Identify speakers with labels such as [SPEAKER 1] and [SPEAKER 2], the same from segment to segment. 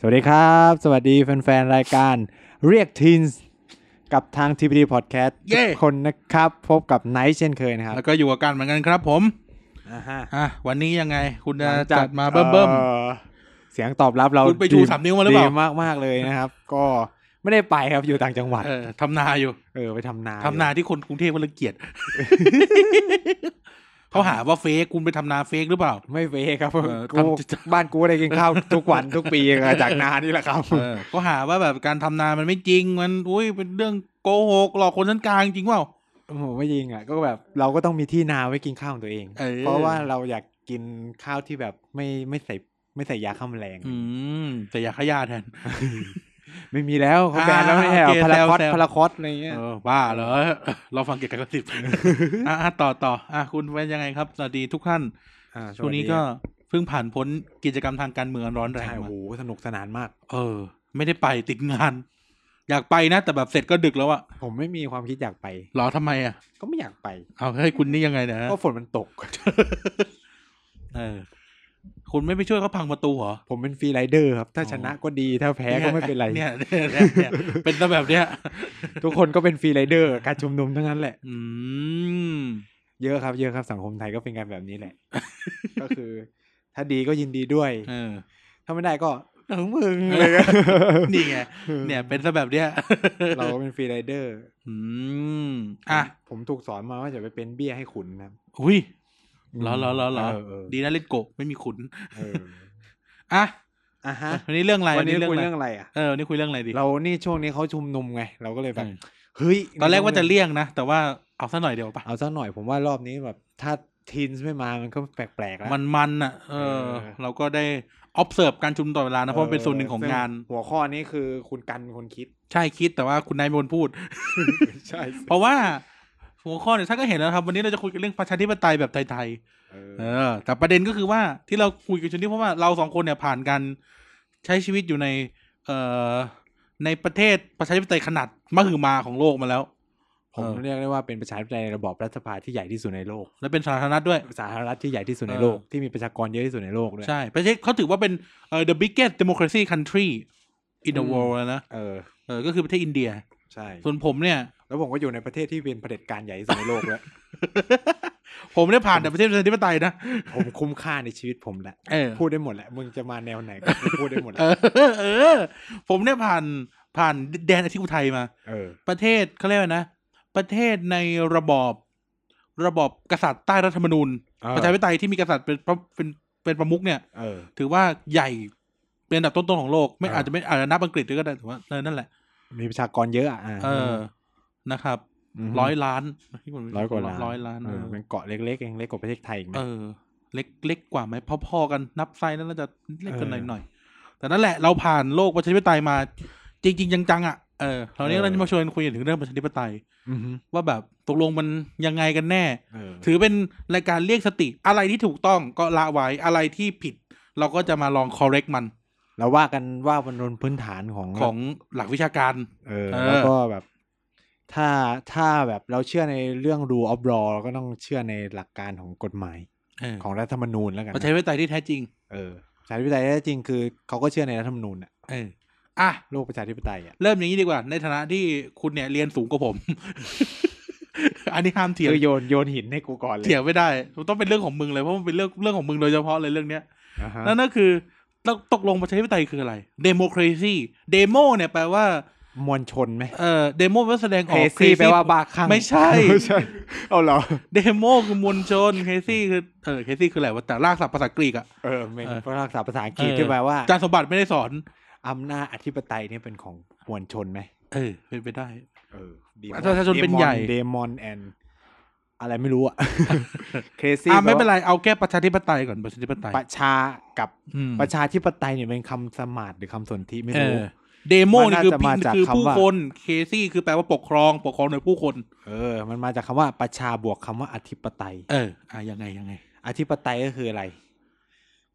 [SPEAKER 1] สวัสดีครับ สวัสดีแฟนๆ รายการเรียกทีนกับทาง TPD Podcast
[SPEAKER 2] เย้
[SPEAKER 1] ทุกคนนะครับ พบกับไนท์เช่นเคยนะครับ
[SPEAKER 2] แล้วก็อยู่กับการเหมือนกันครับผม
[SPEAKER 1] อ่าฮะ
[SPEAKER 2] อ่ะวันนี้ยังไง คุณจะ
[SPEAKER 1] หลังจ
[SPEAKER 2] จั
[SPEAKER 1] ก
[SPEAKER 2] ดมาเบิ่มเบิ่ม
[SPEAKER 1] อ่อเสียงตอบรับเรา
[SPEAKER 2] คุณไปชูสามนิ้วมาหรือเปล่า
[SPEAKER 1] ดีมากๆเลยนะครับ ก็ไม่ได้ไปครับอยู่ต่างจังหวัด
[SPEAKER 2] เออทำนาอยู่
[SPEAKER 1] เออไปทำนา
[SPEAKER 2] ทำนาที่คนกรุงเทพเขาเลยเกลียด เขาหาว่าเฟกคุณไปทำนาเฟกหรือเปล่า
[SPEAKER 1] ไม่เฟยครับ
[SPEAKER 2] เออ
[SPEAKER 1] กู
[SPEAKER 2] ทำ
[SPEAKER 1] บ้านกูได้กินข้าวทุกวันทุกปี จากนานี่แหละครับ
[SPEAKER 2] เออก็หาว่าแบบการทำนามันไม่จริงมันอุ้ยเป็นเรื่องโกหกหลอกคนชั้นกลางจริงเปล่า
[SPEAKER 1] โอ้โหไม่ยิงอ่ะก็แบบเราก็ต้องมีที่นาไว้กินข้าวของตัวเอง
[SPEAKER 2] เออ
[SPEAKER 1] เพราะว่าเราอยากกินข้าวที่แบบไม่ไม่ใส่ไม่ใส่ยาฆ่าแมลง
[SPEAKER 2] อืมแต่อย่าขยาแทน
[SPEAKER 1] ไม่มีแล้วเขาแบนแล้วไม่ใช่
[SPEAKER 2] อ่า
[SPEAKER 1] เหรอ
[SPEAKER 2] โอ
[SPEAKER 1] พา
[SPEAKER 2] เค
[SPEAKER 1] ราคอต
[SPEAKER 2] แซวๆ
[SPEAKER 1] พาราคอตอะไรเงี้ย
[SPEAKER 2] เออบ้าเหรอเราฟังเกียรติกระสิบ อ่ะอ่ะต่อต่ออ่ะคุณเป็นยังไงครับสวัสดีทุกท่าน
[SPEAKER 1] อ่าส
[SPEAKER 2] ช่วงนี้ก็เพิ่งผ่านพ้นกิจกรรมทางการเมืองอันร้อนแร
[SPEAKER 1] ใช่
[SPEAKER 2] ง
[SPEAKER 1] โอ้
[SPEAKER 2] มา
[SPEAKER 1] โหสนุกสนานมาก
[SPEAKER 2] เออ ไม่ได้ไปติดงาน อยากไปนะ แต่แบบเสร็จก็ดึกแล้วอะ
[SPEAKER 1] ผมไม่มีความคิดอยากไป
[SPEAKER 2] หรอทำไมอะ
[SPEAKER 1] ก็ไม่อยากไป
[SPEAKER 2] เอาเฮ้ยคุณนี่ยังไงเนี่ยฮะ
[SPEAKER 1] เพราะฝนมันตก
[SPEAKER 2] เออ คุณไม่ไปช่วยเขาพังประตูเหรอ
[SPEAKER 1] ผมเป็นฟรีไรเดอร์ครับ ถ้าชนะก็ดีถ้าแพ้ก็ไม่เป็นไร
[SPEAKER 2] เนี่ยเนี่ยเนี่ยเนี่ยเป็นแต่แบบเนี้ย
[SPEAKER 1] ทุกคนก็เป็นฟรีไรเดอร์การชุมนุมทั้งนั้นแหละ
[SPEAKER 2] อืม
[SPEAKER 1] เยอะครับเยอะครับสังคมไทยก็เป็นกันแบบนี้แหละ ก็คือ ถ้าดีก็ยินดีด้วย
[SPEAKER 2] เออ
[SPEAKER 1] ถ้าไม่ได้ก็หนังมึงเลยอะ
[SPEAKER 2] นี่ไง เนี่ย เป็นแต่แบบเนี้ย
[SPEAKER 1] เราเป็นฟรีไรเดอร์
[SPEAKER 2] อืม อ่ะ
[SPEAKER 1] ผมถูกสอนมาว่าจะไปเป็นเบี้ยให้ขุนนะครับ
[SPEAKER 2] อุ้ยเหรอเหรอเหรอเหรอ
[SPEAKER 1] เอ
[SPEAKER 2] ดีนะเล่นโกะไม่มีขุน
[SPEAKER 1] เออ
[SPEAKER 2] อ่ะ
[SPEAKER 1] อ่ะฮะ
[SPEAKER 2] วันนี้เรื่องอะไร
[SPEAKER 1] วันนี้คุยเรื่องอะไรอ่ะ
[SPEAKER 2] เออวันนี้คุยเรื่องอะไรดี
[SPEAKER 1] เรานี่ช่วงนี้เขาชุมนุมไง เราก็เลยแบบ
[SPEAKER 2] อืม
[SPEAKER 1] เฮ้ย
[SPEAKER 2] ตอนแรกว่าจะเลี่ยงนะ แต่ว่าเอาซะหน่อยเดียวปะ
[SPEAKER 1] เอาสักหน่อยผมว่ารอบนี้แบบถ้าทีนส์ไม่มามันก็แปลกๆแล้ว
[SPEAKER 2] มันมันๆอ่ะ เออ
[SPEAKER 1] เออ
[SPEAKER 2] เราก็ได้ observe การชุมนุมต่อเวลานะ เพราะมันเป็นส่วนหนึ่งของงาน
[SPEAKER 1] หัวข้อนี้คือคุณกันเป็นคนคิด
[SPEAKER 2] ใช่คิดแต่ว่าคุณนายเป็นคนพูด
[SPEAKER 1] ใช่
[SPEAKER 2] เพราะว่าหัวข้อเนี่ยท่านก็เห็นแล้วครับ วันนี้เราจะคุยกันเรื่องประชาธิปไตยแบบไทย
[SPEAKER 1] เออ
[SPEAKER 2] ๆ เออ แต่ประเด็นก็คือว่าที่เราคุยกันชนนี้เพราะว่าเราสองคนเนี่ยผ่านกันใช้ชีวิตอยู่ใน เอ่อ ในประเทศประชาธิปไตยขนาดมหึมาของโลกมาแล้ว
[SPEAKER 1] ผม
[SPEAKER 2] เออ
[SPEAKER 1] เรียกได้ว่าเป็นประชาธิปไตยในระบอบรัฐสภาที่ใหญ่ที่สุดในโลก
[SPEAKER 2] และเป็นสาธารณรัฐด้วย
[SPEAKER 1] สาธารณรัฐที่ใหญ่ที่สุดใน
[SPEAKER 2] เออ
[SPEAKER 1] โลกที่มีประชากรเยอะที่สุดในโลกด้วย
[SPEAKER 2] ใช่ ประเทศเขาถือว่าเป็นเอ่อ the biggest democracy country in the world แล้วนะ
[SPEAKER 1] เออ
[SPEAKER 2] เออ ก็คือประเทศอินเดีย
[SPEAKER 1] ใช่
[SPEAKER 2] ส่วนผมเนี่ย
[SPEAKER 1] แล้วผมก็อยู่ในประเทศที่เป็นเผด็จการใหญ่ที่สุดในโลก ด้วย
[SPEAKER 2] ผมได้ผ่านแต่ประเทศประชาธิปไตยนะ
[SPEAKER 1] ผมคุ้มค่าในชีวิตผมแหละ
[SPEAKER 2] เออ
[SPEAKER 1] พูดได้หมดแหละ มึงจะมาแนวไหนก็กูพูดได้หมดแห
[SPEAKER 2] เอ
[SPEAKER 1] ละ
[SPEAKER 2] อ เออ ผมได้ผ่านผ่านแดนอธิปไตยมา
[SPEAKER 1] เออ
[SPEAKER 2] ประเทศเขาเรียกว่านะ ประเทศในระบอบ ระบอบกษัตริย์ใต้รัฐธรรมนูญ
[SPEAKER 1] เออ
[SPEAKER 2] ประชาธิปไตยที่มีกษัตริย์เป็นพระเป็นเป็นประมุขเนี่ย
[SPEAKER 1] เออ
[SPEAKER 2] ถือว่าใหญ่เป็นอันดับต้นๆของโลก ไม่
[SPEAKER 1] เอออ
[SPEAKER 2] อาจจะไม่อาจจะนับอังกฤษด้วยก็ได้แต่ว่าเออนั่นแหละ
[SPEAKER 1] มีประชากรเยอะอ่ะะ
[SPEAKER 2] เออ นะครับ
[SPEAKER 1] ม
[SPEAKER 2] ร้อยล้าน
[SPEAKER 1] ร้อยกว่าล้าน
[SPEAKER 2] ร้อยล้าน
[SPEAKER 1] เอ
[SPEAKER 2] เอ
[SPEAKER 1] อ
[SPEAKER 2] อ
[SPEAKER 1] เป็นเกาะเล็กๆเองเล็กกว่าประเทศไทยอีกไหม
[SPEAKER 2] เออ เล็กเล็กกว่าไหมพอๆกันนับไซส์นั้นน่าจะเล็กกัน
[SPEAKER 1] เอ
[SPEAKER 2] หน่
[SPEAKER 1] อ
[SPEAKER 2] อยหน่อยๆแต่นั่นแหละเราผ่านโลกประชาธิปไตยมา จริง ๆ จังๆอ่ะเออคราวนี้
[SPEAKER 1] เออ
[SPEAKER 2] เราจะมาชวนคุยกันถึงเรื่องประชาธิปไตย
[SPEAKER 1] อฮึ
[SPEAKER 2] ว่าแบบตกลงมันยังไงกันแน่
[SPEAKER 1] เออ
[SPEAKER 2] ถือเป็นรายการเรียกสติ อะไรที่ถูกต้องก็ละไว้อะไรที่ผิด เราก็จะมาลอง correct มัน
[SPEAKER 1] เราว่ากันว่าบนบนพื้นฐานของ
[SPEAKER 2] ของหลักวิชาการ
[SPEAKER 1] เออ
[SPEAKER 2] เออ
[SPEAKER 1] แล้วก็แบบ ถ้าถ้าแบบเราเชื่อในเรื่อง rule of law เราก็ต้องเชื่อในหลักการของกฎหมาย
[SPEAKER 2] เออ
[SPEAKER 1] ของรัฐธรรมนูญแล้วกัน
[SPEAKER 2] ประชาธิปไตยที่แท้จริง
[SPEAKER 1] เออประชาธิปไตยแท้จริงคือเขาก็เชื่อในรัฐธรรมนูญอะ
[SPEAKER 2] เอออ่ะ
[SPEAKER 1] โลกประชาธิปไตยอ่ะ
[SPEAKER 2] เริ่มอย่างนี้ดีกว่า ในฐานะที่คุณเนี่ยเรียนสูงกว่าผม อันนี้ห้ามเถียง
[SPEAKER 1] คือโยนโยนหินให้กูก่อนเลย
[SPEAKER 2] เถียงไม่ได้ต้องเป็นเรื่องของมึงเลยเพราะมันเป็นเรื่องเรื่องของมึงโดยเฉพาะเลยเรื่องเนี้ย
[SPEAKER 1] อ่าฮะ
[SPEAKER 2] นั่นก็คือตกตกลงประชาธิปไตยคืออะไรเดโมคร a ซีเดโมเนี่ยแปลว่าม
[SPEAKER 1] วลชนไหม
[SPEAKER 2] เอ่อเดโมแปลว่าแสดงอ
[SPEAKER 1] เค
[SPEAKER 2] อก
[SPEAKER 1] ซี่
[SPEAKER 2] crazy
[SPEAKER 1] แปลว่าบ้าคลั่ง
[SPEAKER 2] ไม่ใช่
[SPEAKER 1] ไม่ใช่ เอาเหรอ
[SPEAKER 2] เดโมคือมวลชนเคซี่คือเออเคซี่คืออะไรวะแต่รากศัพท์ภาษากรีกอะ
[SPEAKER 1] เออเป็น
[SPEAKER 2] เออ
[SPEAKER 1] ภาษาภาษาอังกฤษที่แปลว่า
[SPEAKER 2] อาจารย์สมบัติไม่ได้สอน
[SPEAKER 1] อำนาจอธิปไตยเนี่ยเป็นของมวลชนไหม
[SPEAKER 2] เออเป็นไปได้
[SPEAKER 1] เออ
[SPEAKER 2] ประชาชนเป็นใหญ่
[SPEAKER 1] เดมอนแอนอะไรไม่รู้อะ เคซี่
[SPEAKER 2] อ่ะไม่เป็นไรเอาแค่ประชาธิปไตยก่อนประชาธิปไตย
[SPEAKER 1] ประชากับ
[SPEAKER 2] อืม
[SPEAKER 1] ประชาธิปไตยเนี่ยเป็นคำสมาร์ทหรือคำสนธิไม่
[SPEAKER 2] เอ
[SPEAKER 1] รู้
[SPEAKER 2] อ เดโม
[SPEAKER 1] มัน
[SPEAKER 2] นี่
[SPEAKER 1] น่า
[SPEAKER 2] คือ
[SPEAKER 1] จะ
[SPEAKER 2] พิ
[SPEAKER 1] มาม
[SPEAKER 2] พ์
[SPEAKER 1] จาก
[SPEAKER 2] คือ
[SPEAKER 1] คำ
[SPEAKER 2] ผู้
[SPEAKER 1] ว่า
[SPEAKER 2] คนเคซี่คือแปลว่าปกครองปกครองโดยผู้คน
[SPEAKER 1] เออ มันมาจากคำว่าประชาบวกคำว่าอธิปไตย
[SPEAKER 2] เอออ่ะยังไงยังไง
[SPEAKER 1] อธิปไตยก็คืออะไร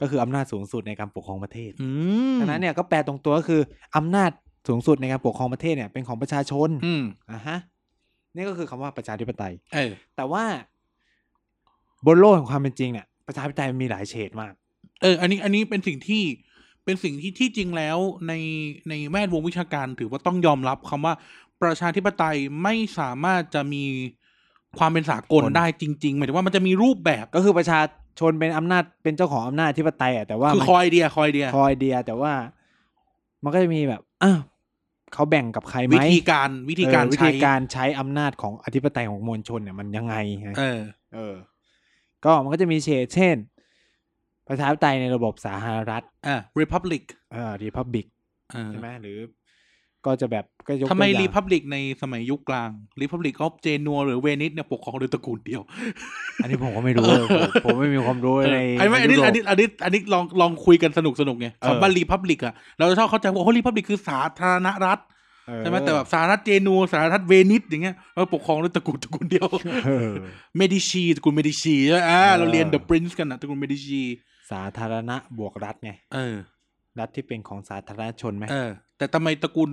[SPEAKER 1] ก็คืออำนาจสูงสุดในการปกครองประเทศ
[SPEAKER 2] อืม
[SPEAKER 1] ดังนั้นเนี่ยก็แปลตรงตัวก็คืออำนาจสูงสุดในการปกครองประเทศเนี่ยเป็นของประชาชน
[SPEAKER 2] อืม
[SPEAKER 1] อ่ะฮะ นี่ก็คือคำว่าประชาธิปไตย
[SPEAKER 2] เออ
[SPEAKER 1] แต่ว่า บนโลกของความเป็นจริงเนี่ยประชาธิปไตยมันมีหลายเฉดมาก
[SPEAKER 2] เออ อันนี้ อันนี้เป็นสิ่งที่ เป็นสิ่งที่ที่จริงแล้วใน ในแวดวงวิชาการถือว่าต้องยอมรับคำว่าประชาธิปไตยไม่สามารถจะมีความเป็นสากล
[SPEAKER 1] คน
[SPEAKER 2] ได้จริง ๆ หมายถึงว่ามันจะมีรูปแบบ
[SPEAKER 1] ก็คือประชาชนเป็นอำนาจเป็นเจ้าของอำนาจอธิปไตยอ่ะแต่ว่า
[SPEAKER 2] คือ
[SPEAKER 1] มัน
[SPEAKER 2] คอยเดียคอยเดีย
[SPEAKER 1] คอยเดียแต่ว่า มันก็จะมีแบบอ้าวเขาแบ่งกับใครไหม
[SPEAKER 2] วิธีการวิธีการ
[SPEAKER 1] เออวิ
[SPEAKER 2] ใช้
[SPEAKER 1] ธีการใช้อำนาจของอธิปไตยของมวลชนเนี่ยมันยังไงไง
[SPEAKER 2] เออ
[SPEAKER 1] เออ ก็มันก็จะมีเฉดเช่น ประชาธิปไตยในระบบสาธารณรัฐ
[SPEAKER 2] อ่า republic
[SPEAKER 1] เอ่อรีพับบิก
[SPEAKER 2] เออ
[SPEAKER 1] ใช่ไหมหรือ ก็จะแบบก็ยก
[SPEAKER 2] ทำไม
[SPEAKER 1] ตัวอย่าง
[SPEAKER 2] republic ในสมัยยุคกลาง republic of เจนัวหรือเวนิสเนี่ยปกครองโดยตระกูลเดียว
[SPEAKER 1] อันนี้ผมก็ ไม่รู้เลยผมผมไม่มีความรู้
[SPEAKER 2] เออ
[SPEAKER 1] ใน
[SPEAKER 2] อันนี้อันนี้
[SPEAKER 1] ยุโรป
[SPEAKER 2] อันนี้อันนี้อันนี้ลองลองคุยกันสนุกสนุกไง
[SPEAKER 1] เออ
[SPEAKER 2] คำว่ารีพับลิกอะเราจะชอบเข้าใจว่าโอ้รีพับลิกคือสาธารณรัฐ
[SPEAKER 1] เออ
[SPEAKER 2] ใช่ไหมแต่แบบสาธารณรัฐเจนัวสาธารณรัฐเวนิสอย่างเงี้ยเราปกครองด้วยตระกูลตระกูลเดียว
[SPEAKER 1] เออ
[SPEAKER 2] เมดิชีตระกูลเมดิชีใช่ไหมอ่า
[SPEAKER 1] เออ
[SPEAKER 2] เราเรียนเดอะปรินซ์กันนะตระกูลเมดิชี
[SPEAKER 1] สาธารณะบวกรัฐไง
[SPEAKER 2] เออ
[SPEAKER 1] รัฐที่เป็นของสาธารณชนไหม
[SPEAKER 2] เออ แต่ทำไมตระกูล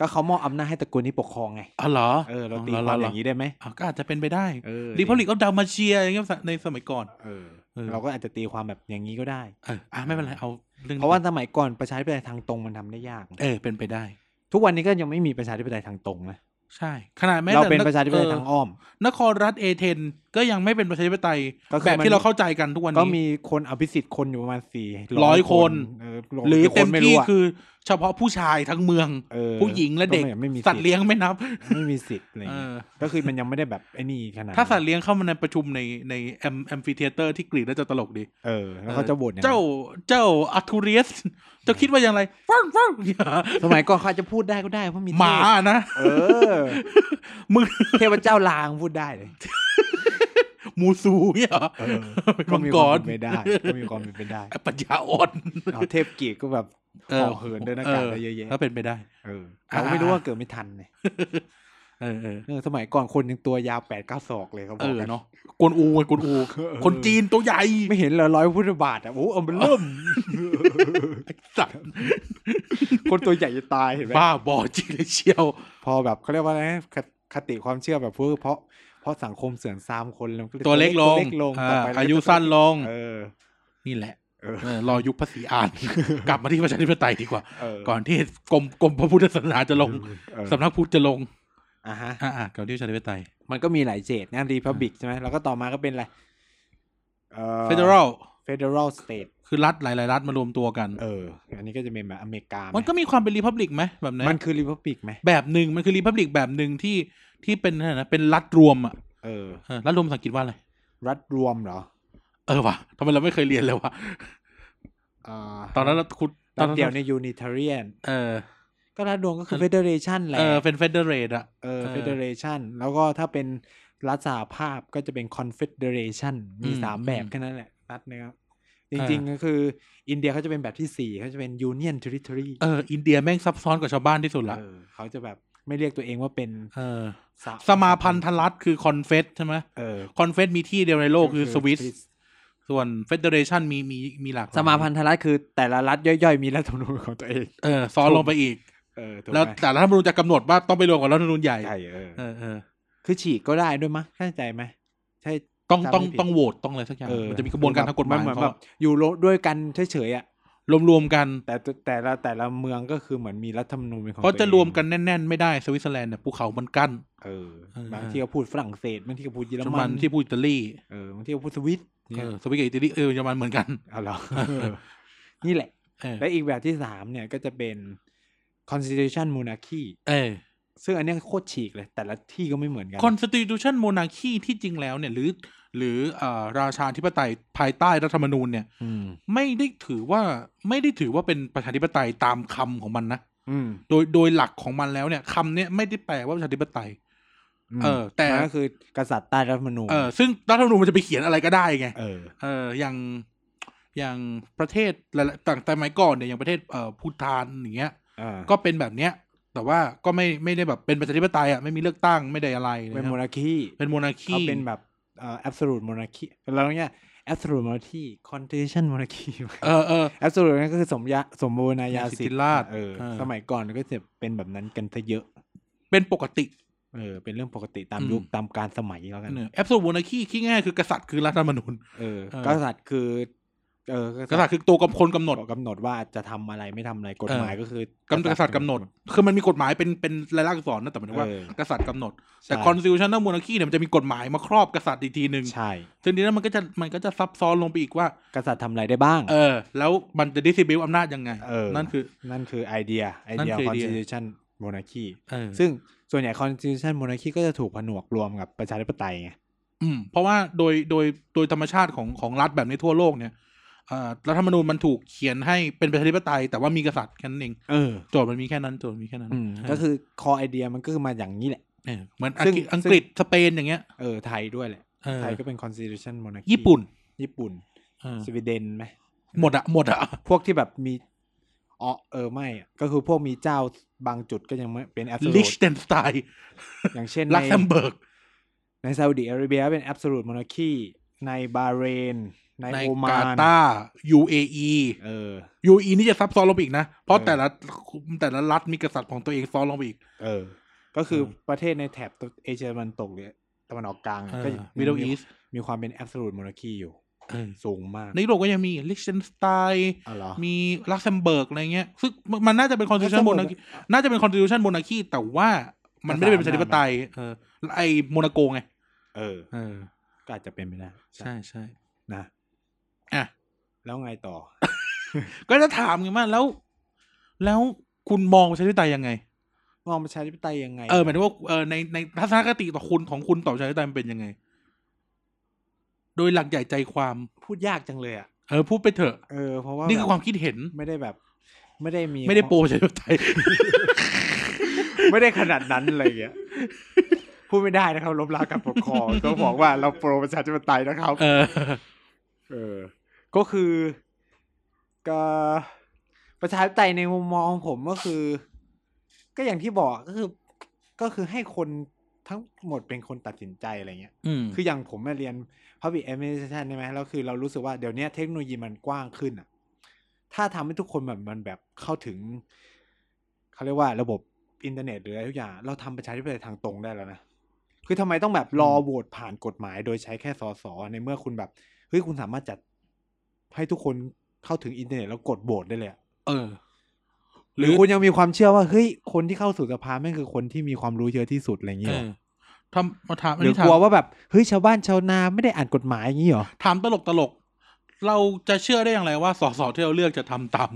[SPEAKER 1] ก็เขามอบอำนาจให้ตระกูลนี้ปกครองไง
[SPEAKER 2] อ๋อเหรอ
[SPEAKER 1] เออเราตีความอย่าง
[SPEAKER 2] นี้
[SPEAKER 1] นี้ได้ไหม
[SPEAKER 2] ก็อาจจะเป็นไปได้
[SPEAKER 1] เออ
[SPEAKER 2] รีพับลิกก็ดาวมาเชียอย่างเงี้ยในสมัยก่อน
[SPEAKER 1] เออ
[SPEAKER 2] เออ
[SPEAKER 1] เราก็อาจจะตีความแบบอย่างนี้ก็ได้
[SPEAKER 2] เอออ่ะไม่เป็นไรเอาเรื่องนี้
[SPEAKER 1] เพราะว่าสมัยก่อนประชาธิปไตยทางตรงมันทำได้ยาก
[SPEAKER 2] เออเป็นไปได้
[SPEAKER 1] ทุกวันนี้ก็ยังไม่มีประชาธิปไตยทางตรงนะ
[SPEAKER 2] ใช่ ขนาดแม้
[SPEAKER 1] เรา
[SPEAKER 2] แต่
[SPEAKER 1] เป็น
[SPEAKER 2] ก
[SPEAKER 1] ประชาธิปไตย
[SPEAKER 2] เออ
[SPEAKER 1] ทางอ้อม
[SPEAKER 2] นครรัฐเอเธนก็ยังไม่เป็นประชาธิปไตย
[SPEAKER 1] ก็คือ
[SPEAKER 2] แบบ
[SPEAKER 1] มัน
[SPEAKER 2] ที่เราเข้าใจกันทุกวัน
[SPEAKER 1] ก็
[SPEAKER 2] นี้
[SPEAKER 1] มีคนอภิสิทธิ์คนอยู่ประมาณสี่
[SPEAKER 2] ร้อยคน
[SPEAKER 1] เอ
[SPEAKER 2] หรือ
[SPEAKER 1] กี่
[SPEAKER 2] เต็
[SPEAKER 1] คน
[SPEAKER 2] มที่
[SPEAKER 1] ไรู้ะ
[SPEAKER 2] คือเฉพาะผู้ชายทั้งเมือง
[SPEAKER 1] เออ
[SPEAKER 2] ผู้หญิงและเด็ก
[SPEAKER 1] ไม่ไม่มี
[SPEAKER 2] สัตว์เลี้ยงไม่นับ
[SPEAKER 1] ไม่มีสิทธิ์อะไร
[SPEAKER 2] เอ
[SPEAKER 1] เงี้ย
[SPEAKER 2] อ
[SPEAKER 1] ก็คือมันยังไม่ได้แบบไอ้นี่ขนาด
[SPEAKER 2] ถ้าสัตว์เลี้ยงเข้ามาในประชุมในในแอมแอมฟิเทเตอร์ที่กรีกแล้วจะตลกดี
[SPEAKER 1] เออแล้วเขาจะโหวตยังไง
[SPEAKER 2] เจ้าเจ้าอัตูเรียสจะคิดว่าอย่างไรฟังฟัง
[SPEAKER 1] สมัยก่อนเขาอาจจะพูดได้ก็ได้เพราะมีเทพ
[SPEAKER 2] หมานะ
[SPEAKER 1] เออ
[SPEAKER 2] มึง
[SPEAKER 1] เทพเจ้าลางพูดได้เลย
[SPEAKER 2] มูซูเนี่ยเหรอ
[SPEAKER 1] เออ
[SPEAKER 2] เป็น
[SPEAKER 1] ก็
[SPEAKER 2] มัง
[SPEAKER 1] มี
[SPEAKER 2] ก
[SPEAKER 1] ความ
[SPEAKER 2] ร
[SPEAKER 1] เป็นไปได้ก็มีความเป็นไป ได้
[SPEAKER 2] ปัญญาอ่อน
[SPEAKER 1] เอาเทพกีกก็แบบห่อเหินเดินอากาศได้เยอะแยะ
[SPEAKER 2] ก็เป็นไปได้
[SPEAKER 1] เออเราก็ไม่รู้ว่าเกิดไม่ทันเนี่ย
[SPEAKER 2] เออเออ
[SPEAKER 1] เออสมัยก่อนคนยังตัวยาวแปดเก้าศอกเลยเขาบ
[SPEAKER 2] เอ
[SPEAKER 1] อก
[SPEAKER 2] อ
[SPEAKER 1] กัน
[SPEAKER 2] เนาะกวนอูไงกวนอู
[SPEAKER 1] เออ
[SPEAKER 2] คนจีนตัวใหญ่
[SPEAKER 1] ไม่เห็นเลยร้อยพุทธบาทอ่ะโอ้เอามันเริ่ม
[SPEAKER 2] ไอ้สัตว์
[SPEAKER 1] คนตัวใหญ่จะตายเห็นไหม
[SPEAKER 2] บ้าบอจริงเลยเชียว
[SPEAKER 1] พอแบบเขาเรียกว่าอะไรนะคคติความเชื่อแบบพวกเพราะเพราะสังคมเสื่อมทรามคนแล้วมันก็ย
[SPEAKER 2] ตัวเล็กล
[SPEAKER 1] ตั
[SPEAKER 2] ง
[SPEAKER 1] วเล็กลง
[SPEAKER 2] อ่า
[SPEAKER 1] ต่ไปแล้ว
[SPEAKER 2] อายุสั้นลง
[SPEAKER 1] เออ
[SPEAKER 2] นี่แหละ
[SPEAKER 1] เออ
[SPEAKER 2] เออรอยุคภาษีอ่าน กลับมาที่ประชาธิปไตยดีกว่า
[SPEAKER 1] เออ
[SPEAKER 2] ก่อนที่กรมกรมพระพุทธศาสนาจะลง
[SPEAKER 1] เออ
[SPEAKER 2] สำนักพุทธจะลง
[SPEAKER 1] อ่ะฮะ
[SPEAKER 2] อ่าก่อนที่ประชาธิปไตย
[SPEAKER 1] มันก็มีหลายเจดนะรีพับบิกใช่ไหมแล้วก็ต่อมาก็เป็นอะไรเอ่อ
[SPEAKER 2] เฟเดอรัล
[SPEAKER 1] federal state
[SPEAKER 2] คือรัฐหลาย ๆ รัฐมารวมตัวกัน
[SPEAKER 1] เออ อันนี้ก็จะเป็นแบบอเมริกาไห
[SPEAKER 2] มันก็มีความเป็นรีพับลิกไหมแบบนั้น
[SPEAKER 1] มันคือรีพับบิกไหม
[SPEAKER 2] แบบหนึ่งมันคือรีพับลิกแบบหนึ่งที่ที่เป็นอะไรนะเป็นรัฐรวมอ่ะ
[SPEAKER 1] เออ
[SPEAKER 2] เออรัฐรวมภาษาอังกฤษว่าอะไร
[SPEAKER 1] รัฐรวมเหรอ
[SPEAKER 2] เออว่ะทำไมเราไม่เคยเรียนเลยวะ
[SPEAKER 1] อ่า
[SPEAKER 2] ตอนนั้นเราคุณตอ
[SPEAKER 1] รัฐ
[SPEAKER 2] นนั้น
[SPEAKER 1] เดียวใน unitarian
[SPEAKER 2] เออ
[SPEAKER 1] ก็รัฐรวมก็คือ
[SPEAKER 2] เออ
[SPEAKER 1] federation แหละ
[SPEAKER 2] เออเป็นเฟเดเรตอะ
[SPEAKER 1] เออ
[SPEAKER 2] เออ
[SPEAKER 1] federation แล้วก็ถ้าเป็นรัฐสหภาพก็จะเป็น confederation มี
[SPEAKER 2] อืม
[SPEAKER 1] สามแบบ
[SPEAKER 2] อืม
[SPEAKER 1] แค่นั้นแหละ รัฐนะครับ จ
[SPEAKER 2] อ่า
[SPEAKER 1] ริงๆก็คือ อินเดียเขาจะเป็นแบบที่สี่เขาจะเป็น union territory
[SPEAKER 2] เอออินเดียแม่งซับซ้อนกว่าชาวบ้านที่สุดละ
[SPEAKER 1] เออเขาจะแบบไม่เรียกตัวเองว่าเป็น
[SPEAKER 2] เออ
[SPEAKER 1] สห
[SPEAKER 2] สมาพันธรัฐคือคอนเฟสใช่ไหม
[SPEAKER 1] เออ
[SPEAKER 2] คอนเฟสมีที่เดียวในโลกคือสวิส
[SPEAKER 1] คือ
[SPEAKER 2] ส่วนเฟเดเรชันมีมีมีหลากหลย
[SPEAKER 1] สมาพันธรัฐคือแต่ละรัฐย่อยๆ มีรัฐธรรมนูญของตัวเอง
[SPEAKER 2] เออซ้อนลงไปอีก
[SPEAKER 1] เออถูก
[SPEAKER 2] แล้ว
[SPEAKER 1] ไหม
[SPEAKER 2] แต่รัฐธรรมนูญจะกำหนดว่าต้องไปรวมกับรัฐธรรมนูญใหญ่
[SPEAKER 1] ใช่เออ
[SPEAKER 2] เออเออ
[SPEAKER 1] คือฉีกก็ได้ด้วยมั้ยเข้าใจไหมใช่
[SPEAKER 2] ต้อง
[SPEAKER 1] จำไม่
[SPEAKER 2] ต้อ
[SPEAKER 1] ผิด
[SPEAKER 2] งต้องโหวตต้องอะไรสักอย่าง
[SPEAKER 1] เออ
[SPEAKER 2] มันจะมีกระบวนการทางกฎหมาย
[SPEAKER 1] นเหมือน
[SPEAKER 2] เขา
[SPEAKER 1] แบบอยู่ร่วมด้วยกันเฉยๆอ่ะ
[SPEAKER 2] รวมรวมๆกัน
[SPEAKER 1] แต่ตัวแต่ละแต่ละเมืองก็คือเหมือนมีรัฐธรรมนูญเป็นของ
[SPEAKER 2] เพราะ
[SPEAKER 1] ตั
[SPEAKER 2] จะ
[SPEAKER 1] วอง
[SPEAKER 2] รวมกันแน่น ๆ ไม่ได้สวิตเซอร์แลนด์เนี่ยภูเขามันกั้น
[SPEAKER 1] เออ
[SPEAKER 2] เออ
[SPEAKER 1] บางทีก็พูดฝรั่งเศสบางทีก็พูดเยอร
[SPEAKER 2] เยอร
[SPEAKER 1] มั
[SPEAKER 2] มันนที่พูดอิตาลี
[SPEAKER 1] เออบางทีก็พูดสวิต
[SPEAKER 2] เอ
[SPEAKER 1] เนี่ย
[SPEAKER 2] อสวิตกับอิตาลีเออเยอรมันเหมือนกัน
[SPEAKER 1] เอาเหรอ นี่แหละ
[SPEAKER 2] เออ
[SPEAKER 1] และอีกแบบที่สามเนี่ยก็จะเป็น constitution monarchy
[SPEAKER 2] เออ
[SPEAKER 1] ซึ่งอันเนี้ยโคตรฉีกเลย แต่ละที่ก็ไม่เหมือนกัน
[SPEAKER 2] Constitution Monarchy ที่จริงแล้วเนี่ยหรือ หรือเออราชาธิปไตยภายใต้รัฐธรรมนูญเนี่ย
[SPEAKER 1] อืม
[SPEAKER 2] ไม่ได้ถือว่าไม่ได้ถือว่าเป็นประชาธิปไตยตามคำของมันนะ
[SPEAKER 1] อืม
[SPEAKER 2] โดยโดยหลักของมันแล้วเนี่ยคำเนี่ยไม่ได้แปลว่าประชาธิปไตย เออแต่
[SPEAKER 1] มันก็คือกษัตริย์ใต้รัฐธรรมนูญ
[SPEAKER 2] เออซึ่งรัฐธรรมนูญมันจะไปเขียนอะไรก็ได้ไง
[SPEAKER 1] เออ
[SPEAKER 2] เอออย่างอย่างประเทศหลายๆต่างแต่สมัยก่อนเนี่ยอย่างประเทศเอ่อพูตานอย่างเงี้ย
[SPEAKER 1] อ่า
[SPEAKER 2] ก็เป็นแบบเนี้ย แต่ว่าก็ไม่ไม่ได้แบบเป็นประชาธิปไตยอ่ะไม่มีเลือกตั้งไม่ได้อะไรนะ
[SPEAKER 1] เป็น
[SPEAKER 2] ค
[SPEAKER 1] โม
[SPEAKER 2] รับ
[SPEAKER 1] นาคี
[SPEAKER 2] เป็นโมนาคี
[SPEAKER 1] เขาเป็นแบบเอ่อ absolute monarchy แล้วเนี่ย absolute monarchy constitution monarchy
[SPEAKER 2] เออเออ
[SPEAKER 1] absolute นั่นก็คือสมยะสมบูรณาญา
[SPEAKER 2] สิ
[SPEAKER 1] สิท
[SPEAKER 2] ทธิ
[SPEAKER 1] ธิ
[SPEAKER 2] รา
[SPEAKER 1] รา
[SPEAKER 2] ช
[SPEAKER 1] ชเออ
[SPEAKER 2] เออ
[SPEAKER 1] สมัยก่อนก็จะเป็นแบบนั้นกันซะเยอะ
[SPEAKER 2] เป็นปกติ
[SPEAKER 1] เออเป็นเรื่องปกติตาม
[SPEAKER 2] อืม
[SPEAKER 1] ยุคตามการสมัยแล้วกัน
[SPEAKER 2] เนแอบสูตโมนาคีขี้ง่ายคือกษัตริย์คือรัฐธรรมนูญ
[SPEAKER 1] เออ
[SPEAKER 2] เออ
[SPEAKER 1] กษัตริย์คือเออก
[SPEAKER 2] กษัตริย์คือตัวกำคนกำหนด
[SPEAKER 1] กำหนดว่าจะทำอะไรไม่ทำอะไรกฎหมายก็คือก
[SPEAKER 2] ำกษัตริย์กำหนด คือมันมีกฎหมายเป็นเป็นรายลักษณ์อักษรนะแต่หมายถึงว่า
[SPEAKER 1] เออ
[SPEAKER 2] กษัตริย์กำหนด แต่
[SPEAKER 1] ใช่
[SPEAKER 2] คอนสติ t ชัน a น m ม n นาคีเนี่ยมันจะมีกฎหมายมาครอบกษัตริย์อีกทีหนึ่ง
[SPEAKER 1] ใช่
[SPEAKER 2] ซึ่งทีนั้นมันก็จะมันก็จะซับซ้อนลงไปอีกว่า
[SPEAKER 1] กษัตริย์ทำอะไรได้บ้าง
[SPEAKER 2] เออ แล้วมันจะดิสซิบิวอำนาจยังไง
[SPEAKER 1] เออ
[SPEAKER 2] นั่นคือ
[SPEAKER 1] นั่นคือไอเดียไอ
[SPEAKER 2] นั่น
[SPEAKER 1] เดีย
[SPEAKER 2] คือไอเดีย
[SPEAKER 1] constitution monarchy
[SPEAKER 2] เออ
[SPEAKER 1] ซึ่งส่วนใหญ่ constitution monarchy ก็จะถูกผนวกรวมกับประชาธิปไตยไง
[SPEAKER 2] อืมเพราะว่าโดยโดยโดยธรรมชาติของของรัฐแบบนี้ทั่วโลกเนี่ยอ่ารัฐธรรมนูญมันถูกเขียนให้เป็นประชาธิปไตย แต่ว่ามีกษัตริย์แค่นั้นเอง
[SPEAKER 1] เออ
[SPEAKER 2] โจทย์มันมีแค่นั้นโจทย์มีแค่นั้น
[SPEAKER 1] อืมก็คือ core idea มันก็คือมาอย่างนี้แหละ
[SPEAKER 2] เออเหมือน
[SPEAKER 1] ซึ่ง
[SPEAKER 2] อังกฤษสเปนอย่างเงี้ย
[SPEAKER 1] เออไทยด้วยแหละ
[SPEAKER 2] เออ
[SPEAKER 1] ไทยก็เป็น constitution monarchy
[SPEAKER 2] ญี่ปุ่น
[SPEAKER 1] ญี่ปุ่น
[SPEAKER 2] เออ
[SPEAKER 1] สวีเดนไหม
[SPEAKER 2] หมดอะหมดอะ
[SPEAKER 1] พวกที่แบบมีอ๋อเออไม่อะก็คือพวกมีเจ้าบางจุดก็ยังไม่เป็น absolute
[SPEAKER 2] ลิชเทนสไตน์
[SPEAKER 1] อย่างเช่น
[SPEAKER 2] ลัก
[SPEAKER 1] ใน
[SPEAKER 2] เซมเบิร์ก
[SPEAKER 1] ในซาอุดิอาระเบียเป็น absolute monarchy ในบาห์เรน ใน
[SPEAKER 2] ใน
[SPEAKER 1] โอมาก
[SPEAKER 2] าน ตาร์ UAE
[SPEAKER 1] เออ
[SPEAKER 2] UAE นี่จะซับซ้อนลงไปอีกนะ เพราะ
[SPEAKER 1] เออ
[SPEAKER 2] แต่ละแต่ละรัฐมีกษัตริย์ของตัวเองซ้อนลงไปอีก
[SPEAKER 1] เออ ก็คือ
[SPEAKER 2] เออ
[SPEAKER 1] ประเทศในแถบตะเอเชียตะวันตกหรือตะวันออกกลางอะก็ยัง
[SPEAKER 2] มิดเดิล
[SPEAKER 1] มี
[SPEAKER 2] อีส
[SPEAKER 1] มีความเป็น absolute monarchy อยู่สูงมาก
[SPEAKER 2] ในยุโรปก็ยังมีลิชเทนสไตน์
[SPEAKER 1] อ๋อเหรอ
[SPEAKER 2] มีลักเซมเบิร์กอะไรเงี้ย ซึ่งมันมันน่าจะเป็นคอนสติ t ูชันโมนาคีน่าจะเป็นคอนสติ t ูชันโมนาคีแต่ว่ามันไม่ได้เป็นประชาธิปไตยเออไอโมนาโกไง
[SPEAKER 1] เออ
[SPEAKER 2] เออ
[SPEAKER 1] ก็อาจจะเป็นไปได้
[SPEAKER 2] ใช่ใช่
[SPEAKER 1] นะ
[SPEAKER 2] อ่ะ
[SPEAKER 1] แล้วไงต่อ
[SPEAKER 2] ก็จะถามไงว่าแล้ว แล้วคุณมองประชาธิปไตยยังไง
[SPEAKER 1] มองประชาธิปไตยยังไง
[SPEAKER 2] เออหมายถึงว่าเออในในทัศนคติต่อคุณของคุณต่อประชาธิปไตยมันเป็นยังไง โดยหลักใหญ่ใจความ
[SPEAKER 1] พูดยากจังเลยอ่ะ
[SPEAKER 2] เออพูดไปเถอะ
[SPEAKER 1] เออเพราะว่า
[SPEAKER 2] นี่คือ
[SPEAKER 1] แบบ
[SPEAKER 2] ความคิดเห็น
[SPEAKER 1] ไม่ได้แบบ ไม่ได้มี
[SPEAKER 2] ไม่ได้โปรประชาธิปไตย
[SPEAKER 1] ไม่ได้ขนาดนั้นอะไรอย่างเงี้ ยพูดไม่ได้นะครับล้มล้างการปกครอง ต้องบอกว่าเราโปรประชาธิปไตยนะครับ
[SPEAKER 2] เออ
[SPEAKER 1] เออ ก็คือก็ประชาธิปไตยในมุมมองของผมก็คือ ก็อย่างที่บอกก็คือ ก็คือให้คนทั้งหมดเป็นคนตัดสินใจอะไรเงี้ย
[SPEAKER 2] อืม
[SPEAKER 1] คืออย่างผมมาเรียน Public Administration ใช่ไหมแล้วคือเรารู้สึกว่าเดี๋ยวเนี้ยเทคโนโลยีมันกว้างขึ้นอ่ะ ถ้าทำให้ทุกคนแบบมันแบบเข้าถึง เขาเรียกว่าระบบอินเทอร์เน็ตหรืออะไรทุกอย่าง เราทำประชาธิปไตยทางตรงได้แล้วนะ คือทำไมต้องแบบรอโหวตผ่านกฎหมาย โดยใช้แค่สอสอในเมื่อคุณแบบเฮ้ยคุณสามารถจัดให้ทุกคนเข้าถึงอินเทอร์เน็ตแล้วกดโหวตได้เลยอะ
[SPEAKER 2] เออ ห
[SPEAKER 1] หรื
[SPEAKER 2] รื
[SPEAKER 1] ออคุณยังมีความเชื่อว่าเฮ้ยคนที่เข้าสู่สภาแม่งคือคนที่มีความรู้เยอะที่สุดอะไรอย่าง
[SPEAKER 2] เอ
[SPEAKER 1] เงี้ย
[SPEAKER 2] อทำมาถามอัน
[SPEAKER 1] หรือ
[SPEAKER 2] นี้ถาก ม
[SPEAKER 1] ลัวว่าแบบเฮ้ยชาวบ้านชาวนาไม่ได้อ่านกฎหมายอย่างงี้เหรอ
[SPEAKER 2] ถามตลกตลกๆเราจะเชื่อได้อย่างไรว่าสสที่เราเลือกจะทำตาม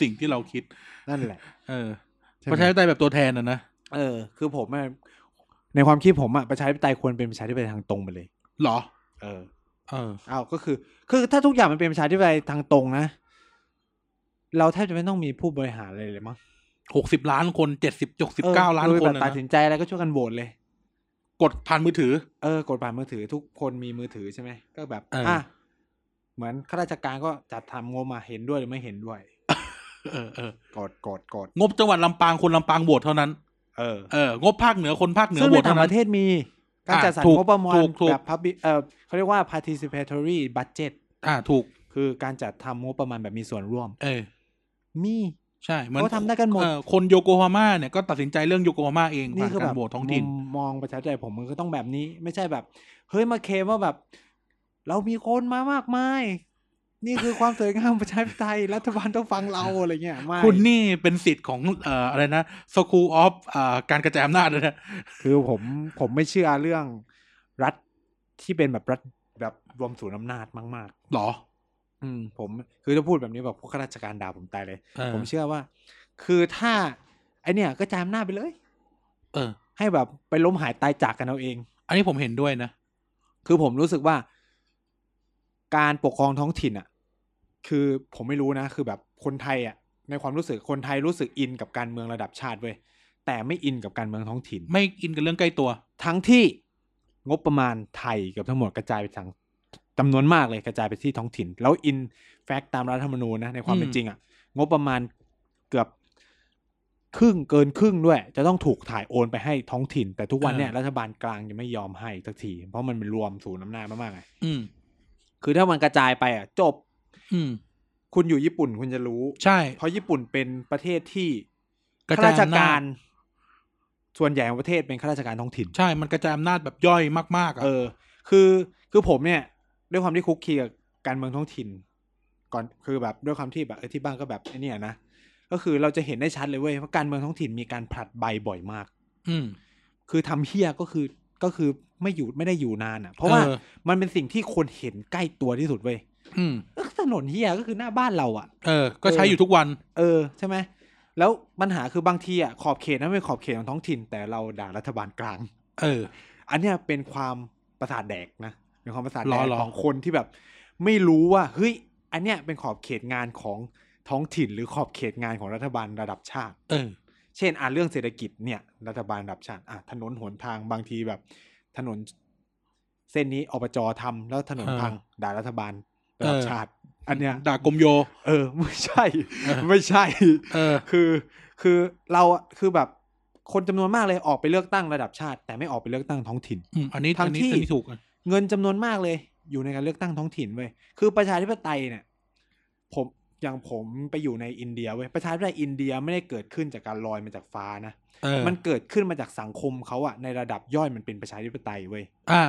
[SPEAKER 2] สิ่งที่เราคิด
[SPEAKER 1] นั่นแหละ
[SPEAKER 2] เออ
[SPEAKER 1] ใช่ไหม
[SPEAKER 2] ประชาธิปไตยแบบตัวแทนนะนะ
[SPEAKER 1] เออ คือผมอะในความคิดผมอะประชาธิปไตยควรเป็นประชาธิปไตยทางตรงไปเลย
[SPEAKER 2] เหรอ
[SPEAKER 1] เออ
[SPEAKER 2] เออ
[SPEAKER 1] เอาก็คือ คือถ้าทุกอย่างมันเป็นประชาธิปไตยทางตรงนะ เราแทบจะไม่ต้องมีผู้บริหารเลยเลยมั้ง
[SPEAKER 2] หกสิบล้านคนเจ็ดสิบจกสิบเก้า
[SPEAKER 1] ออ
[SPEAKER 2] ล้าน
[SPEAKER 1] โดย
[SPEAKER 2] คน
[SPEAKER 1] แบ
[SPEAKER 2] นะ
[SPEAKER 1] บตัดสิ
[SPEAKER 2] นะ
[SPEAKER 1] นใจอะไรก็ช่วยกันโหวตเลย
[SPEAKER 2] กดผ่านมือถือ
[SPEAKER 1] เออกดผ่านมือถือทุกคนมีมือถือใช่ไหม ก็แบบ
[SPEAKER 2] เอออ่
[SPEAKER 1] อ่ะเหมือนข้าราชการก็จัดทำงบมาเห็นด้วยหรือไม่เห็นด้วย
[SPEAKER 2] เออเออ
[SPEAKER 1] กดกดกด
[SPEAKER 2] งบจังหวัดลำปางคนลำปางโหวตเท่านั้น
[SPEAKER 1] เออ
[SPEAKER 2] เอองบภาคเหนือคนภาคเหนือ
[SPEAKER 1] ซึ่ง
[SPEAKER 2] โหว
[SPEAKER 1] ใน
[SPEAKER 2] ต
[SPEAKER 1] ต่าป
[SPEAKER 2] เท่างนั้น
[SPEAKER 1] ระเทศมี การ
[SPEAKER 2] อ่ะ
[SPEAKER 1] จัดสรร
[SPEAKER 2] ถูก
[SPEAKER 1] งบประมาณ
[SPEAKER 2] ถูกถูก
[SPEAKER 1] แบบ public เออเขาเรียกว่า participatory budget
[SPEAKER 2] อ่าถูก
[SPEAKER 1] คือการจัดทำงบประมาณแบบมีส่วนร่วม
[SPEAKER 2] เออ
[SPEAKER 1] มี
[SPEAKER 2] ใช่เหมือน
[SPEAKER 1] เขาทำได้กันหมด
[SPEAKER 2] เออคนโยโกฮาม่าเนี่ยก็ตัดสินใจเรื่องโยโกฮาม่าเอง
[SPEAKER 1] นี่
[SPEAKER 2] ผ่าน
[SPEAKER 1] คือ
[SPEAKER 2] การ
[SPEAKER 1] แบบ
[SPEAKER 2] โหวตท้องถิ่น
[SPEAKER 1] มุมมองประชาธิปไตยผมมันก็ต้องแบบนี้ ไม่ใช่แบบ เฮ้ยมาเคลมว่าแบบ เรามีคนมามากมาย นี่คือความสวยงามประชาธิปไตยรัฐบาลต้องฟังเราอะไรเงี้ยไม่
[SPEAKER 2] คุณนี่เป็นสิทธิ์ของเอ่ออะไรนะสกูออฟอ่าการกระจายอำนาจเลยนะ
[SPEAKER 1] คือผมผมไม่เชื่อเรื่องรัฐที่เป็นแบบรัฐแบบรวมศูนย์อำนาจมาก
[SPEAKER 2] หรอ
[SPEAKER 1] ๆ อืม ผมคือถ้าพูดแบบนี้แบบพวกข้าราชการด่าผมตายเลย
[SPEAKER 2] เออ
[SPEAKER 1] ผมเชื่อว่า คือถ้า ไอเนี่ยก็จายอำนาจไปเลย
[SPEAKER 2] เออ
[SPEAKER 1] ให้แบบไปล้มหายตายจากกันเอาเอง
[SPEAKER 2] อันนี้ผมเห็นด้วยนะ
[SPEAKER 1] คือผมรู้สึกว่า การปกครองท้องถิ่นอ่ะ คือผมไม่รู้นะ คือแบบคนไทยอ่ะ ในความรู้สึกคนไทยรู้สึกอินกับการเมืองระดับชาติเว้ยแต่ไม่อินกับการเมืองท้องถิ่น
[SPEAKER 2] ไม่อินกับเรื่องใกล้ตัว
[SPEAKER 1] ทั้งที่งบประมาณไทยเกับทั้งหมดกระจายไปทางจำนวนมากเลยกระจายไปที่ท้องถิ่น แล้วอินแฟกตามรัฐธรรมนูญนะในความเป็น
[SPEAKER 2] อืม
[SPEAKER 1] จริงอะ่ะ งบประมาณเกือบ ครึ่งเกินครึ่งด้วย จะต้องถูกถ่ายโอนไปให้ท้องถิ่น แต่ทุกวันเนี่ย
[SPEAKER 2] เออ
[SPEAKER 1] รัฐบาลกลางยังไม่ยอมให้สักที เพราะมันเป็นรวมศูนย์อำนาจมากๆไง
[SPEAKER 2] อืม
[SPEAKER 1] คือถ้ามันกระจายไปอ่ะจบ
[SPEAKER 2] อืม
[SPEAKER 1] คุณอยู่ญี่ปุ่นคุณจะรู้
[SPEAKER 2] ใช่
[SPEAKER 1] เพราะญี่ปุ่นเป็นประเทศที่
[SPEAKER 2] กระ
[SPEAKER 1] ข้า
[SPEAKER 2] จาย
[SPEAKER 1] ราช
[SPEAKER 2] อำนา
[SPEAKER 1] การ
[SPEAKER 2] จ
[SPEAKER 1] ส่วนใหญ่ของประเทศเป็นข้าราชการท้องถิ่น
[SPEAKER 2] ใช่มันกระจายอำนาจแบบย่อยมากๆอ่ะ
[SPEAKER 1] เออ คือคือผมเนี่ย ด้วยความที่คุกคีกับการเมืองท้องถิ่น ก่อนคือแบบด้วยความที่แบบเออที่บ้านก็แบบไอ้เนี่ยนะก็คือเราจะเห็นได้ชัดเลยเว้ยว่าการเมืองท้องถิ่นมีการผลัดใบบ่อยมาก
[SPEAKER 2] อืม
[SPEAKER 1] คือทำเฮี้ยก็คือก็คือไม่อยู่ไม่ได้อยู่นานอ่ะ เพราะว่า
[SPEAKER 2] เออ
[SPEAKER 1] มันเป็นสิ่งที่คนเห็นใกล้ตัวที่สุดเว้ย
[SPEAKER 2] อืม
[SPEAKER 1] เอ้อถนนเฮี้ยก็คือหน้าบ้านเราอ่ะ
[SPEAKER 2] เออ ก็ใช้อยู่ทุกวัน
[SPEAKER 1] เออใช่ไหมแล้วปัญหาคือบางทีอ่ะขอบเขตนั้นเป็นขอบเขตของท้องถิ่น แต่เราด่ารัฐบาลกลาง
[SPEAKER 2] เออ
[SPEAKER 1] อันเนี้ยเป็นความประสาทแดกนะเป็นความประสาทแดก
[SPEAKER 2] หรอหรอ
[SPEAKER 1] ของคนที่แบบ ไม่รู้ว่าเฮ้ยอันเนี้ยเป็นขอบเขตงานของท้องถิ่น หรือขอบเขตงานของรัฐบาลระดับชาติ
[SPEAKER 2] เออ
[SPEAKER 1] เช่นอ่านเรื่องเศรษฐกิจเนี่ย รัฐบาลระดับชาติอ่ะถนนหนทางบางทีแบบ ถนนเส้นนี้อบจทำแล้วถนน
[SPEAKER 2] เออ
[SPEAKER 1] พังด่ารัฐบาลระดับ
[SPEAKER 2] เออ
[SPEAKER 1] ชาติ อันเนี้ย
[SPEAKER 2] ด่ากรมโย
[SPEAKER 1] เออ ไม่ใช่
[SPEAKER 2] เออ
[SPEAKER 1] ไม่ใช่
[SPEAKER 2] เออ
[SPEAKER 1] คือคือเราอะคือแบบคนจำนวนมากเลยออกไปเลือกตั้งระดับชาติ แต่ไม่ออกไปเลือกตั้งท้องถิ่น
[SPEAKER 2] อืม อันนี้
[SPEAKER 1] ทั้
[SPEAKER 2] อั
[SPEAKER 1] ง
[SPEAKER 2] นนี้
[SPEAKER 1] ที่
[SPEAKER 2] อันนี้ถูกอ่ะ
[SPEAKER 1] เงินจำนวนมากเลย อยู่ในการเลือกตั้งท้องถิ่นเว้ยคือประชาธิปไตยเนี่ยผมอย่างผมไปอยู่ในอินเดียเว้ยประชาธิปไตยอินเดียไม่ได้เกิดขึ้นจากการลอยมาจากฟ้านะ
[SPEAKER 2] เออ
[SPEAKER 1] มันเกิดขึ้นมาจากสังคมเขาอะในระดับย่อยมันเป็นประชาธิปไตยเว้ย
[SPEAKER 2] อ่า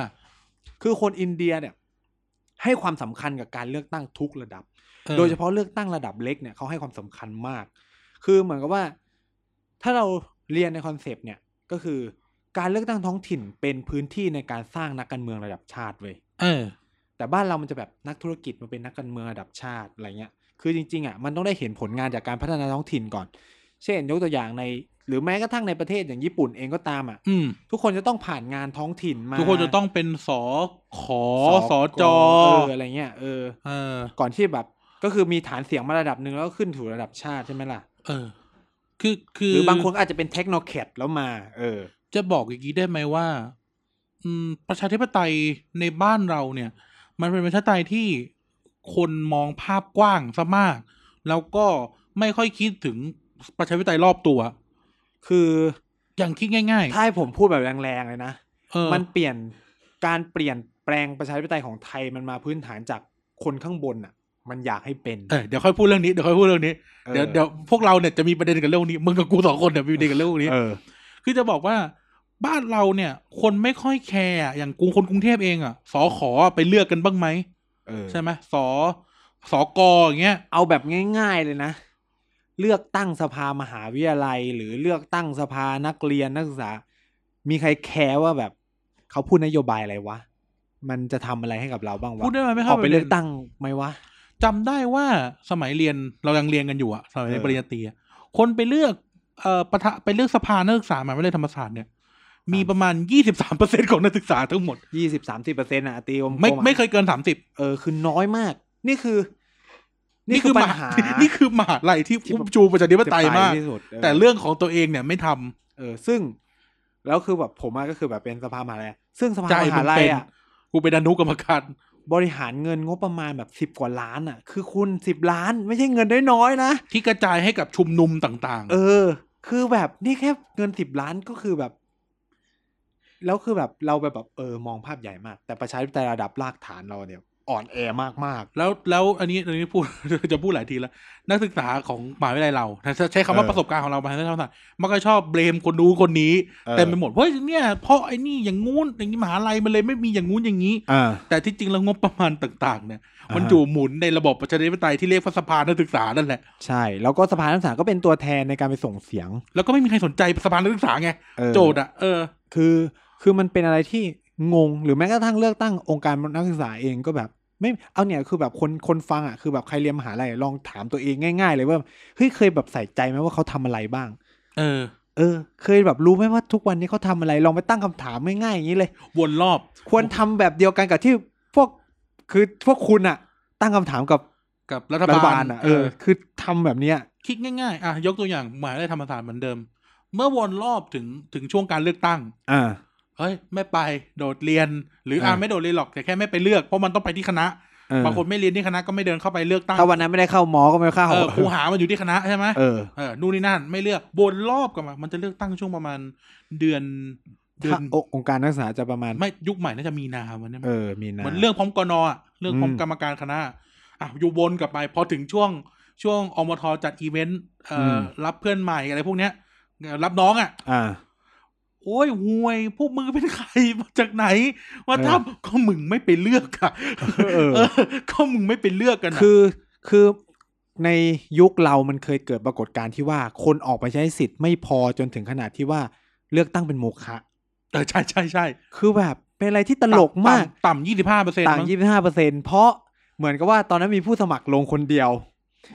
[SPEAKER 1] คือคนอินเดียเนี่ยให้ความสำคัญกับการเลือกตั้งทุกระดับ
[SPEAKER 2] ออ
[SPEAKER 1] โดยเฉพาะเลือกตั้งระดับเล็กเนี่ยเขาให้ความสำคัญมาก คือเหมือนกับว่า ถ้าเราเรียนในคอนเซปต์เนี่ยก็คือการเลือกตั้งท้องถิ่นเป็นพื้นที่ในการสร้างนักการเมืองระดับชาติเว้ย
[SPEAKER 2] เออ
[SPEAKER 1] แต่บ้านเรามันจะแบบนักธุรกิจมาเป็นนักการเมืองระดับชาติอะไรเงี้ยคือจริงๆอ่ะมันต้องได้เห็นผลงานจากการพัฒนาท้องถิ่นก่อน เช่น ยกตัวอย่างใน หรือแม้กระทั่งในประเทศอย่างญี่ปุ่นเองก็ตามอ่ะ
[SPEAKER 2] อืม
[SPEAKER 1] ทุกคนจะต้องผ่านงานท้องถิ่นมา
[SPEAKER 2] ทุกคนจะต้องเป็นสอขอสอจอ
[SPEAKER 1] เอะไรเงี้ยเออ
[SPEAKER 2] เออ
[SPEAKER 1] ก่อนที่แบบก็คือมีฐานเสียงมาระดับหนึ่งแล้วก็ขึ้นถูระดับชาติใช่ไหมล่ะ
[SPEAKER 2] เออ คือคื
[SPEAKER 1] ห
[SPEAKER 2] อ
[SPEAKER 1] รือบางคนก็อาจจะเป็นเทคโนแคดแล้วมา เออ
[SPEAKER 2] จะบอกอย่างนี้ได้ไหมว่า อืม ประชาธิปไตยในบ้านเราเนี่ย มันเป็นประชาธิปไตยที่คนมองภาพกว้างซะมาก แล้วก็ไม่ค่อยคิดถึงประชาธิปไตยรอบตัว
[SPEAKER 1] คือ
[SPEAKER 2] อย่างคิดง่าย
[SPEAKER 1] ถ้าให้ผมพูดแบบแรงๆเลยนะ
[SPEAKER 2] ๆ เออ
[SPEAKER 1] มันเปลี่ยนการเปลี่ยนแปลงประชาธิปไตยของไทยมันมาพื้นฐานจากคนข้างบนอ่ะ มันอยากให้เป็น
[SPEAKER 2] เออเดี๋ยวค่อยพูดเรื่องนี้เดี๋ยวค่อยพูดเรื่องนี้
[SPEAKER 1] ออ
[SPEAKER 2] เดี๋ยวเดี๋ยวพวกเราเนี่ยจะมีประเด็นกับเรื่องนี้ มึงกับกูสองคนเนี่ยมีประเด็นกับเรื่องนี้
[SPEAKER 1] เออ
[SPEAKER 2] คือจะบอกว่าบ้านเราเนี่ย คนไม่ค่อยแคร์อะอย่างกรุงคนกรุงเทพเองอ่ะสอขอไปเลือกกันบ้างไหม
[SPEAKER 1] เออ
[SPEAKER 2] ใช่ไหมสอสอกออย่างเงี้ย
[SPEAKER 1] เอาแบบง่ายๆเลยนะ เลือกตั้งสภามหาวิทยาลัย หรือเลือกตั้งสภานักเรียนนักศึกษา มีใครแคร์ว่าแบบเขาพูดนโยบายอะไรวะ มันจะทำอะไรให้กับเราบ้างวะ
[SPEAKER 2] พูดได้ไหมไม่
[SPEAKER 1] อ
[SPEAKER 2] เข้า
[SPEAKER 1] อกไปเลือกตั้งไหมวะ
[SPEAKER 2] จำได้ว่าสมัยเรียนเรายังเรียนกันอยู่อะสมัยเรียน
[SPEAKER 1] เออ
[SPEAKER 2] ปริญญาตรีอะคนไปเลือกเอ่อประทะไปเลือกสภานักศึกษามหาวิทยาลัยธรรมศาสตร์เนี่ยมีประมาณยี่สิบสามเปอร์เซ็นของนักศึกษาทั้งหมด
[SPEAKER 1] ยี่สิบสามสิบเปอร์เซ็นต์อะตีกลๆ
[SPEAKER 2] ไม่
[SPEAKER 1] อะ
[SPEAKER 2] ไม่เคยเกินสามสิบ
[SPEAKER 1] เออคือน้อยมาก นี่คือ นี่คือปัญหา
[SPEAKER 2] นี่คือมหาลัยที่
[SPEAKER 1] ที่
[SPEAKER 2] อุ้มชูประชาธิปไตยมาก
[SPEAKER 1] ที่สุด
[SPEAKER 2] แต่เรื่องของตัวเองเนี่ยไม่ทำ
[SPEAKER 1] เออซึ่ง แล้วคือแบบผมอะก็คือแบบเป็นสภามหาลัยซึ่งสภา
[SPEAKER 2] ใจ
[SPEAKER 1] ม
[SPEAKER 2] มึ
[SPEAKER 1] หาง ลั
[SPEAKER 2] เป็
[SPEAKER 1] ย
[SPEAKER 2] น
[SPEAKER 1] อะ
[SPEAKER 2] กูเป็นอนุกรรมการ
[SPEAKER 1] บริหารเงินงบประมาณแบบสิบ10 กว่าล้านอะคือคุณสิบล้าน ไม่ใช่เงินน้อยๆนะ
[SPEAKER 2] ที่กระจายให้กับชุมนุมต่าง
[SPEAKER 1] เออ คือแบบนี่แค่เงินสิบล้านก็คือแบบ แล้วคือแบบเราแบบแบบเออมองภาพใหญ่มาก แต่ประชาธิปไตยระดับรากฐานเราเนี่ย อ่อนแอมาก
[SPEAKER 2] แล้วแล้วอันนี้อันนี้พูด จะพูดหลายทีแล้ว นักศึกษาของมหาวิทยาลัยเราถ้าใช้คำว่า
[SPEAKER 1] เออ
[SPEAKER 2] ประสบการณ์ของเรามหาวิทยาลัยธรรมศาสตร์มันก็ชอบเบลมคนนู้นคนนี้
[SPEAKER 1] เออ
[SPEAKER 2] เต็มไปหมดเฮ้ยเนี่ยเพราะไอ้นี่อย่างงู้นอย่างนี้มหาลัยมันเลยไม่มีอย่างงู้นอย่างนี้
[SPEAKER 1] ๆอ่า
[SPEAKER 2] แต่ที่จริงแล้วงบประมาณต่าง ๆ เนี่ย
[SPEAKER 1] อ่ามั
[SPEAKER 2] มันอยู่หมุนในระบบประชาธิปไตยที่เรียกว่าสภานักศึกษานั่นแหละ
[SPEAKER 1] ใช่ แล้วก็สภานักศึกษาก็เป็นตัวแทนในการไปส่งเสียง
[SPEAKER 2] แล้วก็ไม่มีใครสนใจสภานักศึกษาไง
[SPEAKER 1] เออ
[SPEAKER 2] โจทย์อ่ะเออ
[SPEAKER 1] คือ คือมันเป็นอะไรที่งง หรือแม้กระทั่งเลือกตั้งองค์การนักศึกษาเองก็แบบ ไม่เอาเนี่ยคือแบบคนคนฟังอ่ะคือแบบใครเรียนมหาลัยลองถามตัวเองง่าย ๆ เลยว่าเฮ้ยเคยแบบใส่ใจไหมว่าเขาทำอะไรบ้าง
[SPEAKER 2] เออ
[SPEAKER 1] เออ เคยแบบรู้ไหมว่าทุกวันนี้เขาทำอะไรลองไปตั้งคำถามง่ายๆอย่างนี้เลย
[SPEAKER 2] วนรอบ
[SPEAKER 1] ควรทำแบบเดียวกันกับที่พวกคือพวกคุณอ่ะ ตั้งคำถามกับ
[SPEAKER 2] กับรัฐ
[SPEAKER 1] รัฐ
[SPEAKER 2] บา
[SPEAKER 1] บา
[SPEAKER 2] ล
[SPEAKER 1] ลอ่ะเออ คือทำแบบเนี้ย
[SPEAKER 2] คิดง่ายๆอ่ะยกตัวอย่างมหาวิทยาลัยธรรมศาสตร์เหมือนเดิม เมื่อวนรอบถึงถึงช่วงการเลือกตั้ง
[SPEAKER 1] อ่า
[SPEAKER 2] เฮ้ย ไม่ไปโดดเรียน หรืออ่า
[SPEAKER 1] อ่า
[SPEAKER 2] ไม่โดดเรียนหรอกแต่แค่ไม่ไปเลือกเพราะมันต้องไปที่คณะ
[SPEAKER 1] เออบ
[SPEAKER 2] างคนไม่เรียนที่คณะก็ไม่เดินเข้าไปเลือกตั้ง
[SPEAKER 1] ถ้าวันนั้นไม่ได้เข้าหมอก็ไม่เข้า
[SPEAKER 2] เออครูหามันอยู่ที่คณะใช่ไหม
[SPEAKER 1] เออ
[SPEAKER 2] เออนู่นนี่นั่นไม่เลือกบนรอบกันมามันจะเลือกตั้งช่วงประมาณเดือนเดือน
[SPEAKER 1] ถ้าโอองค์การนักศึกษาจะประมาณ
[SPEAKER 2] ไม่ยุคใหม่น่าจะมีนาวันนี้มั้ย
[SPEAKER 1] เออ มีนา
[SPEAKER 2] เหมือนเรื่องพร้อมกนอะเรื่องพร้อม
[SPEAKER 1] อืม
[SPEAKER 2] กรรมการคณะอ่ะอยู่วนกลับไป พอถึงช่วงช่วงอมทจัดอีเวนต์เอ่ออ
[SPEAKER 1] ม
[SPEAKER 2] รับเพื่อนใหม่อะไรพวกเนี้ยเอ่อรับน้องอ่ะ
[SPEAKER 1] อ่า
[SPEAKER 2] โอ้ยห่วย พวกมึงเป็นใคร มาจากไหนมา
[SPEAKER 1] เออ
[SPEAKER 2] ทำก็มึงไม่ไปเลือกอะ
[SPEAKER 1] เออ
[SPEAKER 2] เออ ก็มึงไม่ไปเลือกกันอะ
[SPEAKER 1] คือคือในยุคเรามันเคยเกิดปรากฏการณ์ที่ว่าคนออกไปใช้สิทธิ์ไม่พอจนถึงขนาดที่ว่าเลือกตั้งเป็นโมฆะ
[SPEAKER 2] เออใช่ใช่ใช่
[SPEAKER 1] คือแบบเป็นอะไรที่ตลกมาก
[SPEAKER 2] ต่ำยี่สิบห้าเปอร์เซ็นต์
[SPEAKER 1] ต่างยี่สิบห้าเปอร์เซ็นเพราะเหมือนกับว่าตอนนั้นมีผู้สมัครลงคนเดียว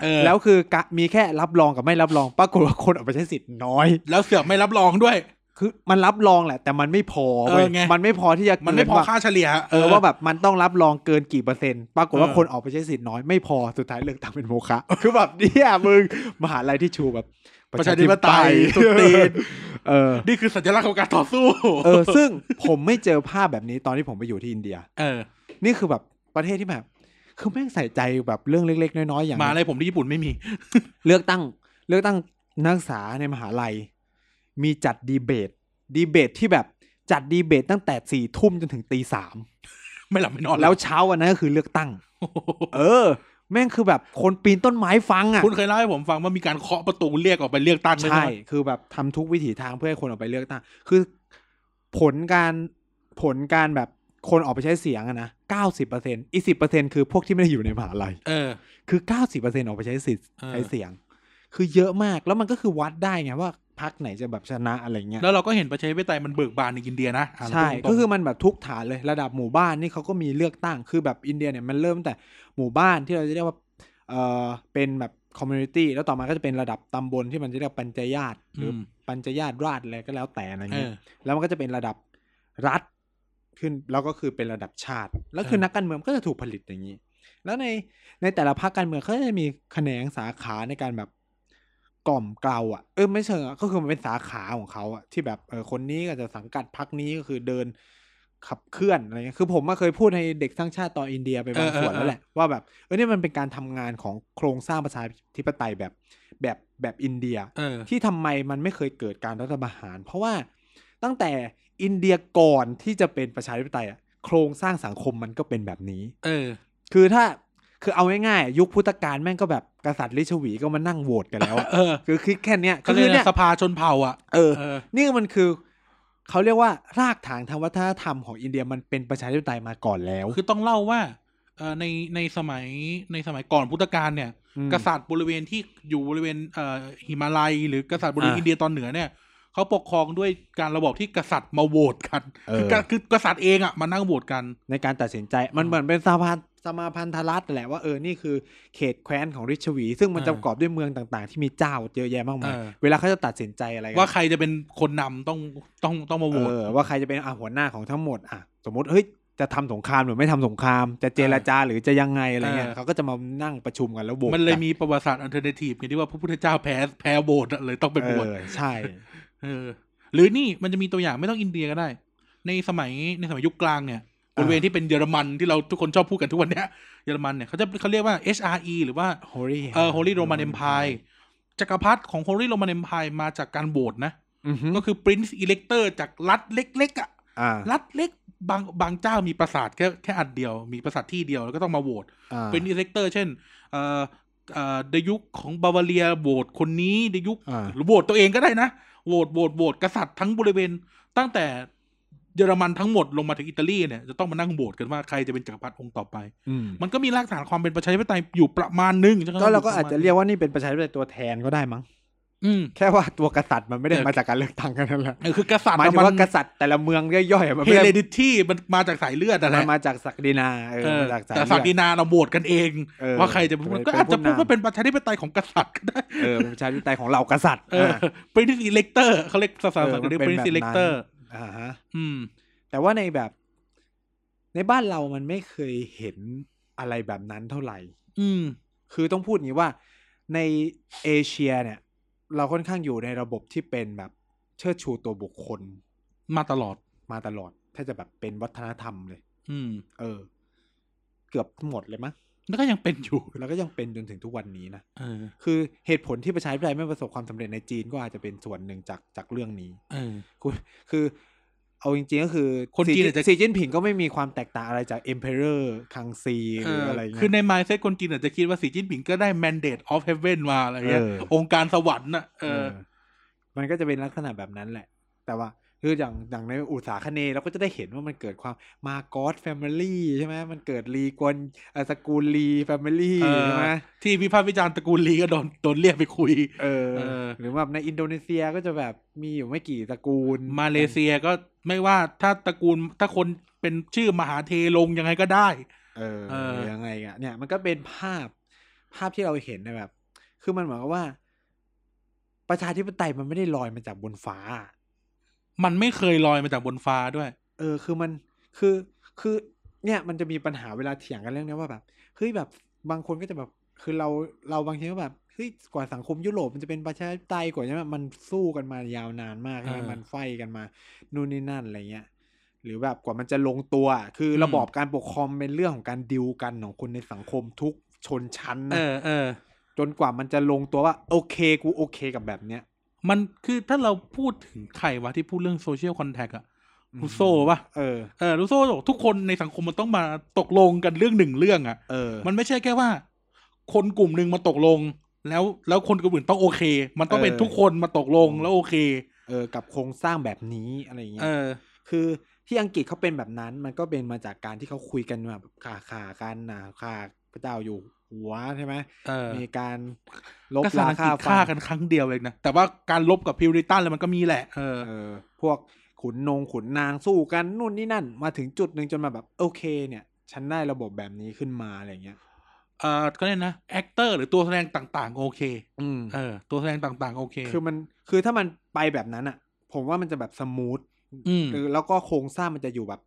[SPEAKER 2] แล้
[SPEAKER 1] แล้ว วคือกะมีแค่รับรองกับไม่รับรอง ปรากฏว่าคนออกไปใช้สิทธิ์น้อย
[SPEAKER 2] แล้วเสือกไม่รับรองด้วย
[SPEAKER 1] คือมันรับรองแหละ แต่มันไม่พอเว้ย
[SPEAKER 2] เออไง
[SPEAKER 1] มันไม่พอที่จะ
[SPEAKER 2] มันไม่พอ
[SPEAKER 1] เกิว่า
[SPEAKER 2] ค่าเฉลี่ย
[SPEAKER 1] เออว่าแบบมันต้องรับรองเกินกี่เปอร์เซ็นต์ปรากฏว่า
[SPEAKER 2] เออ
[SPEAKER 1] คนออกไปใช้สิทธิ์น้อยไม่พอสุดท้ายเลือกตั้งเป็นโมฆะ คือแบบเนี่ยมึงมหาลัยที่ชูแบบ
[SPEAKER 2] ประชาธิปไต
[SPEAKER 1] ประ
[SPEAKER 2] ย
[SPEAKER 1] ชาธิปไตย
[SPEAKER 2] สุดตีน
[SPEAKER 1] เออ
[SPEAKER 2] นี่คือสัญลักษณ์ของการต่อสู้
[SPEAKER 1] เออ ซึ่งผมไม่เจอภาพแบบนี้ตอนที่ผมไปอยู่ที่อินเดีย
[SPEAKER 2] เออ
[SPEAKER 1] นี่คือแบบประเทศที่แบบ คือแม่งใส่ใจแบบเรื่องเล็ก ๆ น้อยๆอย่าง
[SPEAKER 2] มาอะไรผมที่ญี่ปุ่นไม่มี
[SPEAKER 1] เลือกตั้งเลือกตั้งนักศึกษาในมหาลัย มีจัดดีเบต ดีเบตที่แบบจัดดีเบตตั้งแต่สี่ทุ่มจนถึงตีสาม
[SPEAKER 2] ไม่หลับไม่นอน
[SPEAKER 1] แล้วเช้าวันนั้นก็คือเลือกตั้ง
[SPEAKER 2] โอ้โห
[SPEAKER 1] เออ แม่งคือแบบคนปีนต้นไม้ฟังอ่ะ
[SPEAKER 2] คุณเคยเล่าให้ผมฟังว่ามีการเคาะประตูเรียกออกไปเลือกตั้งด้วย
[SPEAKER 1] ใช่
[SPEAKER 2] ไหม
[SPEAKER 1] คือแบบทำทุกวิถีทางเพื่อให้คนออกไปเลือกตั้ง คือผลการผลการแบบคนออกไปใช้เสียงอะนะเก้าสิบเปอร์เซ็นอีสิบเปอร์เซ็นคือพวกที่ไม่ได้อยู่ในมหาลัย
[SPEAKER 2] เออ
[SPEAKER 1] คือเก้าสิบเปอร์เซ็นออกไปใช้สิทธิ์
[SPEAKER 2] เออ
[SPEAKER 1] ใช้เสียง คือเยอะมากแล้วมันก็คือวัดได้ไงว่าพักไหนจะแบบชนะอะไรเงี้ย
[SPEAKER 2] แล้วเราก็เห็นประชาธิปไตยมันเบิกบานในอินเดียนะอ่ะ
[SPEAKER 1] ใช่
[SPEAKER 2] ตรงๆ
[SPEAKER 1] ก็คือมันแบบทุกฐานเลยระดับหมู่บ้านนี่เขาก็มีเลือกตั้งคือแบบอินเดียเนี่ยมันเริ่มตั้งแต่หมู่บ้านที่เราจะเรียกว่าเออเป็นแบบคอมมูนิตี้แล้วต่อมาก็จะเป็นระดับตำบลที่มันจะเรียกปัญจายาตหรือ
[SPEAKER 2] ม
[SPEAKER 1] ปัญจายาตราชอะไรก็แล้วแต่อะไร
[SPEAKER 2] เอ
[SPEAKER 1] เงี้ย
[SPEAKER 2] อ
[SPEAKER 1] แล้วมันก็จะเป็นระดับรัฐขึ้นแล้วก็คือเป็นระดับชาติ แล้วคือ
[SPEAKER 2] เออ
[SPEAKER 1] นักการเมืองก็จะถูกผลิตอย่างนี้ แล้วในในแต่ละพรรคการเมืองเขาจะมีแขนงสาขาในการแบบกล่อมเกลาอ่ะเออไม่เชิงอะก็คือมันเป็นสาขาของเขาอ่ะที่แบบเออคนนี้ก็จะสังกัดพรรคนี้ก็คือเดินขับเคลื่อนอะไรเงี้ยคือผมมาเคยพูดในเด็กสร้างชาติตอนอินเดียไปบาง
[SPEAKER 2] เออเออ
[SPEAKER 1] ส่วนแล้ว
[SPEAKER 2] เออ
[SPEAKER 1] แหละว่าแบบเออเนี่ยมันเป็นการทำงานของโครงสร้างประชาธิปไตยแบบแบบแบบอินเดีย
[SPEAKER 2] เออ
[SPEAKER 1] ที่ทำไมมันไม่เคยเกิดการรัฐประหาร เพราะว่าตั้งแต่อินเดียก่อนที่จะเป็นประชาธิปไตยอ่ะโครงสร้างสังคมมันก็เป็นแบบนี้
[SPEAKER 2] เออ
[SPEAKER 1] คือถ้าคือเอาง่ายๆยุคพุทธกาลแม่งก็แบบกษัตริย์ลิชวีก็มานั่งโหวตกันแล้วอะ
[SPEAKER 2] เออ
[SPEAKER 1] คือคิดแค่เนี้ย
[SPEAKER 2] ก็
[SPEAKER 1] คื
[SPEAKER 2] เลย
[SPEAKER 1] อเนี่ย
[SPEAKER 2] กสภาชนเผ่าอ่ะ
[SPEAKER 1] เออ
[SPEAKER 2] เออ
[SPEAKER 1] นี่มันคือเขาเรียกว่ารากฐานทางวัฒนธรรมของอินเดียมันเป็นประชาธิปไตยมาก่อนแล้ว
[SPEAKER 2] คือต้องเล่าว่าเออในในสมัยในสมัยก่อนพุทธกาลเนี่ย
[SPEAKER 1] ม
[SPEAKER 2] กษัตริย์บริเวณที่อยู่บริเวณเอ่อหิมาลัย หรือกษัตริย์บริเวณ
[SPEAKER 1] อ่า
[SPEAKER 2] อินเดียตอนเหนือเนี่ยเขาปกครองด้วยการระบอบที่กษัตริย์มาโหวตกัน
[SPEAKER 1] เออ
[SPEAKER 2] คือกะคือกษัตริย์เองอ่ะมานั่งโหวตกัน
[SPEAKER 1] ในการตัดสินใจมัน
[SPEAKER 2] อ่า
[SPEAKER 1] เหมือนเป็นสาพันสมาพันธรัฐแหละว่าเออนี่คือเขตแคว้นของริชวี ซึ่งมัน
[SPEAKER 2] อ่า
[SPEAKER 1] จะประกอบด้วยเมืองต่างๆ ที่มีเจ้าเยอะแยะมากมาย
[SPEAKER 2] เออ
[SPEAKER 1] เวลาเขาจะตัดสินใจอะไรกัน
[SPEAKER 2] ว่าใครจะเป็นคนนำต้องต้องต้องมาโหวต
[SPEAKER 1] เออว่าใครจะเป็นอ่ะหัวหน้าของทั้งหมดอ่ะสมมติเฮ้ยจะทำสงครามหรือไม่ทำสงคราม จะเจรจาหรือจะยังไงอะไรเงี้ย
[SPEAKER 2] เออ
[SPEAKER 1] เขาก็จะมานั่งประชุมกันแล้วโหวต
[SPEAKER 2] มันเลย
[SPEAKER 1] กั
[SPEAKER 2] มีประวัติศาสตร์อันเทอร์เนทีฟไงที่ว่าพระพุทธเจ้าแพ้แพ้โหวตอะเลยต้องเป็นโหวต
[SPEAKER 1] ออใช่
[SPEAKER 2] เออ หรือนี่มันจะมีตัวอย่างไม่ต้องอินเดียก็ได้ ในสมัยในสมัยยุคกลางเนี่ยบ
[SPEAKER 1] อ่า
[SPEAKER 2] ริเวณที่เป็นเยอรมันที่เราทุกคนชอบพูดกันทุกวันเนี้ยเยอรมันเนี่ยเขาจะเขาเรียกว่า HRE หรือว่า
[SPEAKER 1] Holy
[SPEAKER 2] เออ Holy Roman Empire จักรพรรดิของ Holy Roman Empire มาจากการโหวตนะ
[SPEAKER 1] อือฮึ
[SPEAKER 2] ก็คือ Prince Elector จากรัฐเล็กๆอ่ะ
[SPEAKER 1] อ่า
[SPEAKER 2] รัฐเล็กบางบางเจ้ามีปราสาทแค่แค่อันเดียว มีปราสาทที่เดียวแล้วก็ต้องมาโหวต
[SPEAKER 1] อ่า
[SPEAKER 2] เป็นอีเซกเตอร์เช่นเอ่อเอ่อในยุคของบาวาเรียโหวตคนนี้ในยุค
[SPEAKER 1] อ่า
[SPEAKER 2] หรือโหวตตัวเองก็ได้นะโหวตโหวตโหวตกษัตริย์ทั้งบริเวณ ตั้งแต่เยอรมันทั้งหมดลงมาถึงอิตาลีเนี่ยจะต้องมานั่งโหวตกันว่าใครจะเป็นจักรพรรดิองค์ต่อไป
[SPEAKER 1] อืม
[SPEAKER 2] มันก็มีรากฐานความเป็นประชาธิปไตยอยู่ประมาณหนึงใช่ไหม
[SPEAKER 1] ก็เราก็อาจจะเรียกว่านี่เป็นประชาธิปไตยตัวแทนก็ได้มั้ง
[SPEAKER 2] อืม
[SPEAKER 1] แค่ว่าตัวกษัตริย์มันไม่ได้
[SPEAKER 2] เออ
[SPEAKER 1] มาจากการเลือกตั้งกันนั่นแหละ
[SPEAKER 2] เออคือกษัตริย์
[SPEAKER 1] หมายถึง
[SPEAKER 2] อะ
[SPEAKER 1] ว่ากษัตริย์แต่ละเมืองย่อยๆอะมัน
[SPEAKER 2] เฮ
[SPEAKER 1] ไม่
[SPEAKER 2] เล
[SPEAKER 1] ได้
[SPEAKER 2] ดิตี้มันมาจากสายเลือดอะไร
[SPEAKER 1] มันมาจากศักดินาเออมาจากสายเลื
[SPEAKER 2] แต่
[SPEAKER 1] อด
[SPEAKER 2] ศักดินาเราโหวตกันเอง
[SPEAKER 1] เออ
[SPEAKER 2] ว่าใครจะเป็นผู้
[SPEAKER 1] เป็น
[SPEAKER 2] ก็อาจจะพูด
[SPEAKER 1] ผู้นำ
[SPEAKER 2] ว่าเป็นประชาธิปไตยของกษัตริย์ก็ได้
[SPEAKER 1] เออเป็นประชาธิปไตยของเหล่ากษัตริย์
[SPEAKER 2] เออ Prince Elector เขาเรียกภาษาอังกฤษเรียก Prince Elector
[SPEAKER 1] อ่าฮะ
[SPEAKER 2] อืม
[SPEAKER 1] แต่ว่าในแบบในบ้านเรามันไม่เคยเห็นอะไรแบบนั้นเท่าไหร่
[SPEAKER 2] อืม
[SPEAKER 1] คือต้องพูดอย่างนี้ว่าในเอเชียเนี่ย เราค่อนข้างอยู่ในระบบที่เป็นแบบเชิดชูตัวบุคคล
[SPEAKER 2] มาตลอด
[SPEAKER 1] มาตลอด ถ้าจะแบบเป็นวัฒนธรรมเลย
[SPEAKER 2] อืม
[SPEAKER 1] เออ เกือบหมดเลยมั้ง
[SPEAKER 2] แล้วก็ยังเป็นอยู่
[SPEAKER 1] แล้วก็ยังเป็นจนถึงทุกวันนี้นะ
[SPEAKER 2] เออ
[SPEAKER 1] คือเหตุผลที่ประชาธิปไตยไม่ประสบความสำเร็จในจีนก็อาจจะเป็นส่วนหนึ่งจากจากเรื่องนี้
[SPEAKER 2] เออ
[SPEAKER 1] คือคือเอาจริงๆก็คือ
[SPEAKER 2] คนจีนอาจจะ
[SPEAKER 1] สีจิ้นผิงก็ไม่มีความแตกต่างอะไรจากเอ็มเพ o เ c อร์คังซีห
[SPEAKER 2] เอ
[SPEAKER 1] รือ
[SPEAKER 2] อ
[SPEAKER 1] อะไรเงี้ย
[SPEAKER 2] คือในมายเซ็ตคนจีนอาจจะคิดว่าสีจิ้นผิงก็ได้ mandate of heaven มาอะไรเงี้ย
[SPEAKER 1] เออ
[SPEAKER 2] องค์การสวรรค์น่ะเออ
[SPEAKER 1] เออมันก็จะเป็นลักษณะแบบนั้นแหละ แต่ว่าคืออย่างอย่างในอุตสาคเนย์เราก็จะได้เห็นว่ามันเกิดความมาโกอสแฟมิลี่ใช่ไหมมันเกิดลีกวนเอ่อสกูลลีแฟมิลี่
[SPEAKER 2] เออ
[SPEAKER 1] ใช่ไหม
[SPEAKER 2] ที่วิพากษ์วิจารณ์ตระกูลลีก็โดนโดนเรียกไปคุย
[SPEAKER 1] เออ
[SPEAKER 2] เออ
[SPEAKER 1] หรือว่าในอินโดนีเซียก็จะแบบมีอยู่ไม่กี่ตระกูล
[SPEAKER 2] มาเลเซียก็ไม่ว่าถ้าตระกูลถ้าคนเป็นชื่อมหาเทลงยังไงก็ได้
[SPEAKER 1] เออ
[SPEAKER 2] เออ
[SPEAKER 1] หรือยังไงอะเนี่ย มันก็เป็นภาพภาพที่เราเห็นในแบบ คือมันเหมือนกับว่า ประชาธิปไตยมันไม่ได้ลอยมาจากบนฟ้า
[SPEAKER 2] มันไม่เคยลอยมาจากบนฟ้าด้วย
[SPEAKER 1] เออคือมันคือคือเนี่ยมันจะมีปัญหาเวลาเถียงกันเรื่องเนี้ยว่าแบบเฮ้ยแบบบางคนก็จะแบบคือเราเราบางทีก็แบบเฮ้ยกว่าสังคมยุโรปมันจะเป็นประชาธิปไตยกว่าใช่ไหมมันสู้กันมายาวนานมากใช่ไหม
[SPEAKER 2] เออ
[SPEAKER 1] มันไฟกันมานู่นนี่นั่นอะไรเงี้ยหรือแบบกว่ามันจะลงตัวอะคืออ
[SPEAKER 2] ม
[SPEAKER 1] ระบอบการปกครองเป็นเรื่องของการดิวกันของคนในสังคมทุกชนชั้น
[SPEAKER 2] เอ
[SPEAKER 1] นะ
[SPEAKER 2] อเออ
[SPEAKER 1] จนกว่ามันจะลงตัวว่าโอเคกูโอเคกับแบบเนี้ย
[SPEAKER 2] มันคือถ้าเราพูดถึงใครวะที่พูดเรื่องโซเชียลคอนแทคอะ
[SPEAKER 1] อืม
[SPEAKER 2] รูโซปะ
[SPEAKER 1] เออ
[SPEAKER 2] เออรูโซบอกทุกคนในสังคมมันต้องมาตกลงกันเรื่องหนึ่งเรื่องอะ
[SPEAKER 1] เออ
[SPEAKER 2] มันไม่ใช่แค่ว่า คนกลุ่มหนึ่งมาตกลง แล้วแล้วคนกลุ่มอื่นต้องโอเค มันต้องเป็น
[SPEAKER 1] เออ
[SPEAKER 2] ทุกคนมาตกลงแล้วโอเค
[SPEAKER 1] เออกับโครงสร้างแบบนี้อะไรเงี้ย
[SPEAKER 2] เออ
[SPEAKER 1] คือที่อังกฤษเขาเป็นแบบนั้น มันก็เป็นมาจากการที่เขาคุยกันแบบขาขาๆกันนะขาพระเจ้าอยู่หัวใช่ไหม
[SPEAKER 2] เออ
[SPEAKER 1] มีการลบ
[SPEAKER 2] ก็สา
[SPEAKER 1] ล้าง
[SPEAKER 2] อังก
[SPEAKER 1] ค่าฟั
[SPEAKER 2] ฤษฆ่าน กันครั้งเดียวเองนะแต่ว่าการลบกับพิวริตันแล้วมันก็มีแหละเออ
[SPEAKER 1] เออ พวกขุนนงขุนนางสู้กันนู่นนี่นั่น มาถึงจุดหนึ่งจนมาแบบโอเค เนี่ย ฉันได้ระบบแบบนี้ขึ้นมาอะไรเงี้ย
[SPEAKER 2] เอ่อก็เนี่ยนะแอคเตอร์หรือตัวแสดงต่างๆ โอเค
[SPEAKER 1] อืม
[SPEAKER 2] เออ ตัวแสดงต่างๆ โอเค
[SPEAKER 1] คือมันคือถ้ามันไปแบบนั้นอะผมว่ามันจะแบบสมูท
[SPEAKER 2] อืม
[SPEAKER 1] คือแล้วก็โครงสร้างมันจะอยู่แบบ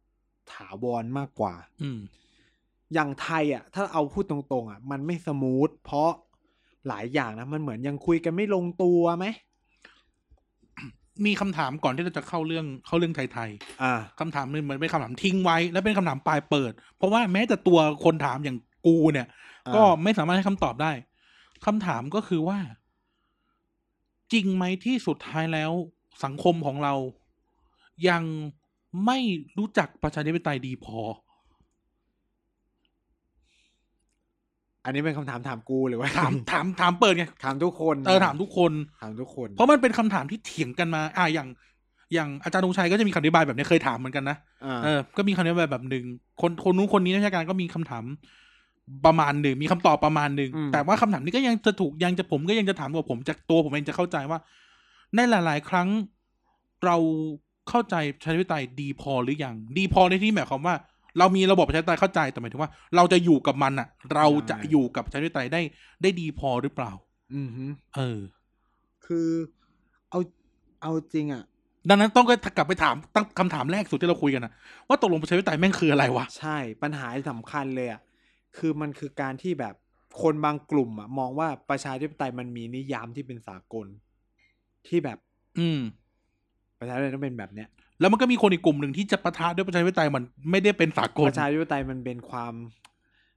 [SPEAKER 1] ถาวรมากกว่า
[SPEAKER 2] อืม
[SPEAKER 1] อย่างไทยอ่ะ ถ้าเอาพูดตรงๆอ่ะ มันไม่สมูทเพราะหลายอย่างนะ มันเหมือนยังคุยกันไม่ลงตัวไหม
[SPEAKER 2] มีคำถามก่อนที่เราจะเข้าเรื่องเข้าเรื่องไทย
[SPEAKER 1] อ่า
[SPEAKER 2] ๆคำถามหนึงเหมือนเป็นคำถามทิ้งไว้ และเป็นคำถามปลายเปิด เพราะว่าแม้แต่ตัวคนถามอย่างกูเนี่ย
[SPEAKER 1] อ่า
[SPEAKER 2] ก็ไม่สามารถให้คำตอบได้คำถามก็คือว่า จริงไหมที่สุดท้ายแล้ว สังคมของเรา ยังไม่รู้จักประชาธิปไตยดีพอ
[SPEAKER 1] อันนี้เป็นคำถามถามกูหรือว่า
[SPEAKER 2] ถามถามถามเปิดไง
[SPEAKER 1] ถามทุกคน
[SPEAKER 2] เออถามทุกคน
[SPEAKER 1] ถามทุกคน
[SPEAKER 2] เพราะมันเป็นคำถามที่เถียงกันมา อ่าอย่าง อย่างอาจารย์ธงชัยก็จะมีคำอธิบายแบบนี้เคยถามเหมือนกันนะ
[SPEAKER 1] อ่า
[SPEAKER 2] เออ ก็มีคำอธิบายแบบหนึ่ง คนคนนู้นคนนี้นักวิชาการก็มีคำถามประมาณหนึ่ง มีคำตอบประมาณหนึ่ง แต่ว่าคำถามนี้ก็ยังจะถูกยังจะผมก็ยังจะถามว่าผมจากตัวผมเองจะเข้าใจว่า ในหลาย ๆ ครั้งเราเข้าใจประชาธิปไตยดีพอหรือยัง ดีพอในที่นี้หมายความว่า เรามีระบบประชาธิปไตยเข้าใจแต่หมายถึงว่า เราจะอยู่กับมันอะเราจะอยู่กับประชาธิปไตยได้ได้ดีพอหรือเปล่า
[SPEAKER 1] อือฮึ
[SPEAKER 2] เออ
[SPEAKER 1] คือเอาเอาจริงอ่ะ
[SPEAKER 2] ดังนั้นต้องก็กลับไปถามตั้งคำถามแรกสุดที่เราคุยกันนะว่าตกลงประชาธิปไตยแม่งคืออะไรวะ
[SPEAKER 1] ใช่ปัญหาที่สำคัญเลยอ่ะคือมันคือการที่แบบคนบางกลุ่มอ่ะมองว่าประชาธิปไตยมันมีนิยามที่เป็นสากล ที่แบบ
[SPEAKER 2] อืม
[SPEAKER 1] ประชาธิปไตยต้องเป็นแบบเนี้ย
[SPEAKER 2] แล้วมันก็มีคนอีกกลุ่มหนึ่งที่จะปะทะด้วยประชาธิปไตยมันไม่ได้เป็นสากล
[SPEAKER 1] ประชาธิปไตยมันเป็นความ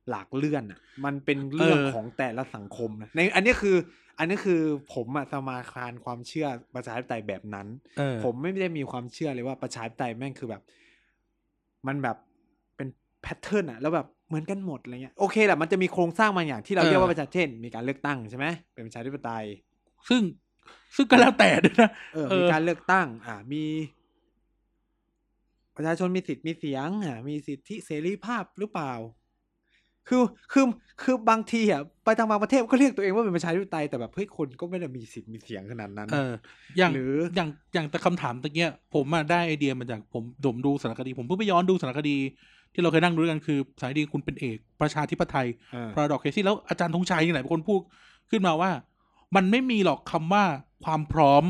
[SPEAKER 1] หลากเลื่อนอ่ะ มันเป็นเรื่อง
[SPEAKER 2] เออ
[SPEAKER 1] ของแต่ละสังคมนะในอันนี้คือ อันนี้คือผมอะสมาคารความเชื่อประชาธิปไตยแบบนั้น
[SPEAKER 2] เออ
[SPEAKER 1] ผมไม่ได้มีความเชื่อเลยว่าประชาธิปไตยแม่งคือแบบ มันแบบเป็นแพทเทิร์นอ่ะ แล้วแบบเหมือนกันหมดอะไรเงี้ยโอเคแหละมันจะมีโครงสร้างบางอย่างที่เราเรียกว่าประชาเช่นมีการเลือกตั้งใช่ไหมเป็นประชาธิปไตย
[SPEAKER 2] ซึ่งซึ่งก็แล้วแต่ด้วยนะ
[SPEAKER 1] เออ
[SPEAKER 2] เออ
[SPEAKER 1] มีการเลือกตั้ง อ่ามี ประชาชนมีสิทธิ์มีเสียง อ่ามีสิทธิเสรีภาพหรือเปล่า คือ คือ คือบางทีอ่ะ ไปทางบางประเทศก็เรียกตัวเองว่าเป็นประชาธิปไตย แต่แบบเฮ้ยคนก็ไม่ได้มีสิทธิ์มีเสียงขนาดนั้น
[SPEAKER 2] เออ อย่าง
[SPEAKER 1] หรือ
[SPEAKER 2] อย่างอย่างแต่คำถามตะเกียผมอะได้ไอเดียมาจากผมผมดูสารคดี ผมเพิ่งไปย้อนดูสารคดี ที่เราเคยนั่งดูด้วยกันคือสารคดีคุณเป็นเอก ประชาธิปไตย
[SPEAKER 1] เออ
[SPEAKER 2] พาราดอกเคซี่แล้วอาจารย์ธงชัยนี่แหลายคนพูดขึ้นมาว่า มันไม่มีหรอกคำว่าความพร้อม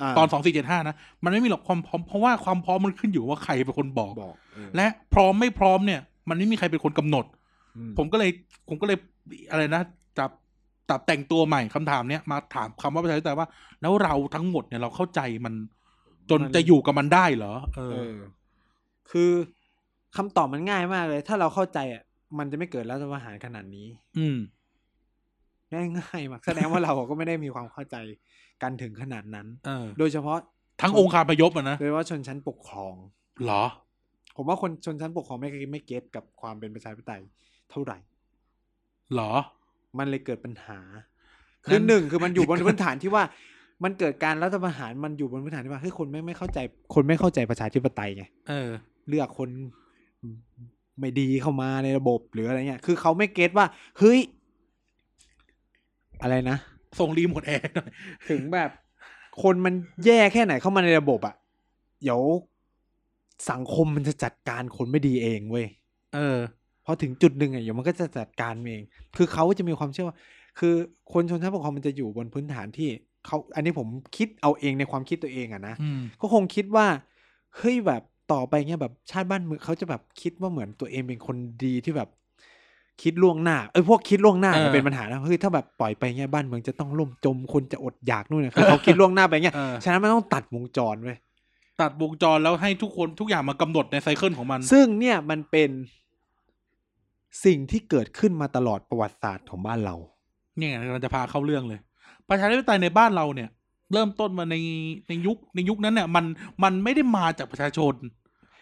[SPEAKER 1] อ่า
[SPEAKER 2] ตอนสองสี่เจ็ดห้านะ มันไม่มีหรอกความพร้อม เพราะว่าความพร้อมมันขึ้นอยู่ว่าใครเป็นคนบอก
[SPEAKER 1] บอกเออ
[SPEAKER 2] และพร้อมไม่พร้อมเนี่ย มันไม่มีใครเป็นคนกำหนด
[SPEAKER 1] อื
[SPEAKER 2] ผมก็เลยผมก็เลยอะไรนะจับตับแต่งตัวใหม่คำถามเนี้ยมาถามคำว่าประชาธิปไตยว่า แล้วเราทั้งหมดเนี่ยเราเข้าใจมันจนจะอยู่กับมันได้เหรอ เอ
[SPEAKER 1] เอ
[SPEAKER 2] อ
[SPEAKER 1] อ คือคำตอบมันง่ายมากเลย ถ้าเราเข้าใจอ่ะ มันจะไม่เกิดรัฐประหารขนาดนี้
[SPEAKER 2] อืม
[SPEAKER 1] ง่ายๆมากแสดงว่าเราก็ไม่ได้มีความเข้าใจกันถึงขนาดนั้น
[SPEAKER 2] เออ
[SPEAKER 1] โดยเฉพาะ
[SPEAKER 2] ทั้งองค์คาพยพอ่ะนะ
[SPEAKER 1] โดยเฉพาะชนชั้นปกครอง
[SPEAKER 2] เหรอ
[SPEAKER 1] ผมว่าคนชนชั้นปกครองไม่ไม่เก็ตกับความเป็นประชาธิปไตยเท่าไหร่
[SPEAKER 2] เหรอ
[SPEAKER 1] มันเลยเกิดปัญหาคื
[SPEAKER 2] งั้น
[SPEAKER 1] อหนึ่งคือมันอยู่บนพื้นฐานที่ว่า มันเกิดการรัฐประหารมันอยู่บนพื้นฐานที่ว่าเฮ้ยคนไม่งไม่เข้าใจ คนไม่เข้าใจประชาธิปไตยไง
[SPEAKER 2] เออ
[SPEAKER 1] เลือกคนไม่ดีเข้ามาในระบบหรืออะไรเงี้ย คือเขาไม่เก็ตว่าเฮ้ยอะไรนะ
[SPEAKER 2] ส่งรีโมทแอร์หน่อย
[SPEAKER 1] ถึงแบบ คนมันแย่แค่ไหนเข้ามาในระบบอะเดี๋ยวสังคมมันจะจัดการคนไม่ดีเองเว้ย
[SPEAKER 2] เออ
[SPEAKER 1] พอถึงจุดหนึ่งอ่ะเดี๋ยวมันก็จะจัดการเอง คือเขาจะมีความเชื่อว่า คือคนชนชั้นปกครองมันจะอยู่บนพื้นฐานที่เขาอันนี้ผมคิดเอาเองในความคิดตัวเองอ่ะนะ
[SPEAKER 2] อืม
[SPEAKER 1] ก็คงคิดว่า เฮ้ยแบบต่อไปเงี้ยแบบชาติบ้านเมืองเขาจะแบบคิดว่าเหมือนตัวเองเป็นคนดีที่แบบ คิดล่วงหน้า เอ้ยพวกคิดล่วงหน้า
[SPEAKER 2] เออ
[SPEAKER 1] เนี่ยเป็นปัญหานะ เฮ้ยถ้าแบบปล่อยไปเงี้ยบ้านเมืองจะต้องล่มจม คนจะอดอยากนู่นเนี่ยคือเขาคิดล่วงหน้าไปเงี้ย
[SPEAKER 2] เออ
[SPEAKER 1] ฉะนั้นมันต้องตัดวงจรเว้ย
[SPEAKER 2] ตัดวงจรแล้วให้ทุกคนทุกอย่างมากำหนดในไซเคิลของมัน
[SPEAKER 1] ซึ่งเนี่ยมันเป็นสิ่งที่เกิดขึ้นมาตลอดประวัติศาสตร์ของบ้านเรา
[SPEAKER 2] เนี่ยไงเราจะพาเข้าเรื่องเลย ประชาธิปไตยในบ้านเราเนี่ย เริ่มต้นมาในในยุคในยุคนั้นเนี่ย มันมันไม่ได้มาจากประชาชน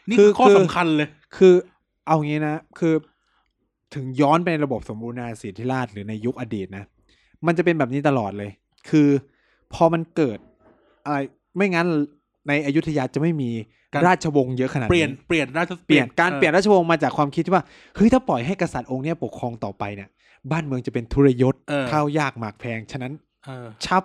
[SPEAKER 2] นี่คื
[SPEAKER 1] คื
[SPEAKER 2] อ
[SPEAKER 1] อ
[SPEAKER 2] ข้อ
[SPEAKER 1] คือ
[SPEAKER 2] สำคัญเลย
[SPEAKER 1] คือเอางี้นะ คือถึงย้อนไปในระบบสมบูรณาญาสิทธิราชย์หรือในยุคอดีตนะ มันจะเป็นแบบนี้ตลอดเลย คือพอมันเกิดอะไรไม่งั้นในอยุธยาจะไม่มี
[SPEAKER 2] การ
[SPEAKER 1] ราชวงศ์เยอะขนาด
[SPEAKER 2] เปลี่ยนเปลี่ยนราช
[SPEAKER 1] เปลี่ยนการ
[SPEAKER 2] ออ
[SPEAKER 1] เปลี่ยนราชวงศ์มาจากความคิดที่ว่าเฮ้ยถ้าปล่อยให้กษัตริย์องค์เนี้ยปกครองต่อไปเนี่ย บ้านเมืองจะเป็นทุรยศ
[SPEAKER 2] เออ
[SPEAKER 1] ข้าวยากหมากแพงฉะนั้น
[SPEAKER 2] เออ
[SPEAKER 1] ชับ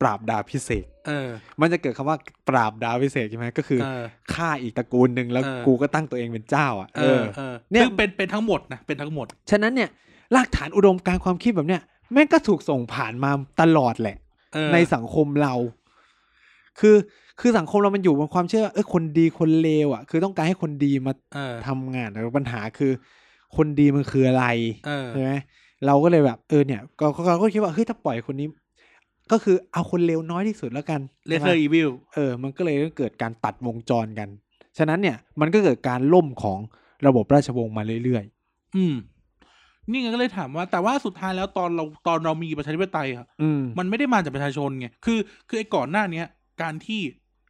[SPEAKER 1] ปราบดาพิเศษก
[SPEAKER 2] เออ
[SPEAKER 1] มันจะเกิดคำว่าปราบดาวิเศษใช่ไหมก็คือ
[SPEAKER 2] เออ
[SPEAKER 1] ฆ่าอีกตระกูลหนึ่งแล้ว
[SPEAKER 2] เออ
[SPEAKER 1] กูก็ตั้งตัวเองเป็นเจ้าอ่ะ
[SPEAKER 2] เออเออ
[SPEAKER 1] เนี่ย
[SPEAKER 2] ซึ่งเป็นเป็นทั้งหมดนะเป็นทั้งหมด
[SPEAKER 1] ฉะนั้นเนี่ยรากฐานอุดมการณ์ความคิดแบบเนี้ยแม่งก็ถูกส่งผ่านมาตลอดแหละ
[SPEAKER 2] เออ
[SPEAKER 1] ในสังคมเรา คือคือสังคมเรามันอยู่บนความเชื่อว่าเออคนดีคนเลวอ่ะ คือต้องการให้คนดีมา
[SPEAKER 2] เออ
[SPEAKER 1] ทำงานแต่ปัญหาคือ คนดีมันคืออะไร
[SPEAKER 2] เออ
[SPEAKER 1] ใช่ไหมเราก็เลยแบบเออเนี่ยเราก็เราก็คิดว่าเฮ้ยถ้าปล่อยคนนี้ ก็คือเอาคนเลวน้อยที่สุดแล้วกัน
[SPEAKER 2] เลเซอร์อีวิล
[SPEAKER 1] เออ มันก็เลยเกิดการตัดวงจรกัน ฉะนั้นเนี่ย มันก็เกิดการล่มของระบบราชวงศ์มาเรื่อย
[SPEAKER 2] อืม นี่ไงก็เลยถามว่า แต่ว่าสุดท้ายแล้วตอนเราตอนเรามีประชาธิปไตยอะ
[SPEAKER 1] ๆ อืม
[SPEAKER 2] มันไม่ได้มาจากประชาชนไง คือ คือไอ้ก่อนหน้าเนี้ย การที่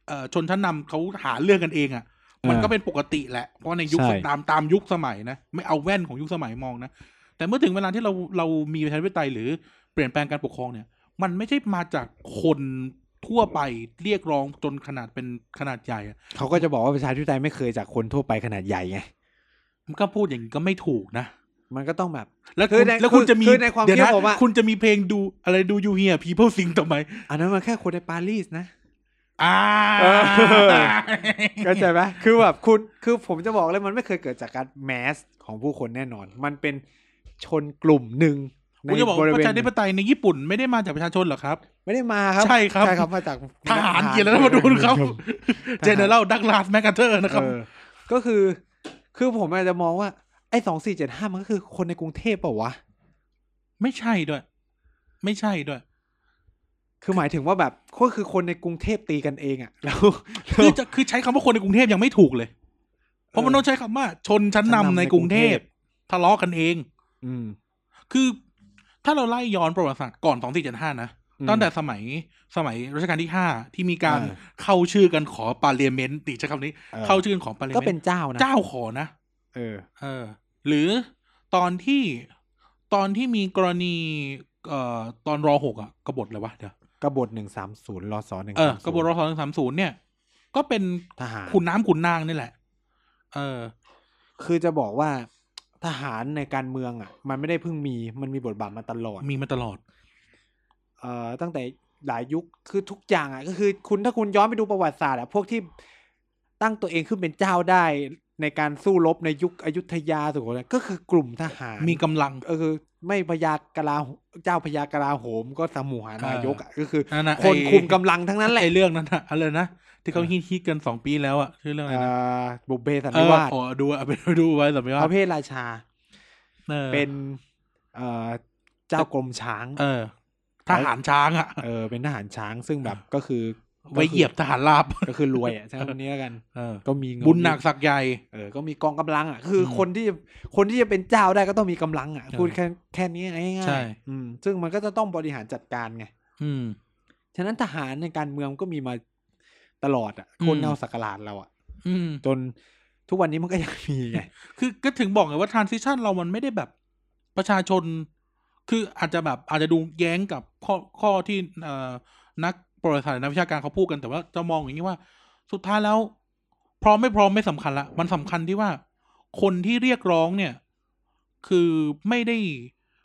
[SPEAKER 2] เอ่อชนชั้นนำเขาหาเรื่องกันเองอะ่ะ มันก็เป็นปกติแหละ เพราะในยุค
[SPEAKER 1] ใช่
[SPEAKER 2] ตามตามยุคสมัยนะ ไม่เอาแว่นของยุคสมัยมองนะ แต่เมื่อถึงเวลาที่เราเรามีประชาธิปไตยหรือเปลี่ยนแปลงการปกครองเนี่ย มันไม่ใช่มาจากคนทั่วไปเรียกร้องจนขนาดเป็นขนาดใหญ่อะ
[SPEAKER 1] เขาก็จะบอกว่าประชาธิปไตยไม่เคยจากคนทั่วไปขนาดใหญ่ไง
[SPEAKER 2] มันก็พูดอย่างนี้ก็ไม่ถูกนะ
[SPEAKER 1] มันก็ต้องแบบ
[SPEAKER 2] แล้ว
[SPEAKER 1] คื
[SPEAKER 2] คุณ
[SPEAKER 1] อใน
[SPEAKER 2] แล้วคุณจะมี
[SPEAKER 1] คือในความ
[SPEAKER 2] เดี๋ยวนะ
[SPEAKER 1] คิดผมอะ
[SPEAKER 2] คุณจะมีเพลงดูอะไรดูยูเฮียพีเพิลซิงทำไม
[SPEAKER 1] อันนั้นมันแค่คนในปารีสนะ
[SPEAKER 2] อ่า
[SPEAKER 1] เออ เข้าใจไหมคือแบบคุณคือผมจะบอกเลยมันไม่เคยเกิดจากการแมสของผู้คนแน่นอน มันเป็นชนกลุ่มหนึ่งใน
[SPEAKER 2] ผมจะบอก
[SPEAKER 1] บ
[SPEAKER 2] ว่า
[SPEAKER 1] ริ
[SPEAKER 2] ป
[SPEAKER 1] เว
[SPEAKER 2] ระ
[SPEAKER 1] ณ
[SPEAKER 2] ชาธิปไตยในญี่ปุ่นไม่ได้มาจากประชาชนเหรอครับ
[SPEAKER 1] ไม่ได้มาครับ
[SPEAKER 2] ใช่ครับ
[SPEAKER 1] ใช่ครับมาจาก
[SPEAKER 2] ทหารเกียรติแล้วมาดูนะครับ เจเนอเรลดักลาสแมกกาเทอร์นะครับ
[SPEAKER 1] เออก็คือ คือผมอาจจะมองว่าไอ้สองสี่เจ็ดห้ามันก็คือคนในกรุงเทพเปล่าวะ
[SPEAKER 2] ไม่ใช่ด้วย ไม่ใช่ด้วย
[SPEAKER 1] คือหมายถึงว่าแบบก็คือคนในกรุงเทพตีกันเองอะ่ะ แล้ว
[SPEAKER 2] คือจะคือใช้คำว่าคนในกรุงเทพยังไม่ถูกเลย เพราะมันต้องใช้คำว่า ชนชั้นนำในกรุงเทพทะเลาะกันเอง
[SPEAKER 1] อืม
[SPEAKER 2] คือ ถ้าเราไล่ย้อนประวัติศาสตร์ก่อนสองสี่เจ็ดห้านะ
[SPEAKER 1] อืม
[SPEAKER 2] ตั้งแต่สมัยสมัยรัชกาลที่ห้าที่มีการ
[SPEAKER 1] อ่า
[SPEAKER 2] เข้าชื่อกันขอปาเลียเมนต์ติใช้คำนี้
[SPEAKER 1] ออ
[SPEAKER 2] เข้าชื่อกันขอปาเลีย
[SPEAKER 1] ก็
[SPEAKER 2] เม
[SPEAKER 1] เป็น น
[SPEAKER 2] ต์
[SPEAKER 1] เจ้านะ
[SPEAKER 2] เจ้าขอนะ
[SPEAKER 1] เออ
[SPEAKER 2] เออหรือตอนที่ตอนที่มีกรณีเอ่อตอนรอหกอ่ะกบฏเลยวะเดี๋ยว
[SPEAKER 1] กบฏหนึ่งสามศูนย์รอสอหนึ่ง
[SPEAKER 2] เออกบฏรอสองสามศูนย์เนี่ย ก็เป็น
[SPEAKER 1] ทหาร
[SPEAKER 2] ขุนน้ำขุนนางนี่แหละ เออ
[SPEAKER 1] คือจะบอกว่าทหารในการเมืองอะ่ะ มันไม่ได้เพิ่งมีมันมีบทบาทมาตลอด
[SPEAKER 2] มีมาตลอด
[SPEAKER 1] เอ่อตั้งแต่หลายยุคคือทุกอย่างอะ่ะ ก็คือคุณถ้าคุณย้อนไปดูประวัติศาสตร์อะ่ะพวกที่ตั้งตัวเองขึ้นเป็นเจ้าได้ในการสู้รบในยุคอยุธยาสุโขทัยก็คือกลุ่มทหาร
[SPEAKER 2] มีกำลัง
[SPEAKER 1] ก็คือไม่พยากราโหเจ้าพยากราโหมก็สมุหานายกอ่ะก็คือ
[SPEAKER 2] นั่นน่ะ
[SPEAKER 1] คน
[SPEAKER 2] ไอ้
[SPEAKER 1] คุมกำลังทั้งนั้นแหละ
[SPEAKER 2] ไอ้เรื่องนั้นอะอะไรนะ ที่เขาฮิตฮิตๆกันสองปีแล้วอะชื่อเรื่องอะไร
[SPEAKER 1] เอ่
[SPEAKER 2] นะ
[SPEAKER 1] อบุพเพสัน
[SPEAKER 2] เอ
[SPEAKER 1] นิ
[SPEAKER 2] อ
[SPEAKER 1] วาส
[SPEAKER 2] อ๋อดู เอาไปดูไว้สัมมิ
[SPEAKER 1] พ
[SPEAKER 2] ว่า
[SPEAKER 1] ระเพศราชาเป็นเอ่อเจ้ากรมช้าง
[SPEAKER 2] เออ ทหารช้างอะ
[SPEAKER 1] เออเป็นทหารช้างซึ่งแบบก็คือ
[SPEAKER 2] ไว้เหยียบทหารราบ
[SPEAKER 1] ก็คือรวยอ่ะใช่คำนี้แล้วกัน
[SPEAKER 2] เออ
[SPEAKER 1] ก็มีเงิ
[SPEAKER 2] บุญหนักสักใหญ่
[SPEAKER 1] เออก็มีกองกำลังอ่ะคืออ
[SPEAKER 2] ม
[SPEAKER 1] คนที่จะคนที่จะเป็นเจ้าได้ก็ต้องมีกำลังอ่ะ
[SPEAKER 2] ใช่
[SPEAKER 1] พูดแค่แค่นี้ง่ายๆ
[SPEAKER 2] ใช่
[SPEAKER 1] อืมซึ่งมันก็จะต้องบริหารจัดการไง
[SPEAKER 2] อืม
[SPEAKER 1] ฉะนั้นทหารในการเมืองก็มีมาตลอดอ่ะ
[SPEAKER 2] อืม
[SPEAKER 1] คนเงาสักหลาดเราอ่ะ
[SPEAKER 2] อืม
[SPEAKER 1] จนทุกวันนี้มันก็ยังมีไง
[SPEAKER 2] คือก็ถึงบอกไงว่า transition เรามันไม่ได้แบบประชาชน คืออาจจะแบบอาจจะดูแย้งกับข้อข้อที่เอ่อนักประวัติศาสตร์นักวิชาการเขาพูดกันแต่ว่าจะมองอย่างนี้ว่า สุดท้ายแล้ว พร้อมไม่พร้อมไม่สำคัญละมันสำคัญที่ว่า คนที่เรียกร้องเนี่ย คือไม่ได้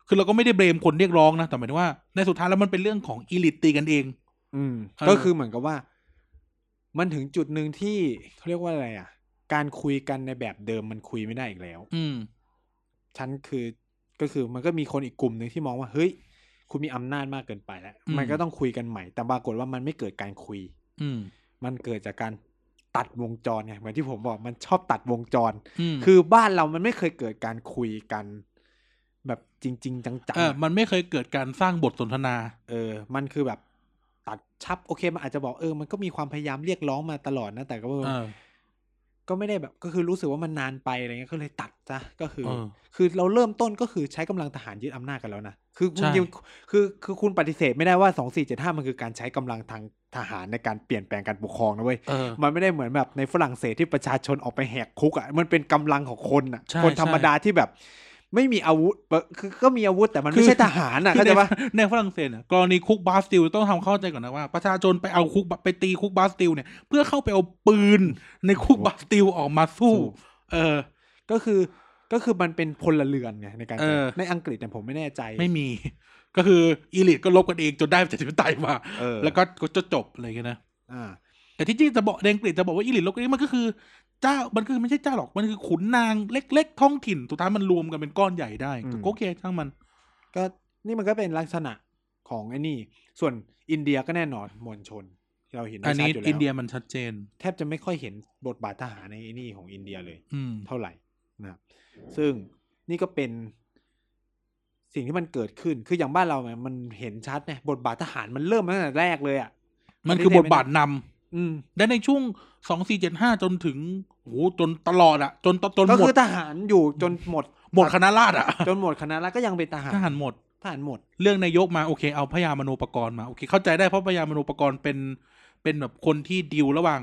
[SPEAKER 2] คือเราก็ไม่ได้เบรมคนเรียกร้องนะแต่หมายถึงว่าในสุดท้ายแล้วมันเป็นเรื่องของอีลิตตีกันเอง
[SPEAKER 1] อืม
[SPEAKER 2] เออ
[SPEAKER 1] ก็คือเหมือนกับว่า มันถึงจุดหนึ่งที่เขาเรียกว่าอะไรอ่ะ การคุยกันในแบบเดิมมันคุยไม่ได้อีกแล้ว
[SPEAKER 2] อืม
[SPEAKER 1] ฉันคือก็คือมันก็มีคนอีกกลุ่มหนึ่งที่มองว่า เฮ้ย คุณมีอำนาจมากเกินไปแล้ว
[SPEAKER 2] อืม
[SPEAKER 1] มันก็ต้องคุยกันใหม่ แต่ปรากฏว่ามันไม่เกิดการคุย
[SPEAKER 2] อืม
[SPEAKER 1] มันเกิดจากการตัดวงจรไงเหมือนที่ผมบอกมันชอบตัดวงจร
[SPEAKER 2] อืม
[SPEAKER 1] คือบ้านเรามันไม่เคยเกิดการคุยกัน แบบจริง ๆ จัง
[SPEAKER 2] เออ
[SPEAKER 1] ๆอะ
[SPEAKER 2] มันไม่เคยเกิดการสร้างบทสนทนา
[SPEAKER 1] เออ มันคือแบบตัดชับโอเคมันอาจจะบอกเออ มันก็มีความพยายามเรียกร้องมาตลอดนะแต่ก็
[SPEAKER 2] เออ
[SPEAKER 1] ก็ไม่ได้แบบ ก็คือรู้สึกว่ามันนานไปอะไรเงี้ยก็เลยตัดซะก็คือ
[SPEAKER 2] เออ
[SPEAKER 1] คือเราเริ่มต้นก็คือใช้กำลังทหารยึดอำนาจกันแล้วนะคือคุณ
[SPEAKER 2] ใช่
[SPEAKER 1] ยังคือคือคุณปฏิเสธไม่ได้ว่าสองสี่เจ็ดห้ามันคือการใช้กำลังทางทหารในการเปลี่ยนแปลงการปกครองนะเว้ย
[SPEAKER 2] เออ
[SPEAKER 1] มันไม่ได้เหมือนแบบในฝรั่งเศสที่ประชาชนออกไปแหกคุกอะ่ะ มันเป็นกำลังของคน
[SPEAKER 2] ใช่
[SPEAKER 1] อะ่ะ คนธรรมดาที่แบบ ไม่มีอาวุธแบบคือก็มีอาวุธแต่มันไม่ใช่
[SPEAKER 2] คือ
[SPEAKER 1] ทหารอะ่ะเข้าใจปะ
[SPEAKER 2] คือในในฝรั่งเศสเนี่ยกรณีคุกบาสติลต้องทำเข้าใจก่อนนะว่า ประชาชนไปเอาคุกบไปตีคุกบาสติลเนี่ย เพื่อเข้าไปเอาปื นในคุกบาสติลออกมาสู้ เออ
[SPEAKER 1] ก็คือก็คือมันเป็นพลเรือนไงในการ
[SPEAKER 2] เออ
[SPEAKER 1] ในอังกฤษเนี่ยผมไม่แน่ใจ
[SPEAKER 2] ไม่มี ก็คืออีลิทก็ลบกันเองจนได้ประชาธิปไตยมา
[SPEAKER 1] เออ
[SPEAKER 2] แล้วก็ก็จะจบอะไรอย่างเงี้ยนะ
[SPEAKER 1] อ่า
[SPEAKER 2] แต่ที่จริงจะบอกในอังกฤษจะบอกว่าอีลิทลบกันเองมันก็คือ เจ้ามันคือไม่ใช่เจ้าหรอกมันคือขุนนางเล็ก ๆ ท้องถิ่นสุดท้ายมันรวมกันเป็นก้อนใหญ่ได้ก็โอเคช่างมัน
[SPEAKER 1] ก็นี่มันก็เป็นลักษณะของไอ้นี่ ส่วนอินเดียก็แน่นอนมวลชนที่เราเห็นได้
[SPEAKER 2] อัน
[SPEAKER 1] ชัด
[SPEAKER 2] นี้
[SPEAKER 1] อยู่แล้ว
[SPEAKER 2] อินเดียมันชัดเจน
[SPEAKER 1] แทบจะไม่ค่อยเห็นบทบาททหารในไอ้นี่ของอินเดียเลย
[SPEAKER 2] อืม
[SPEAKER 1] เท่าไหร่นะครับซึ่งนี่ก็เป็นสิ่งที่มันเกิดขึ้น คืออย่างบ้านเราเนี่ยมันเห็นชัดเนี่ยบทบาททหารมันเริ่มมาตั้งแต่แรกเลยอะ่ะ
[SPEAKER 2] มันคือบทบาทนำ
[SPEAKER 1] อืม
[SPEAKER 2] ได้ในช่วงสองสี่เจ็ดห้าจนถึงโอ้โหจนตลอดอะจนจน
[SPEAKER 1] ก็
[SPEAKER 2] หมด
[SPEAKER 1] คือทหารอยู่จนหม ด
[SPEAKER 2] หมดคณะราษฎรอะ
[SPEAKER 1] จนหมดคณะแล้วก็ยังเป็นทหาร
[SPEAKER 2] ทหารหมด
[SPEAKER 1] ทหารหมด
[SPEAKER 2] เรื่องนายกมาโอเค เอาพยามโนปกรณ์มาโอเค เข้าใจได้เพราะพยามโนปกรณ์เป็นเป็นแบบคนที่ดิวระหว่าง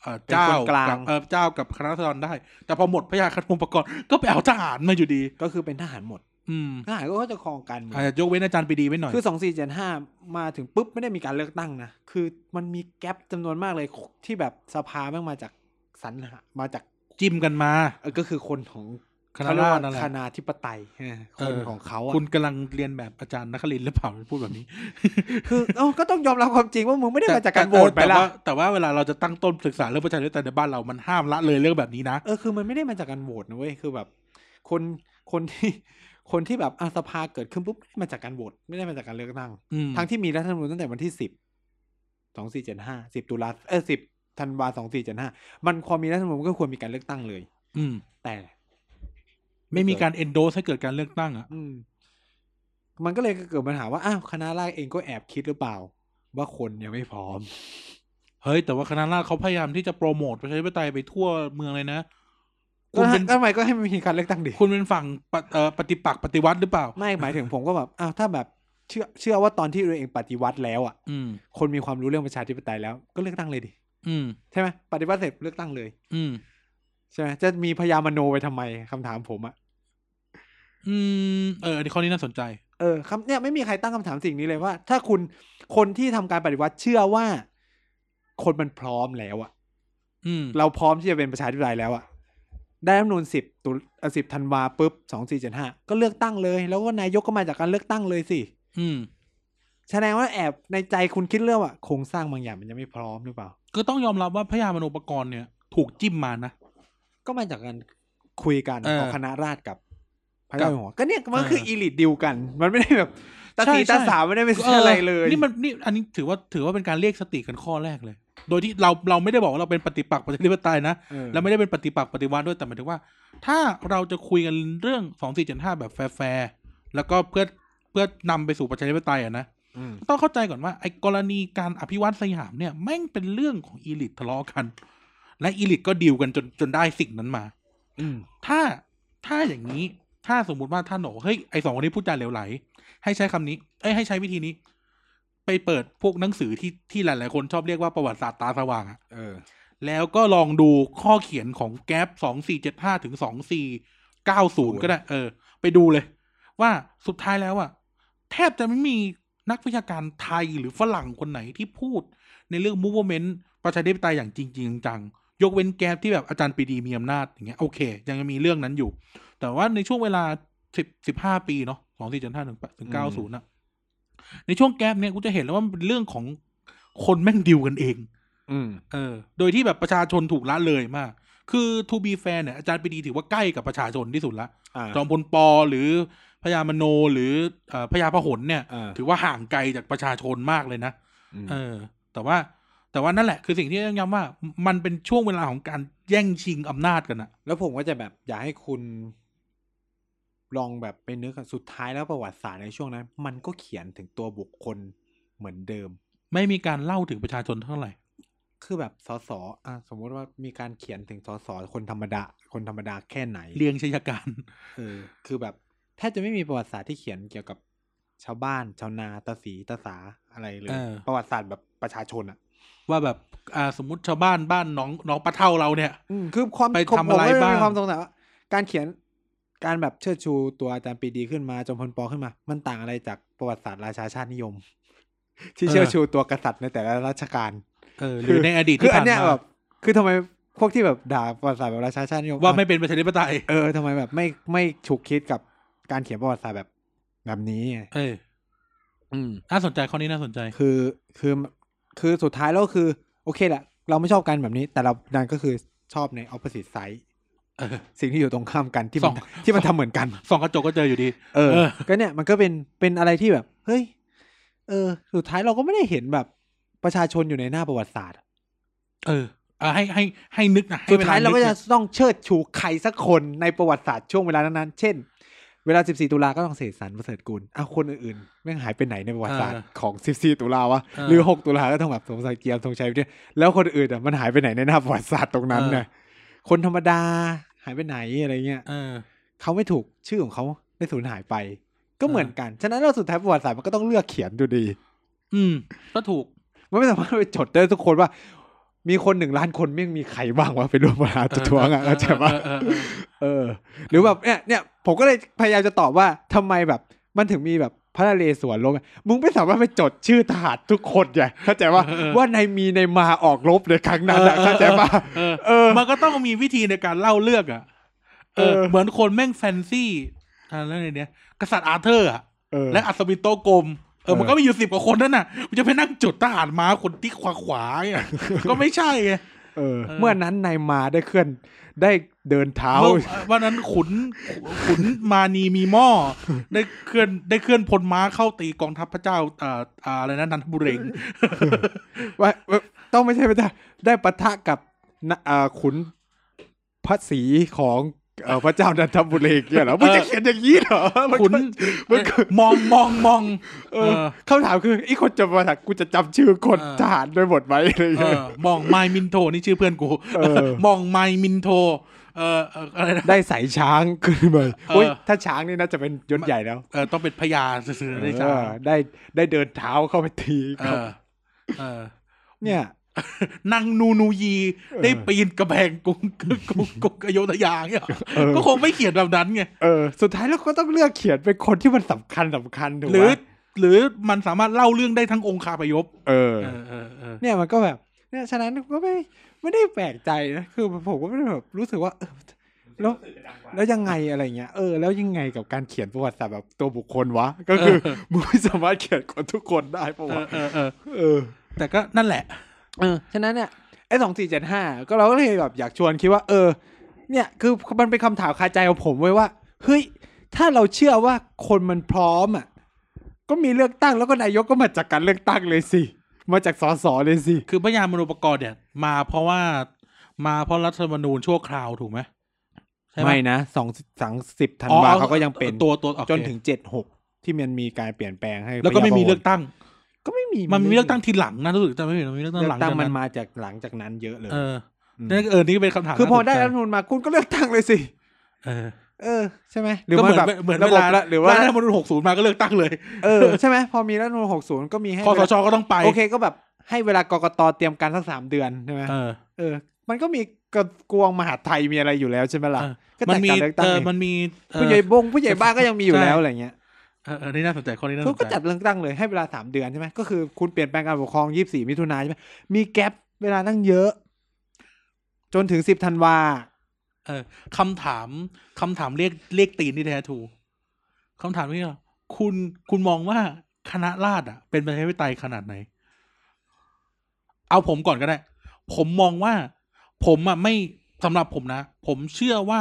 [SPEAKER 2] เอ่อ
[SPEAKER 1] เป็น
[SPEAKER 2] เจ้า
[SPEAKER 1] คนกลาง
[SPEAKER 2] บเออเจ้ากับคณะราษฎรได้ แต่พอหมดพยาคณโนปกรณ์ก็ไปเอาทหารมาอยู่ดี
[SPEAKER 1] ก็คือเป็นทหารหมด
[SPEAKER 2] อืม
[SPEAKER 1] ทหารก็จะครองการเมือง
[SPEAKER 2] อาจจะยกเว้นอาจารย์ปรีดีไว้หน่อย
[SPEAKER 1] คือสองสี่เจ็ดห้ามาถึงปุ๊บไม่ได้มีการเลือกตั้งนะคือมันมีแกลบจำนวนมากเลยที่แบบสภาแม่งมาจากสรรหามาจาก
[SPEAKER 2] จิ้มกันมา
[SPEAKER 1] เออก็คือคนของ
[SPEAKER 2] คณะ
[SPEAKER 1] เขเย
[SPEAKER 2] รา
[SPEAKER 1] ก
[SPEAKER 2] ษฎรนั่นแห
[SPEAKER 1] ค
[SPEAKER 2] ละ
[SPEAKER 1] ณาธิปไตยเออคนของเขาอ่ะ
[SPEAKER 2] คุณกำลังเรียนแบบอาจารย์นครินทร์หรือเปล่าพูดแบบนี้
[SPEAKER 1] คือเอ้าก็ต้องยอมรับความจริงว่ามึงไม่ได้มาจากการโหวตไป
[SPEAKER 2] แต่
[SPEAKER 1] ละ
[SPEAKER 2] ว่าแต่ว่าเวลาเราจะตั้งต้นศึกษาเรื่องประชาธิปไตยในบ้านเรามันห้ามละเลยเรื่องแบบนี้นะ
[SPEAKER 1] เออคือมันไม่ได้มาจากการโหวตนะเว้ยคือแบบ คนคนที่คนที่แบบอาสภาเกิดขึ้นปุ๊บไม่ได้มาจากการโหวตไม่ได้มาจากการเลือกตั้ง
[SPEAKER 2] อืม
[SPEAKER 1] ทั้งที่มีรัฐธรรมนูญตั้งแต่วันที่สิบสองสี่เจ็ดห้าสิบตุลาเออสิบธันวาสองสี่เจ็ดห้ามันพอมีรัฐธรรมนูญก็ควรมีการเลือกตั้งเลย
[SPEAKER 2] อืม
[SPEAKER 1] แต่
[SPEAKER 2] ไม่มีการ endorse ให้เกิดการเลือกตั้งอ่ะ
[SPEAKER 1] อืม มันก็เลยเกิดปัญหาว่าอ้าวคณะราษฎรเองก็แอบคิดหรือเปล่า ว่าคนยังไม่พร้อม
[SPEAKER 2] เฮ้ย แต่ว่าคณะราษฎรเขาพยายามที่จะโปรโมทประชาธิปไตยไปทั่วเมืองเลยนะ
[SPEAKER 1] ก็
[SPEAKER 2] คุณเป็น
[SPEAKER 1] ทำไมก็ให้มันมีการเลือกตั้งดิ
[SPEAKER 2] คุณเป็นฝั่งปะเอ่อปฏิปักษ์ปฏิวัติหรือเปล่า
[SPEAKER 1] ไม่หมายถึงผมก็แบบอ้าวถ้าแบบเชื่อเชื่อว่าตอนที่ตัวเองปฏิวัติแล้วอ่ะ
[SPEAKER 2] อืม
[SPEAKER 1] คนมีความรู้เรื่องประชาธิปไตยแล้วก็เลือกตั้งเลยดิ
[SPEAKER 2] อืม
[SPEAKER 1] ใช่ไหมปฏิวัติเสร็จเลือกตั้งเลย
[SPEAKER 2] อืม
[SPEAKER 1] ใช่ไหมจะมีพยามโนไปทำไมคำถามผมอ่ะ
[SPEAKER 2] อืม เอออันนี้ข้อนี้น่าสนใจ
[SPEAKER 1] เออคำเนี่ยไม่มีใครตั้งคำถามสิ่งนี้เลยว่า ถ้าคุณคนที่ทำการปฏิวัติเชื่อว่า คนมันพร้อมแล้วอ่ะ
[SPEAKER 2] อืม
[SPEAKER 1] เราพร้อมที่จะเป็นประชาธิปไตยแล้วอะได้รัฐธรรมนูญสิบตุสิบธันวาปุ๊บสองสี่เจ็ดห้าก็เลือกตั้งเลย แล้วก็นายกก็มาจากการเลือกตั้งเลยสิ
[SPEAKER 2] อืม
[SPEAKER 1] แสดงว่าแอบในใจคุณคิดเรื่องว่าโครงสร้างบางอย่างมันยังไม่พร้อมหรือเปล่า
[SPEAKER 2] ก็ต้องยอมรับว่าพยามโนปกรณ์เนี่ย ถูกจิ้มมานะ
[SPEAKER 1] ก็มาจากการคุยกัน
[SPEAKER 2] เออ
[SPEAKER 1] ของคณะราษฎรกับพระเจ้าอยู่หัวก็เนี่ยมันก็คือ
[SPEAKER 2] เออ
[SPEAKER 1] อีลิตดิวกัน มันไม่ได้แบบตาสี
[SPEAKER 2] ใช่ใช่
[SPEAKER 1] ตาสามไม่ได้เป็นอะไรเลย
[SPEAKER 2] นี่มันนี่อันนี้ถือว่าถือว่าเป็นการเรียกสติกันข้อแรกเลย โดยที่เราเราไม่ได้บอกว่าเราเป็นปฏิปักษ์ประชาธิปไตยนะ
[SPEAKER 1] เออ
[SPEAKER 2] แล้วไม่ได้เป็นปฏิปักษ์ปฏิวัติด้วยแต่หมายถึงว่า ถ้าเราจะคุยกันเรื่องสองสี่เจ็ดห้าแบบแฟร์ๆแล้วก็เพื่อเพื่อนำไปสู่ประชาธิปไตยอะนะ
[SPEAKER 1] อืม
[SPEAKER 2] ต้องเข้าใจก่อนว่าไอ้กรณีการอภิวัตสยามเนี่ยแม่งเป็นเรื่องของอีลิททะเลาะกัน และอีลิทก็ดีลกันจนจนได้สิ่งนั้นมา
[SPEAKER 1] อืม
[SPEAKER 2] ถ้าถ้าอย่างนี้ถ้าสมมุติว่าท่านบอกว่าเฮ้ยไอสองคนนี้พูดจาเหลวไหล ให้ใช้คำนี้ เอ้ยให้ใช้วิธีนี้ ไปเปิดพวกหนังสือที่ที่หลาย ๆ คนชอบเรียกว่าประวัติศาสตร์ตาสว่างอะ
[SPEAKER 1] เออ
[SPEAKER 2] แล้วก็ลองดูข้อเขียนของแก๊ปสองสี่เจ็ดห้าถึงสองสี่เก้าศูนย์ก็ได้ เออ ไปดูเลย ว่าสุดท้ายแล้วอะแทบจะไม่มีนักวิชาการไทยหรือฝรั่งคนไหนที่พูด ในเรื่องมูฟเมนต์ประชาธิปไตยอย่างจริงจริงจังๆยกเว้นแกปที่แบบอาจารย์ปรีดีมีอำนาจอย่างเงี้ยโอเค ยังมีเรื่องนั้นอยู่ แต่ว่าในช่วงเวลาสิบสิบห้าปีเนาะสองสี่จนห้าถึงถึงเก้าศูนย์อะในช่วงแกปเนี่ยกูจะเห็นแล้วว่ามันเป็นเรื่องของคนแม่งดิวกันเอง
[SPEAKER 1] อืม
[SPEAKER 2] เออ โดยที่แบบประชาชนถูกละเลยมาก คือ to be fair เนี่ยอาจารย์ปรีดีถือว่าใกล้กับประชาชนที่สุดละ
[SPEAKER 1] อ่า
[SPEAKER 2] จอมพลปอหรือพญามโนหรือเอ่อพญาพหลเนี่ย
[SPEAKER 1] เออ
[SPEAKER 2] ถือว่าห่างไกลจากประชาชนมากเลยนะ
[SPEAKER 1] อืม
[SPEAKER 2] เออ แต่ว่าแต่ว่านั่นแหละ คือสิ่งที่ต้องย้ำว่ามันเป็นช่วงเวลาของการแย่งชิงอำนาจกันอะ
[SPEAKER 1] แล้วผมก็จะแบบ อยากให้คุณ ลองแบบไปนึกอะสุดท้ายแล้วประวัติศาสตร์ในช่วงนั้น มันก็เขียนถึงตัวบุคคลเหมือนเดิม
[SPEAKER 2] ไม่มีการเล่าถึงประชาชนเท่าไหร่
[SPEAKER 1] คือแบบสสอ่ะสมมติว่ามีการเขียนถึงสสคนธรรมดา คนธรรมดาแค่ไหน
[SPEAKER 2] เรียงชยการ
[SPEAKER 1] เออ คือแบบแทบจะไม่มีประวัติศาสตร์ที่เขียนเกี่ยวกับชาวบ้าน ชาวนาตาสีตาสาอะไรเลย
[SPEAKER 2] เออ
[SPEAKER 1] ประวัติศาสตร์แบบประชาชนอ่ะ
[SPEAKER 2] ว่าแบบอ่าสมมติชาวบ้านบ้านน้องน้องปะเท่าเราเนี่ย
[SPEAKER 1] อืมคือความ
[SPEAKER 2] ไป
[SPEAKER 1] ผม
[SPEAKER 2] ทำอะ
[SPEAKER 1] ผม
[SPEAKER 2] ไร
[SPEAKER 1] ก็เลย
[SPEAKER 2] บ้าง
[SPEAKER 1] มีความสงสัยว่าการเขียนการแบบเชิดชูตัวอาจารย์ปรีดีขึ้นมาจอมพลปอขึ้นมา มันต่างอะไรจากประวัติศาสตร์ราชาชาตินิยม ที่เชิดชูตัวกษัตริย์ในแต่ละราชการ
[SPEAKER 2] เออหรือในอดีต
[SPEAKER 1] คื
[SPEAKER 2] ที่
[SPEAKER 1] ออั
[SPEAKER 2] ผ่าน น
[SPEAKER 1] เนี้ยแบ
[SPEAKER 2] มา
[SPEAKER 1] บคือทำไมพวกที่แบบด่าประวัติศาสตร์แบบราชาชาตินิยม
[SPEAKER 2] ว่าไม่เป็นประชาธิปไตย
[SPEAKER 1] เออทำไมแบบไม่ไม่ฉุกคิดกับการเขียนประวัติศาสตร์แบบแบบนี้ไง
[SPEAKER 2] เออ
[SPEAKER 1] อืม
[SPEAKER 2] น่าสนใจข้อนี้น่าสนใจ
[SPEAKER 1] คือคือคือสุดท้ายแล้วคือ โอเคแหละ เราไม่ชอบกันแบบนี้ แต่เราดันก็คือชอบใน opposite side
[SPEAKER 2] เออ
[SPEAKER 1] สิ่งที่อยู่ตรงข้ามกันที่มัน
[SPEAKER 2] สอง
[SPEAKER 1] ที่มันทำเหมือนกัน
[SPEAKER 2] ส่องกระจกก็เจออยู่ดี
[SPEAKER 1] เออ
[SPEAKER 2] เออ
[SPEAKER 1] ก็เนี่ยมันก็เป็นเป็นอะไรที่แบบ เฮ้ย เออ สุดท้ายเราก็ไม่ได้เห็นแบบประชาชนอยู่ในหน้าประวัติศาสตร์อะ
[SPEAKER 2] เอออ่าให้ให้ให้นึกนะให้
[SPEAKER 1] สุด
[SPEAKER 2] วล
[SPEAKER 1] ท้ายเราก็จะ
[SPEAKER 2] นึน
[SPEAKER 1] ต้องเชิดชูใครสักคนในประวัติศาสตร์ช่วงเวลานั้นๆเช่น เวลา 14 ตุลาก็ต้องเสกสรรประเสริฐกุลอ้าวคนอื่นๆแม่งหายไปไหนในประวัติศาสตร์ของ 14 ตุลาวะ หรือ 6 ตุลาก็ต้องแบบสมศักดิ์เกียรติทรงชัยเนี่ยแล้วคนอื่นอ่ะมันหายไปไหนในหน้าประวัติศาสตร์ตรงนั้นน่ะคนธรรมดาหายไปไหนอะไรเงี้ย
[SPEAKER 2] เออ
[SPEAKER 1] เขาไม่ถูกชื่อของเขาได้สูญหายไป ก็เหมือนกัน ฉะนั้นเราสุดท้ายประวัติศาสตร์มันก็ต้องเลือกเขียนดูดี
[SPEAKER 2] อืม ก็ถูก
[SPEAKER 1] มันไม่สามารถไปจดได้ทุกคนว่า มีคนหนึ่งล้านคนไม่งมีใครบ้างวะไปร่วมมหาตุทวงอ่ะ
[SPEAKER 2] เออ
[SPEAKER 1] เข้าใจปะ
[SPEAKER 2] เออเออเออ
[SPEAKER 1] เออ หรือแบบเนี่ยเนี่ยผมก็เลยพยายามจะตอบว่าทำไมแบบมันถึงมีแบบพระนเรศวรลงมึงไม่สามารถไปจดชื่อทหารทุกคนไงเข้าใจว่า
[SPEAKER 2] เออเออ
[SPEAKER 1] ว่าในมีในมาออกรบในครั้งนั้นอะเข้าใจปะ
[SPEAKER 2] เออ
[SPEAKER 1] เออ
[SPEAKER 2] มันก็ต้องมีวิธีในการเล่าเรื่องอ่ะ เออ
[SPEAKER 1] เออ
[SPEAKER 2] เหมือนคนแม่งแฟนซี่อะไรเนี้ยกษัตริย์อาร์เธอร์อ่ะ
[SPEAKER 1] เออ
[SPEAKER 2] และอัศวินโตกลม เอ
[SPEAKER 1] เอ
[SPEAKER 2] อ
[SPEAKER 1] อ
[SPEAKER 2] มันก็มีอยู่สิบกว่าคนนั่นน่ะ มันจะไปนั่งจุดทหารม้าคนที่ขวาขวาๆเนี่ย ก็ไม่ใช่ไง
[SPEAKER 1] เออ
[SPEAKER 2] เออ
[SPEAKER 1] เมื่อนั้นในมาได้เคลื่อนได้เดินเท้า
[SPEAKER 2] เมื่อวันนั้นขุนขุนมานีมีหม้อได้เคลื่อนได้เคลื่อนพลม้าเข้าตีกองทัพพระเจ้าอ่าอ่าอะไรนะนันทบุรี
[SPEAKER 1] ว่าว่าต้องไม่ใช่ไม่ได้ได้ปะทะกับนะอ่าขุนพระศรีของเอ่อพระเจ้านันทบุรีเนี่ยเหรอมันจะเขียนอย่างนี้เหรอมันก็
[SPEAKER 2] ขุน
[SPEAKER 1] มันก็
[SPEAKER 2] มองมองมอง
[SPEAKER 1] เออคำถามคือไอ้คนจะมาถักกูจะจำชื่อคน
[SPEAKER 2] เออ
[SPEAKER 1] ทหารได้หมดไหมอะไร
[SPEAKER 2] เอ
[SPEAKER 1] เงี้ย
[SPEAKER 2] อมองไมมินโทนี่ชื่อเพื่อนกู
[SPEAKER 1] เออ
[SPEAKER 2] มองไมมินโทเออเอ่ออะไรนะ
[SPEAKER 1] ได้สายช้างขึ้นมา
[SPEAKER 2] เออ
[SPEAKER 1] โอ้ยถ้าช้างนี่น่าจะเป็นยศใหญ่แล้ว
[SPEAKER 2] เออต้องเป็นพญาสื่อๆได้จ้า
[SPEAKER 1] เออได้ได้เดินเท้าเข้าไปตี
[SPEAKER 2] เอ
[SPEAKER 1] เขา
[SPEAKER 2] อเออ
[SPEAKER 1] เนี่ย
[SPEAKER 2] นางนูนูยี
[SPEAKER 1] เออ
[SPEAKER 2] ได้ปีนกระแพงกรุงกรุงกรุงอโยธยาเนี่ย
[SPEAKER 1] เออ
[SPEAKER 2] ก็คงไม่เขียนแบบนั้นไง
[SPEAKER 1] เออสุดท้ายเราก็ต้องเลือกเขียนเป็นคนที่มันสำคัญสำคัญถูก
[SPEAKER 2] หรือ
[SPEAKER 1] ปะ
[SPEAKER 2] หรือมันสามารถเล่าเรื่องได้ทั้งองค์คาพยพ
[SPEAKER 1] เออ
[SPEAKER 2] เออเออเออ
[SPEAKER 1] เนี่ยมันก็แบบเนี่ยฉะนั้นก็ไม่ไม่ได้แปลกใจนะคือผมก็ไม่ได้แบบรู้สึกว่าเออแล้วแล้วยังไงอะไรเงี้ยเออแล้วยังไงกับการเขียนประวัติศาสตร์แบบตัวบุคคลวะ ก็คือมึงไม่สามารถเขียนคนทุกคนได้ปะ
[SPEAKER 2] เอ
[SPEAKER 1] วะ
[SPEAKER 2] อเออเออ
[SPEAKER 1] เออ
[SPEAKER 2] แต่ก็นั่นแหละ
[SPEAKER 1] เออฉะนั้นเนี่ยไอ้สองสี่เจ็ดห้าก็เราก็เลยแบบอยากชวนคิดว่า เออ เนี่ยคือมันเป็นคำถามคาใจของผมไว้ยว่าเฮ้ยถ้าเราเชื่อว่าคนมันพร้อมอ่ะก็มีเลือกตั้งแล้วก็นายกก็มาจากการเลือกตั้งเลยสิมาจากสสเลยสิ
[SPEAKER 2] คือพระยามนุปกรณ์เนี่ย มาเพราะว่ามาเพราะรัฐธรรมนูญชั่วคราวถูกไหมใช่ห
[SPEAKER 1] ไม่นะสองสามสิบธัน
[SPEAKER 2] อ๋อ
[SPEAKER 1] วา
[SPEAKER 2] อ
[SPEAKER 1] เขาก็ยังเป็น
[SPEAKER 2] ตัวตัวโอเค
[SPEAKER 1] จนถึงเจ็ดหกที่มันมีการเปลี่ยนแปลงให้
[SPEAKER 2] แล้วก็ไม่มี
[SPEAKER 1] พยาบา
[SPEAKER 2] เลือกตั้ง
[SPEAKER 1] ก็ไม่มี
[SPEAKER 2] มันมี
[SPEAKER 1] ไ
[SPEAKER 2] เลือกตั้งทีหลังนะรู้สึกจะไม่เห็นมันมีเลือกตั้ง
[SPEAKER 1] เลื
[SPEAKER 2] หลั
[SPEAKER 1] อง กตั้ง
[SPEAKER 2] จก
[SPEAKER 1] มันมาจากหลังจากนั้นเยอะเลย
[SPEAKER 2] เออ
[SPEAKER 1] ม
[SPEAKER 2] นั่นเออนี่เป็นคำถาม
[SPEAKER 1] คือพอได้รัฐ
[SPEAKER 2] น่า
[SPEAKER 1] ธรรม
[SPEAKER 2] สนใจ
[SPEAKER 1] นูญมาคุณก็เลือกตั้งเลยสิ
[SPEAKER 2] เออ
[SPEAKER 1] เออ ใช่ไหมห
[SPEAKER 2] ห
[SPEAKER 1] รื
[SPEAKER 2] รือ อเหมื
[SPEAKER 1] ว่า
[SPEAKER 2] อน
[SPEAKER 1] แบบ
[SPEAKER 2] เหมือน
[SPEAKER 1] ระ
[SPEAKER 2] เว
[SPEAKER 1] บบ
[SPEAKER 2] ลา
[SPEAKER 1] ละหรือว่า
[SPEAKER 2] รัฐธรรมนูญหกศูนย์มาก็เลือกตั้งเลย
[SPEAKER 1] เออ ใช่ไหมพอมีรัฐธรรมนูญหกศูนย์ก็มีให้
[SPEAKER 2] คอ
[SPEAKER 1] เว
[SPEAKER 2] ส
[SPEAKER 1] ลา
[SPEAKER 2] ชก็ต้องไป
[SPEAKER 1] โอเคก็แบบให้เวลากกตเตรียมการสักสามเดือนใช่ไหม
[SPEAKER 2] เออ
[SPEAKER 1] เออ มันก็มีกระกวงมหาดไทยมีอะไรอยู่แล้วใช่ไหมล่ะ
[SPEAKER 2] เออ
[SPEAKER 1] ก็
[SPEAKER 2] มัน
[SPEAKER 1] แต่
[SPEAKER 2] มี
[SPEAKER 1] การเลือกตั้ง
[SPEAKER 2] เออ
[SPEAKER 1] เอง
[SPEAKER 2] มันมีเอ่อ
[SPEAKER 1] ผู้ใหญ่บงผู้ใหญ่บ้านก็ยังมีอยู่
[SPEAKER 2] ใช่
[SPEAKER 1] แล้วอะไรเงี้ย
[SPEAKER 2] เออเออนี่น่าสนใจข้อนี้น่าส
[SPEAKER 1] เขา
[SPEAKER 2] น
[SPEAKER 1] ก็
[SPEAKER 2] ใจ
[SPEAKER 1] จัดเลือกตั้งเลยให้เวลาสามเดือนใช่ไหมก็คือคุณเปลี่ยนแปลงการปกครองยี่สี่มิถุนายนใช่ไหมมีแกลบเวลาตั้งเยอะ จนถึงสิบธันวา
[SPEAKER 2] เออคำถามคำถามเรียกเรียกตีนที่แท้ถูกคำถามนี่เหรอคุณคุณมองว่าคณะราษฎรอะเป็นประชาธิปไตยขนาดไหน เอาผมก่อนก็ได้ ผมมองว่า ผมอ่ะไม่สำหรับผมนะ ผมเชื่อว่า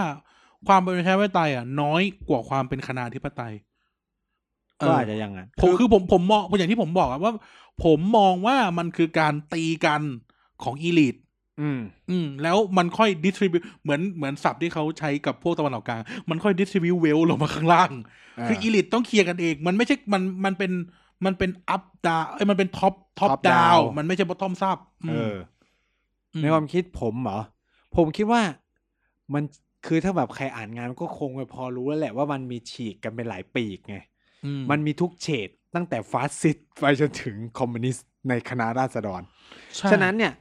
[SPEAKER 2] ความเป็นประชาธิปไตยอ่ะน้อยกว่าความเป็นคณะธิปไตยเ
[SPEAKER 1] ก็อาจจะอยังไง
[SPEAKER 2] ผมคือผมผมมองอย่างที่ผมบอกอะว่า ผมมองว่ามันคือการตีกันของอีลิท
[SPEAKER 1] อืม
[SPEAKER 2] อืม แล้วมันค่อยดิสทริบิวเหมือนเหมือนศัพท์ที่เขาใช้กับพวกตะวันออกกลาง มันค่อยดิสทริบิวเวลลงมาข้างล่าง คืออีลิทต้องเคลียร์กันเอง มันไม่ใช่มันมันเป็นมันเป็นอัพดาวเอ้ยมันเป็นท็อปท็อป
[SPEAKER 1] Top
[SPEAKER 2] ดาว
[SPEAKER 1] down
[SPEAKER 2] มันไม่ใช่บอททอมซับ
[SPEAKER 1] เออ
[SPEAKER 2] ม
[SPEAKER 1] ในความคิดผมเหรอ ผมคิดว่ามันคือถ้าแบบใครอ่านงานก็คงพอรู้แล้วแหละว่ามันมีฉีกกันเป็นหลายปีกไง
[SPEAKER 2] อืม
[SPEAKER 1] มันมีทุกเฉดตั้งแต่ฟาสซิสต์ไปจนถึงคอมมิวนิสต์ในคณะราษฎร
[SPEAKER 2] ใช่
[SPEAKER 1] ฉะนั้นเนี่ย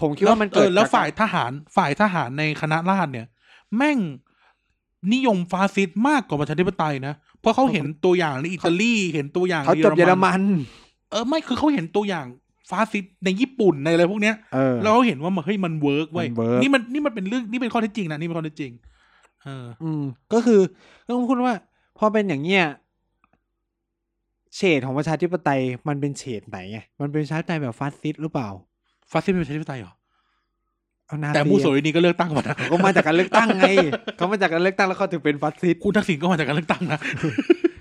[SPEAKER 1] ผมคิดว่ามันเกิด
[SPEAKER 2] ออแล้ว
[SPEAKER 1] จก
[SPEAKER 2] ฝ่ายทหารฝ่ายทหารในคณะราษฎรเนี่ย แม่งนิยมฟาสซิสต์มากกว่าประชาธิปไตยนะเพราะเขาเห็นตัวอย่างในอิตาลีเห็นตัวอย่างใน
[SPEAKER 1] เขาจบเยอรมัน
[SPEAKER 2] เออไม่คือเขาเห็นตัวอย่างฟาสซิสต์ในญี่ปุ่นในอะไรพวกเนี้ย
[SPEAKER 1] เออ
[SPEAKER 2] แล้วเขาเห็นว่ามันเฮ้ยมันเวิร์กเว้ย
[SPEAKER 1] มันเวิร์ก
[SPEAKER 2] นี่มันนี่มันเป็นเรื่องนี่เป็นข้อเท็จจริงนะนี่เป็นข้อเท็จจริง เออ
[SPEAKER 1] อืม ก็คือต้องพูดว่าพอเป็นอย่างเนี้ยเฉดของประชาธิปไตยมันเป็นเฉดไหนไงมันเป็นประชาธิปไตยแบบฟาสซิสต์หรือเปล่า
[SPEAKER 2] ฟาสซิสต์เป็นประชาธิปไตยเหรอ
[SPEAKER 1] เอานาซี
[SPEAKER 2] แต่มูสโซลินีก็เลือกตั้งมานะ
[SPEAKER 1] เขาก็มาจากการเลือกตั้งไง เขามาจากการเลือกตั้งแล้วเขาถึงเป็นฟาสซิสต์
[SPEAKER 2] คุณทักษิณก็มาจากการเลือกตั้งนะ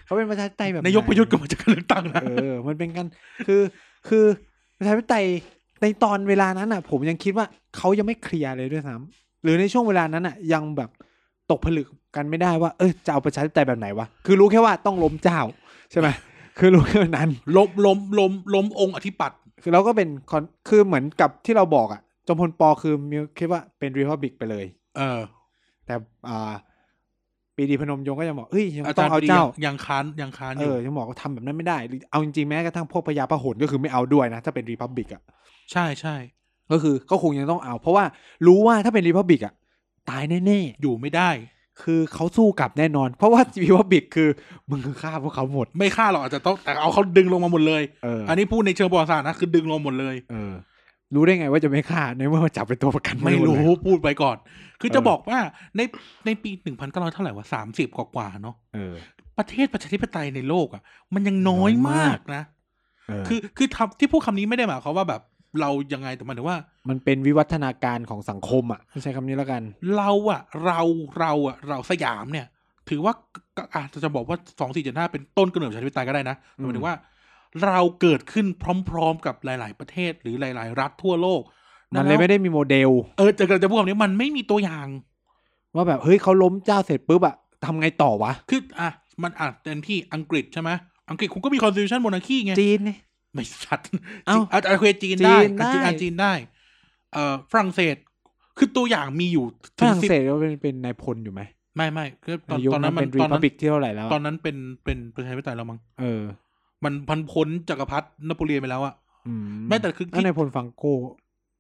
[SPEAKER 1] เขาเป็นประชาธิปไตยแบบ
[SPEAKER 2] นายกประยุทธ์ก็มาจากการเลือกตั้ง
[SPEAKER 1] ไหน
[SPEAKER 2] นะ
[SPEAKER 1] เออ มันเป็นกันคือคือประชาธิปไตยในตอนเวลานั้นอ่ะ ผมยังคิดว่าเขายังไม่เคลียร์เลยด้วยซ้ำหรือในช่วงเวลานั้นอ่ะ ยังแบบตกผลึกกันไม่ได้ว่าเออจะเอาประชาธิปไตยแบบไหนวะคือรู้แค่ว่าต้องล้มเจ้า ใช่ไหม คือรู้แค่นั้น
[SPEAKER 2] ล้มล้มล้มล้มองค์อธิปัตย์
[SPEAKER 1] คือเราก็เป็นคอนคือเหมือนกับที่เราบอกอ่ะจอมพลปอคือมีคิดว่าเป็นรีพับบิกไปเลย
[SPEAKER 2] เออ
[SPEAKER 1] แต่อ่าปรีดีพนมยงค์ก็ยังบอกเอ้ยยัง
[SPEAKER 2] อา
[SPEAKER 1] ต้
[SPEAKER 2] จา
[SPEAKER 1] อ
[SPEAKER 2] รง ย์
[SPEAKER 1] เอา
[SPEAKER 2] ปรีดี
[SPEAKER 1] เจ้า
[SPEAKER 2] ยังค้านยังค้าน
[SPEAKER 1] เอ
[SPEAKER 2] อยู่
[SPEAKER 1] อยังบอกว่าทำแบบนั้นไม่ได้หรือเอาจริงๆแม้กระทั่งพวกพญาพหลก็คือไม่เอาด้วยนะ ถ้าเป็นรีพับบิกอ่ะ
[SPEAKER 2] ใช่ใช่
[SPEAKER 1] ก็คือก็คงยังต้องเอา เพราะว่ารู้ว่าถ้าเป็นรีพับบิกอ่ะตายแน่
[SPEAKER 2] อยู่ไม่ได้
[SPEAKER 1] ๆ คือเขาสู้กลับแน่นอน เพราะว่ารีพับบิกคือมึงคือฆ่าพวกเขาหมด
[SPEAKER 2] ไม่ฆ่าหรอกอาจจะต้องแต่เอาเขาดึงลงมาหมดเลย
[SPEAKER 1] เออ
[SPEAKER 2] อันนี้พูดในเชิงประวัติศาสตร์นะคือดึงลงหมดเลย
[SPEAKER 1] เออ รู้ได้ไงว่าจะไม่ฆ่าในเมื่อจับเป็นตัวประกัน
[SPEAKER 2] ไม่รู้
[SPEAKER 1] เลย
[SPEAKER 2] พูดไปก่อน คือจะ
[SPEAKER 1] เออ
[SPEAKER 2] บอกว่าในในปีหนึ่งพันเก้าร้อยเท่าไหร่วะสามสิบกว่าๆเนาะ
[SPEAKER 1] เออ
[SPEAKER 2] ประเทศประชาธิปไตยในโลกอ่ะ มันยังน้อย
[SPEAKER 1] น้อยมาม
[SPEAKER 2] าก กนะ
[SPEAKER 1] เออ
[SPEAKER 2] คือคือทำที่พูดคำนี้ไม่ได้หมายความว่าแบบเรายังไงแต่หมันถึงว่า
[SPEAKER 1] มันเป็นวิวัฒนาการของสังคมอ่ะใช้คำนี้แล้วกัน
[SPEAKER 2] เราอะเราเราอะเราสยามเนี่ย ถือว่าก็อาจจะบอกว่าสองสี่เจ็ดห้าเป็นต้นกำเนิดประชาธิปไตยก็ได้นะ
[SPEAKER 1] อืม
[SPEAKER 2] หมายถึงว่า เราเกิดขึ้นพร้อม ๆ กับหลาย ๆ ประเทศหรือหลาย ๆ รัฐทั่วโลก
[SPEAKER 1] มันเลยไม่ได้มีโมเดล
[SPEAKER 2] เออจะจะพูดคำนี้มันไม่มีตัวอย่าง
[SPEAKER 1] ว่าแบบเฮ้ยเขาล้มเจ้าเสร็จปุ๊บอ่ะทำไงต่อวะ
[SPEAKER 2] คืออ่ะมันอาจเป็นที่อังกฤษใช่ไหมอังกฤษคุณก็มี constitution monarchy ไง
[SPEAKER 1] จีนเนี่ย
[SPEAKER 2] ไม่สัตว์
[SPEAKER 1] เอ้า
[SPEAKER 2] อาจจะเคยจีนได้
[SPEAKER 1] จีนได้
[SPEAKER 2] อาจจีนได้เอ่อฝรั่งเศสคือตัวอย่างมีอยู่
[SPEAKER 1] ฝ
[SPEAKER 2] ถึ
[SPEAKER 1] รั่ง
[SPEAKER 2] สิบ
[SPEAKER 1] เศสก็เป็นเป็นนายพลอยู่ไหม
[SPEAKER 2] ไม่ไม่คือตอน
[SPEAKER 1] ยุค
[SPEAKER 2] ตอนนั้นมัน
[SPEAKER 1] เป็นรี
[SPEAKER 2] ตอน
[SPEAKER 1] พั
[SPEAKER 2] นั้
[SPEAKER 1] บ
[SPEAKER 2] น
[SPEAKER 1] บิกที่เท่าไหร่แล้วะ
[SPEAKER 2] ตอนนั้นเป็นเป็นประชาธิปไตยแล้วมั้ง
[SPEAKER 1] เออ
[SPEAKER 2] มันพันพ้นจักรพรรดินโปเลียนไปแล้วอะ
[SPEAKER 1] อื
[SPEAKER 2] ไม่แต่คือที่
[SPEAKER 1] นายพลฟังโก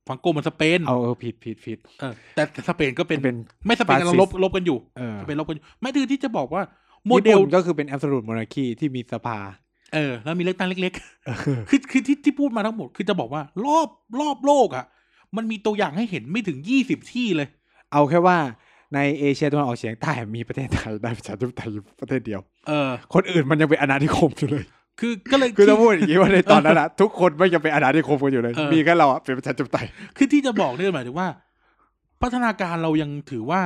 [SPEAKER 2] ฝังโกมันสเปน
[SPEAKER 1] เอาเออผิดผิดผิด
[SPEAKER 2] เออแต่แต่สเปนก็เป็น
[SPEAKER 1] เป็น
[SPEAKER 2] ไม่สเปนกำลังลบ
[SPEAKER 1] fascist
[SPEAKER 2] ลบกันอยู่
[SPEAKER 1] เออ
[SPEAKER 2] สเปนลบกันอยู่ไม่ถือที่จะบอกว่าโมเดล
[SPEAKER 1] ญี่ปุ่นก็คือเป็น absolute monarchy ที่มีสภา
[SPEAKER 2] เออแล้วมีเลือกตั้งเล็กๆ คือคือที่ที่พูดมาทั้งหมดคือจะบอกว่ารอบรอบโลกอะมันมีตัวอย่างให้เห็นไม่ถึงยี่สิบที่เลย
[SPEAKER 1] เอาแค่ว่าในเอเชียตะวันออกเฉียงใต้มีประเทศไทย ได้ประชาธิปไตยอยู่ประเทศเดียว
[SPEAKER 2] เออ
[SPEAKER 1] คนอื่นมันยังเป็นอาณานิคมอยู่เลย
[SPEAKER 2] คือก็เลย
[SPEAKER 1] คือถ้าพูดอย่างนี้ว่าในตอนนั้นอะ ทุกคนไม่ยังเป็นอาณานิคมกันอยู่เลย
[SPEAKER 2] เออ
[SPEAKER 1] มีแค่เราอะเป็นประชาธิปไตย
[SPEAKER 2] คือที่จะบอกเนี่ยหมายถึงว่า พัฒนาการเรายังถือว่า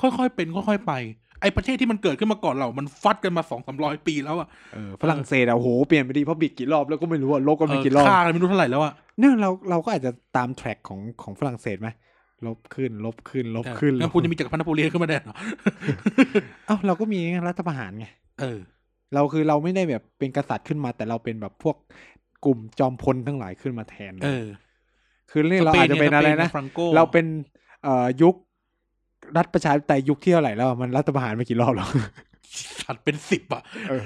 [SPEAKER 2] ค่อยๆเป็นค่อยๆไป ไอ้ประเทศที่มันเกิดขึ้นมาก่อนเรา มันฟัดกันมาสองสามร้อยปีแล้วอะ
[SPEAKER 1] เออฝรั่งเศสอะโอ้โหเปลี่ยนไปดีเพราะบิกกี่รอบแล้วก็ไม่รู้อะลบกันไปกี่รอบ
[SPEAKER 2] เออค่ากันไม่รู้เท่าไหร่แล้วอะ
[SPEAKER 1] เนี่ยเราเราก็อาจจะตามแทร็กของของฝรั่งเศสไหมลบขึ้น ลบขึ้น ลบขึ้น
[SPEAKER 2] แล้วคุณจะมีจักรพรรดินโปเลียนขึ้นมาแน่เหรอ
[SPEAKER 1] เอ้าเราก็มีรัฐประหารไง
[SPEAKER 2] เออ
[SPEAKER 1] เราคือเราไม่ได้แบบเป็นกษัตริย์ขึ้นมา แต่เราเป็นแบบพวก กลุ่มจอมพลทั้งหลายขึ้นมาแทน
[SPEAKER 2] เออ
[SPEAKER 1] คือเรื่องเราอาจจะเป็นอะไรนะ
[SPEAKER 2] สเยกับฟงโก
[SPEAKER 1] เราเป็นเอ่อยุครัฐประชาธิปไตยยุคที่เท่าไหร่แล้วมันรัฐประหารมากี่รอบ แล้ว
[SPEAKER 2] สัตว์เป็นสิบอ่ะ
[SPEAKER 1] เออ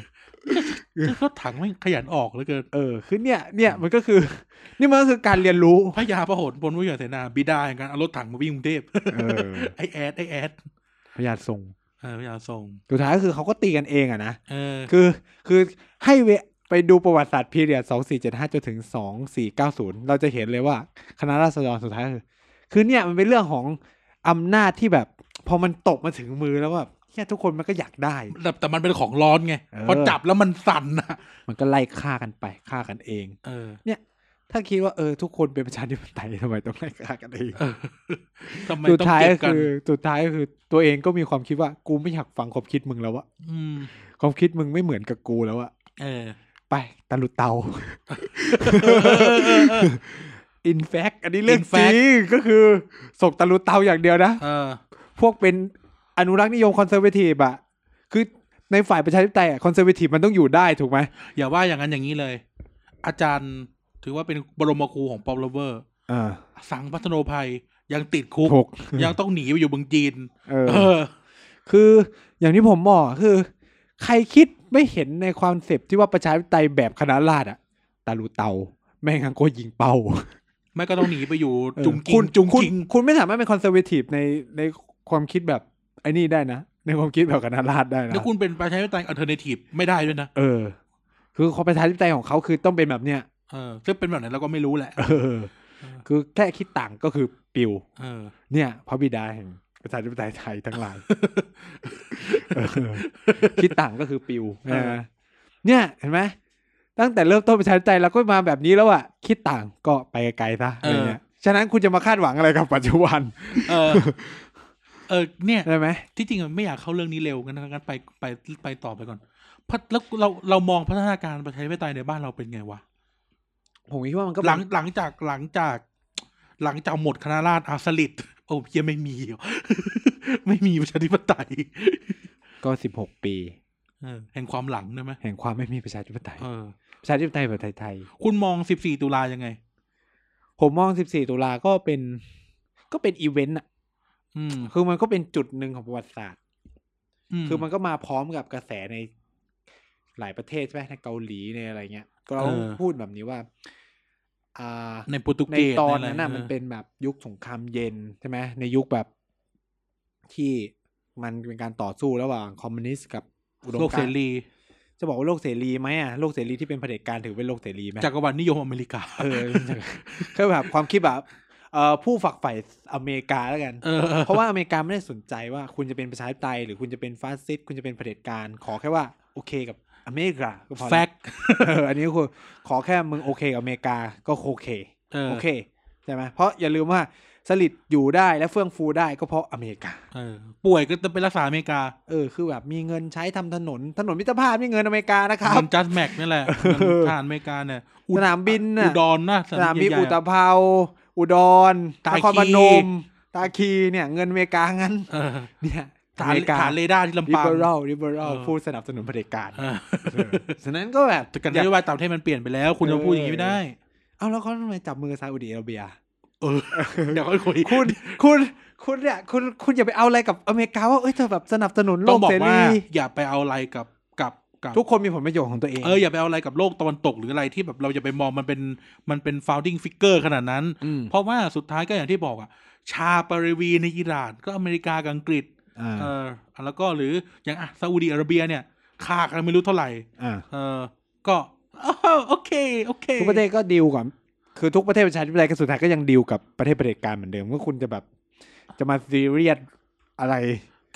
[SPEAKER 2] ก็ถังไม่งขยันออกเหลือเกิน
[SPEAKER 1] เออคือเนี่ยเนี่ยมันก็คือ นี่มันก็คือการเรียนรู้
[SPEAKER 2] พระยาพระหนพลวิยาเสนาบิดาแห่งการเอารถถังมาวิ่งกรุงเทพ
[SPEAKER 1] เออ
[SPEAKER 2] ไอแอดไอแอด
[SPEAKER 1] พยาทรง
[SPEAKER 2] เออพระยาทรง
[SPEAKER 1] สุดท้ายก็คือเขาก็ตีกันเองอะนะ
[SPEAKER 2] เออ
[SPEAKER 1] คือคือให้เวไปดูประวัติศาสตร์พีเรียดสองสี่เจ็ดห้าจนถึงสองสี่เก้าศูนย์เราจะเห็นเลยว่า คณะราษฎรสุดท้ายคือคือเนี่ยมันเป็นเรื่องของอำนาจที่แบบ พอมันตกมาถึงมือแล้วแบบแค่ยทุกคนมันก็อยากได้
[SPEAKER 2] แต่แต่มันเป็นของร้อนไง
[SPEAKER 1] เออ
[SPEAKER 2] พอจับแล้วมันสั่นนะ
[SPEAKER 1] มันก็ไล่ฆ่ากันไปฆ่ากันเอง
[SPEAKER 2] เออ
[SPEAKER 1] ถ้าคิดว่าเออทุกคนเป็นประชาธิปไตยทำไมต้องไล่ฆ่ากันเอง
[SPEAKER 2] เออทำไม
[SPEAKER 1] สุด
[SPEAKER 2] ต้อง
[SPEAKER 1] ท้าย
[SPEAKER 2] เก็บ
[SPEAKER 1] ก็
[SPEAKER 2] กัน
[SPEAKER 1] คือสุดท้ายก็คือตัวเองก็มีความคิดว่ากูไม่อยากฟังความคิดมึงแล้วอะ
[SPEAKER 2] อืม
[SPEAKER 1] ความคิดมึงไม่เหมือนกับกูแล้วอะ
[SPEAKER 2] เออ
[SPEAKER 1] ไปตะลุเตา อินแฟกอันนี้เรื่อง
[SPEAKER 2] In
[SPEAKER 1] จริ
[SPEAKER 2] fact
[SPEAKER 1] งก็คือส่งตะลุเตาอย่างเดียวนะ
[SPEAKER 2] เออ
[SPEAKER 1] พวกเป็นอนุรักษ์นิยมคอนเซอร์เวทีฟอะคือในฝ่ายประชาธิปไตยคอนเซอร์เวทีฟมันต้องอยู่ได้ถูกไหม
[SPEAKER 2] อย่าว่าอย่างนั้นอย่างนี้เลย อาจารย์ถือว่าเป็นบรมครูของป๊อปโลเวอร์
[SPEAKER 1] อ่า
[SPEAKER 2] สังพัฒโนภัยยังติดคุก
[SPEAKER 1] ถูก
[SPEAKER 2] ยังต้องหนีไปอยู่เมืองจีน
[SPEAKER 1] เอ
[SPEAKER 2] เอ
[SPEAKER 1] อ
[SPEAKER 2] อ
[SPEAKER 1] คืออย่างที่ผมบอกคือ ใครคิดไม่เห็นในความเสพที่ว่าประชาธิปไตยแบบคณะราษฎรอะตาลูเตา แม่งอังโกยิงเป้า
[SPEAKER 2] ไม่ก็ต้องหนีไปอยู่
[SPEAKER 1] เออ
[SPEAKER 2] จุงกิ
[SPEAKER 1] คุ
[SPEAKER 2] ง
[SPEAKER 1] ณ
[SPEAKER 2] จุง
[SPEAKER 1] คุณ
[SPEAKER 2] กิง
[SPEAKER 1] คุณไม่สามารถเป็นคอนเซอร์เวทีฟในในความคิดแบบไอ้นี่ได้นะ ในความคิดแบบคณะราษฎรได้นะ
[SPEAKER 2] แล้วคุณเป็นประชาธิปไตยอัลเทอร์เนทีฟไม่ได้ด้วยนะ
[SPEAKER 1] เออ คือความประชาธิปไตยของเขาคือต้องเป็นแบบเนี้ย
[SPEAKER 2] เออซึ่งเป็นแบบไหนเราก็ไม่รู้แหละ
[SPEAKER 1] เออ คือแค่คิดต่างก็คือปิว
[SPEAKER 2] เออ
[SPEAKER 1] เนี่ยพระบิดาแห่งประชาธิปไตยไทยทั้ง หลาย เออคิดต่างก็คือปิว
[SPEAKER 2] เออ
[SPEAKER 1] นะเนี่ยเห็นไหมตั้งแต่เริ่มต้นประชาธิปไตยเราก็มาแบบนี้แล้วอะคิดต่างก็ไปไกลๆซะอะไรเงี้ยฉะนั้นคุณจะมาคาดหวังอะไรกับปัจจุ บัน
[SPEAKER 2] เออ เออ เนี่ย
[SPEAKER 1] ได้ไหม
[SPEAKER 2] ที่จริงอะไม่อยากเข้าเรื่องนี้เร็วงั้นงั้นไปไปไปต่อไปก่อนพัดแล้วเราเรามองพัฒนาการประชาธิปไตยในบ้านเราเป็นไงวะ
[SPEAKER 1] ผมคิดว่ามันก็
[SPEAKER 2] หลังหลังจากหลังจาก หลังจากหมดคณะราษฎรอาสลิดโอ้เหี้ยไม่มีเหรอ ไม่มีประชาธิปไตย
[SPEAKER 1] ก็สิบหกปี
[SPEAKER 2] เออแห่งความหลังใช่ไหม
[SPEAKER 1] แห่งความไม่มีประชาธิปไตย
[SPEAKER 2] เออ
[SPEAKER 1] ประชาธิปไตยแบบไทย
[SPEAKER 2] คุณมอง 14 ตุลายังไง
[SPEAKER 1] ๆผมมองสิบสี่ตุลาก็เป็น ก็เป็นอีเวนต์อะ
[SPEAKER 2] อืม
[SPEAKER 1] คือมันก็เป็นจุดหนึ่งของประวัติศาสตร์ คือมัน
[SPEAKER 2] เ
[SPEAKER 1] ก็มาพร้อมกับกระแสในหลายประเทศใช่ไหมในเกาหลีในอะไรเงี้ย ก็เรา
[SPEAKER 2] เออ
[SPEAKER 1] พูดแบบนี้ว่า อ่า
[SPEAKER 2] ในโปรตุ
[SPEAKER 1] ใน
[SPEAKER 2] เกส
[SPEAKER 1] ตอนนั้นน่ะ
[SPEAKER 2] ใไร
[SPEAKER 1] มันเป็นแบบยุคสงครามเย็นใช่ไหมในยุคแบบที่มันเป็นการต่อสู้ระหว่างคอมมิวนิสต์กับอุดม
[SPEAKER 2] โลกเส
[SPEAKER 1] การณ์
[SPEAKER 2] รี
[SPEAKER 1] จะบอกว่าโลกเสรีไหมอ่ะโลกเสรีที่เป็นเผด็จการถือเป็นโลกเสรีไหม
[SPEAKER 2] จักรวรรดินิยมอเมริกา
[SPEAKER 1] เออก็แบบ ความคิดแบบเอ่อผู้ฝักใฝ่อเมริกาแล้วกัน
[SPEAKER 2] เออ
[SPEAKER 1] เพราะว่าอเมริกาไม่ได้สนใจว่าคุณจะเป็นประชาธิปไตย หรือคุณจะเป็นฟาสซิสต์คุณจะเป็นเผด็จการ ขอแค่ว่าโอเคกับอเมริ กาก็พอ
[SPEAKER 2] แฟ
[SPEAKER 1] แล้ว
[SPEAKER 2] ก
[SPEAKER 1] เอ ออันนี้ก็คือขอแค่มึงโอเคกับอเมริกาก็โอเค
[SPEAKER 2] เออ
[SPEAKER 1] โอเคใช่ไหมเพราะอย่าลืมว่าสลิดอยู่ได้และเฟื่องฟูได้ก็เพราะอเมริกา
[SPEAKER 2] เออ ป่วยก็จะไปรักษาอเมริกา
[SPEAKER 1] เออคือแบบมีเงินใช้ทำถนนถนนมิตรภาพนี่เงินอเมริกานะครับ
[SPEAKER 2] มันจัสแม็กนี่แหละมัน
[SPEAKER 1] เออ
[SPEAKER 2] ทหารอเมริกาเนี่ย
[SPEAKER 1] สนามบินน่ะ
[SPEAKER 2] อุดรนะ
[SPEAKER 1] สนามบิน
[SPEAKER 2] ใหญ่ๆ
[SPEAKER 1] อุตภเปาอุดร
[SPEAKER 2] ตาน คี
[SPEAKER 1] ครพนม ตาคีเนี่ย เงินอเมริกางั้น
[SPEAKER 2] เออ
[SPEAKER 1] เนี่ย
[SPEAKER 2] ฐา
[SPEAKER 1] อน เมริกา
[SPEAKER 2] ฐานเรดาร์ที่ลำ
[SPEAKER 1] ลิ
[SPEAKER 2] ปาง
[SPEAKER 1] เบอรัลลิเบอรัล
[SPEAKER 2] เออ
[SPEAKER 1] ผู้สนับสนุนเผด็จการ
[SPEAKER 2] เออ
[SPEAKER 1] ฉะนั้นก็แบบ
[SPEAKER 2] แต่กัน
[SPEAKER 1] อยา
[SPEAKER 2] โยบายต่างประเทศมันเปลี่ยนไปแล้ว คุณจะมาพูดอย่างนี้ไม่ได้
[SPEAKER 1] เอาแล้วเขาทำไมจับมือซาอุดิอาระเบีย
[SPEAKER 2] เออ เดี๋ยวค่อยคุย
[SPEAKER 1] คุณคุณคุณเนี่ยคุณคุณอย่าไปเอาอะไรกับอเมริกาว่าเอ้ยเธอแบบสนับสนุนโล
[SPEAKER 2] ต้อง
[SPEAKER 1] ก
[SPEAKER 2] บอ
[SPEAKER 1] เส
[SPEAKER 2] กว่า
[SPEAKER 1] รี
[SPEAKER 2] อย่าไปเอาอะไรกับกับกับ
[SPEAKER 1] ทุกคนมีผลประโยชน์ของตัวเอง
[SPEAKER 2] เอออย่าไปเอาอะไรกับโลกตะวันตกหรืออะไรที่แบบเราจะไปมองมันเป็นมันเป็น founding figure ขนาดนั้น
[SPEAKER 1] ม
[SPEAKER 2] เพราะว่าสุดท้ายก็อย่างที่บอกอะชาปารีวีในอิหร่านก็อเมริกากับอังกฤษ
[SPEAKER 1] อ่า
[SPEAKER 2] เออแล้วก็หรืออย่างอ่ะซาอุดีอาระเบียเนี่ยค่ากันไม่รู้เท่าไหร่
[SPEAKER 1] ่า
[SPEAKER 2] เออ ก็ อ้าวโอเค โอเค
[SPEAKER 1] ทุกประเทศก็ดีลกับคือทุกประเทศประชาธิปไตยก็สุดท้ายก็ยังดีลกับประเทศเผด็จการเหมือนเดิมว่าคุณจะแบบจะมาซีเรียสอะไร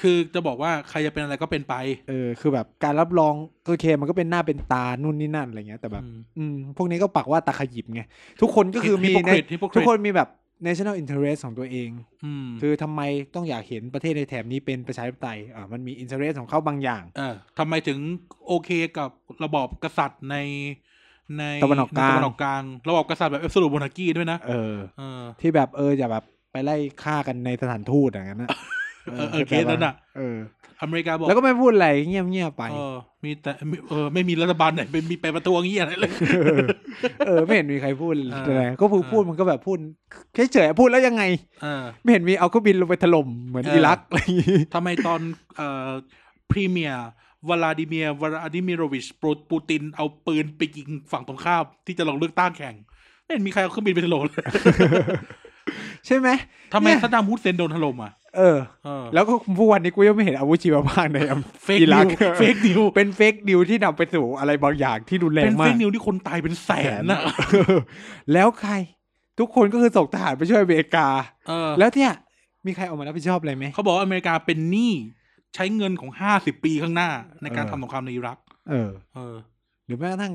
[SPEAKER 2] คือจะบอกว่าใครจะเป็นอะไรก็เป็นไป
[SPEAKER 1] เออคือแบบการรับรองโอเคมันก็เป็นหน้าเป็นตานู่นนี่นั่นอะไรเงี้ยแต่แบบ
[SPEAKER 2] อืม
[SPEAKER 1] อืมพวกนี้ก็ปักว่าตาขยิบไง ทุกคนก็คือมี
[SPEAKER 2] Hypocrite
[SPEAKER 1] ใน
[SPEAKER 2] Hypocrite
[SPEAKER 1] ทุกคนมีแบบ national interest ของตัวเอง
[SPEAKER 2] อืม
[SPEAKER 1] คือทำไมต้องอยากเห็นประเทศในแถบนี้เป็นประชาธิปไตยอ่ามันมี interest ของเขาบางอย่าง
[SPEAKER 2] เออทำไมถึงโอเคกับระบอบกษัตริย์ในใน
[SPEAKER 1] ตะวันออกกลาง
[SPEAKER 2] ใตะวันออกกลางระบอบกษัตริย์แบบเอฟ l u ู e ม o นา r c ีด้วยนะ
[SPEAKER 1] เออ
[SPEAKER 2] เออ
[SPEAKER 1] ที่แบบเอออย่าแบบไปไล่ฆ่ากันในสถานทูตอย่างนั้นนะ
[SPEAKER 2] เออเออเคสนั้นน่ะ
[SPEAKER 1] เออ
[SPEAKER 2] อเมริกาบอก
[SPEAKER 1] แล้วก็ไม่พูดอะไรเงียบเงียบๆไป
[SPEAKER 2] เออมีแต่มีเออไม่มีรัฐบาลไหนไปมีไปประท้วงเงี้ยอะไรเลย
[SPEAKER 1] เออเออ ไม่เห็นมีใครพูด
[SPEAKER 2] อ่า
[SPEAKER 1] อะไรก็พูด
[SPEAKER 2] อ่า
[SPEAKER 1] พูดมันก็แบบพูดเฉยๆพูดแล้วยังไง
[SPEAKER 2] เออ
[SPEAKER 1] ไม่เห็นมีเอาเครื่องบินลงไปถล่มเหมือน
[SPEAKER 2] เอออิ
[SPEAKER 1] อิรักอะไรอย่างงี้
[SPEAKER 2] ทำไมตอนเอ่อพรีเมียร์วลาดิเมียร์วลาดิมิโรวิชโปรปูตินเอาปืนไปยิงฝั่งตรงข้ามที่จะลงเลือกตั้งแข่งไม่เห็นมีใครเอาเครื่องบินไปถล่ม เลย
[SPEAKER 1] ใช่ไหม
[SPEAKER 2] ทำไม
[SPEAKER 1] เนี่ย
[SPEAKER 2] ซัดดามฮุสเซนโดนถล่มอ่ะ
[SPEAKER 1] เออ
[SPEAKER 2] เออ
[SPEAKER 1] แล้วก็ผู้วันนี้กูยังไม่เห็นอาวุธชีวภาพในอ
[SPEAKER 2] เฟก
[SPEAKER 1] อิ
[SPEAKER 2] นิ
[SPEAKER 1] รัก
[SPEAKER 2] วเฟกนิว
[SPEAKER 1] เป็นเฟกนิวที่นำไปสู่อะไรบางอย่างที่รุนแร
[SPEAKER 2] เป็
[SPEAKER 1] ง
[SPEAKER 2] นเฟ
[SPEAKER 1] มาก ก
[SPEAKER 2] นิวที่คนตายเป็นแสนนะ
[SPEAKER 1] เออแล้วใคร ทุกคนก็คือส่งทหารไปช่วยอเมริกา
[SPEAKER 2] เออ
[SPEAKER 1] แล้วเนี่ย มีใครออกมารับผิดชอบอะไรไหม
[SPEAKER 2] เขาบอกว่าอเมริกาเป็นหนี้ใช้เงินของห้าสิบปีข้างหน้า ในการ
[SPEAKER 1] เออ
[SPEAKER 2] ทำสงครามในอิรัก
[SPEAKER 1] เออ
[SPEAKER 2] เออ
[SPEAKER 1] หรือแม้กระทั่ง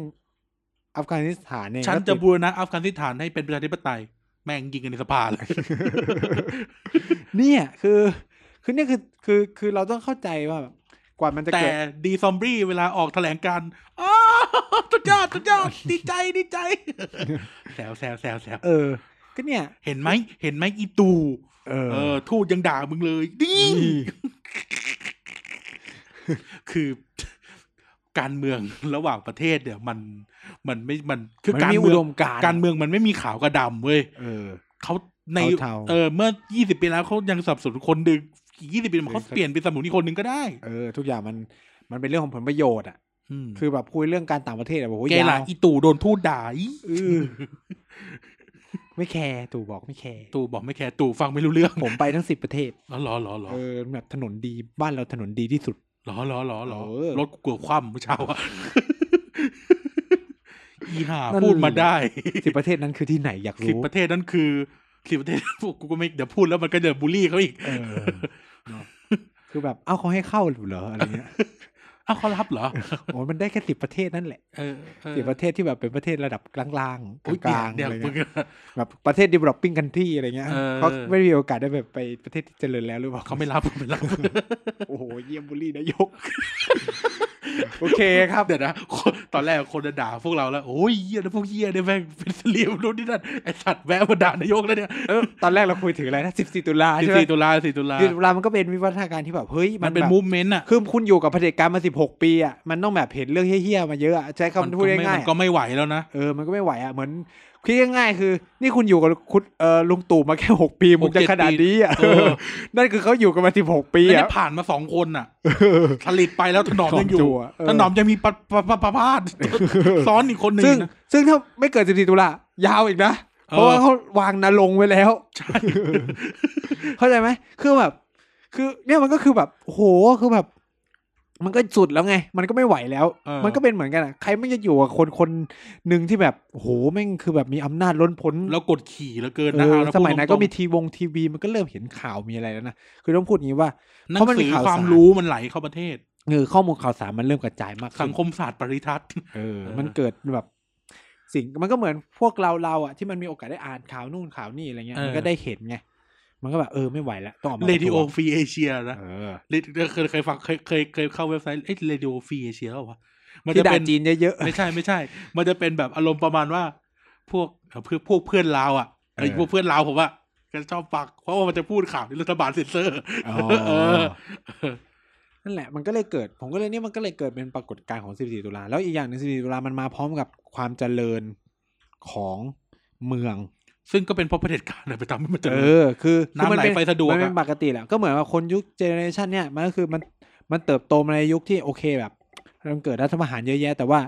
[SPEAKER 1] อัฟกานิสถานเนี่ย
[SPEAKER 2] ฉัน
[SPEAKER 1] ก็ติ
[SPEAKER 2] จะ
[SPEAKER 1] ด
[SPEAKER 2] บูรณะอัฟกานิสถานให้เป็นประชาธิปไตย แม่งยิงกันในสภาเลย
[SPEAKER 1] เนี่ยคือคือเนี่ยคือคือคือเราต้องเข้าใจว่าแบบกว่ามันจะ
[SPEAKER 2] แต่
[SPEAKER 1] เกิด
[SPEAKER 2] ดีซอมบี้เวลาออกแถลงการณ์อ้าวสุดยอดสุดยอ ดดีใจดีใจ แซวแซวแซวแซว
[SPEAKER 1] เออ ก็เนี่ย
[SPEAKER 2] เห็นไหมเห็นไหมอีตู
[SPEAKER 1] เออ
[SPEAKER 2] เออทูดยังด่ามึงเลยนี่
[SPEAKER 1] นี่
[SPEAKER 2] คือ การเมืองระหว่างประเทศเนี่ย มันมันไม่มันคือ
[SPEAKER 1] มัน
[SPEAKER 2] การ
[SPEAKER 1] มี
[SPEAKER 2] เมื
[SPEAKER 1] อุ
[SPEAKER 2] อง
[SPEAKER 1] ดมการณ์
[SPEAKER 2] การเมืองมันไม่มีขาวกับดำเว้ย
[SPEAKER 1] เออ
[SPEAKER 2] เขาใน
[SPEAKER 1] เทาๆ
[SPEAKER 2] เออเมื่อยี่สิบปีแล้วเขายังสนับสนุนคนดึงอีกยี่สิบปีมันเขาเปลี่ยนเป็นสนับสนุนอีกคนหนึ่งก็ได้
[SPEAKER 1] เออ ทุกอย่างมันมันเป็นเรื่องของผลประโยชน์อ่ะ
[SPEAKER 2] อืม
[SPEAKER 1] คือแบบคุยเรื่องการต่างประเทศอะบอกว่า
[SPEAKER 2] เกล่ะ
[SPEAKER 1] ยาว
[SPEAKER 2] อีตู่โดนทูดด่าอี
[SPEAKER 1] เออไม่แคร์ตู่บอกไม่แคร์
[SPEAKER 2] ตู่บอกไม่แคร์ตู่ฟังไม่รู้เรื่อง
[SPEAKER 1] ผมไปทั้งสิบประเทศ
[SPEAKER 2] อ๋อเหรอเหรอเหรอ
[SPEAKER 1] เออแบบถนนดีบ้านเราถนนดีที่สุด
[SPEAKER 2] เหรอเหรอเหรอเหรอ
[SPEAKER 1] เออ
[SPEAKER 2] รถกูเกือบคว่ำเมื่อเช้าอะ อีห่า
[SPEAKER 1] นั่น
[SPEAKER 2] พูดมาได้
[SPEAKER 1] สิบประเทศนั้นคือที่ไหนอยาก
[SPEAKER 2] สิบ
[SPEAKER 1] รู้
[SPEAKER 2] ประเทศนั่นคือสิบประเทศ พวกกูก็ไม่เดี๋ยวพูดแล้วมันก็จะบูลลี่เขาอีก
[SPEAKER 1] เออเนอะคือแบบเอ้าเขาให้เข้าเหรออะไรเงี้ย
[SPEAKER 2] อ้าวเขารับเหรอ
[SPEAKER 1] โอ้ยมันได้แค่สิบประเทศนั่นแหละ
[SPEAKER 2] เออเออ
[SPEAKER 1] สิบประเทศที่แบบเป็นประเทศระดับกลาง
[SPEAKER 2] อุ๊ย
[SPEAKER 1] ๆกลางๆ
[SPEAKER 2] เดี๋ย
[SPEAKER 1] อะ
[SPEAKER 2] ว
[SPEAKER 1] ไร
[SPEAKER 2] เดี๋ยวมึ
[SPEAKER 1] เงี้
[SPEAKER 2] ง
[SPEAKER 1] ยแบบประเทศ developing country อะไรเงี้ย
[SPEAKER 2] เออ
[SPEAKER 1] เขาไม่มีโอกาสได้แบบไปประเทศที่เจริญแล้วหรือเปล่า
[SPEAKER 2] เขาไม่รับเขาไม่รับ
[SPEAKER 1] โอ้โห เยี่ยมบุรีนายก โอเคครับ
[SPEAKER 2] เดี๋ยวนะคนตอนแรกคนจะด่าพวกเราแล้ว โอ้ยเยี่ยนะพวกเยี่ยเนี่ยแม่ง เป็นสลีมนู่นนี่นั่นไอสัตว์แวะมาด่านายกแล้วเนี่ย
[SPEAKER 1] เออตอนแรกเราคุยถึงอะไรนะสิบสี่ตุลา
[SPEAKER 2] สิ
[SPEAKER 1] ใช่ไหม
[SPEAKER 2] ตุลาสิตุลา
[SPEAKER 1] สิบสี่ตุลามันก็เป็นวิวัฒนาการที่แบบ เฮ้ย
[SPEAKER 2] มั
[SPEAKER 1] มัน น
[SPEAKER 2] เป็น
[SPEAKER 1] แบบ
[SPEAKER 2] มูฟเมนต์อ่ะ
[SPEAKER 1] คือคุณอยู่กับเผด็จการมาสิบหกปีอ่ะมันต้องแบบเห็นเรื่องเฮี้ยๆมาเยอะอะใช้คำพูด
[SPEAKER 2] มันก็ไม่
[SPEAKER 1] ง่า
[SPEAKER 2] มั
[SPEAKER 1] ย
[SPEAKER 2] น
[SPEAKER 1] ๆ
[SPEAKER 2] ก็
[SPEAKER 1] อะ
[SPEAKER 2] ไม่ไหวแล้วนะ
[SPEAKER 1] เออมันก็ไม่ไหวอ่ะเหมือนคิดง่ายๆคือ นี่คุณอยู่กับคุณเออลุงตู่มาแค่หกปีมึงจะขนาดนี้อ่ะ
[SPEAKER 2] เออ
[SPEAKER 1] นั่นคือเขาอยู่กันมาสิบหกปี
[SPEAKER 2] แล้วเนี่
[SPEAKER 1] อ่ะ
[SPEAKER 2] ยผ่านมาสองคนอ่ะสลิดไปแล้วถนอมยังอยู่
[SPEAKER 1] ถนอมจั่วเออ
[SPEAKER 2] ถนอมยังมีปะปะปะปะพาดซ้อนอีกคนหนึ่ง
[SPEAKER 1] ซึ่ง
[SPEAKER 2] นะ
[SPEAKER 1] ซึ่งถ้าไม่เกิน 14 ตุลายาวอีกนะ
[SPEAKER 2] เออ
[SPEAKER 1] เพราะว่าเขาวางนาลงไว้แล้ว
[SPEAKER 2] ใช่
[SPEAKER 1] เข้าใจไหมคือแบบ คือเนี่ยมันก็คือแบบโหคือแบบ มันก็สุดแล้วไง มันก็ไม่ไหวแล้ว
[SPEAKER 2] เออ
[SPEAKER 1] มันก็เป็นเหมือนกันอ่ะใครไม่จะอยู่กับคนคนหนึ่งที่แบบโหแม่งคือแบบมีอำนาจล้นพ้น
[SPEAKER 2] แล้วกดขี่แล้วเกิน
[SPEAKER 1] เอ
[SPEAKER 2] นะ
[SPEAKER 1] อ
[SPEAKER 2] เอาะ
[SPEAKER 1] สมัยนั้นก็มี
[SPEAKER 2] พูดตร
[SPEAKER 1] ทีวงทีวีมันก็เริ่มเห็นข่าวมีอะไรแล้วนะคือต้องพูดอย่างนี้ว่า
[SPEAKER 2] งๆหนั
[SPEAKER 1] เพราะมั
[SPEAKER 2] ง
[SPEAKER 1] น
[SPEAKER 2] สื
[SPEAKER 1] มี
[SPEAKER 2] อ
[SPEAKER 1] ข่าว
[SPEAKER 2] ค
[SPEAKER 1] สาร
[SPEAKER 2] วามรู้มันไหลเข้าประเทศ
[SPEAKER 1] เออข้อมูลข่าวสารมันเริ่มกระจายมาก
[SPEAKER 2] สั
[SPEAKER 1] ขึ้
[SPEAKER 2] ง
[SPEAKER 1] น
[SPEAKER 2] คมศาสตร์ปริทัศน์
[SPEAKER 1] เออ
[SPEAKER 2] เออ
[SPEAKER 1] มันเกิดแบบ สิ่งมันก็เหมือนพวกเราเราอ่ะที่มันมีโอกาสได้อ่านข่าวนู่นข่าวนี่อะไรเงี้ยมันก็ได้เห็นไงมันก็แบบเออไม่ไหวแล้วต้องออกมา
[SPEAKER 2] เรดิโอ
[SPEAKER 1] ประท้วง
[SPEAKER 2] ฟรีเอเชียนะ
[SPEAKER 1] เออ
[SPEAKER 2] เรดเคยเคยฟังเคยเคยเคยเข้าเว็บไซต์เอ้เรดิโอฟรีเอเชียเหรอวะมัน
[SPEAKER 1] ที่
[SPEAKER 2] จะ
[SPEAKER 1] ด่า
[SPEAKER 2] เป็น
[SPEAKER 1] จีนเยอะ
[SPEAKER 2] ไม่ใช่ไม่ใช่ มันจะเป็นแบบอารมณ์ประมาณว่า พวกเอ่อเพื่อพวกเพื่อนลาวอ่ะไอ้
[SPEAKER 1] เออ
[SPEAKER 2] พวกเพื่อนลาวผมอ่ะก็ชอบฟังเพราะว่ามันจะพูดข่าวที่รัฐบาลเซ็นเซอร์
[SPEAKER 1] อ๋อ
[SPEAKER 2] เออ
[SPEAKER 1] ๆนั่นแหละมันก็เลยเกิด ผมก็เลยเนี่ยมันก็เลยเกิดเป็นปรากฏการณ์ของ 14 ตุลาแล้วอีกอย่างหนึ่ง14 ตุลามันมาพร้อมกับความเจริญของเมือง
[SPEAKER 2] ซึ่งก็เป็นเพราะเผด็จการน่ะไปทำให้มันเจ
[SPEAKER 1] เอ
[SPEAKER 2] ริญ
[SPEAKER 1] อ คือคือ
[SPEAKER 2] น้ำไหล
[SPEAKER 1] มัเป็
[SPEAKER 2] ไฟสะดวกอะ
[SPEAKER 1] มันเป็นปกติแหละก็เหมือนว่าคนยุคเจเนอเรชันเนี่ยมันก็คือมันมันเติบโตมาในยุคที่โอเคแบบมันเกิดรัฐประหารเยอะแยะ แต่ว่า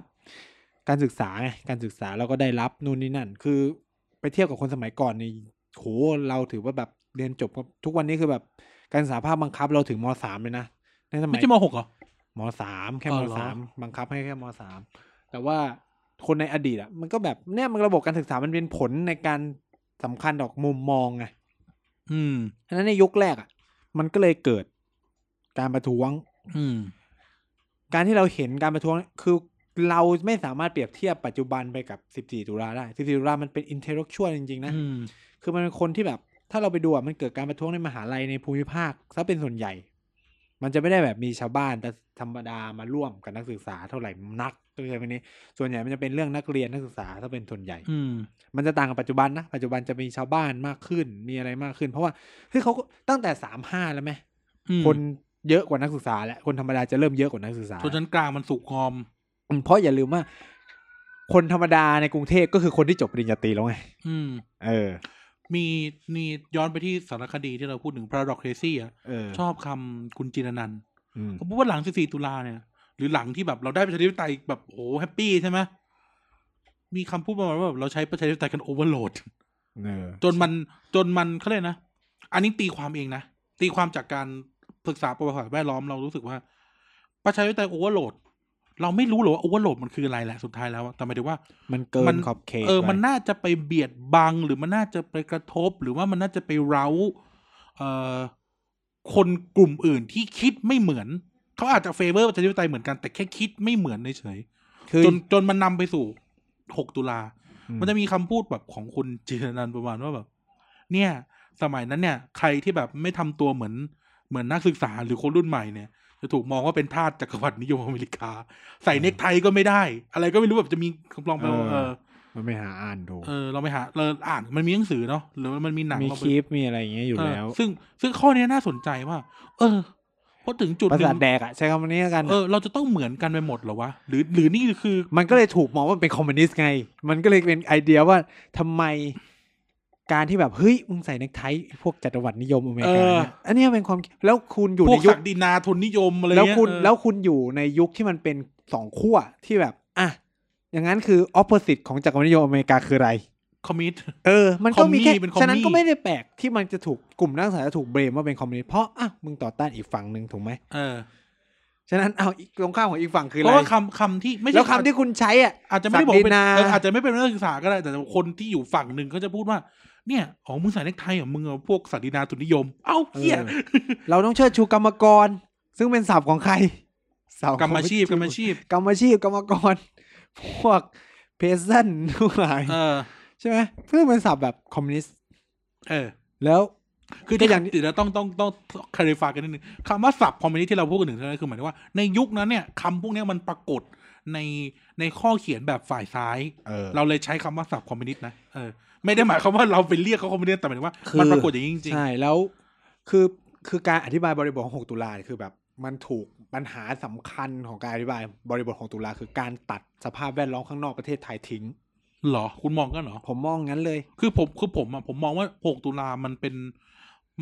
[SPEAKER 1] การศึกษาไงการศึกษาเราก็ได้รับนู่นนี่นั่น คือไปเทียบกับคนสมัยก่อนนี่โหเราถือว่าแบบเรียนจบก็ทุกวันนี้คือแบบการศึกษาภาคบังคับเราถึงมสามเลยนะในสมั
[SPEAKER 2] ไม่
[SPEAKER 1] ย
[SPEAKER 2] ใช่มหกเหรอ
[SPEAKER 1] มสามแค่
[SPEAKER 2] อ๋
[SPEAKER 1] ม
[SPEAKER 2] อเหรอ
[SPEAKER 1] สามบังคับให้แค่มสามแต่ว่าคนในอดีตอ่ะมันก็แบบเนี่ยมันระบบการศึกษามันเป็นผลในการสำคัญดอกมุมมองไง
[SPEAKER 2] อืม
[SPEAKER 1] อันนั้นในยุคแรกอ่ะ มันก็เลยเกิดการประท้วง
[SPEAKER 2] อืม
[SPEAKER 1] การที่เราเห็นการประท้วงคือเราไม่สามารถเปรียบเทียบปัจจุบันไปกับ 14 ตุลาได้ 14 ตุลามันเป็นอินเท l e c t ชว l จริง ๆ นะ
[SPEAKER 2] อืม
[SPEAKER 1] คือมันเป็นคนที่แบบ ถ้าเราไปดูอ่ะ มันเกิดการประท้วงในมหาลัยในภูมิภาคซะเป็นส่วนใหญ่ มันจะไม่ได้แบบมีชาวบ้านแต่ธรรมดามาร่วมกับนักศึกษาเท่าไหร่นักตัวอย่างนี้ ส่วนใหญ่มันจะเป็นเรื่องนักเรียนนักศึกษาถ้าเป็นส่วนใหญ่
[SPEAKER 2] อืม
[SPEAKER 1] มันจะต่างกับปัจจุบันนะ ปัจจุบันจะมีชาวบ้านมากขึ้น มีอะไรมากขึ้น เพราะว่าเฮ้ยเขาก็ตั้งแต่สามห้าแล้วไหม
[SPEAKER 2] อืม
[SPEAKER 1] คน เยอะกว่านักศึกษาแล้วคนธรรมดาจะเริ่มเยอะกว่านักศึกษา
[SPEAKER 2] ชนชั้นกลางมันสุกงอม
[SPEAKER 1] อืมเพราะอย่าลืมว่า คนธรรมดาในกรุงเทพก็คือคนที่จบปริญญาตรีแล้วไง
[SPEAKER 2] อืม
[SPEAKER 1] เออ
[SPEAKER 2] มีนี่ย้อนไปที่สารคดีที่เราพูดถึง paradoxy อ่ะ
[SPEAKER 1] เออ
[SPEAKER 2] ชอบคำคุณจิรนันท์
[SPEAKER 1] อืม
[SPEAKER 2] เขาพูดว่าหลัง 14 ตุลาเนี่ย หรือหลังที่แบบเราได้ประชาธิปไตยแบบโอ้แฮปปี้ใช่ไหมมีคำพูดประมาณว่าแบบเราใช้ประชาธิปไตยกันโอเวอร์โหลด
[SPEAKER 1] เออ
[SPEAKER 2] จนมันจนมันเขาเรียกนะ อันนี้ตีความเองนะ ตีความจากการศึกษาประวัติศาสตร์แวดล้อมเรารู้สึกว่า ประชาธิปไตยโอเวอร์โหลด เราไม่รู้หรอกว่าโอเวอร์โหลดมันคืออะไรแหละสุดท้ายแล้วอะแต่หมายถึงว่า
[SPEAKER 1] มันเกิ
[SPEAKER 2] มัน น
[SPEAKER 1] ขอบเขต
[SPEAKER 2] เออ มัน
[SPEAKER 1] ไป
[SPEAKER 2] น่าจะไปเบียดบัง หรือมันน่าจะไปกระทบ หรือว่ามันน่าจะไปเร้าเอ่อคนกลุ่มอื่นที่คิดไม่เหมือน เขาอาจจะเฟเวอร์ประชาธิปไตยเหมือนกันแต่แค่คิดไม่เหมือนเฉย
[SPEAKER 1] คือ
[SPEAKER 2] ๆจนจนมันนำไปสู่ 6 ตุลา
[SPEAKER 1] อื
[SPEAKER 2] มันจะมีคำพูดแบบของคุณจิรนันท์ประมาณว่าแบบ เนี่ย สมัยนั้นเนี่ย ใครที่แบบไม่ทำตัวเหมือนเหมือนนักศึกษาหรือคนรุ่นใหม่เนี่ย จะถูกมองว่าเป็นทาสจักรวรรดินิยมอเมริกา ใส่เนคไทก็ไม่ได้ อะไรก็ไม่รู้แบบจะมีคำลองไปว่าเออ
[SPEAKER 1] มันไม่หาอ่านดู
[SPEAKER 2] เออเราไปหาเราอ่านมันมีหนังสือเนาะหรือมันมีหนัง
[SPEAKER 1] มี
[SPEAKER 2] เรา
[SPEAKER 1] ค
[SPEAKER 2] ไป
[SPEAKER 1] ลิปมีอะไรอย่างเงี้ยอยู่
[SPEAKER 2] เออ
[SPEAKER 1] แล้ว
[SPEAKER 2] ซึ่งซึ่งข้อเนี้ยน่าสนใจว่า เออพอถึงจุด
[SPEAKER 1] ประ
[SPEAKER 2] หนึ่
[SPEAKER 1] สาท
[SPEAKER 2] ง
[SPEAKER 1] แดกอะใช้คำนี้แล้วกัน
[SPEAKER 2] เออเราจะต้องเหมือนกันไปหมดเหรอวะหรือหรือนี่คือ
[SPEAKER 1] มันก็เลยถูกมองว่าเป็นคอมมิวนิสต์ไง มันก็เลยเป็นไอเดียว่าทำไมการที่แบบเฮ้ยมึงใส่เนคไทพวกจัตวรรดินิยมอเมริกา
[SPEAKER 2] เออ
[SPEAKER 1] เนี่ยอันเนี้ยเป็นความแล้วคุณอยู่
[SPEAKER 2] พว
[SPEAKER 1] ใน
[SPEAKER 2] ก
[SPEAKER 1] ยุ
[SPEAKER 2] ศั
[SPEAKER 1] ค
[SPEAKER 2] กดินาทุนนิยมอะไร
[SPEAKER 1] แล้ว
[SPEAKER 2] เงี้ย
[SPEAKER 1] คุณ
[SPEAKER 2] เออ
[SPEAKER 1] แล้วคุณอยู่ในยุคที่มันเป็นสองขั้วที่แบบ อ่ะ อย่างนั้นคือ opposite ของจักรวรรดินิยมอเมริกาคืออะไร
[SPEAKER 2] คอมมิต
[SPEAKER 1] เออ มันก็มีแค่
[SPEAKER 2] คอมมี่เป็นคอมมี่
[SPEAKER 1] ฉะนั้นก็ไม่ได้แปลกที่มันจะถูกกลุ่มนักศึกษาจะถูกเบรมว่าเป็นคอมมิวนิสต์เพราะอ่ะมึงต่อต้านอีกฝั่งหนึ่งถูกไหม
[SPEAKER 2] เออ
[SPEAKER 1] ฉะนั้นเอาอีกตรงข้ามของอีกฝั่งคือ
[SPEAKER 2] เพ
[SPEAKER 1] อะไร
[SPEAKER 2] ราะว่าคำคำที่ไม่ใช่
[SPEAKER 1] แล้วคำที่คุณใช้อ่ะ
[SPEAKER 2] อาจจะไม่ได้บอกว่าเป็น
[SPEAKER 1] ศักดินา
[SPEAKER 2] เอออาจจะไม่เป็นนักศึกษาก็ได้แต่คนที่อยู่ฝั่งหนึ่งเขาจะพูดว่า เนี่ยอ๋อมึงใส่เนคไทเหรอมึงเอาพวกศักดินาทุนนิยม เอ้าเหี้ย
[SPEAKER 1] เออเราต้องเชิดชูกรรมกร ซึ่งเป็นศัพท์ของใครศัพท์ข
[SPEAKER 2] ก
[SPEAKER 1] อ
[SPEAKER 2] รง รมอาชีพกรรมอาชีพ
[SPEAKER 1] กรรมอาชีพกรรมกร พวกเพซเซนทั้งหลาย
[SPEAKER 2] เออ
[SPEAKER 1] ใช่ไหมซึ่งเป็นศัพท์แบบคอมมิวนิสต์
[SPEAKER 2] เออ
[SPEAKER 1] แล้ว
[SPEAKER 2] คือ
[SPEAKER 1] ก็
[SPEAKER 2] ที่อย่
[SPEAKER 1] อา
[SPEAKER 2] ย่าง งติเราต้องต้องต้องคาริฟากันนิดนึงคำว่าศัพท์คอมมิวนิสต์ที่เราพูดกันถึงเท่านั้นคือหมายถึงว่าในยุคนั้นเนี่ยคำพวกเนี้ยมันปรากฏในในข้อเขียนแบบฝ่ายซ้าย
[SPEAKER 1] เออ
[SPEAKER 2] เราเลยใช้คำว่าศัพท์คอมมิวนิสต์นะเออไม่ได้หมายความว่าเราไปเรียกเขาคอมมิวนิสต์แต่หมายถึงว่า
[SPEAKER 1] คือ
[SPEAKER 2] มันปรากฏอย่างนี้จริง
[SPEAKER 1] ใช่แล้วคือคือการอธิบายบริบทของ 6 ตุลาเนี่ยคือแบบมันถูกปัญหาสำคัญของการอธิบายบริบทของตุลาคือการตัดสภาพแวดล้อมข้างนอกประเทศไทยทิ้ง
[SPEAKER 2] ๆ เหรอ คุณมองกันเหรอ
[SPEAKER 1] ผมมองงั้นเลย
[SPEAKER 2] คือผมคือผมอะผมมองว่า 6 ตุลามันเป็น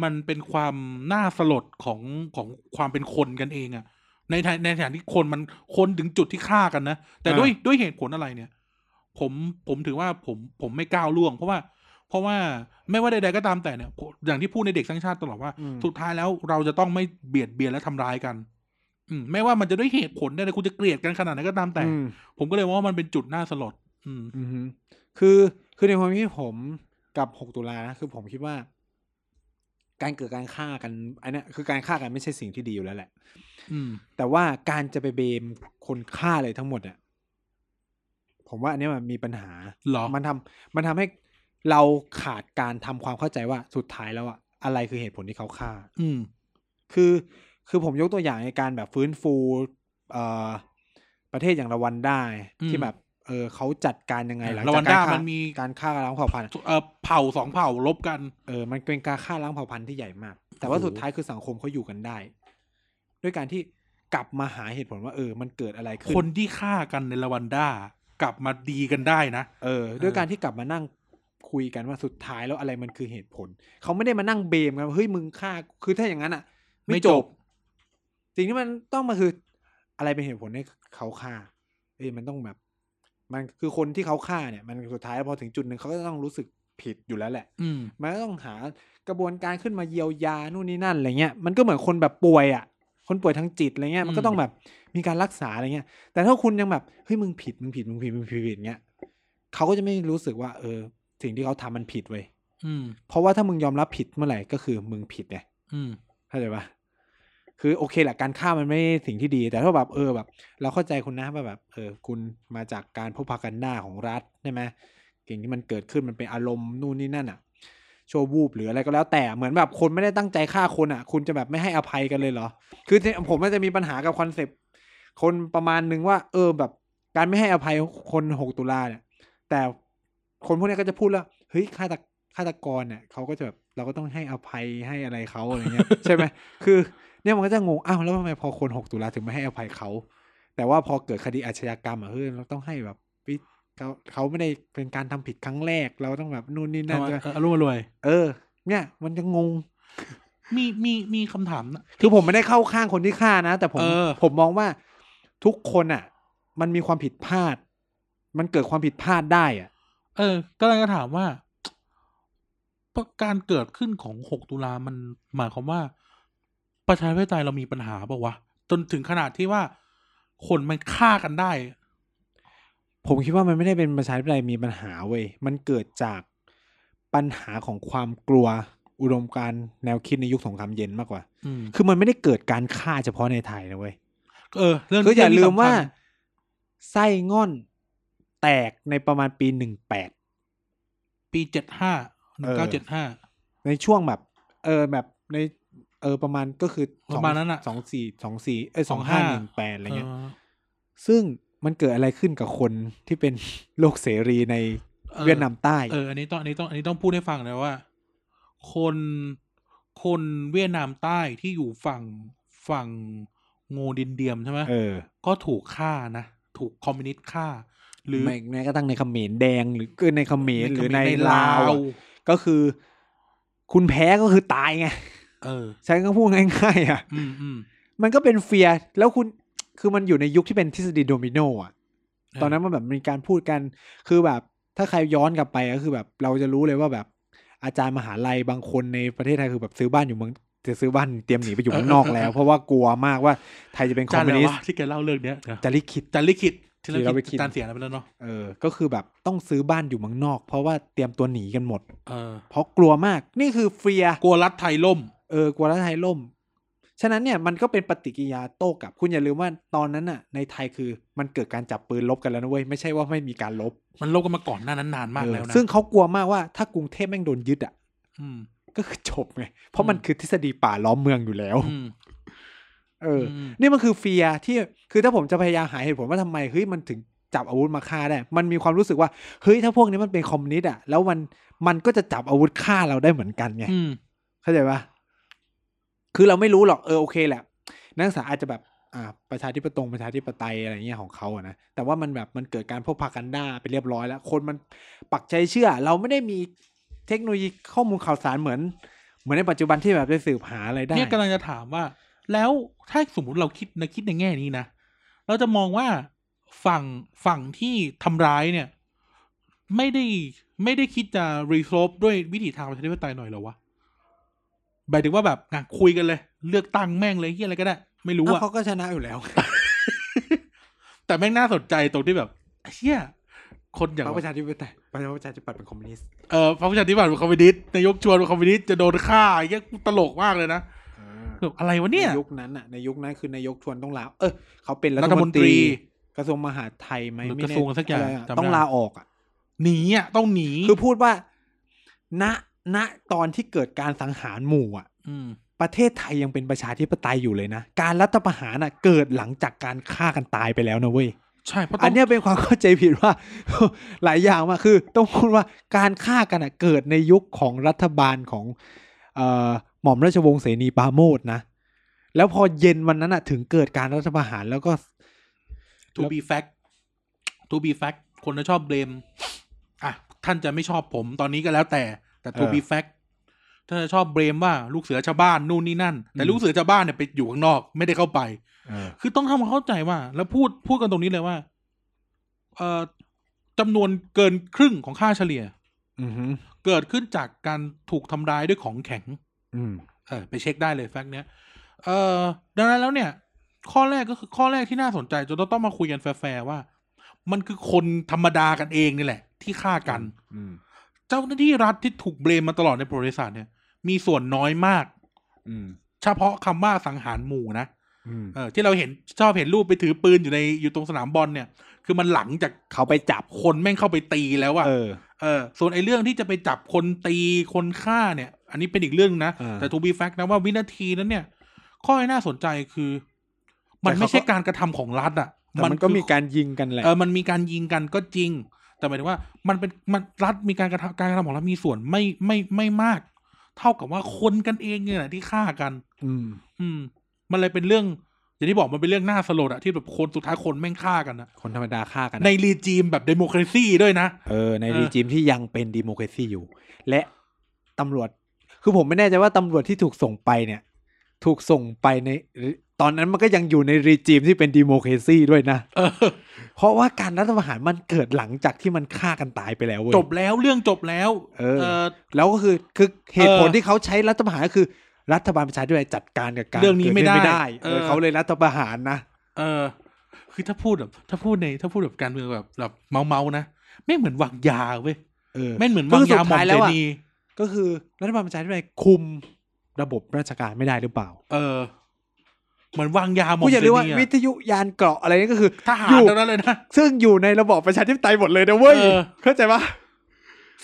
[SPEAKER 2] มันเป็นความน่าสลดของของความเป็นคนกันเองอะในฐานในฐานที่คนมันคนถึงจุดที่ฆ่ากันนะ แต่
[SPEAKER 1] อ่า
[SPEAKER 2] ด้วยด้วยเหตุผลอะไรเนี่ย ผมผมถือว่าผมผมไม่ก้าวล่วง เพราะว่า เพราะว่าไม่ว่าใดๆก็ตามแต่เนี่ยอย่างที่พูดในเด็กสร้างชาติตลอดว่า
[SPEAKER 1] อืม
[SPEAKER 2] สุดท้ายแล้วเราจะต้องไม่เบียดเบียนและทำร้ายกัน อืมไม่ว่ามันจะด้วยเหตุผลใดๆคุณจะเกลียดกันขนาดไหนก็ตามแต่
[SPEAKER 1] อืม
[SPEAKER 2] ผมก็เลยมองว่ามันเป็นจุดน่าสลด อืม
[SPEAKER 1] อือฮึคือคือในความคิดผมกับ 6 ตุลานะคือผมคิดว่า การเกิดการฆ่ากันอันเนี้ยคือการฆ่ากันไม่ใช่สิ่งที่ดีอยู่แล้วแหละ
[SPEAKER 2] อืม
[SPEAKER 1] แต่ว่าการจะไปเบมคนฆ่าเลยทั้งหมดเนี่ยผมว่าอันเนี้ยมันมีปัญหา
[SPEAKER 2] เหรอ
[SPEAKER 1] มันทำมันทำให้เราขาดการทำความเข้าใจว่าสุดท้ายแล้วอะอะไรคือเหตุผลที่เขาฆ่า
[SPEAKER 2] อืม
[SPEAKER 1] คือคือผมยกตัวอย่างในการแบบฟื้นฟูเอ่อประเทศอย่างรวันด้าไง
[SPEAKER 2] อืม
[SPEAKER 1] ที่แบบเออเขาจัดการยังไงหลัง
[SPEAKER 2] รวั
[SPEAKER 1] จาก
[SPEAKER 2] น
[SPEAKER 1] กา
[SPEAKER 2] ดาร
[SPEAKER 1] ฆ่า
[SPEAKER 2] มันมี
[SPEAKER 1] การฆ่าล้างเผ่าพันธุ์อะ
[SPEAKER 2] เอ่อเผ่าสองเผ่าลบกัน
[SPEAKER 1] เออมันเป็นการฆ่าล้างเผ่าพันธุ์ที่ใหญ่มาก แต่ว่า
[SPEAKER 2] โอ้โห
[SPEAKER 1] สุดท้ายคือสังคมเขาอยู่กันได้ ด้วยการที่กลับมาหาเหตุผลว่า เออ มันเกิดอะไรขึ้น
[SPEAKER 2] คนที่ฆ่ากันในรวันด้า กลับมาดีกันได้นะ
[SPEAKER 1] เออด้วย
[SPEAKER 2] เออ
[SPEAKER 1] การที่กลับมานั่งคุยกันว่าสุดท้ายแล้วอะไรมันคือเหตุผล เขาไม่ได้มานั่งเบมกันว่าเฮ้ยมึงฆ่ากูคือถ้าอย่างนั้นอ่ะ ไม่จบ สิ่งที่มันต้องมาคืออะไรเป็นเหตุผลให้เขาฆ่าเอ้ยมันต้องแบบ มันคือคนที่เขาฆ่าเนี่ย มันสุดท้ายพอถึงจุดหนึ่งเขาก็ต้องรู้สึกผิดอยู่แล้วแหละ
[SPEAKER 2] อืม
[SPEAKER 1] มันก็ต้องหากระบวนการขึ้นมาเยียวยานู่นนี่นั่นอะไรเงี้ยมันก็เหมือนคนแบบป่วยอ่ะ คนป่วยทางจิตอะไรเงี้ยมันก็
[SPEAKER 2] อืม
[SPEAKER 1] ต้องแบบมีการรักษาอะไรเงี้ย แต่ถ้าคุณยังแบบเฮ้ยมึงผิดมึงผิดมึงผิดมึงผิดอย่างเงี้ยเขาก็จะไม่รู้สึกว่า เออ สิ่งที่เขาทำมันผิดเว้ย
[SPEAKER 2] อืม
[SPEAKER 1] เพราะว่าถ้ามึงยอมรับผิดเมื่อไหร่ก็คือมึงผิดไง
[SPEAKER 2] อืม
[SPEAKER 1] เข้าใจปะคือโอเคแหละการฆ่ามันไม่ใช่สิ่งที่ดี แต่ถ้าแบบเออแบบ เราเข้าใจคุณนะว่าแบบ เออ คุณมาจากการพบพากันหน้าของรัฐใช่ไหมสิ่งที่มันเกิดขึ้นมันเป็นอารมณ์นู่นนี่นั่นอ่ะชั่ววูบหรืออะไรก็แล้วแต่เหมือนแบบคนไม่ได้ตั้งใจฆ่าคนอ่ะ คุณจะแบบไม่ให้อภัยกันเลยเหรอ คือที่ผมอาจจะมีปัญหากับคอนเซปต์คนประมาณนึงว่า เออแบบ การไม่ให้อภัยคนหกตุลาเนี่ย แต่คนพวกเนี้ยก็จะพูดแล้วเฮ้ยฆาต ฆาตกรเนี่ยเขาก็จะแบบเราก็ต้องให้อภัยให้อะไรเขาอะไรเงี้ย ใช่ไหมคือเนี่ยมันก็จะงงอ้าวแล้วทำไมพอคนหกตุลาถึงไม่ให้อภัยเขา แต่ว่าพอเกิดคดีอาชญากรรมอ่ะเฮ้ยเราต้องให้แบบวิเขาเขาไม่ได้เป็นการทำผิดครั้งแรก เราต้องแบบนู่นนี่นั่น
[SPEAKER 2] เอา
[SPEAKER 1] ใช่ไหม
[SPEAKER 2] เอาอารมณ์รวย
[SPEAKER 1] เออ เนี่ย มันจะงง
[SPEAKER 2] มีมีมีคำถามนะ
[SPEAKER 1] คือผมไม่ได้เข้าข้างคนที่ฆ่านะ แต่ผม
[SPEAKER 2] เออ
[SPEAKER 1] ผมมองว่าทุกคนอ่ะ มันมีความผิดพลาด มันเกิดความผิดพลาดได้อ่ะ
[SPEAKER 2] เออก็เลยจะถามว่าการเกิดขึ้นของ 6 ตุลามันหมายความว่า ประชาธิปไตยเรามีปัญหาเปล่าวะ จนถึงขนาดที่ว่า คนมันฆ่ากันได้
[SPEAKER 1] ผมคิดว่ามันไม่ได้เป็นประชาธิปไตยมีปัญหาเว้ย มันเกิดจากปัญหาของความกลัวอุดมการณ์แนวคิดในยุคสงครามเย็นมากกว่า
[SPEAKER 2] อืม
[SPEAKER 1] คือมันไม่ได้เกิดการฆ่าเฉพาะในไทยนะเว้ย
[SPEAKER 2] เออ เรื่อง
[SPEAKER 1] คืออย่าลืมว่า
[SPEAKER 2] เรื่องนี้สำคัญ
[SPEAKER 1] ไส้ง่อนแตกในประมาณปีหนึ่งแปด
[SPEAKER 2] ปีเจ็ดห้าหนึ่งเก้า
[SPEAKER 1] เอ
[SPEAKER 2] เจ็
[SPEAKER 1] อ
[SPEAKER 2] ดห้า
[SPEAKER 1] ในช่วงแบบ เออแบบในเออประมาณก็คือสอง
[SPEAKER 2] ประมาณนั้นอะ
[SPEAKER 1] สองสี่สองสี่เออสองห้าหนึ่งแปด
[SPEAKER 2] 25
[SPEAKER 1] อะไรเงี้ย ซึ่งมันเกิดอะไรขึ้นกับคนที่เป็น โลกเสรีในเวียดนามใต้
[SPEAKER 2] เออ อันนี้ต้อง อันนี้ต้อง อันนี้ต้องพูดให้ฟังนะว่า คนคนเวียดนามใต้ที่อยู่ฝั่งฝั่งโงดินเดียมใช่ไหม
[SPEAKER 1] เออ
[SPEAKER 2] ก็ถูกฆ่านะ ถูกคอมมิวนิสต์ฆ่า หรือ
[SPEAKER 1] แม้แม้กระทั่งในเขมรแดงหรือคือในเขมรหรือใน
[SPEAKER 2] ใน
[SPEAKER 1] ลาวอะก็คือ คุณแพ้ก็คือตายไง
[SPEAKER 2] เออ
[SPEAKER 1] ใช้ก็พูดง่ายๆอ่ะ
[SPEAKER 2] อืมอืม
[SPEAKER 1] มันก็เป็นเฟียร์แล้วคุณคือมันอยู่ในยุคที่เป็นทฤษฎีโดมิโนอ่ะ ตอนนั้นมันแบบมีการพูดกัน คือแบบ ถ้าใครย้อนกลับไปก็คือแบบเราจะรู้เลยว่าแบบ อาจารย์มหาลัยบางคนในประเทศไทยคือแบบซื้อบ้านอยู่เมืองจะซื้อบ้านเตรียมหนีไปอยู่ข้างนอก แล้ว เพราะว่ากลัวมากว่าไทยจะเป็นคอ
[SPEAKER 2] จาม น
[SPEAKER 1] มิว
[SPEAKER 2] แล้ว
[SPEAKER 1] นิส
[SPEAKER 2] วะ
[SPEAKER 1] ต์
[SPEAKER 2] ที่แกเล่าเรื่องเนี้ยเดี๋ยว
[SPEAKER 1] จะลิขิต
[SPEAKER 2] จันลิขิตที่
[SPEAKER 1] ที่เรา
[SPEAKER 2] เรา
[SPEAKER 1] ไป
[SPEAKER 2] ไป
[SPEAKER 1] คิ
[SPEAKER 2] คิ
[SPEAKER 1] ด
[SPEAKER 2] ดจานเสียอะไรไปแล้วเนาะ
[SPEAKER 1] เออ ก็คือแบบต้องซื้อบ้านอยู่เมืองนอก เพราะว่าเตรียมตัวหนีกันหมด
[SPEAKER 2] เออ
[SPEAKER 1] เพราะกลัวมาก นี่คือเฟียร์
[SPEAKER 2] กลัวรัฐไทยล่ม
[SPEAKER 1] เออกลัวรัฐไทยล่ม ฉะนั้นเนี่ยมันก็เป็นปฏิกิริยาโต้กลับ คุณอย่าลืมว่าตอนนั้นน่ะ ในไทยคือมันเกิดการจับปืนลบกันแล้วนะเว้ย ไม่ใช่ว่าไม่มีการลบ
[SPEAKER 2] มันลบกันมาก่อนหน้านั้นนานมาก
[SPEAKER 1] เออ
[SPEAKER 2] แล้วนะ
[SPEAKER 1] ซึ่งเขากลัวมากว่าถ้ากรุงเทพแม่งโดนยึดอ่ะ
[SPEAKER 2] อืม
[SPEAKER 1] ก็คือจบไง เพราะมัน
[SPEAKER 2] อืม
[SPEAKER 1] คือทฤษฎีป่าล้อมเมืองอยู่แล้ว
[SPEAKER 2] อืม
[SPEAKER 1] เอออ
[SPEAKER 2] ม
[SPEAKER 1] นี่มันคือเฟียร์ที่ คือถ้าผมจะพยายามหาเหตุผลว่าทำไม เฮ้ย มันถึงจับอาวุธมาฆ่าได้ มันมีความรู้สึกว่า เฮ้ย ถ้าพวกนี้มันเป็นคอมมิวนิสต์อ่ะ แล้วมัน มันก็จะจับอาวุธฆ่าเราได้เหมือนกันไง
[SPEAKER 2] อืม
[SPEAKER 1] เข้าใจปะคือเราไม่รู้หรอก เออ โอเคแหละ นักศึกษาอาจจะแบบ อ่า ประชาธิปตงประชาธิปไตยอะไรเงี้ยของเขาอะนะ แต่ว่ามันแบบ มันเกิดการพวกพากันด้าไปเรียบร้อยแล้ว คนมันปักใจเชื่อ เราไม่ได้มีเทคโนโลยีข้อมูลข่าวสารเหมือน เหมือนในปัจจุบันที่แบบได้สืบหาอะไรได้
[SPEAKER 2] เนี่ยกำลังจะถามว่า แล้วถ้าสมมติเราคิดนะคิดในแง่นี้นะ เราจะมองว่าฝั่งฝั่งที่ทำร้ายเนี่ย ไม่ได้ไม่ได้คิดจะรีโซฟด้วยวิธีทางประชาธิปไตยหน่อยเหรอวะหมายถึงว่าแบบอ่ะคุยกันเลย เลือกตั้งแม่งเลยที่อะไรก็ได้ ไม่รู้
[SPEAKER 1] อ้าว
[SPEAKER 2] อะ
[SPEAKER 1] เขาก็ชนะอยู่แล้ว
[SPEAKER 2] แต่แม่งน่าสนใจตรงที่แบบเชี่ยคนอย่าง
[SPEAKER 1] พรรคประชาธิปไตยพรรคประชาธิปัตย์เป็นคอมมิวนิสต์
[SPEAKER 2] เอ่อพระประชาธิปัตย์เป็นคอมมิวนิสต์นายกชวนเป็นคอมมิวนิสต์จะโดนฆ่าไอ้เงี้ยกูตลกมากเลยนะแบบอะไรวะเนี่ย
[SPEAKER 1] ในยุคนั้นอ่ะ ในยุคนั้นคือนายกชวนต้องลา เออเขาเป็น
[SPEAKER 2] รัฐมนตรี
[SPEAKER 1] กระทรวงมหาดไทยไหม
[SPEAKER 2] หรือ
[SPEAKER 1] ไม่แน่
[SPEAKER 2] กระทรวงสักอย่าง
[SPEAKER 1] ะไระ
[SPEAKER 2] จำไม่ได้
[SPEAKER 1] ต้องลาออกอ่ะ
[SPEAKER 2] หนีอ่ะต้องหนี
[SPEAKER 1] คือพูดว่า ณ ณ ตอนที่เกิดการสังหารหมู่อ่ะ
[SPEAKER 2] อืม
[SPEAKER 1] ประเทศไทยยังเป็นประชาธิปไตยอยู่เลยนะ การรัฐประหารอ่ะ เกิดหลังจากการฆ่ากันตายไปแล้วนะเว้ย
[SPEAKER 2] ใช่เพราะต้
[SPEAKER 1] อั
[SPEAKER 2] อน ง
[SPEAKER 1] เนี้ยเป็นความเข้าใจผิดว่า หลายอย่างมากคือ ต้องพูดว่าการฆ่ากันอะเกิดในยุคของรัฐบาลของเออหม่อมราชวงศ์เสนีปราโมชนะ แล้วพอเย็นวันนั้นอะถึงเกิดการรัฐประหารแล้วก็
[SPEAKER 2] to be fact to be fact คนจะชอบเบลมอ่ะ ท่านจะไม่ชอบผมตอนนี้ก็แล้วแต่ แต่ to
[SPEAKER 1] เออ
[SPEAKER 2] be fact ท่านจะชอบเบลมว่าลูกเสือชาวบ้านนู่นนี่นั่น แต่ลูกเสือชาวบ้านเนี่ยไปอยู่ข้างนอก ไม่ได้เข้าไป คือต้องทำความเข้าใจว่า แล้วพูดพูดกันตรงนี้เลยว่า เอ่อจำนวนเกินครึ่งของค่าเฉลี่ย
[SPEAKER 1] อือหือ
[SPEAKER 2] เกิดขึ้นจากการถูกทำร้ายด้วยของแข็ง
[SPEAKER 1] อืม
[SPEAKER 2] เออไปเช็คได้เลยแฟกต์เนี้ย เออดังนั้นแล้วเนี่ย ข้อแรกก็คือข้อแรกที่น่าสนใจจนเราต้องมาคุยกันแฟร์ๆว่า มันคือคนธรรมดากันเองนี่แหละ ที่ฆ่ากัน
[SPEAKER 1] อืม
[SPEAKER 2] เจ้าหน้าที่รัฐที่ถูกเบลมมาตลอดในประวัติศาสตร์เนี่ย มีส่วนน้อยมาก
[SPEAKER 1] อืม
[SPEAKER 2] เฉพาะคำว่าสังหารหมู่นะ
[SPEAKER 1] อืม
[SPEAKER 2] เออที่เราเห็นชอบเห็นรูปไปถือปืนอยู่ในอยู่ตรงสนามบอลเนี่ย คือมันหลังจาก
[SPEAKER 1] เขาไปจับ
[SPEAKER 2] คนแม่งเข้าไปตีแล้วอะ
[SPEAKER 1] เออ
[SPEAKER 2] เออส่วนไอ้เรื่องที่จะไปจับคนตีคนฆ่าเนี่ย อันนี้เป็นอีกเรื่องนะ
[SPEAKER 1] อ่า
[SPEAKER 2] แต่ทูบีแฟกต์นะว่าวินาทีนั้นเนี่ย ข้อที่น่าสนใจคือ มันไม่ใช่การกระทำของรัฐอ่ะ
[SPEAKER 1] แต่มันก็
[SPEAKER 2] คือ
[SPEAKER 1] มีการยิงกันแหละ
[SPEAKER 2] เออมันมีการยิงกันก็จริง แต่หมายถึงว่ามันเป็นมันรัฐมีการกระทำการกระทำของรัฐมีส่วนไม่ไม่ไม่มาก เท่ากับว่าคนกันเองเนี่ยแหละที่ฆ่ากัน
[SPEAKER 1] อืม
[SPEAKER 2] อืม มันเลยเป็นเรื่อง อย่างที่บอกมันเป็นเรื่องน่าสลดอะที่แบบคนสุดท้ายคนแม่งฆ่ากันนะ
[SPEAKER 1] คนธรรมดาฆ่ากัน
[SPEAKER 2] ใน
[SPEAKER 1] อะ
[SPEAKER 2] รีจีมแบบเดโมคราซีด้วยนะ
[SPEAKER 1] เออ ใน
[SPEAKER 2] เออ
[SPEAKER 1] รีจิมที่ยังเป็นดิโมครซีอยู่ และตำรวจ คือผมไม่แน่ใจว่าตำรวจที่ถูกส่งไปเนี่ย ถูกส่งไปใน ตอนนั้นมันก็ยังอยู่ในรีจิมที่เป็นดิโมครซีด้วยนะ
[SPEAKER 2] เออ
[SPEAKER 1] เพราะว่าการรัฐประหารมันเกิดหลังจากที่มันฆ่ากันตายไปแล้วเว้ย
[SPEAKER 2] จบแล้วเรื่องจบแล้ว
[SPEAKER 1] เออ
[SPEAKER 2] เออ
[SPEAKER 1] แล้วก็คือคือเหตุผล
[SPEAKER 2] เออ
[SPEAKER 1] ที่เขาใช้รัฐประหารก็คือ รัฐบาลประชาธิปไตยจัดการกับการ
[SPEAKER 2] เรื่องนี้
[SPEAKER 1] กิ
[SPEAKER 2] ไม่ได้
[SPEAKER 1] ขึ้ได้
[SPEAKER 2] เอ
[SPEAKER 1] เอ
[SPEAKER 2] อ
[SPEAKER 1] อเขาเลยรัฐประหารนะ
[SPEAKER 2] เออ คือถ้าพูดแบบถ้าพูดในถ้าพูดแบบการเมืองแบบแบบเมาเมาๆนะไม่งเหมือนวางยาเว้ย
[SPEAKER 1] เออ
[SPEAKER 2] ไม่งเหมือนวางยาหมอมเสนี
[SPEAKER 1] ก็คือรัฐบาลประชาธิปไตยคุมระบบราชการไม่ได้หรือเปล่า
[SPEAKER 2] เออ เหมือนวางยาหมอ
[SPEAKER 1] ผู้
[SPEAKER 2] ม
[SPEAKER 1] อย่า
[SPEAKER 2] เส
[SPEAKER 1] ลืมว่า
[SPEAKER 2] นี
[SPEAKER 1] วิ
[SPEAKER 2] อะ
[SPEAKER 1] ทยุยานเกราะอะไรนี่ก็คือ
[SPEAKER 2] ทหา
[SPEAKER 1] อยู่
[SPEAKER 2] รทั้งนั้นเลยนะ
[SPEAKER 1] ซึ่งอยู่ในระบอบประชาธิปไตยหมดเลยนะเว้ย
[SPEAKER 2] เออ
[SPEAKER 1] เข้าใจปะ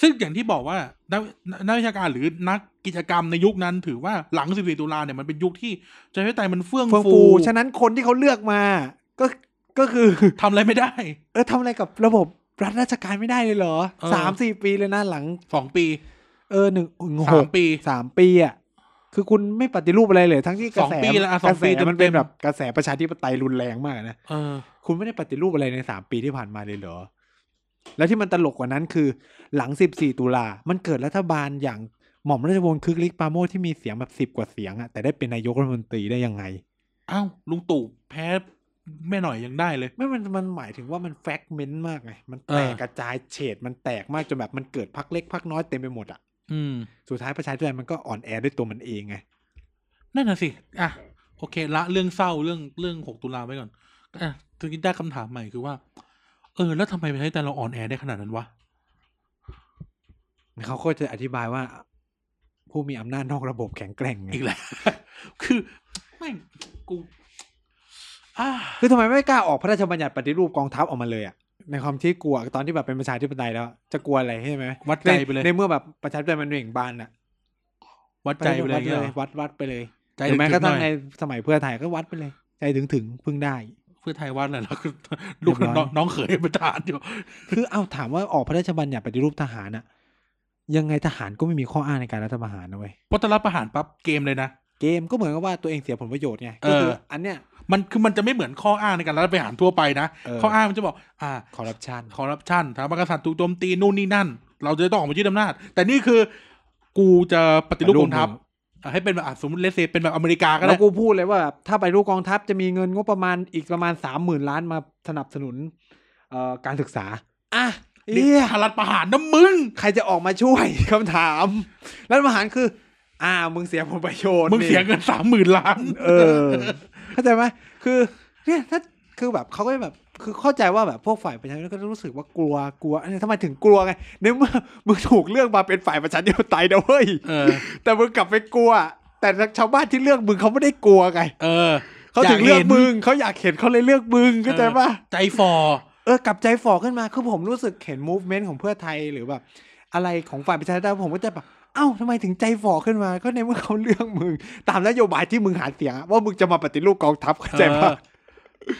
[SPEAKER 2] ซึ่งอย่างที่บอกว่านักนักวิชาการหรือนักกิจกรรมในยุคนั้น ถือว่าหลัง 14 ตุลาเนี่ยมันเป็นยุคที่ประชาธิปไตยมันเฟื่อง
[SPEAKER 1] เฟือง
[SPEAKER 2] ฟู
[SPEAKER 1] ฟูฉะนั้นคนที่เขาเลือกมา ก็ก็คือ
[SPEAKER 2] ทำอะไรไม่ได้
[SPEAKER 1] เออทำอะไรกับระบบรัฐราชการไม่ได้เลยเหรอ
[SPEAKER 2] เออ
[SPEAKER 1] สามสี่ปีเลยนะหลัง
[SPEAKER 2] สองปี
[SPEAKER 1] เออหนึ่ง
[SPEAKER 2] สา
[SPEAKER 1] ห
[SPEAKER 2] ม
[SPEAKER 1] ก
[SPEAKER 2] ปี
[SPEAKER 1] สามปีอ่ะคือคุณไม่ปฏิรูปอะไรเลย ทั้งที่กระแส
[SPEAKER 2] สองปีละอ่ะ
[SPEAKER 1] ก
[SPEAKER 2] สอง
[SPEAKER 1] ระแส
[SPEAKER 2] ปีเต็มๆ
[SPEAKER 1] มันเป็นแบบกระแสประชาธิปไตยรุนแรงมากนะ
[SPEAKER 2] เออ
[SPEAKER 1] คุณไม่ได้ปฏิรูปอะไรในสามปีที่ผ่านมาเลยเหรอ แล้วที่มันตลกกว่านั้นคือ หลัง 14 ตุลา มันเกิดรัฐบาลอย่างหม่อมราชวงศ์คึกฤทธิ์ปราโมชที่มีเสียงแบบสิบ10 กว่าเสียงอะแต่ได้เป็นนายกรัฐมนตรีได้ยังไง
[SPEAKER 2] อ้าวลุงตู่แพ้แม่หน่อยยังได้เลย
[SPEAKER 1] ไม่มันมันหมายถึงว่ามันแฟกเมนต์มากไง มันแตก
[SPEAKER 2] เออ
[SPEAKER 1] กระจายเฉดมันแตกมากจนแบบมันเกิดพักเล็กพักน้อยเต็มไปหมดอะ
[SPEAKER 2] อืม
[SPEAKER 1] สุดท้ายประชาธิปไตยมันก็อ่อนแอด้วยตัวมันเองไง
[SPEAKER 2] นั่นน่ะสิ อ่ะ โอเค ละเรื่องเศร้าเรื่องเรื่อง 6 ตุลาไว้ก่อน อ่ะทุกินได้คำถามใหม่คือว่า เออ แล้วทำไมประชาธิปไตยเราอ่อนแอได้ขนาดนั้นวะ
[SPEAKER 1] เขาก็จะอธิบายว่า ผู้มีอำนาจนอกระบบแข็งแกร่งไง
[SPEAKER 2] อีกแล้ว คือไม่งกูอ่า
[SPEAKER 1] คือทำไมไม่กล้าออกพระราชบัญญัติปฏิรูปกองทัพออกมาเลยอะในความที่กลัวตอนที่แบบเป็นประชาธิปไตยแล้วจะกลัวอะไรใช่ไหม
[SPEAKER 2] วัดใจไปเลย
[SPEAKER 1] ในเมื่อแบบประชาธิปไตยมันเหว่งบานอะ
[SPEAKER 2] วัดใจไปเลย
[SPEAKER 1] วัด
[SPEAKER 2] เงี้ยเหรอ
[SPEAKER 1] วัดวัดไปเลย
[SPEAKER 2] ใจ
[SPEAKER 1] หรื
[SPEAKER 2] ถึ
[SPEAKER 1] อง แม้
[SPEAKER 2] ๆ
[SPEAKER 1] กระทั่ง
[SPEAKER 2] ห
[SPEAKER 1] ใน
[SPEAKER 2] น่อย
[SPEAKER 1] สมัยเพื่อไทยก็วัดไปเลย ใจถึงถึงๆพึ่งได้
[SPEAKER 2] เพื่อไทยวัดแหละ แล้วก็ลูก
[SPEAKER 1] เรียบร้อย
[SPEAKER 2] น้องน้องเขยประธานอยู่
[SPEAKER 1] คือเอาถามว่าออกพระราชบัญญัติปฏิรูปทหารอะยังไงทหารก็ไม่มีข้ออ้างในการรัฐประหารนะเว้ย
[SPEAKER 2] พอตรับประหารปั๊บเกมเลยนะ
[SPEAKER 1] เกมก็เหมือนกับว่าตัวเองเสียผลประโยชน์ไงก็คือ
[SPEAKER 2] เอออั
[SPEAKER 1] อันเนี้ย
[SPEAKER 2] มันคือมันจะไม่เหมือนข้ออ้างในการรัฐประหารทั่วไปนะ
[SPEAKER 1] เออ
[SPEAKER 2] ข้ออ้างมันจะบอก อ่า
[SPEAKER 1] คอร์รัปชัน
[SPEAKER 2] คอร์รัปชันสถาบันกษัตริย์ถูกโจมตีนู่นนี่นั่น เราจะต้องออกมายึดอำนาจ แต่นี่คือ กูจะปฏิรูปกองทัพอ่ะให้เป็นแบบอ่ะสมมติเลเซเป็นแบบอเมริกาก็
[SPEAKER 1] แล้
[SPEAKER 2] ได้
[SPEAKER 1] วกูพูดเลยว่าแบบถ้าไปรูปกองทัพจะมีเงินงบประมาณอีกประมาณสามหมื่นล้านมาสนับสนุนเอ่อการศึกษา อ่ะเอี
[SPEAKER 2] นี่
[SPEAKER 1] ย
[SPEAKER 2] ทารัฐประหารนะมึง
[SPEAKER 1] ใครจะออกมาช่วย คำถาม รัฐประหารคือ อ่า มึงเสียผลประโยชน์
[SPEAKER 2] มึงเสีย
[SPEAKER 1] นี่
[SPEAKER 2] เงินสามหมื่นล้าน
[SPEAKER 1] เอ อ เข้าใจไหมคือ เนี่ยถ้าคือแบบเขาก็แบบ คือเข้าใจว่าแบบพวกฝ่ายประชาธิปไตยก็รู้สึกว่ากลัวกลัวเอ้ยทำไมถึงกลัวไงในเมื่อ มึงถูกเลือกมาเป็นฝ่ายประชาธิปไตยนะเว้ย
[SPEAKER 2] เออ
[SPEAKER 1] แต่มึงกลับไปกลัว แต่ชาวบ้านที่เลือกมึงเขาไม่ได้กลัวไง
[SPEAKER 2] เออ
[SPEAKER 1] เขาถึงเลือก
[SPEAKER 2] ยาห็น
[SPEAKER 1] มึงเขาอยากเห็นเขาเลยเลือกมึงเข้าใจปะ
[SPEAKER 2] ใจฟอ
[SPEAKER 1] เออกลับใจฝ่อขึ้นมาคือผมรู้สึกเห็น movement ของเพื่อไทยหรือแบบ อะไรของฝ่ายประชาธิปไตยผมก็จะแบบเอ้าทำไมถึงใจฝ่อขึ้นมา ก็ในเมื่อเขาเลือกมึง ตามนโยบายที่มึงหาเสียงอะว่ามึงจะมาปฏิรูปกองทัพเข้าใจปะ
[SPEAKER 2] เออ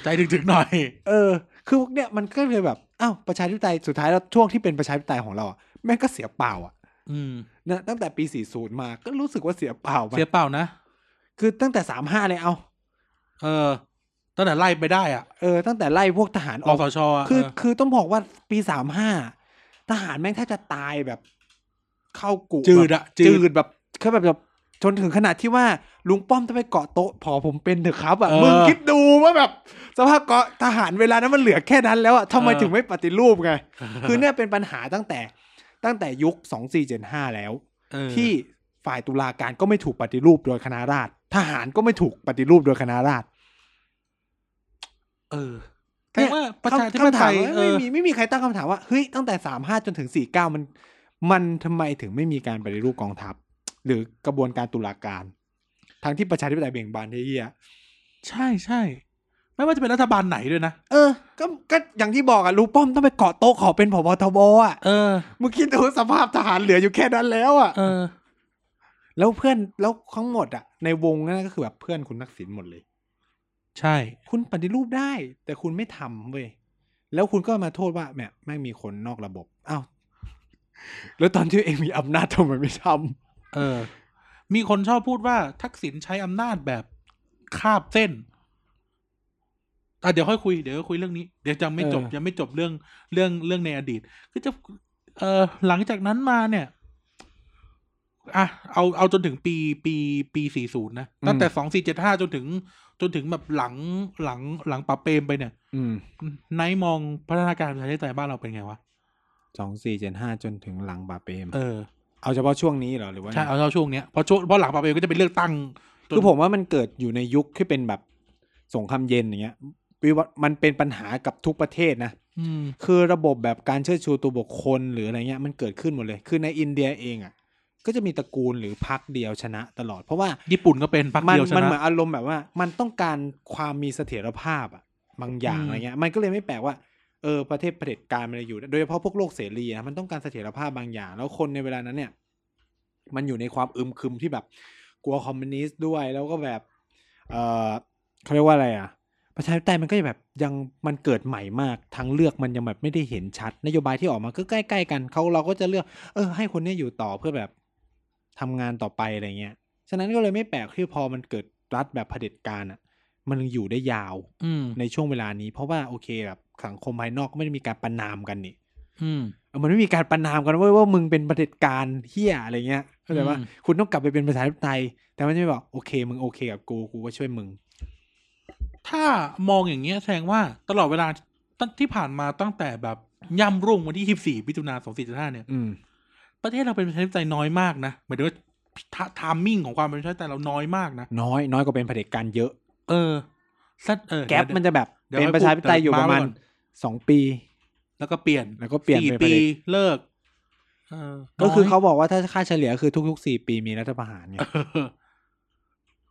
[SPEAKER 2] ใจถึงๆหน่อย
[SPEAKER 1] เออ คือพวกเนี้ยมันก็เลยแบบอ้าวประชาธิปไตยสุดท้ายแล้วช่วงที่เป็นประชาธิปไตยของเราอะแม่งก็เสียเปล่าอ่ะ
[SPEAKER 2] อืม
[SPEAKER 1] นะตั้งแต่ปี 40 มาก็รู้สึกว่าเสียเปล่าไป
[SPEAKER 2] เสียเปล่านะ
[SPEAKER 1] คือตั้งแต่ 35เลยเอา
[SPEAKER 2] เออ ตั้งแต่ไล่ไปได้อ่ะ
[SPEAKER 1] เออตั้งแต่ไล่พวกทหารอ
[SPEAKER 2] รอ
[SPEAKER 1] อก
[SPEAKER 2] สชอ่ะ
[SPEAKER 1] คือ
[SPEAKER 2] เออ
[SPEAKER 1] คือต้องบอกว่าปีสามห้าทหารแม่งถ้าจะตายแบบเข้ากุ
[SPEAKER 2] จืดอะ
[SPEAKER 1] แบบ
[SPEAKER 2] จืด
[SPEAKER 1] จืดแบบคือแบบแบบจนถึงขนาดที่ว่าลุงป้อมต้องไปเกาะโต๊ะพอผมเป็นเถอะครับแบบ
[SPEAKER 2] เออ
[SPEAKER 1] มึงคิดดูว่าแบบ สภาพเกาะทหารเวลานั้นมันเหลือแค่นั้นแล้วอะทำไม
[SPEAKER 2] เออ
[SPEAKER 1] ถึงไม่ปฏิรูป ไง คือเนี่ยเป็นปัญหาตั้งแต่ตั้งแต่ยุคสองสี่เจ็ดห้าแล้ว
[SPEAKER 2] เออ
[SPEAKER 1] ที่ฝ่ายตุลาการก็ไม่ถูกปฏิรูปโดยคณะราษฎรทหารก็ไม่ถูกปฏิรูปโดยคณะราษฎร
[SPEAKER 2] เออแต่ว่าประชาธิป
[SPEAKER 1] คำ
[SPEAKER 2] ไต
[SPEAKER 1] ถาม
[SPEAKER 2] ย
[SPEAKER 1] ว่า
[SPEAKER 2] เอ
[SPEAKER 1] ไม่
[SPEAKER 2] อ
[SPEAKER 1] มีไม่มีใครตั้งคำถามว่าเฮ้ยตั้งแต่สามห้าจนถึงสี่เก้ามัน มันทำไมถึงไม่มีการปฏิรูปกองทัพ หรือกระบวนการตุลาการ ทั้งที่ประชาธิปไตยเบ่งบานเยี่ย
[SPEAKER 2] ใช่ใช่ไม่ว่าจะเป็นรัฐบาลไหนด้วยนะ
[SPEAKER 1] เออก็ก็อย่างที่บอกอะลูกป้อมต้องไปเกาะโต๊ะขอเป็นผบทบอะ
[SPEAKER 2] เออ
[SPEAKER 1] มึงคิดดูสภาพทหารเหลืออยู่แค่นั้นแล้วอะ
[SPEAKER 2] เออ
[SPEAKER 1] แล้วเพื่อนแล้วทั้งหมดอะในวงนั่นก็คือแบบเพื่อนคุณทักษิณหมดเลย
[SPEAKER 2] ใช่
[SPEAKER 1] คุณปฏิรูปได้ แต่คุณไม่ทำเว้ย แล้วคุณก็มาโทษว่าแหมแม่งมีคนนอกระบบอ้าว แล้วตอนที่เองมีอำนาจทำไมไม่ท
[SPEAKER 2] เออ มีคนชอบพูดว่าทักษิณใช้อำนาจแบบคาบเส้นอ่ะเดี๋ยวค่อยคุย เดี๋ยวค่อยคุยเรื่องนี้ เดี๋ยวจะไม่จบยังไม่จบเรื่องเรื่องเรื่องในอดีต ก็จะ เออหลังจากนั้นมาเนี่ยอ่ะเอาเอาจนถึงปีปีปีสี่ศูนย์นะ ตั้งแต่สองสี่เจ็ดห้าจนถึง จนถึงแบบหลังหลังหลังปรับเปรมไปเนี่ย
[SPEAKER 1] ำอืม
[SPEAKER 2] ไนท์มองพัฒนาการประชาธิปไตยบ้านเราเป็นไงวะ
[SPEAKER 1] สองสี่เจ็ดห้าจนถึงหลังบาเปม
[SPEAKER 2] เออ
[SPEAKER 1] เอาเฉพาะช่วงนี้เหรอหรือว่า
[SPEAKER 2] ใช่ เอาเท่าช่วงเนี้ยเพราะช่วงเพราะหลังปรับเปรมก็จะเป็นเลือกตั้งจน
[SPEAKER 1] คือผมว่ามันเกิดอยู่ในยุคที่เป็นแบบสงครามเย็นอย่างเงี้ยวิวัฒน์มันเป็นปัญหากับทุกประเทศนะ
[SPEAKER 2] อืม
[SPEAKER 1] คือระบบแบบการเชิดชูตัวบุคคลหรืออะไรเงี้ยมันเกิดขึ้นหมดเลย คือในอินเดียเองอ่ะ ก็จะมีตระกูลหรือพรรคเดียวชนะตลอด เพราะว่า
[SPEAKER 2] ญี่ปุ่นก็เป็นพรรค
[SPEAKER 1] มั
[SPEAKER 2] เดียวช
[SPEAKER 1] มัเหมือ
[SPEAKER 2] นะ
[SPEAKER 1] นอารมณ์แบบว่า มันต้องการความมีเสถียรภาพอ่ะบางอย่าง
[SPEAKER 2] อืม
[SPEAKER 1] อะไรเงี้ย มันก็เลยไม่แปลกว่าเออประเทศเผด็จการมันเลยอยู่ได้โดยเฉพาะพวกโลกเสรีนะมันต้องการเสถียรภาพบางอย่าง แล้วคนในเวลานั้นเนี่ย มันอยู่ในความอึมครึมที่แบบ กลัวคอมมิวนิสต์ด้วย แล้วก็แบบ เออเขาเรียกว่าอะไรอ่ะ ประชาธิปไตยมันก็จะแบบยังมันเกิดใหม่มากทางเลือกมันยังแบบไม่ได้เห็นชัด นโยบายที่ออกมาก็ใกล้ๆกันเขาเราก็จะเลือก เออ ให้คนเนี้ยอยู่ต่อเพื่อแบบทำงานต่อไปอะไรเงี้ยฉะนั้นก็เลยไม่แปลกที่พอมันเกิดรัฐแบบเผด็จการอ่ะ มันอยู่ได้ยาว
[SPEAKER 2] อืม
[SPEAKER 1] ในช่วงเวลานี้ เพราะว่าโอเคแบบสังคมภายนอกก็ไม่ได้มีการประนามกันนี่
[SPEAKER 2] อืม
[SPEAKER 1] เออมันไม่มีการประนามกันเว้ยว่ามึงเป็นเผด็จการเฮียอะไรเงี้ยเข้าใจว่า
[SPEAKER 2] อืม
[SPEAKER 1] คุณต้องกลับไปเป็นประชาธิปไตย แต่มันจะไม่บอกโอเค มึงโอเคกับกูกูก็ช่วยมึง
[SPEAKER 2] ถ้ามองอย่างเงี้ยแสดงว่าตลอดเวลาตั้งที่ผ่านมาตั้งแต่แบบย่ำรุ่งวันที่ 24มิถุนา2475เนี่ย
[SPEAKER 1] อืม
[SPEAKER 2] ประเทศเราเป็นประชาธิปไตยน้อยมากนะหมายถึงว่าทาทามมิ่งของความเป็นประชาธิปไตยเราน้อยมากนะ
[SPEAKER 1] น้อยน้อยกว่าเป็นเผด็จการเยอะ
[SPEAKER 2] เออสัดเออ
[SPEAKER 1] แก๊ป
[SPEAKER 2] เดี๋ยว
[SPEAKER 1] มันจะแบบ
[SPEAKER 2] เดี๋ยว
[SPEAKER 1] เป็นประชาธิปไตยอยู่ประมาณ
[SPEAKER 2] เดี๋ยวมาไว้ก่
[SPEAKER 1] สองปี
[SPEAKER 2] แล้วก็เปลี่ยน
[SPEAKER 1] แล้วก็เปลี่ยน
[SPEAKER 2] สี่
[SPEAKER 1] เป็นเผ
[SPEAKER 2] ปี
[SPEAKER 1] ด็จ
[SPEAKER 2] เลิก เออ
[SPEAKER 1] ก็คือเขา
[SPEAKER 2] น้ย
[SPEAKER 1] บอกว่าถ้าค่าเฉลี่ยคือทุกๆสี่ปีมีรัฐประหารไง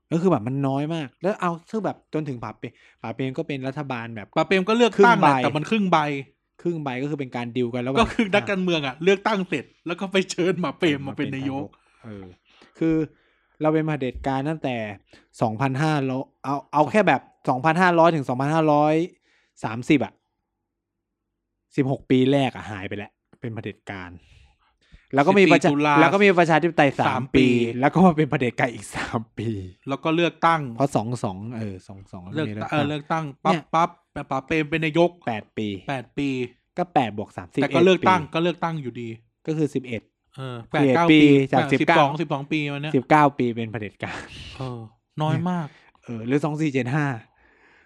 [SPEAKER 2] เออ
[SPEAKER 1] ก็คือแบบมันน้อยมาก แล้วเอาคือแบบจนถึงป่าเปรมป่าเปรมก็เป็นรัฐบาลแบบ
[SPEAKER 2] ปราเปรมก็เลือก
[SPEAKER 1] ครึ่ง
[SPEAKER 2] ตั้งแหละ
[SPEAKER 1] ใบ
[SPEAKER 2] แต่มันครึ่งใบ
[SPEAKER 1] ครึ่งใบก็คือเป็นการดิวกันแล้ว
[SPEAKER 2] ก็คือนักการเมืองอ่ะ เลือกตั้งเสร็จแล้วก็ไปเชิญหมาเปรมมาเป็นนายก
[SPEAKER 1] เออ คือเราเป็นเผด็จการตั้งแต่สองพันห้าร้อยเอาเอาแค่แบบสองพันห้าร้อยถึงสองพันห้าร้อยสามสิบอะสิบหกปีแรกอะหายไปแล้ว เป็นเผด็จการ แล้วก็มีประชา
[SPEAKER 2] 14ตุลา
[SPEAKER 1] แล้วก็มีประชาธิปไตยสา
[SPEAKER 2] สาม ม
[SPEAKER 1] ปี
[SPEAKER 2] ปี
[SPEAKER 1] แล้วก็มาเป็นเผด็จการอีกสามปี
[SPEAKER 2] แล้วก็เลือกตั้ง
[SPEAKER 1] เพราะสองสองเออสองสอง
[SPEAKER 2] เลือก
[SPEAKER 1] มี
[SPEAKER 2] ตั้งเออเลือกตั้งปั๊บปั๊บแบบป๋าเปรมเป็นนายก
[SPEAKER 1] แปดปี
[SPEAKER 2] แปดปี
[SPEAKER 1] ก็แปดบวกสามสิบ
[SPEAKER 2] แต่ก็เลือกตั้งก็เลือกตั้งอยู่ดี
[SPEAKER 1] ก็คือสิบเอ็ด
[SPEAKER 2] เออแปดเก้า
[SPEAKER 1] ปี
[SPEAKER 2] ปี
[SPEAKER 1] จาก
[SPEAKER 2] แปด
[SPEAKER 1] 19
[SPEAKER 2] สองสิบสองปีมันเนี้ย
[SPEAKER 1] สิบเก้าปีเป็นเผด็จการ
[SPEAKER 2] เออ น้อยมาก
[SPEAKER 1] เออหรือสองสี่เจ็ดห้า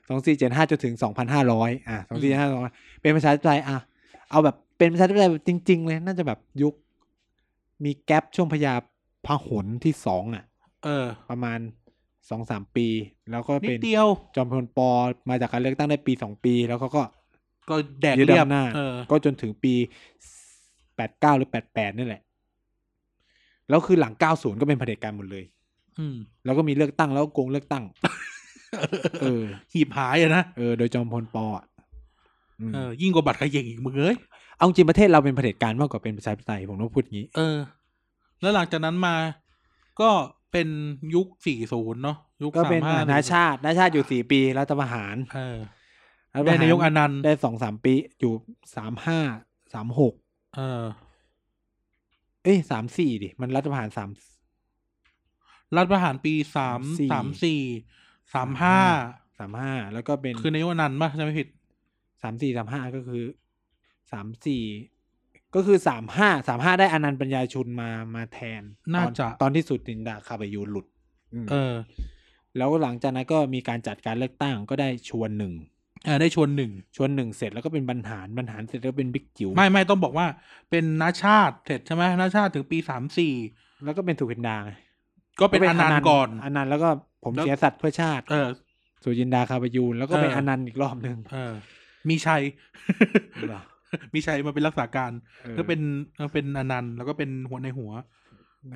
[SPEAKER 1] สองสี่เจ็ดห้าจนถึงสองพันห้าร้อยอ่ะสองสี่เจ็ดห้าเป็นประชาธิปไตยอ่ะเอาแบบเป็นประชาธิปไตยแบบจริง ๆ เลยน่าจะแบบยุค มีแกลบช่วงพยาพหลที่สองอ่ะ
[SPEAKER 2] เออ
[SPEAKER 1] ประมาณสองสามปี แล้วก็
[SPEAKER 2] นิ
[SPEAKER 1] เป็
[SPEAKER 2] ด
[SPEAKER 1] น
[SPEAKER 2] เดียว
[SPEAKER 1] จอมพลปอมาจากการเลือกตั้งได้ปีสองปี แล้วเขาก็
[SPEAKER 2] ก็แดก
[SPEAKER 1] ยึด
[SPEAKER 2] เรียบ
[SPEAKER 1] อำนาจ
[SPEAKER 2] เออ
[SPEAKER 1] ก็จนถึงปีแปดเก้าหรือแปดแปดนี่แหละ แล้วคือหลังเก้าศูนย์ก็เป็นเผด็จการหมดเลย
[SPEAKER 2] อืม
[SPEAKER 1] แล้วก็มีเลือกตั้งแล้วก็โกงเลือกตั้ง เออ
[SPEAKER 2] หีบหายอะนะ
[SPEAKER 1] เออโดยจอมพลปออ่ะอืม
[SPEAKER 2] เออ ยิ่งกว่าบัตรเขย่งอีกมึงเอ้ย
[SPEAKER 1] เอาจริงประเทศเราเป็นเผด็จการมากกว่าเป็นประชาธิปไตยผมต้องพูดงี้
[SPEAKER 2] เออ แล้วหลังจากนั้นมา ก็เป็นยุคสี่ศูนย์เนาะยุค
[SPEAKER 1] ก็
[SPEAKER 2] สา
[SPEAKER 1] เป็น
[SPEAKER 2] มห้า
[SPEAKER 1] นาชาตินาชาติอยู่สี่ปีรัฐประหาร
[SPEAKER 2] เออ
[SPEAKER 1] รัฐป
[SPEAKER 2] ได้
[SPEAKER 1] ระหร
[SPEAKER 2] นายกอนันต์
[SPEAKER 1] ได้สองสามปีอยู่สามห้าสามหก
[SPEAKER 2] เออ
[SPEAKER 1] เอ้ยสามสี่ดิ มันรัฐประหารสาม
[SPEAKER 2] รัฐประหารปีสาม
[SPEAKER 1] สา
[SPEAKER 2] สาม ม
[SPEAKER 1] สี่
[SPEAKER 2] สี่สามห้า
[SPEAKER 1] สามห้าแล้วก็เป็น
[SPEAKER 2] คือนายกอนันต์ป่ะจำไม่ผิด
[SPEAKER 1] สามสี่สามห้าก็คือสามสี่ก็คือสามห้าสามห้าได้อนันต์ปัญญาชุนมามาแทน
[SPEAKER 2] น่าจะ
[SPEAKER 1] ตอนตอนที่สุดดินดาคาบายูหลุดอืม
[SPEAKER 2] เออ
[SPEAKER 1] แล้วหลังจากนั้นก็มีการจัดการเลือกตั้งก็ได้ชวนหนึ่ง
[SPEAKER 2] เออได้ชวนหนึ่ง
[SPEAKER 1] ชวนหนึ่งเสร็จแล้วก็เป็นบรรหารบรรหารเสร็จแล้วเป็นบิ๊กจิ๋ว
[SPEAKER 2] ไม่ไม่ต้องบอกว่าเป็นนาชาติเสร็จใช่ไหมนาชาติถึงปีสามสี่
[SPEAKER 1] แล้วก็เป็นสุกินดาไง
[SPEAKER 2] ก็เป็นอนันต์ก่อน
[SPEAKER 1] อนันต์แล้วก็ผม
[SPEAKER 2] แล้ว
[SPEAKER 1] เสียสัตว์เพื่อชาติ
[SPEAKER 2] เออ
[SPEAKER 1] สุจินดาคาบยูนแล้วก็เป็น
[SPEAKER 2] เออ
[SPEAKER 1] อ
[SPEAKER 2] อ
[SPEAKER 1] นันต์อีกรอบหนึ่ง
[SPEAKER 2] เออ มีชัย
[SPEAKER 1] เหรอ
[SPEAKER 2] มีชัยมาเป็นรักษาการ
[SPEAKER 1] ออ
[SPEAKER 2] ก็เป็นเออเป็นอนันต์แล้วก็เป็นหัวในหัว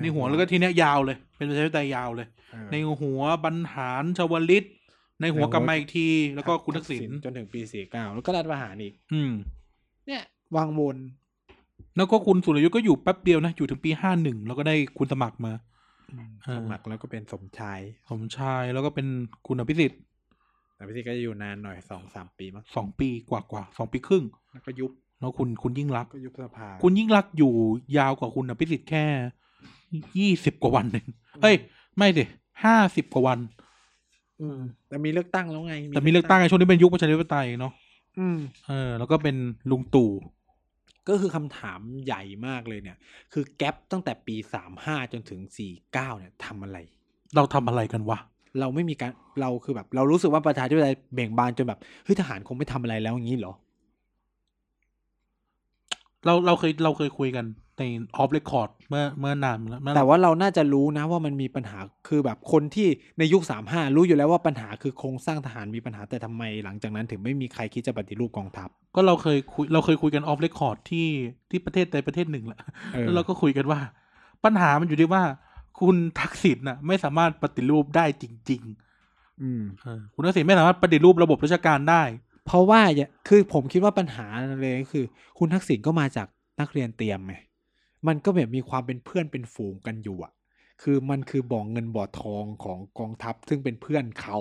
[SPEAKER 2] ในหัวแล้วก็ทีเนี้ยยาวเลย เป็นประชาธิปไตยยาวเลย
[SPEAKER 1] เออ
[SPEAKER 2] ในหัวบรรหารชวลิต ใน
[SPEAKER 1] ใน
[SPEAKER 2] หัว
[SPEAKER 1] หัว
[SPEAKER 2] กลับมาอีกที แล้วก็คุณทักษิณ
[SPEAKER 1] จนถึงปีสี่เก้าแล้วก็รัฐประหารอีก
[SPEAKER 2] อืม
[SPEAKER 1] เนี่ย วางวน
[SPEAKER 2] แล้วก็คุณสุรยุทธ์ก็อยู่แป๊บเดียวนะ อยู่ถึงปีห้าหนึ่งแล้วก็ได้คุณสมัครมา เออ
[SPEAKER 1] สมัครแล้วก็เป็นสมชาย
[SPEAKER 2] สมชายแล้วก็เป็นคุณอภิสิทธิ์
[SPEAKER 1] เ แต่พี่ซีก็จะอยู่นานหน่อยสองสามปีมั้ง
[SPEAKER 2] สองปีกว่ากว่าๆสองปีครึ่ง
[SPEAKER 1] แล้วก็ยุบ
[SPEAKER 2] แล้วคุณคุณยิ่งรักษณ์
[SPEAKER 1] ก็ยุบสภา
[SPEAKER 2] คุณยิ่งรักษณ์อยู่ยาวกว่าคุณอภิสิทธิ์แค่ยี่สิบกว่าวันเองเอ้ย ไม่สิห้าสิบกว่าวัน
[SPEAKER 1] อืมแต่มีเลือกตั้งแล้วไง
[SPEAKER 2] แต่มีเลือกตั้งในช่วงนี้เป็นยุคประชาธิปไตยเนาะ
[SPEAKER 1] อืม
[SPEAKER 2] เออ แล้วก็เป็นลุงตู่
[SPEAKER 1] ก็คือคำถามใหญ่มากเลยเนี่ย คือแกลบตั้งแต่ปีสามห้าจนถึงสี่เก้าเนี่ยทำอะไร
[SPEAKER 2] เราทำอะไรกันวะ
[SPEAKER 1] เราไม่มีการเราคือแบบ เรารู้สึกว่าประชาธิปไตยเบ่งบานจนแบบเฮ้ยทหารคงไม่ทำอะไรแล้วอย่างนี้เหรอ
[SPEAKER 2] เราเราเคยเราเคยคุยกันในออฟเรคคอร์ดเมื่อเมื่อนานมาแล้วเมื่อ
[SPEAKER 1] แต่ว่าเราน่าจะรู้นะว่ามันมีปัญหาคือแบบคนที่ในยุคสามห้ารู้อยู่แล้วว่าปัญหาคือโครงสร้างทหารมีปัญหาแต่ทำไมหลังจากนั้นถึงไม่มีใครคิดจะปฏิรูปกองทัพ
[SPEAKER 2] ก็เราเคยคุยเราเคยคุยกันออฟเรคคอร์ดที่ที่ประเทศใดประเทศหนึ่งแหละ
[SPEAKER 1] ออ
[SPEAKER 2] แล้วเราก็คุยกันว่า ปัญหามันอยู่ที่ว่า คุณทักษิณน่ะ ไม่สามารถปฏิรูปได้จริง
[SPEAKER 1] อืม
[SPEAKER 2] ๆ เออ คุณทักษิณไม่สามารถปฏิรูประบบราชการได้
[SPEAKER 1] เพราะว่าอย่าคือผมคิดว่าปัญหาเลยก็คือ คุณทักษิณก็มาจากนักเรียนเตรียมไงมันก็แบบมีความเป็นเพื่อนเป็นฝูงกันอยู่อะคือมันคือบ่อเงินบ่อทองของกองทัพซึ่งเป็นเพื่อนเขา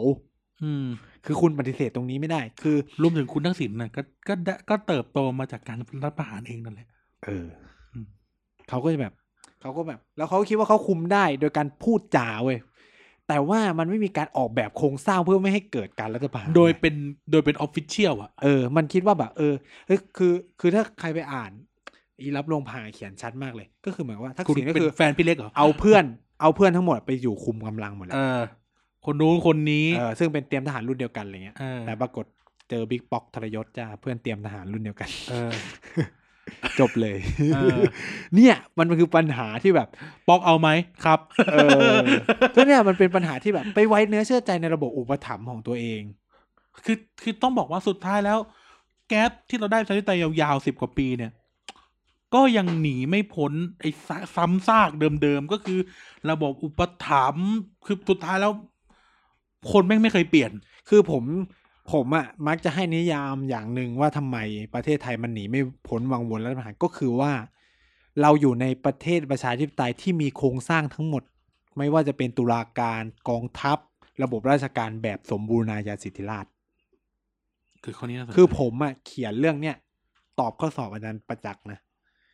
[SPEAKER 2] อืม
[SPEAKER 1] คือคุณปฏิเสธตรงนี้ไม่ได้ คือ
[SPEAKER 2] รวมถึงคุณทักษิณน่ะก็ก็ได้ก็เติบโตมาจากการรัฐประหารเองนั่นแหละ
[SPEAKER 1] เอออ
[SPEAKER 2] ม
[SPEAKER 1] เขาก็จะแบบ เขาก็แบบ แล้วเขาคิดว่าเขาคุมได้โดยการพูดจาเว้ยแต่ว่ามันไม่มีการออกแบบโครงสร้างเพื่อไม่ให้เกิดการรัฐประหาร
[SPEAKER 2] โดย
[SPEAKER 1] ไง
[SPEAKER 2] เป็นโดยเป็นออฟฟิเชียลอ่ะ
[SPEAKER 1] เออ มันคิดว่าแบบ เออเฮ้ยคือ คือถ้าใครไปอ่าน อีรับลงพางเขียนชัดมากเลย ก็คือเหมือนว่าทัก
[SPEAKER 2] คุณ
[SPEAKER 1] ษิณก็
[SPEAKER 2] เป็น
[SPEAKER 1] คือ
[SPEAKER 2] แฟนพี่เล็กเหรอ
[SPEAKER 1] เอาเพื่อน เอาเพื่อนทั้งหมดไปอยู่คุมกำลังหมดแล้ว
[SPEAKER 2] เออ คนนู้นคนนี้
[SPEAKER 1] เออซึ่งเป็นเตรียมทหารรุ่นเดียวกันอะไรเงี้ย
[SPEAKER 2] เออ
[SPEAKER 1] แต่ปรากฏเจอบิ๊กป๊อกทรยศจ้าเพื่อนเตรียมทหารรุ่นเดียวกัน
[SPEAKER 2] เออ
[SPEAKER 1] จบเลย
[SPEAKER 2] เออ
[SPEAKER 1] เนี่ยมันคือปัญหาที่แบบ
[SPEAKER 2] ปอกเอาไหมครับ
[SPEAKER 1] เออก็เนี่ยมันเป็นปัญหาที่แบบไปไว้เนื้อเชื่อใจในระบบอุปถัมภ์ของตัวเอง
[SPEAKER 2] คือคือต้องบอกว่าสุดท้ายแล้ว แก๊ปที่เราได้ประชาธิปไตยยาวๆสิบกว่าปีเนี่ย ก็ยังหนีไม่พ้นไอ้ซะซ้ำซากเดิมๆ ก็คือ ระบบอุปถัมภ์คือสุดท้ายแล้ว คนแม่งไม่เคยเปลี่ยน
[SPEAKER 1] คือผมผมอะมักจะให้นิยามอย่างหนึ่งว่าทำไมประเทศไทยมันหนีไม่พ้นวังวนรัฐประหารก็คือว่า เราอยู่ในประเทศประชาธิปไตยที่มีโครงสร้างทั้งหมด ไม่ว่าจะเป็นตุลาการกองทัพ ระบบราชการแบบสมบูรณาญาสิทธิราช
[SPEAKER 2] คือคนนี้น่าสนใจ
[SPEAKER 1] คือผมอะเขียนเรื่องเนี้ยตอบข้อสอบอาจารย์ประจักษ์นะ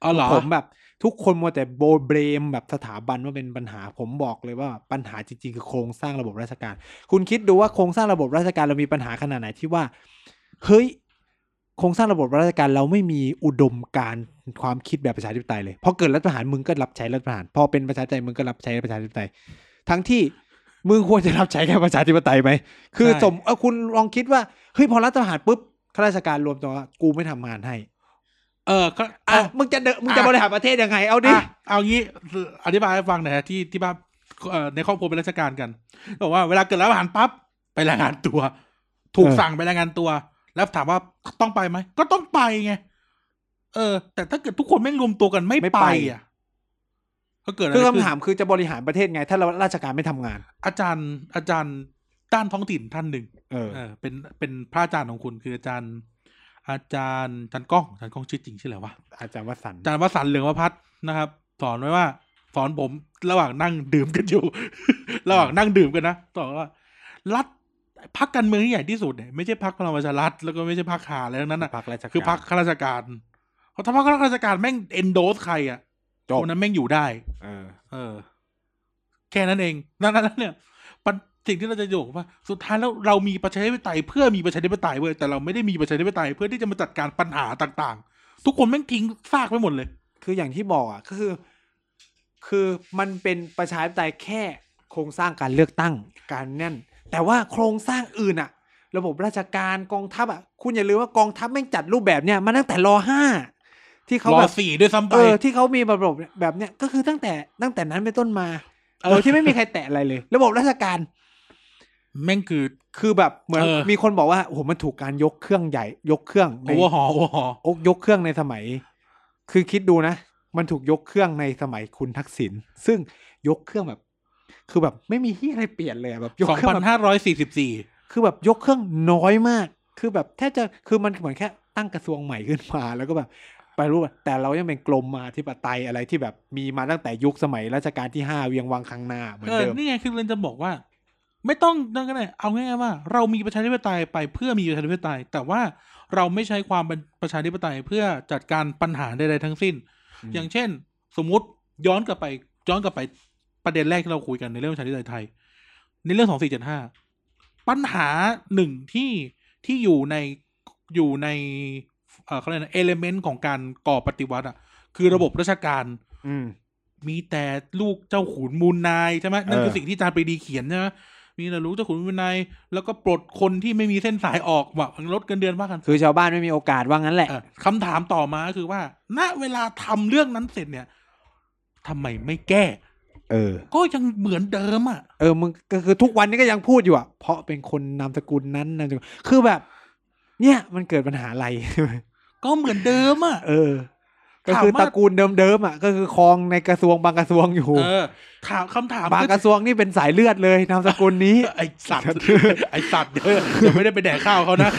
[SPEAKER 2] อ๋อเหรอ
[SPEAKER 1] ผมแบบทุกคนมัวแต่โบยเบรมแบบสถาบันว่าเป็นปัญหาผมบอกเลยว่าปัญหาจริงๆ คือโครงสร้างระบบราชการ คุณคิดดูว่าโครงสร้างระบบราชการเรามีปัญหาขนาดไหนที่ว่า เฮ้ย โครงสร้างระบบราชการเราไม่มีอุดมการณ์ความคิดแบบประชาธิปไตยเลยพอเกิดรัฐประหารมึงก็รับใช้รัฐประหารพอเป็นประชาธิปไตยมึงก็รับใช้ประชาธิปไตย ทั้งที่มึงควรจะรับใช้แค่ประชาธิปไตยไหมคือสมเออคุณลองคิดว่าเฮ้ยพอรัฐประหารปุ๊บข้าราชการรวมตัวว่ากูไม่ทำงานให้
[SPEAKER 2] เออก็
[SPEAKER 1] อ่ะ
[SPEAKER 2] อ่ะ
[SPEAKER 1] มึงจะเดินมึงจะ
[SPEAKER 2] อ่ะ
[SPEAKER 1] บริหารประเทศยังไงเอาดิ
[SPEAKER 2] อ่ะเอางี้อธิบายให้ฟังหน่อยฮะที่ที่บ้านเอ่อในครอบครัวเป็นราชการกันบอกว่าเวลาเกิดรับอาหารปั๊บไปรายงานตัว ถูก
[SPEAKER 1] เออ
[SPEAKER 2] สั่งไปรายงานตัว แล้วถามว่าต้องไปไหมก็ต้องไปไงเออ แต่ถ้าเกิดทุกคนไม่งรวมตัวกันไม่ไปอ่ะก็เกิดะไร
[SPEAKER 1] คือ
[SPEAKER 2] ขึ้น
[SPEAKER 1] คำถามคือจะบริหารประเทศไง ถ้าเราราชการไม่ทำงาน
[SPEAKER 2] อาจารย์ อาจารย์ด้านท้องถิ่นท่านหนึ่ง
[SPEAKER 1] เออ
[SPEAKER 2] เออ เป็นเป็นพระอาจารย์ของคุณคืออาจารย์ อาจารย์อาจารย์ก้องอาจารย์ก้องชื่อจริงชื่ออะไรวะ
[SPEAKER 1] อาจารย์วสันต์
[SPEAKER 2] อาจารย์วสันต์เหลืองประพัฒน์นะครับ สอนไว้ว่า สอนผมระหว่างนั่งดื่มกันอยู่ ระหว่างนั่งดื่มกันนะสอนว่า รัฐพักการเมืองที่ใหญ่ที่สุดเนี่ยไม่ใช่พักพลังประชารัฐแล้วก็ไม่ใช่พักหาอะไรทั้งนั้นอ่ะ
[SPEAKER 1] พักราชการ
[SPEAKER 2] คือพักข้าราชการเพราะถ้าพักข้าราชการแม่งเอนโดสใครอ่ะ
[SPEAKER 1] จบ
[SPEAKER 2] คนนั้นแม่งอยู่ได้
[SPEAKER 1] เออ
[SPEAKER 2] เออ แค่นั้นเองนั่นนั่นเนี่ยปัญสิ่งที่เราจะโยกว่า สุดท้ายแล้วเรามีประชาธิปไตยเพื่อมีประชาธิปไตยเว้ยแต่เราไม่ได้มีประชาธิปไตยเพื่อที่จะมาจัดการปัญหาต่างๆ ทุกคนแม่งทิ้งซากไปหมดเลย
[SPEAKER 1] คืออย่างที่บอกอ่ะก็คือ คือมันเป็นประชาธิปไตยแค่โครงสร้างการเลือกตั้งการนั่น แต่ว่าโครงสร้างอื่นอ่ะ ระบบราชการกองทัพอ่ะ คุณอย่าลืมว่ากองทัพแม่งจัดรูปแบบเนี่ยมาตั้งแต่รอห้าที่เขา
[SPEAKER 2] รอ
[SPEAKER 1] แบบ
[SPEAKER 2] สี่ด้วยซ้ำไป
[SPEAKER 1] เออที่เขามีระบบแบบเนี้ยก็คือตั้งแต่ตั้งแต่นั้นเป็นต้นมา
[SPEAKER 2] เออ
[SPEAKER 1] โดยที่ไม่มีใครแตะอะไรเลย ระบบราชการ
[SPEAKER 2] แม่งคือ
[SPEAKER 1] คือแบบเหมือน
[SPEAKER 2] เออ
[SPEAKER 1] มีคนบอกว่าโอ้โหมันถูกการยกเครื่องใหญ่ ยกเครื่องใน
[SPEAKER 2] โอเวอร์ฮอลโอเวอร์ฮอล
[SPEAKER 1] โอกยกเครื่องในสมัย คือคิดดูนะ มันถูกยกเครื่องในสมัยคุณทักษิณซึ่งยกเครื่องแบบ คือแบบไม่มีที่อะไรเปลี่ยนเลยอะแบบยก
[SPEAKER 2] สอง
[SPEAKER 1] เครื่
[SPEAKER 2] พั
[SPEAKER 1] อง
[SPEAKER 2] น
[SPEAKER 1] แบบ
[SPEAKER 2] ห้าร้อยสี่สิบสี่
[SPEAKER 1] คือแบบยกเครื่องน้อยมาก คือแบบแทบจะคือมันเหมือนแค่ตั้งกระทรวงใหม่ขึ้นมา แล้วก็แบบไปรู้ว่าแต่เรายังเป็นกลมมาธิปไตยอะไรที่แบบมีมาตั้งแต่ยุคสมัยรัชกาลที่ห้าเวียงวังคังนาเหมือน
[SPEAKER 2] เออ
[SPEAKER 1] เดิม
[SPEAKER 2] นี่ไงคือเรนจะบอกว่า ไม่ต้องนั่นก็ได้เอาง่ายๆว่า เรามีประชาธิปไตยไปเพื่อมีประชาธิปไตย แต่ว่าเราไม่ใช้ความเป็นประชาธิปไตยเพื่อจัดการปัญหาใดๆทั้งสิ้น
[SPEAKER 1] ม
[SPEAKER 2] อย่างเช่น สมมุติย้อนกลับไปย้อนกลับไปประเด็นแรกที่เราคุยกันในเรื่องประชาธิปไตยไทย ในเรื่องสองสี่เจ็ดห้าปัญหาหนึ่งที่ที่อยู่ในอยู่ในเอ่อเขาเรียกเอลเมนต์ของการก่อปฏิวัติอ่ะคือระบบราชการ
[SPEAKER 1] อืม
[SPEAKER 2] มีแต่ลูกเจ้าขุนมูลนายใช่ไหมนั่นคือ
[SPEAKER 1] เออ
[SPEAKER 2] สิ่งที่จารย์ปรีดีเขียนใช่ไหมมีแต่ลูกเจ้าขุนมูลนายแล้วก็ปลดคนที่ไม่มีเส้นสายออกแบบลดเงินเดือนว่ากัน
[SPEAKER 1] คือชาวบ้านไม่มีโอกาสว่างั้นแหละ
[SPEAKER 2] เอ่อคำถามต่อมาก็คือว่า ณ เวลาทำเรื่องนั้นเสร็จเนี่ยทำไมไม่แก้
[SPEAKER 1] เออ
[SPEAKER 2] ก็ยังเหมือนเดิมอ่ะ
[SPEAKER 1] เออมึงก็คือทุกวันนี้ก็ยังพูดอยู่อ่ะ เพราะเป็นคนนามสกุลนั้นนามสกุลคือแบบ เนี่ยมันเกิดปัญหาอะไร
[SPEAKER 2] ก็เหมือนเดิมอ่ะ
[SPEAKER 1] เออ ก็คือ
[SPEAKER 2] ถามว่า
[SPEAKER 1] ตระกูลเดิมๆอ่ะ ก็คือครองในกระทรวงบางกระทรวงอยู่
[SPEAKER 2] เออ ถามคำถาม
[SPEAKER 1] บางกระทรวงนี่เป็นสายเลือดเลยนามสกุลนี้
[SPEAKER 2] ไอสัตว์ ไอสัตว์เดี๋ยวเดี๋ยวไม่ได้ไปแดกข้าวเขานะ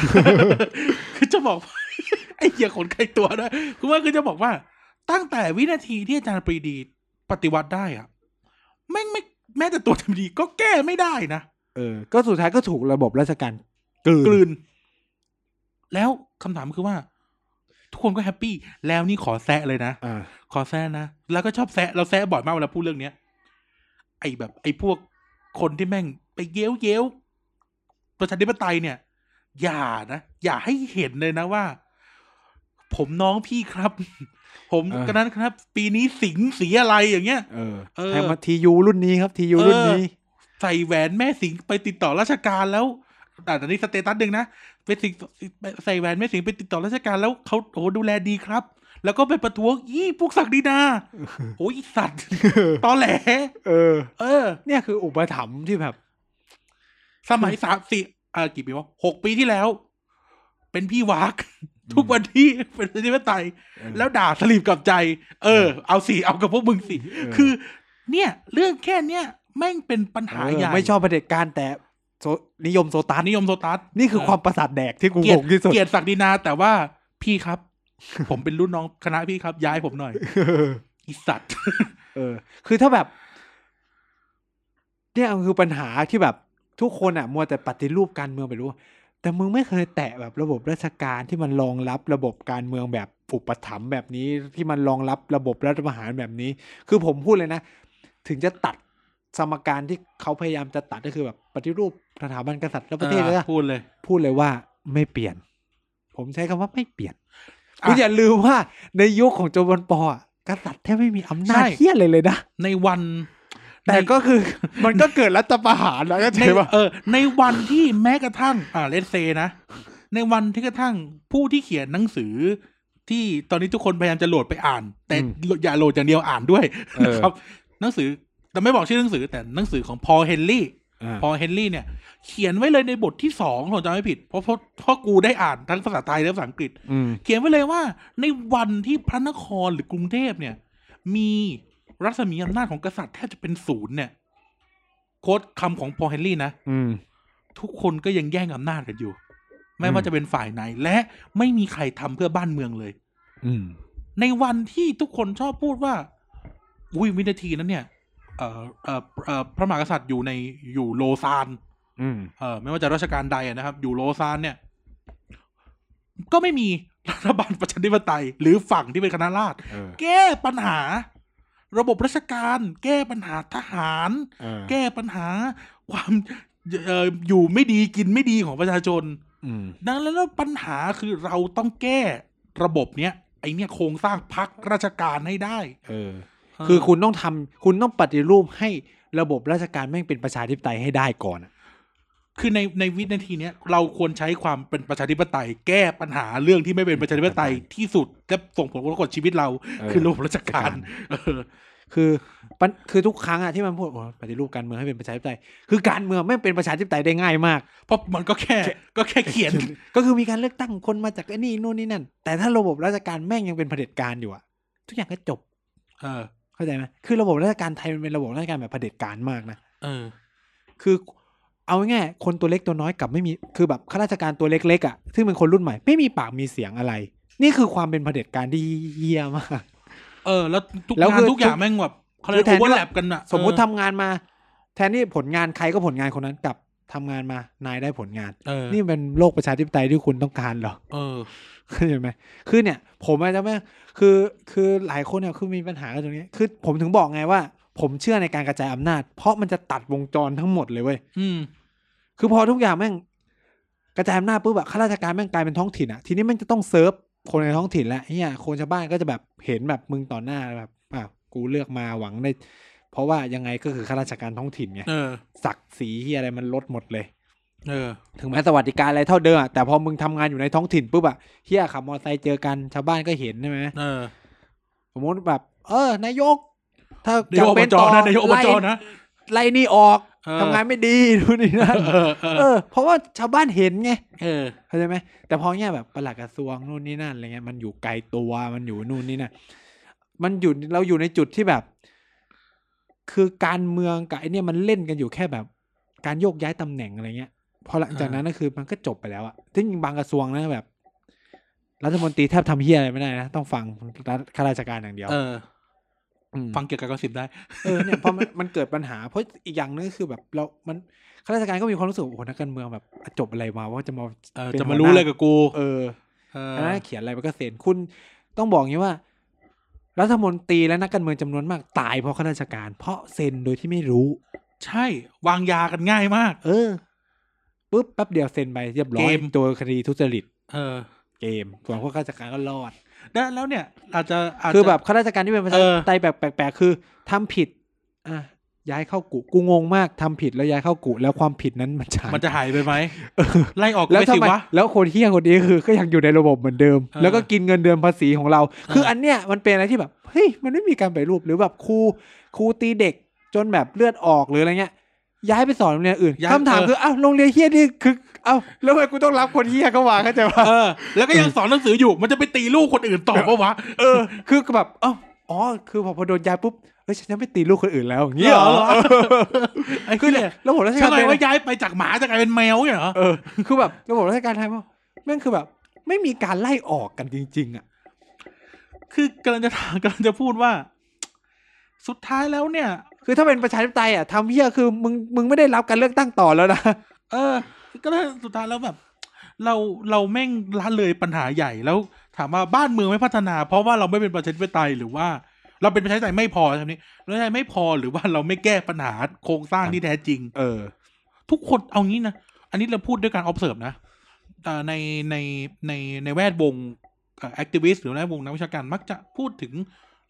[SPEAKER 2] คือจะบอกว่า ไอเหี้ยขนไกลตัวนะคือว่าคือจะบอกว่า ตั้งแต่วินาทีที่อาจารย์ปรีดีปฏิวัติได้อ่ะแม่งไม่แม้แต่ตัวจำดีก็แก้ไม่ได้นะ
[SPEAKER 1] เออ ก็สุดท้ายก็ถูกระบบราชการก
[SPEAKER 2] ก
[SPEAKER 1] ลื
[SPEAKER 2] ลื
[SPEAKER 1] น
[SPEAKER 2] น แล้วคำถามคือว่า ทุกคนก็แฮปปี้ แล้วนี่ขอแซะเลยนะ
[SPEAKER 1] อ่า
[SPEAKER 2] ขอแซะนะ แล้วก็ชอบแซะ เราแซะบ่อยมากเวลาพูดเรื่องเนี้ย ไอ้แบบ ไอ้พวกคนที่แม่งไปเย้ยวเย้ยวประชาธิปไตยเนี่ย อย่านะ อย่าให้เห็นเลยนะว่า ผมน้องพี่ครับ ผม
[SPEAKER 1] เออ
[SPEAKER 2] กระนั้นครับ ปีนี้สิงห์สีอะไรอย่างเงี้ย
[SPEAKER 1] เออ
[SPEAKER 2] เออ
[SPEAKER 1] ให้มาทียูรุ่นนี้ครับทียู
[SPEAKER 2] เออ
[SPEAKER 1] รุ่นนี้
[SPEAKER 2] ใส่แหวนแม่สิงห์ไปติดต่อราชการแล้วอ่ะอันนี้สเตตัสหนึ่งนะไปสิงห์ใส่แหวนแม่สิงห์ไปติดต่อราชการแล้วเขาโอ้ดูแลดีครับ แล้วก็ไปประท้วงอีพวกศักดิ นาโอ้ยอีสัตว์ ตอแหล
[SPEAKER 1] เออ
[SPEAKER 2] เออ
[SPEAKER 1] เนี่ยคืออุปถัมภ์ที่แบบ
[SPEAKER 2] สมัยสามสี่อ่ากี่ปีวะหกปีที่แล้ว เป็นพี่วาก
[SPEAKER 1] อืม
[SPEAKER 2] ทุกวันที่เป็นประชาธิปไตย แล้วด่าสลีบกับใจ เออ เอาสิเอากับพวกมึงสิ
[SPEAKER 1] เออ
[SPEAKER 2] คือ เนี่ย เรื่องแค่เนี้ยแม่งเป็นปัญหา
[SPEAKER 1] เออ
[SPEAKER 2] ใหญ่
[SPEAKER 1] ไม่ชอบประเผด็จการแต่โซนิยมโซตัส
[SPEAKER 2] นิยมโซตัส
[SPEAKER 1] นี่คือความประสาทแดกที่กูงงที่สุด
[SPEAKER 2] เกียรติศักดินาแต่ว่าพี่ครับ ผมเป็นรุ่นน้องคณะพี่ครับ ย้ายผมหน่อย
[SPEAKER 1] เออ
[SPEAKER 2] อีสัตว์
[SPEAKER 1] เออ คือถ้าแบบ เนี่ยมันคือปัญหาที่แบบ ทุกคนอ่ะ มัวแต่ปฏิรูปการเมืองไปรู้ แต่มึงไม่เคยแตะแบบระบบราชการที่มันรองรับระบบการเมืองแบบอุปถัมภ์แบบนี้ที่มันรองรับระบบรัฐประหารแบบนี้ คือผมพูดเลยนะ ถึงจะตัดสมการที่เขาพยายามจะตัดก็คือแบบปฏิรูปสถาบันกษัตริย์และประเทศเลยนะ
[SPEAKER 2] พูดเลย
[SPEAKER 1] พูดเลยว่าไม่เปลี่ยน ผมใช้คำว่าไม่เปลี่ยน
[SPEAKER 2] อ่ะ
[SPEAKER 1] คุณอย่าลืมว่าในยุคของโจวันปออ่ะกษัตริย์แทบไม่มีอำนาจเที่ยเลยเลยนะ
[SPEAKER 2] ในวัน
[SPEAKER 1] แต่
[SPEAKER 2] ใน
[SPEAKER 1] ก็คือ มันก็เกิดรัฐประหารแล้วก็
[SPEAKER 2] ใน
[SPEAKER 1] ใช่ป่ะ
[SPEAKER 2] เออ ในวันที่แม้กระทั่ง อ่าเลสเซนะ ในวันที่กระทั่งผู้ที่เขียนหนังสือ ที่ตอนนี้ทุกคนพยายามจะโหลดไปอ่าน แต่อย่าโหลดอย่างเดียวอ่านด้วยนะครับ หนังสือแต่ไม่บอกชื่อหนังสือ แต่หนังสือของพอเฮนรี่ พอเฮนรี่เนี่ย เขียนไว้เลยในบทที่สองผมจำไม่ผิดเพราะเพราะเพราะกูได้อ่านทั้งภาษาไทยและภาษาอังกฤษ
[SPEAKER 1] อืม
[SPEAKER 2] เขียนไว้เลยว่าในวันที่พระนครหรือกรุงเทพเนี่ย มีรัศมีอำนาจของกษัตริย์แทบจะเป็นศูนย์เนี่ยโค้ดคำของพอลเฮนรี่นะ
[SPEAKER 1] อืม
[SPEAKER 2] ทุกคนก็ยังแย่งอำนาจกันอยู่ ไม่
[SPEAKER 1] อื
[SPEAKER 2] ว่าม จะเป็นฝ่ายไหน และไม่มีใครทำเพื่อบ้านเมืองเลย
[SPEAKER 1] อืม
[SPEAKER 2] ในวันที่ทุกคนชอบพูดว่า อุ้ยวินาทีนั้นเนี่ยเอ่อเอ่อเอ่อพระมหากษัตริย์อยู่ในอยู่โลซาน
[SPEAKER 1] อืม
[SPEAKER 2] เออไม่ว่าจะราชการใดอะนะครับ อยู่โลซานเนี่ย ก็ไม่มี รัฐบาลประชาธิปไตย หรือฝั่งที่เป็นคณะราษฎร
[SPEAKER 1] เออ
[SPEAKER 2] แก้ปัญหา ระบบราชการ แก้ปัญหาทหาร
[SPEAKER 1] เออ
[SPEAKER 2] แก้ปัญหา ความเอ่ออยู่ไม่ดีกินไม่ดีของประชาชน
[SPEAKER 1] อืม
[SPEAKER 2] ดังนั้นแล้วปัญหาคือเราต้องแก้ระบบเนี้ยไอเนี่ยโครงสร้างพักราชการให้ได้
[SPEAKER 1] เออ คือคุณต้องทำคุณต้องปฏิรูปให้ระบบราชการแม่งเป็นประชาธิปไตยให้ได้ก่อนอะ
[SPEAKER 2] คือในในวินาทีเนี้ยเราควรใช้ความเป็นประชาธิปไตย แก้ปัญหาเรื่องที่ไม่เป็นประชาธิปไตยที่สุดและส่งผลกระทบกับชีวิตเรา คือระบบราชการเออ
[SPEAKER 1] คือปัญคือทุกครั้งอะที่มันพูดโอ้ปฏิรูปการเมืองให้เป็นประชาธิปไตย คือการเมืองแม่งเป็นประชาธิปไตยได้ง่ายมาก
[SPEAKER 2] เพราะมันก็แค่ก็แค่เขียน
[SPEAKER 1] ก็คือมีการเลือกตั้งคนมาจากไอ้นี่นู่นนี่นั่น แต่ถ้าระบบราชการแม่งยังเป็นเผด็จการอยู่อะทุกอย่างก็จบ
[SPEAKER 2] เออ
[SPEAKER 1] เข้าใจไหมคือระบบราชการไทยมันเป็นระบบราชการแบบเผด็จการมากนะ
[SPEAKER 2] เออ
[SPEAKER 1] คือเอาง่ายๆคนตัวเล็กตัวน้อยกลับไม่มีคือแบบข้าราชการตัวเล็กๆอะซึ่งเป็นคนรุ่นใหม่ไม่มีปากมีเสียงอะไร นี่คือความเป็นเผด็จการที่เยี่ยมาก
[SPEAKER 2] เออ แล้วทุก
[SPEAKER 1] แล้ว
[SPEAKER 2] งา
[SPEAKER 1] คื
[SPEAKER 2] น
[SPEAKER 1] อ
[SPEAKER 2] ทุกอย่างแม่งแบบเขาเรียก
[SPEAKER 1] คือแท
[SPEAKER 2] โอน
[SPEAKER 1] ที่
[SPEAKER 2] เวอร์
[SPEAKER 1] ว่า
[SPEAKER 2] แลปกันอะ
[SPEAKER 1] สมมุติ
[SPEAKER 2] เออ
[SPEAKER 1] ทำงานมา แทนที่ผลงานใครก็ผลงานคนนั้นกลับทำงานมานายได้ผลงาน
[SPEAKER 2] เออ
[SPEAKER 1] นี่เป็นโลกประชาธิปไตยที่คุณต้องการเหรอ
[SPEAKER 2] เออ
[SPEAKER 1] เข้าใจไหมคือเนี่ย ผมอาจจะไม่คือ คือหลายคนเนี่ยคือมีปัญหากับตรงนี้ คือผมถึงบอกไงว่า ผมเชื่อในการกระจายอำนาจ เพราะมันจะตัดวงจรทั้งหมดเลยเว้ย
[SPEAKER 2] อืม
[SPEAKER 1] คือพอทุกอย่างแม่งกระจายอำนาจปุ๊บแบบข้าราชการแม่งกลายเป็นท้องถิ่นอะทีนี้แม่งจะต้องเซิร์ฟคนในท้องถิ่นแล้วเฮียคนชาวบ้านก็จะแบบเห็นแบบมึงต่อหน้าแบบอ่ะกูเลือกมาหวังได้ เพราะว่ายังไงก็คือข้าราชการท้องถิ่นไง
[SPEAKER 2] เออ
[SPEAKER 1] ศักดิ์ศรีเฮียอะไรมันลดหมดเลย
[SPEAKER 2] เออ
[SPEAKER 1] ถึงแม้สวัสดิการอะไรเท่าเดิมอะแต่พอมึงทำงานอยู่ในท้องถิ่นปุ๊บอะเฮียขับมอเตอร์ไซค์เจอกันชาวบ้านก็เห็นใช่ไหม
[SPEAKER 2] เออ
[SPEAKER 1] สมมติแบบ เออนายก ถ้า
[SPEAKER 2] เดี๋ยวอบจนะเดี๋ยวอบจนะ
[SPEAKER 1] ไล่นี่ออก
[SPEAKER 2] เออ
[SPEAKER 1] ทำงานไม่ดีดูนนี่นั่น
[SPEAKER 2] เออเออ
[SPEAKER 1] เออ เพราะว่าชาวบ้านเห็นไง
[SPEAKER 2] เออ
[SPEAKER 1] เข้าใจไหมแต่พอเนี่ยแบบประหลัดกระทรวงนู่นนี่นั่นอะไรเงี้ยมันอยู่ไกลตัวมันอยู่นู่นนี่นั่นมันอยู่เราอยู่ในจุดที่แบบ คือการเมืองกับไอเนี่ยมันเล่นกันอยู่แค่แบบ การโยกย้ายตำแหน่งอะไรเงี้ยพอหลังจากนั้นก็คือมันก็จบไปแล้วอะซึ่งบางกระทรวงนะแบบรัฐมนตรีแทบทำเฮียอะไรไม่ได้นะต้องฟังรัฐข้าราชการอย่างเดียว
[SPEAKER 2] เออ
[SPEAKER 1] ม
[SPEAKER 2] ฟังเกี่ยวกับกระสิบได้
[SPEAKER 1] เออเนี่ยพอมันมันเกิดปัญหา เพราะอีกอย่างนึงก็คือแบบเรา มันข้าราชการก็มีความรู้สึกว่าโอ้โหนักการเมืองแบบจบอะไรมาว่าจะมา
[SPEAKER 2] เออ
[SPEAKER 1] ป็น
[SPEAKER 2] จะ
[SPEAKER 1] หั
[SPEAKER 2] มาว
[SPEAKER 1] หน้
[SPEAKER 2] รู้เลยกับกู
[SPEAKER 1] เออ
[SPEAKER 2] เอ
[SPEAKER 1] คณะ
[SPEAKER 2] อ
[SPEAKER 1] เขียนอะไรมันก็เซ็นคุณต้องบอกอย่างนี้ว่า รัฐมนตรีและนักการเมืองจำนวนมากตายเพราะข้าราชการ เพราะเซ็นโดยที่ไม่รู้
[SPEAKER 2] ใช่ วางยากันง่ายมาก
[SPEAKER 1] เออปุ๊บแป๊บเดียวเซ็นไปเรียบร้อ
[SPEAKER 2] เก
[SPEAKER 1] ย
[SPEAKER 2] ม
[SPEAKER 1] ตัวคดีทุจริต
[SPEAKER 2] เออ
[SPEAKER 1] เกมส่วนพวกข้าราชการก็รอด
[SPEAKER 2] แล้วแล้วเนี่ย อาจจะาจจะ
[SPEAKER 1] คือแบบข้าราชการที่เป็นประชา
[SPEAKER 2] เอ
[SPEAKER 1] ธิ
[SPEAKER 2] อ
[SPEAKER 1] ปไตยแบบแปลกๆคือทำผิด อ่ะย้ายเข้ากุกูงงมากทำผิดแล้วย้ายเข้ากุแล้วความผิดนั้นมันจะหาย
[SPEAKER 2] มันจะหายไปไหม
[SPEAKER 1] เออ
[SPEAKER 2] ไล่ออกกัน
[SPEAKER 1] แล้ว
[SPEAKER 2] ไป
[SPEAKER 1] ทำ
[SPEAKER 2] สิ
[SPEAKER 1] ไม
[SPEAKER 2] วะ
[SPEAKER 1] แล้วคนเที่ยคนนี้คือก็ยังอยู่ในระบบเหมือนเดิม
[SPEAKER 2] เออ
[SPEAKER 1] แล้วก็กินเงินเดือนภาษีของเรา คือ
[SPEAKER 2] เอออั
[SPEAKER 1] อันเนี้ยมันเป็นอะไรที่แบบเฮ้ยมันไม่มีการไปฏิรูปหรือแบบครูครูตีเด็กจนแบบเลือดออกหรืออะไรเงี้ย ย้ายไปสอนโรงเรียนอื่น
[SPEAKER 2] ย้าย
[SPEAKER 1] คำถาม
[SPEAKER 2] เออ
[SPEAKER 1] คือเอ้าวโรงเรียนเฮี้ยนี่คือเอ้าแล้วทำไมกูต้องรับคนเฮี้ยเข้ามาเข้าใจปะ
[SPEAKER 2] เออ แล้วก็ยังสอนหนังสืออยู่ มันจะไปตีลูกคนอื่นต่อปะวะ
[SPEAKER 1] เออ คือแบบเอ้าอ๋อ คือพอพอโดนย้ายปุ๊บ เฮ้ย ฉันยังไม่ตีลูกคนอื่นแล้วอย่างเงี้ยเหรอ
[SPEAKER 2] เหรอ
[SPEAKER 1] เออ
[SPEAKER 2] ไอ้
[SPEAKER 1] คื
[SPEAKER 2] คือ อ
[SPEAKER 1] เนี่
[SPEAKER 2] เนี่ย ย
[SPEAKER 1] ระบบราช
[SPEAKER 2] ทำ
[SPEAKER 1] การ
[SPEAKER 2] ไม
[SPEAKER 1] ไทย
[SPEAKER 2] ว่าย้ายไปจากหมาจะกลายเป็นแมวเนี่ยเหรอ
[SPEAKER 1] เออ คือแบบระบบราชการไทยมันแม่งคือแบบ ไม่มีการไล่ออกกันจริง ๆ อ่ะ
[SPEAKER 2] คือกำลังจะถามกำลังจะพูดว่า สุดท้ายแล้วเนี่ย
[SPEAKER 1] คือถ้าเป็นประชาธิปไตยอ่ะทำเฮียคือมึงมึงไม่ได้รับการเลือกตั้งต่อแล้วนะ
[SPEAKER 2] เออ ก็เลยสุดท้ายแล้วแบบ เราเราแม่งละเลยปัญหาใหญ่แล้ว ถามว่าบ้านเมืองไม่พัฒนา เพราะว่าเราไม่เป็นประชาธิปไตยหรือว่า เราเป็นประชาธิปไตยไม่พอใช่ไหมประชาธิปไตยไม่พอหรือว่าเราไม่แก้ปัญหาโครงสร้างที่แท้จริง
[SPEAKER 1] เออ
[SPEAKER 2] ทุกคนเอางี้นะ อันนี้เราพูดด้วยการ observe นะแต่ในในในในแวดวงแอคทิวิสต์หรือแวดวงนักวิชาการมักจะพูดถึง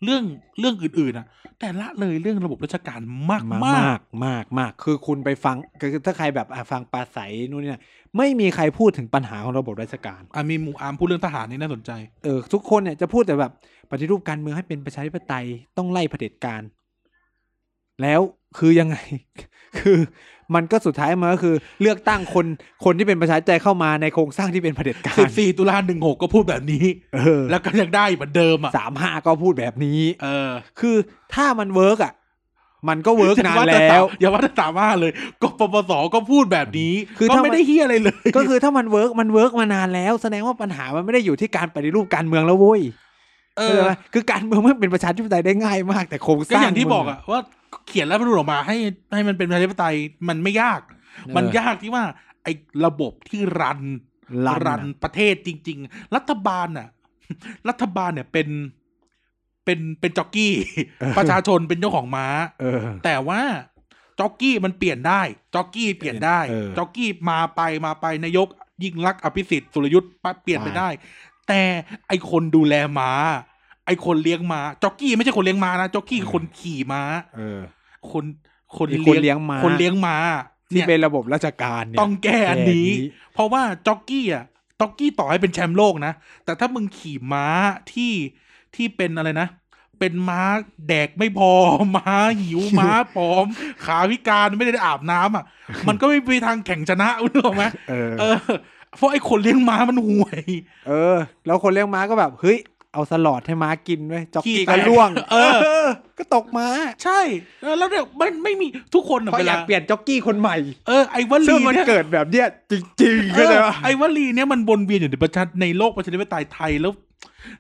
[SPEAKER 2] เรื่องเรื่องอื่นๆนะแต่ละเลยเรื่องระบบราชการมาก
[SPEAKER 1] มา
[SPEAKER 2] ๆ
[SPEAKER 1] มากมากมาก คือคุณไปฟังคือถ้าใครแบบอ่ะฟังปราศัยนู่นนี่นะไม่มีใครพูดถึงปัญหาของระบบราชการ
[SPEAKER 2] อ่ะมีหมู่อาร์มพูดเรื่องทหารนี่น่าสนใจ
[SPEAKER 1] เออทุกคนเนี่ยจะพูดแต่แบบปฏิรูปการเมืองให้เป็นประชาธิปไตยต้องไล่เผด็จการ แล้วคือยังไง คือมันก็สุดท้ายมันก็คือ เลือกตั้งคนคนที่เป็นประชาธิปไตยเข้ามาในโครงสร้างที่เป็นเผด็จการ
[SPEAKER 2] 14 ตุลาหนึ่งหกก็พูดแบบนี้
[SPEAKER 1] เออ
[SPEAKER 2] แล้วก็ยังได้เหมือนเดิมอ่ะ
[SPEAKER 1] สามห้าก็พูดแบบนี้
[SPEAKER 2] เออ
[SPEAKER 1] คือถ้ามันเวิร์กอ่ะ มันก็เวิร์กนาน
[SPEAKER 2] อย่
[SPEAKER 1] แล้ว
[SPEAKER 2] ต่อย่าว่าแต่สามารถเลยกปปสก็พูดแบบนี้
[SPEAKER 1] คือ
[SPEAKER 2] ก็
[SPEAKER 1] ถ้ามัน
[SPEAKER 2] ไม่ได้เฮียอะไรเลย
[SPEAKER 1] ก็คือถ้ามันเวิร์กมันเวิร์กมานานแล้ว แสดงว่าปัญหามันไม่ได้อยู่ที่การปฏิรูปการเมืองแล้วเว้ย
[SPEAKER 2] เอ
[SPEAKER 1] เข้าใจ
[SPEAKER 2] อ
[SPEAKER 1] ไหมคือการเมืองมันเป็นประชาธิปไตยได้ง่ายมาก แต่โครงส
[SPEAKER 2] ก็
[SPEAKER 1] ร้าง
[SPEAKER 2] อย่างที่
[SPEAKER 1] มัน
[SPEAKER 2] บอกอ่ะว่าเขียนแล้วมันออกมาให้ให้มันเป็นประชาธิปไตยมันไม่ยาก
[SPEAKER 1] ออ
[SPEAKER 2] มันยากที่ว่า ไอ้ระบบที่รัน
[SPEAKER 1] รัน
[SPEAKER 2] รัน
[SPEAKER 1] อะ
[SPEAKER 2] ประเทศจริง ๆ รัฐบาลน่ะ รัฐบาลเนี่ยเป็นเป็นเป็นจ็อกกี้
[SPEAKER 1] เออ
[SPEAKER 2] ประชาชนเป็นเจ้าของม้า
[SPEAKER 1] เออ
[SPEAKER 2] แต่ว่าจ็อกกี้มันเปลี่ยนได้จ็อกกี้เปลี่ยนได้
[SPEAKER 1] เออ
[SPEAKER 2] จ็อกกี้มาไปมาไปนายก ยิ่งรักษณ์อภิสิทธิ์สุรยุทธ์ปะเปลี่ยนไป
[SPEAKER 1] ใช่
[SPEAKER 2] ได้ แต่ไอคนดูแลม้า ไอคนเลี้ยงม้าจ็อกกี้ไม่ใช่คนเลี้ยงม้านะจ็อกกี้คือคนขี่ม้า
[SPEAKER 1] เออ
[SPEAKER 2] คนคน
[SPEAKER 1] ไอ้คนเลี้ยงม้า
[SPEAKER 2] คนเลี้ยงม้า
[SPEAKER 1] ที่
[SPEAKER 2] เนี่ย
[SPEAKER 1] เป็นระบบราชการเนี่ย
[SPEAKER 2] ต้องแก้อันนี้
[SPEAKER 1] แก้อันนี้
[SPEAKER 2] เพราะว่าจ็อกกี้อ่ะจ็อกกี้ต่อให้เป็นแชมป์โลกนะ แต่ถ้ามึงขี่ม้าที่ที่เป็นอะไรนะ เป็นม้าแดกไม่พอ ม้าหิว ม้าผอม ขาพิการไม่ได้อาบน้ำอ่ะ มันก็ไม่มีทางแข่งชนะรู้หรอกไหม
[SPEAKER 1] เออ
[SPEAKER 2] เออ เพราะไอ้คนเลี้ยงม้ามันห่วย
[SPEAKER 1] เออ แล้วคนเลี้ยงม้าก็แบบเฮ้ยเอาสลอดให้ม้ากินด้วยจ็อกกี้
[SPEAKER 2] แต
[SPEAKER 1] ก็ล่วง
[SPEAKER 2] เออ
[SPEAKER 1] ก็ตกม้า
[SPEAKER 2] ใช่ แล้วเนี่ยมันไม่มีทุกคนอ่ะ
[SPEAKER 1] เพราะ
[SPEAKER 2] เว
[SPEAKER 1] อยา
[SPEAKER 2] ลาก
[SPEAKER 1] เปลี่ยนจ็อกกี้คนใหม่
[SPEAKER 2] เออไอ้วลี
[SPEAKER 1] ซึ่งมัน
[SPEAKER 2] เนี่ย
[SPEAKER 1] เกิดแบบเนี้ยจริงๆเข้าใจปะ
[SPEAKER 2] ไอ้วลีเนี่ยมันวนเวียนอยู่ในประชาในโลกประชาธิปไตยไทยแล้ว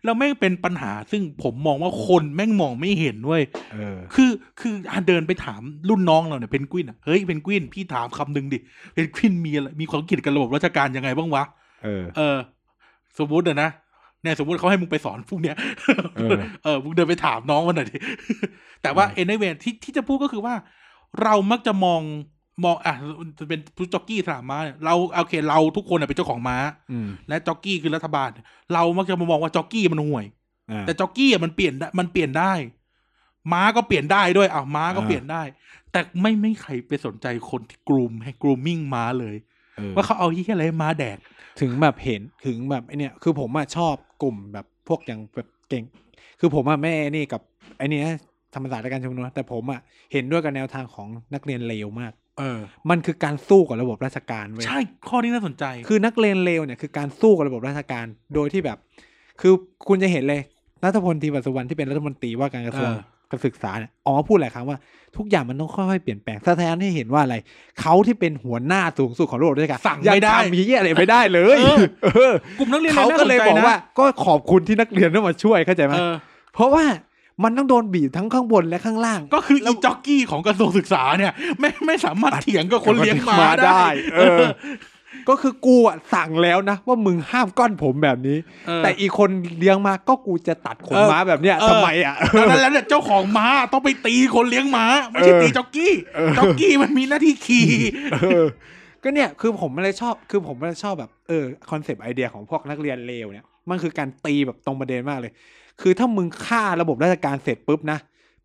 [SPEAKER 2] แล้วแม่งเป็นปัญหา ซึ่งผมมองว่าคนแม่งมองไม่เห็นเว้ย
[SPEAKER 1] เออ
[SPEAKER 2] คือคืออ่ะเดินไปถามรุ่นน้องเราเนี่ยเพนกวินอ่ะเฮ้ยเพนกวินพี่ถามคำหนึ่งดิเพนกวินมีอะไรมีความคิดเห็นกับระบบราชการยังไงบ้างวะ
[SPEAKER 1] เออ
[SPEAKER 2] เออ สมมติอะนะเนี่ยสมมติเขาให้มึงไปสอนพวกเนี้ย
[SPEAKER 1] เออ
[SPEAKER 2] เออมึงเดินไปถามน้องมันหน่อยดิ แต่ว่า
[SPEAKER 1] เอ
[SPEAKER 2] เอ็
[SPEAKER 1] อ
[SPEAKER 2] นเวที่ที่จะพูดก็คือว่า เรามักจะมองมองอ่ะจะเป็นผู้จ็อกกี้สนามม้าเนี่ยเราโอเค เราทุกคนอะเป็นเจ้าของม้า
[SPEAKER 1] อืม
[SPEAKER 2] และจ็อกกี้คือรัฐบาล เรามักจะมามองว่าจ็อกกี้มันห่วย
[SPEAKER 1] อ่า
[SPEAKER 2] แต่จ็อกกี้อ่ะมันเปลี่ยนได้มันเปลี่ยนได้ ม้าก็เปลี่ยนได้ด้วยอ่ะม้าก็
[SPEAKER 1] อ่า
[SPEAKER 2] เปลี่ยนได้ แต่ไม่ไม่ใครไปสนใจคนที่กรูมให้กรูมมิ่งม้าเลย
[SPEAKER 1] เออ
[SPEAKER 2] ว่าเขาเอาที่อะไรให้ม้าแดก
[SPEAKER 1] ถึงแบบเห็นถึงแบบไอเนี่ยคือผมอะชอบกลุ่มแบบพวกอย่างแบบเก่ง คือผมอะไม่ไอ้นี่กับไอเนี้ยธรรมศาสตร์และการชุมนุมนะแต่ผมอะเห็นด้วยกับแนวทางของนักเรียนเลวมาก
[SPEAKER 2] เออ
[SPEAKER 1] มันคือการสู้กับระบบราชการเว้ย
[SPEAKER 2] ใช่ข้อนี้น่าสนใจ
[SPEAKER 1] คือนักเรียนเลวเนี่ยคือการสู้กับระบบราชการโดยที่แบบ คือคุณจะเห็นเลยรัฐพลทีปัสสุวรรณที่เป็นรัฐมนตรีว่าการกระทรวง
[SPEAKER 2] เออ
[SPEAKER 1] การศึกษาเนี่ยออกมาพูดหลายครั้งว่าทุกอย่างมันต้องค่อยๆเปลี่ยนแปลงสะท้อนให้เห็นว่าอะไรเขาที่เป็นหัวหน้าสูงสุดของระบบราชการ
[SPEAKER 2] สั่งไม่ได้
[SPEAKER 1] ยัทำเหี้ยอะไรไม่ได้เลย
[SPEAKER 2] เออ
[SPEAKER 1] เออ
[SPEAKER 2] กลุ่มนักเรียน
[SPEAKER 1] เขา
[SPEAKER 2] น่
[SPEAKER 1] ก็
[SPEAKER 2] สน
[SPEAKER 1] เลย
[SPEAKER 2] ใจ
[SPEAKER 1] บอก
[SPEAKER 2] นะ
[SPEAKER 1] ว่าก็ขอบคุณที่นักเรียนต้องมาช่วยเข้าใจไหม
[SPEAKER 2] เออ
[SPEAKER 1] เพราะว่ามันต้องโดนบีบทั้งข้างบนและข้างล่าง
[SPEAKER 2] ก็คืออีจ็อกกี้ของกระทรวงศึกษาเนี่ย ไม่ไม่สามารถเถียงกับคนเลี้ยงม้าได้
[SPEAKER 1] เออ ก็คือกูอ่ะสั่งแล้วนะ ว่ามึงห้ามก้อนผมแบบนี้
[SPEAKER 2] เออ
[SPEAKER 1] แต่อีกคนเลี้ยงมาก็กูจะตัดขน
[SPEAKER 2] เออ
[SPEAKER 1] ม้าแบบเนี้ย
[SPEAKER 2] เออ
[SPEAKER 1] ทำไมอ่ะ
[SPEAKER 2] ดังนั้นแล้วเนี่ยเจ้าของม้าต้องไปตีคนเลี้ยงม้า ไม่ใช่
[SPEAKER 1] เออ
[SPEAKER 2] ตีจ็อกกี้
[SPEAKER 1] เออ
[SPEAKER 2] จ็อกกี้มันมีหน้าที่ขี่
[SPEAKER 1] เออก็เนี่ยคือผมไม่ได้ชอบ คือผมไม่ได้ชอบแบบเออคอนเซปต์ไอเดียของพวกนักเรียนเลวเนี่ยมันคือการตีแบบตรงประเด็นมากเลย คือถ้ามึงฆ่าระบบราชการเสร็จปุ๊บนะ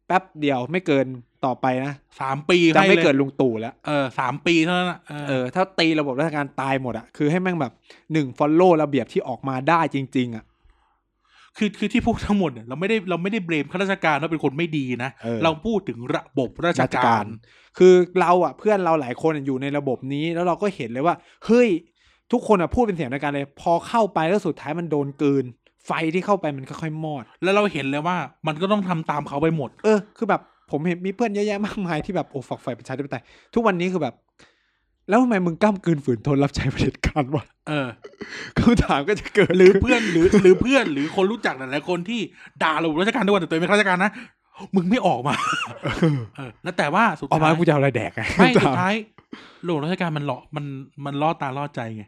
[SPEAKER 1] แป๊บเดียวไม่เกินต่อไปนะ
[SPEAKER 2] สามปี
[SPEAKER 1] จะ
[SPEAKER 2] ให้
[SPEAKER 1] ไม่
[SPEAKER 2] ลย
[SPEAKER 1] เกิดลุงตู่แล้ว
[SPEAKER 2] เออสามปีเท่านั้นน่ะเออ
[SPEAKER 1] เออถ้าตีระบบราชการตายหมดอะคือให้แม่งแบบหนึ่งฟอลโล่ระเบียบที่ออกมาได้จริง ๆอะ
[SPEAKER 2] คือคือที่พูดทั้งหมดเนี่ยเราไม่ได้เราไม่ได้เบรมข้าราชการว่าเป็นคนไม่ดีนะ
[SPEAKER 1] เออ
[SPEAKER 2] พูดถึงระบบราชการ
[SPEAKER 1] คือเราอะเพื่อนเราหลายคนอยู่ในระบบนี้ แล้วเราก็เห็นเลยว่า เฮ้ย ทุกคนอะพูดเป็นเสียงเดียวกันเลย พอเข้าไปแล้วสุดท้ายมันโดนกลืน ไฟที่เข้าไปมันค่อยๆมอด
[SPEAKER 2] แล้วเราเห็นเลยว่ามันก็ต้องทำตามเขาไปหมด
[SPEAKER 1] เออ คือแบบผมเห็นมีเพื่อนเยอะแยะมากมายที่แบบโอ้ฝักใฝ่ประชาธิปไตยทุกวันนี้คือแบบ แล้วทำไมมึงกล้ามกลืนฝืนทนรับใช้เผด็จการวะ
[SPEAKER 2] เออ
[SPEAKER 1] คำถามก็จะเกิด
[SPEAKER 2] หรือเพื่อนหรือหรือเพื่อนหรือคนรู้จักหลายๆคนที่ด่าระบบราชการทุกวันแต่ตัวเองเป็นข้าราชการนะมึงไม่ออก มาเออแล้วแต่ว่าสุด
[SPEAKER 1] ออกมา
[SPEAKER 2] ท้าย
[SPEAKER 1] กูจะเอาอะไรแดกไง
[SPEAKER 2] ไม่
[SPEAKER 1] คำ
[SPEAKER 2] สุ
[SPEAKER 1] ถา
[SPEAKER 2] ดท้ายระบบราชการมันหลอกมันมันล่อตาล่อใจไง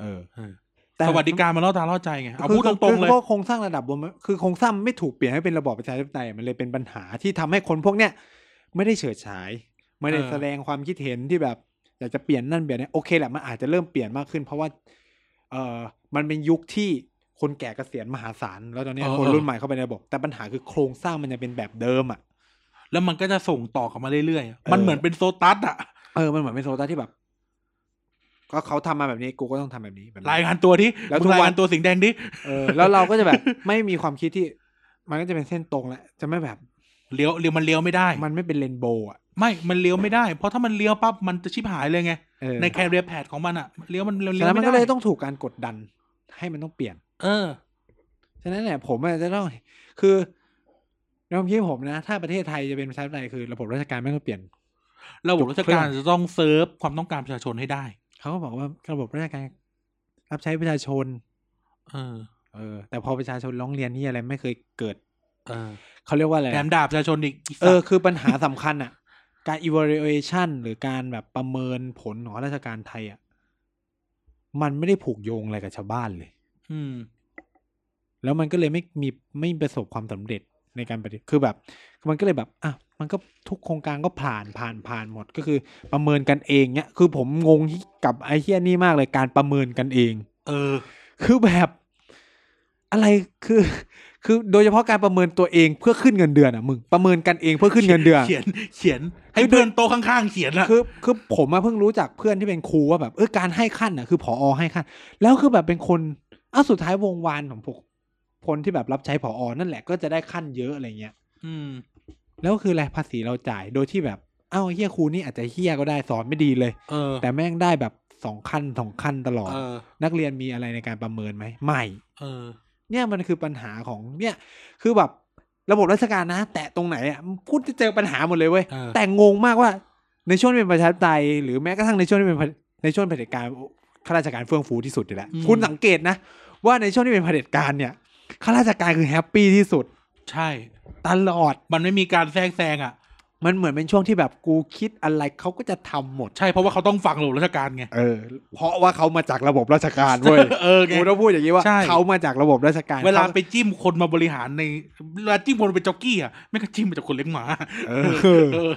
[SPEAKER 1] เออ
[SPEAKER 2] เออ
[SPEAKER 1] แต่
[SPEAKER 2] สวัสดิการมันล่อตาล่อใจไงเอา
[SPEAKER 1] คือ
[SPEAKER 2] พูดตรงๆเลย
[SPEAKER 1] คือพวกโครงสร้างระดับบนมันคือโครงสร้างไม่ถูกเปลี่ยนให้เป็นระบอบประชาธิปไตยมันเลยเป็นปัญหาที่ทำให้คนพวกเนี้ยไม่ได้เฉิดฉาย ไม่ได้
[SPEAKER 2] เออ
[SPEAKER 1] แสดงความคิดเห็นที่แบบอยากจะเปลี่ยนนั่นเปลี่ยนนี่โอเคแหละมันอาจจะเริ่มเปลี่ยนมากขึ้น เพราะว่าเออมันเป็นยุคที่คนแก่เกษียณมหาศาลแล้วตอนเนี้ยคนรุ่นใหม่เข้าไปในระบบแต่ปัญหาคือโครงสร้างมันยังเป็นแบบเดิมอ่ะ
[SPEAKER 2] แล้วมันก็จะส่งต่อกลับมาเรื่อยๆอะ
[SPEAKER 1] เออ
[SPEAKER 2] มันเหมือนเป็นโซตัสอะ
[SPEAKER 1] เออมันเหมือนเป็นโซตาที่แบบ ก็เขาทำมาแบบนี้กูก็ต้องทำแบบนี้แบบนี้
[SPEAKER 2] รายงานตัวที่
[SPEAKER 1] แล้ว
[SPEAKER 2] มึ
[SPEAKER 1] ทุ
[SPEAKER 2] ง
[SPEAKER 1] ก
[SPEAKER 2] ราย
[SPEAKER 1] วัน
[SPEAKER 2] งานตัวเสิงแดงดิ
[SPEAKER 1] เออแล้วเราก็จะแบบ ไม่มีความคิดที่มันก็จะเป็นเส้นตรงแหละจะไม่แบบ
[SPEAKER 2] เลี้ยวเลี้ยวมันเลี้ยวไม่ได้
[SPEAKER 1] มันไม่เป็นเรนโบว์อ่ะ
[SPEAKER 2] ไม่ มันเลี้ยวไม่ได้ เพราะถ้ามันเลี้ยวปั๊บ มันจะชิบหายเลยไง
[SPEAKER 1] เออ
[SPEAKER 2] ในแคเรียแพดของมันอะเลี้ยวมันเลี้ยว
[SPEAKER 1] ฉะนั้นมั
[SPEAKER 2] ไม่
[SPEAKER 1] น
[SPEAKER 2] ได้
[SPEAKER 1] ก็เลยต้องถูกการกดดัน ให้มันต้องเปลี่ยน
[SPEAKER 2] เออ
[SPEAKER 1] ฉะนั้นเนี่ยผมอะจะต้องคือในความคิดผมนะ ถ้าประเทศไทยจะเป็นประชาธิปไตยคือระบบราชการไม่ต้องเปลี่ยน
[SPEAKER 2] ระบบราชการ
[SPEAKER 1] จุดเครื่อง
[SPEAKER 2] จะต้องเซิร์ฟความต้องการประชาชนให้ได้
[SPEAKER 1] เขาก็บอกว่าระบบราชการรับใช้ประชาชน
[SPEAKER 2] เออ
[SPEAKER 1] เออ แต่พอประชาชนร้องเรียนนี่อะไรไม่เคยเกิด
[SPEAKER 2] เออ
[SPEAKER 1] เขาเรียกว่าอะไร
[SPEAKER 2] แถม
[SPEAKER 1] อะ
[SPEAKER 2] ด่าประชาชนอีก
[SPEAKER 1] เออ คือปัญหาสำคัญอ่ะ การ evaluation หรือการแบบประเมินผลของราชการไทยอ่ะมันไม่ได้ผูกโยงอะไรกับชาวบ้านเลย
[SPEAKER 2] อืม
[SPEAKER 1] แล้วมันก็เลยไม่มีไม่ประสบความสำเร็จในการปฏิคือแบบ มันก็เลยแบบอ่ะมันก็ทุกโครงการก็ผ่านผ่านผ่านหมดก็คือประเมินกันเองเนี่ยคือผมงงกับไอ้เฮียนี่มากเลยการประเมินกันเอง
[SPEAKER 2] เออ
[SPEAKER 1] คือแบบอะไรคือ คือโดยเฉพาะการประเมินตัวเองเพื่อขึ้นเงินเดือนอ่ะมึงประเมินกันเองเพื่อขึ้นเงินเดือน
[SPEAKER 2] เขียน เขียน ให้
[SPEAKER 1] คือ
[SPEAKER 2] เพื่อนโตะข้างๆ เขียนอะ
[SPEAKER 1] คือคือผมมาเพิ่งรู้จากเพื่อนที่เป็นครูว่าแบบเออการให้ขั้นอ่ะคือผออให้ขั้น แล้วคือแบบเป็นคนอ้าวสุดท้ายวงวานของพวกคนที่แบบรับใช้ผออนั่นแหละก็จะได้ขั้นเยอะอะไรเงี้ย
[SPEAKER 2] อืม
[SPEAKER 1] แล้วคืออะไรภาษีเราจ่ายโดยที่แบบอ้าวเฮียครูนี่อาจจะเฮียก็ได้สอนไม่ดีเลย
[SPEAKER 2] เออ
[SPEAKER 1] แต่แม่งได้แบบสองขั้นสองขั้นตลอด
[SPEAKER 2] เออ
[SPEAKER 1] นักเรียนมีอะไรในการประเมินไหมไม่
[SPEAKER 2] เออ
[SPEAKER 1] เนี่ยมันคือปัญหาของเนี่ยคือแบบระบบราชการนะ แต่ตรงไหนอ่ะพูดจะเจอปัญหาหมดเลยเว้ย
[SPEAKER 2] เออ
[SPEAKER 1] แต่งงมากว่าในช่วงที่เป็นประชาธิปไตยหรือแม้กระทั่งในช่วงที่เป็นเผในช่วงเผด็จการข้าราชการเฟื่องฟูที่สุดอยู่แล้ว
[SPEAKER 2] อืม
[SPEAKER 1] คุณสังเกตนะ ว่าในช่วงที่เป็นเผด็จการเนี่ย ข้าราชการคือแฮปปี้ที่สุด
[SPEAKER 2] ใช่
[SPEAKER 1] ตลอด
[SPEAKER 2] มันไม่มีการแทรกแซงอ่ะ
[SPEAKER 1] มันเหมือนเป็นช่วงที่แบบกูคิดอะไรเขาก็จะทำหมด
[SPEAKER 2] ใช่เพราะว่าเขาต้องฟังระบบราชการไง
[SPEAKER 1] เออ เพราะว่าเขามาจากระบบราชการเว้ย
[SPEAKER 2] เออไง
[SPEAKER 1] กูต้องพูดอย่างนี้ว่า
[SPEAKER 2] ใช่
[SPEAKER 1] เขามาจากระบบราชการ
[SPEAKER 2] เวลา
[SPEAKER 1] ข
[SPEAKER 2] ไปจิ้มคนมาบริหารในเวลาจิ้มคนเป็นจ็อกกี้อ่ะไม่งก็จิ้มมาจากคนเลี้ยงหมา
[SPEAKER 1] เออ
[SPEAKER 2] เออ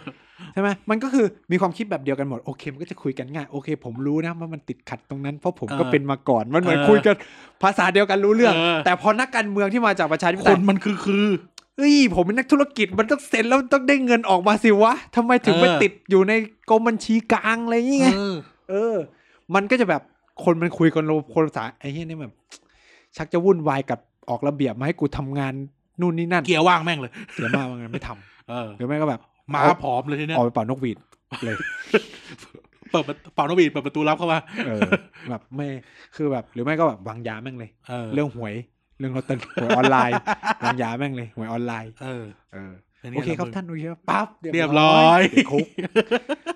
[SPEAKER 1] ใช่ไหมมันก็คือมีความคิดแบบเดียวกันหมด โอเค มันก็จะคุยกันง่าย โอเค ผมรู้นะว่ามันติดขัดตรงนั้นเพราะผมก็
[SPEAKER 2] เออ
[SPEAKER 1] เป็นมาก่อน มันเหมือน
[SPEAKER 2] เออ
[SPEAKER 1] คุยกันภาษาเดียวกันรู้เรื่อง
[SPEAKER 2] เออ
[SPEAKER 1] แต่พอนักการเมืองที่มาจากประชาธิป
[SPEAKER 2] ค
[SPEAKER 1] ไตย
[SPEAKER 2] นมันคือคือ
[SPEAKER 1] เอ้ย ผมเป็นนักธุรกิจมันต้องเซ็นแล้วต้องได้เงินออกมาสิวะทำไมถึงไป
[SPEAKER 2] เออ
[SPEAKER 1] ติดอยู่ในกรมบัญชีกลางอะไรอย่างเงี้ย
[SPEAKER 2] เออ
[SPEAKER 1] เออ มันก็จะแบบคนมันคุยกันคนภาษาไอ้เหี้ยนี่แบบ ชักจะวุ่นวายกับออกระเบียบมาให้กูทำงานนู่นนี่นั่น
[SPEAKER 2] เกียร์ว่างแม่งเลย
[SPEAKER 1] เสียมากว่างั้นไม่ทำ
[SPEAKER 2] เออ
[SPEAKER 1] หรือไม่ก็แบบ
[SPEAKER 2] หมา
[SPEAKER 1] เอ
[SPEAKER 2] ผอมเลยทีเนี้ย
[SPEAKER 1] ออกไปเป่านกหวีดเลย
[SPEAKER 2] เปิดประเป่านกหวีดเปิดประตูรับเข้ามา
[SPEAKER 1] เออ แบบไม่คือแบบ หรือไม่ก็แบบวางยาแม่งเลย
[SPEAKER 2] เออ
[SPEAKER 1] เรื่องหวย เรื่องลอตเตอ รี่หวยออนไลน์วางยาแม่งเลยหวยออนไลน์
[SPEAKER 2] เออ
[SPEAKER 1] เออ
[SPEAKER 2] ป็นไง
[SPEAKER 1] โอเคครับ
[SPEAKER 2] ล่ะมึง
[SPEAKER 1] ท่านโอเคครับปั๊บ
[SPEAKER 2] เรียบร้อย
[SPEAKER 1] ติดคุก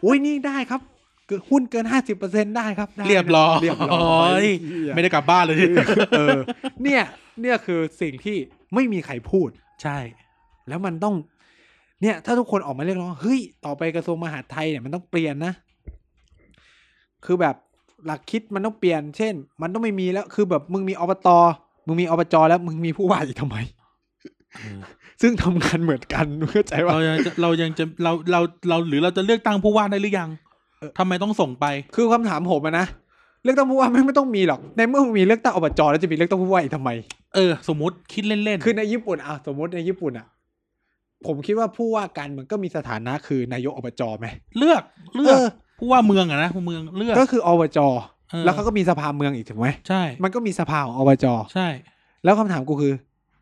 [SPEAKER 1] อุ้ยนี่ได้ครับเกินหุ้นเกินห้าสิบเปอร์เซ็นได้ครับได้นะ
[SPEAKER 2] เรียบร้อย
[SPEAKER 1] เรียบร้อยเหี้ย
[SPEAKER 2] ไม่ได้กลับบ้านเลยทีเดียว
[SPEAKER 1] เออเนี่ยเนี่ยคือสิ่งที่ไม่มีใครพูด
[SPEAKER 2] ใช่
[SPEAKER 1] แล้วมันต้อง เนี่ย ถ้าทุกคนออกมาเรียกร้องเฮ้ยต่อไปกระทรวงมหาดไทยเนี่ยมันต้องเปลี่ยนนะ คือแบบหลักคิดมันต้องเปลี่ยน เช่น มันต้องไม่มีแล้วคือแบบมึงมีอบตมึงมีอบจแล้วมึงมีผู้ว่าอีก ทำไม ซึ่งทำงานเหมือนกันเข้าใจว่า
[SPEAKER 2] เรายังจะเรายังจะเราเราเราหรือเราจะเลือกตั้งผู้ว่าได้หรือยัง
[SPEAKER 1] เออ
[SPEAKER 2] ทำไมต้องส่งไป
[SPEAKER 1] คือคำถามผมอะนะเลือกตั้งผู้ว่าแม่งไม่ต้องมีหรอกในเมื่อมึงมีเลือกตั้งอบจแล้วจะมีเลือกตั้งผู้ว่าอีกทำไม
[SPEAKER 2] เออ สมมติคิดเล่นๆ
[SPEAKER 1] คือในญี่ปุ่นอ่ะสมมติในญี่ปุ่นอ่ะ ผมคิดว่าผู้ว่าการเมันก็มีสถานะคือนายกอบจไหม
[SPEAKER 2] เลือกเลือก
[SPEAKER 1] เออ
[SPEAKER 2] ผู้ว่าเมืองอะนะผู้เมืองเลือก
[SPEAKER 1] ก็คืออบจ
[SPEAKER 2] เออ
[SPEAKER 1] แล้วเขาก็มีสภาเมืองอีกถูกไหม
[SPEAKER 2] ใช่
[SPEAKER 1] มันก็มีสภาของอบจ
[SPEAKER 2] ใช่
[SPEAKER 1] แล้วคำถามกูคือ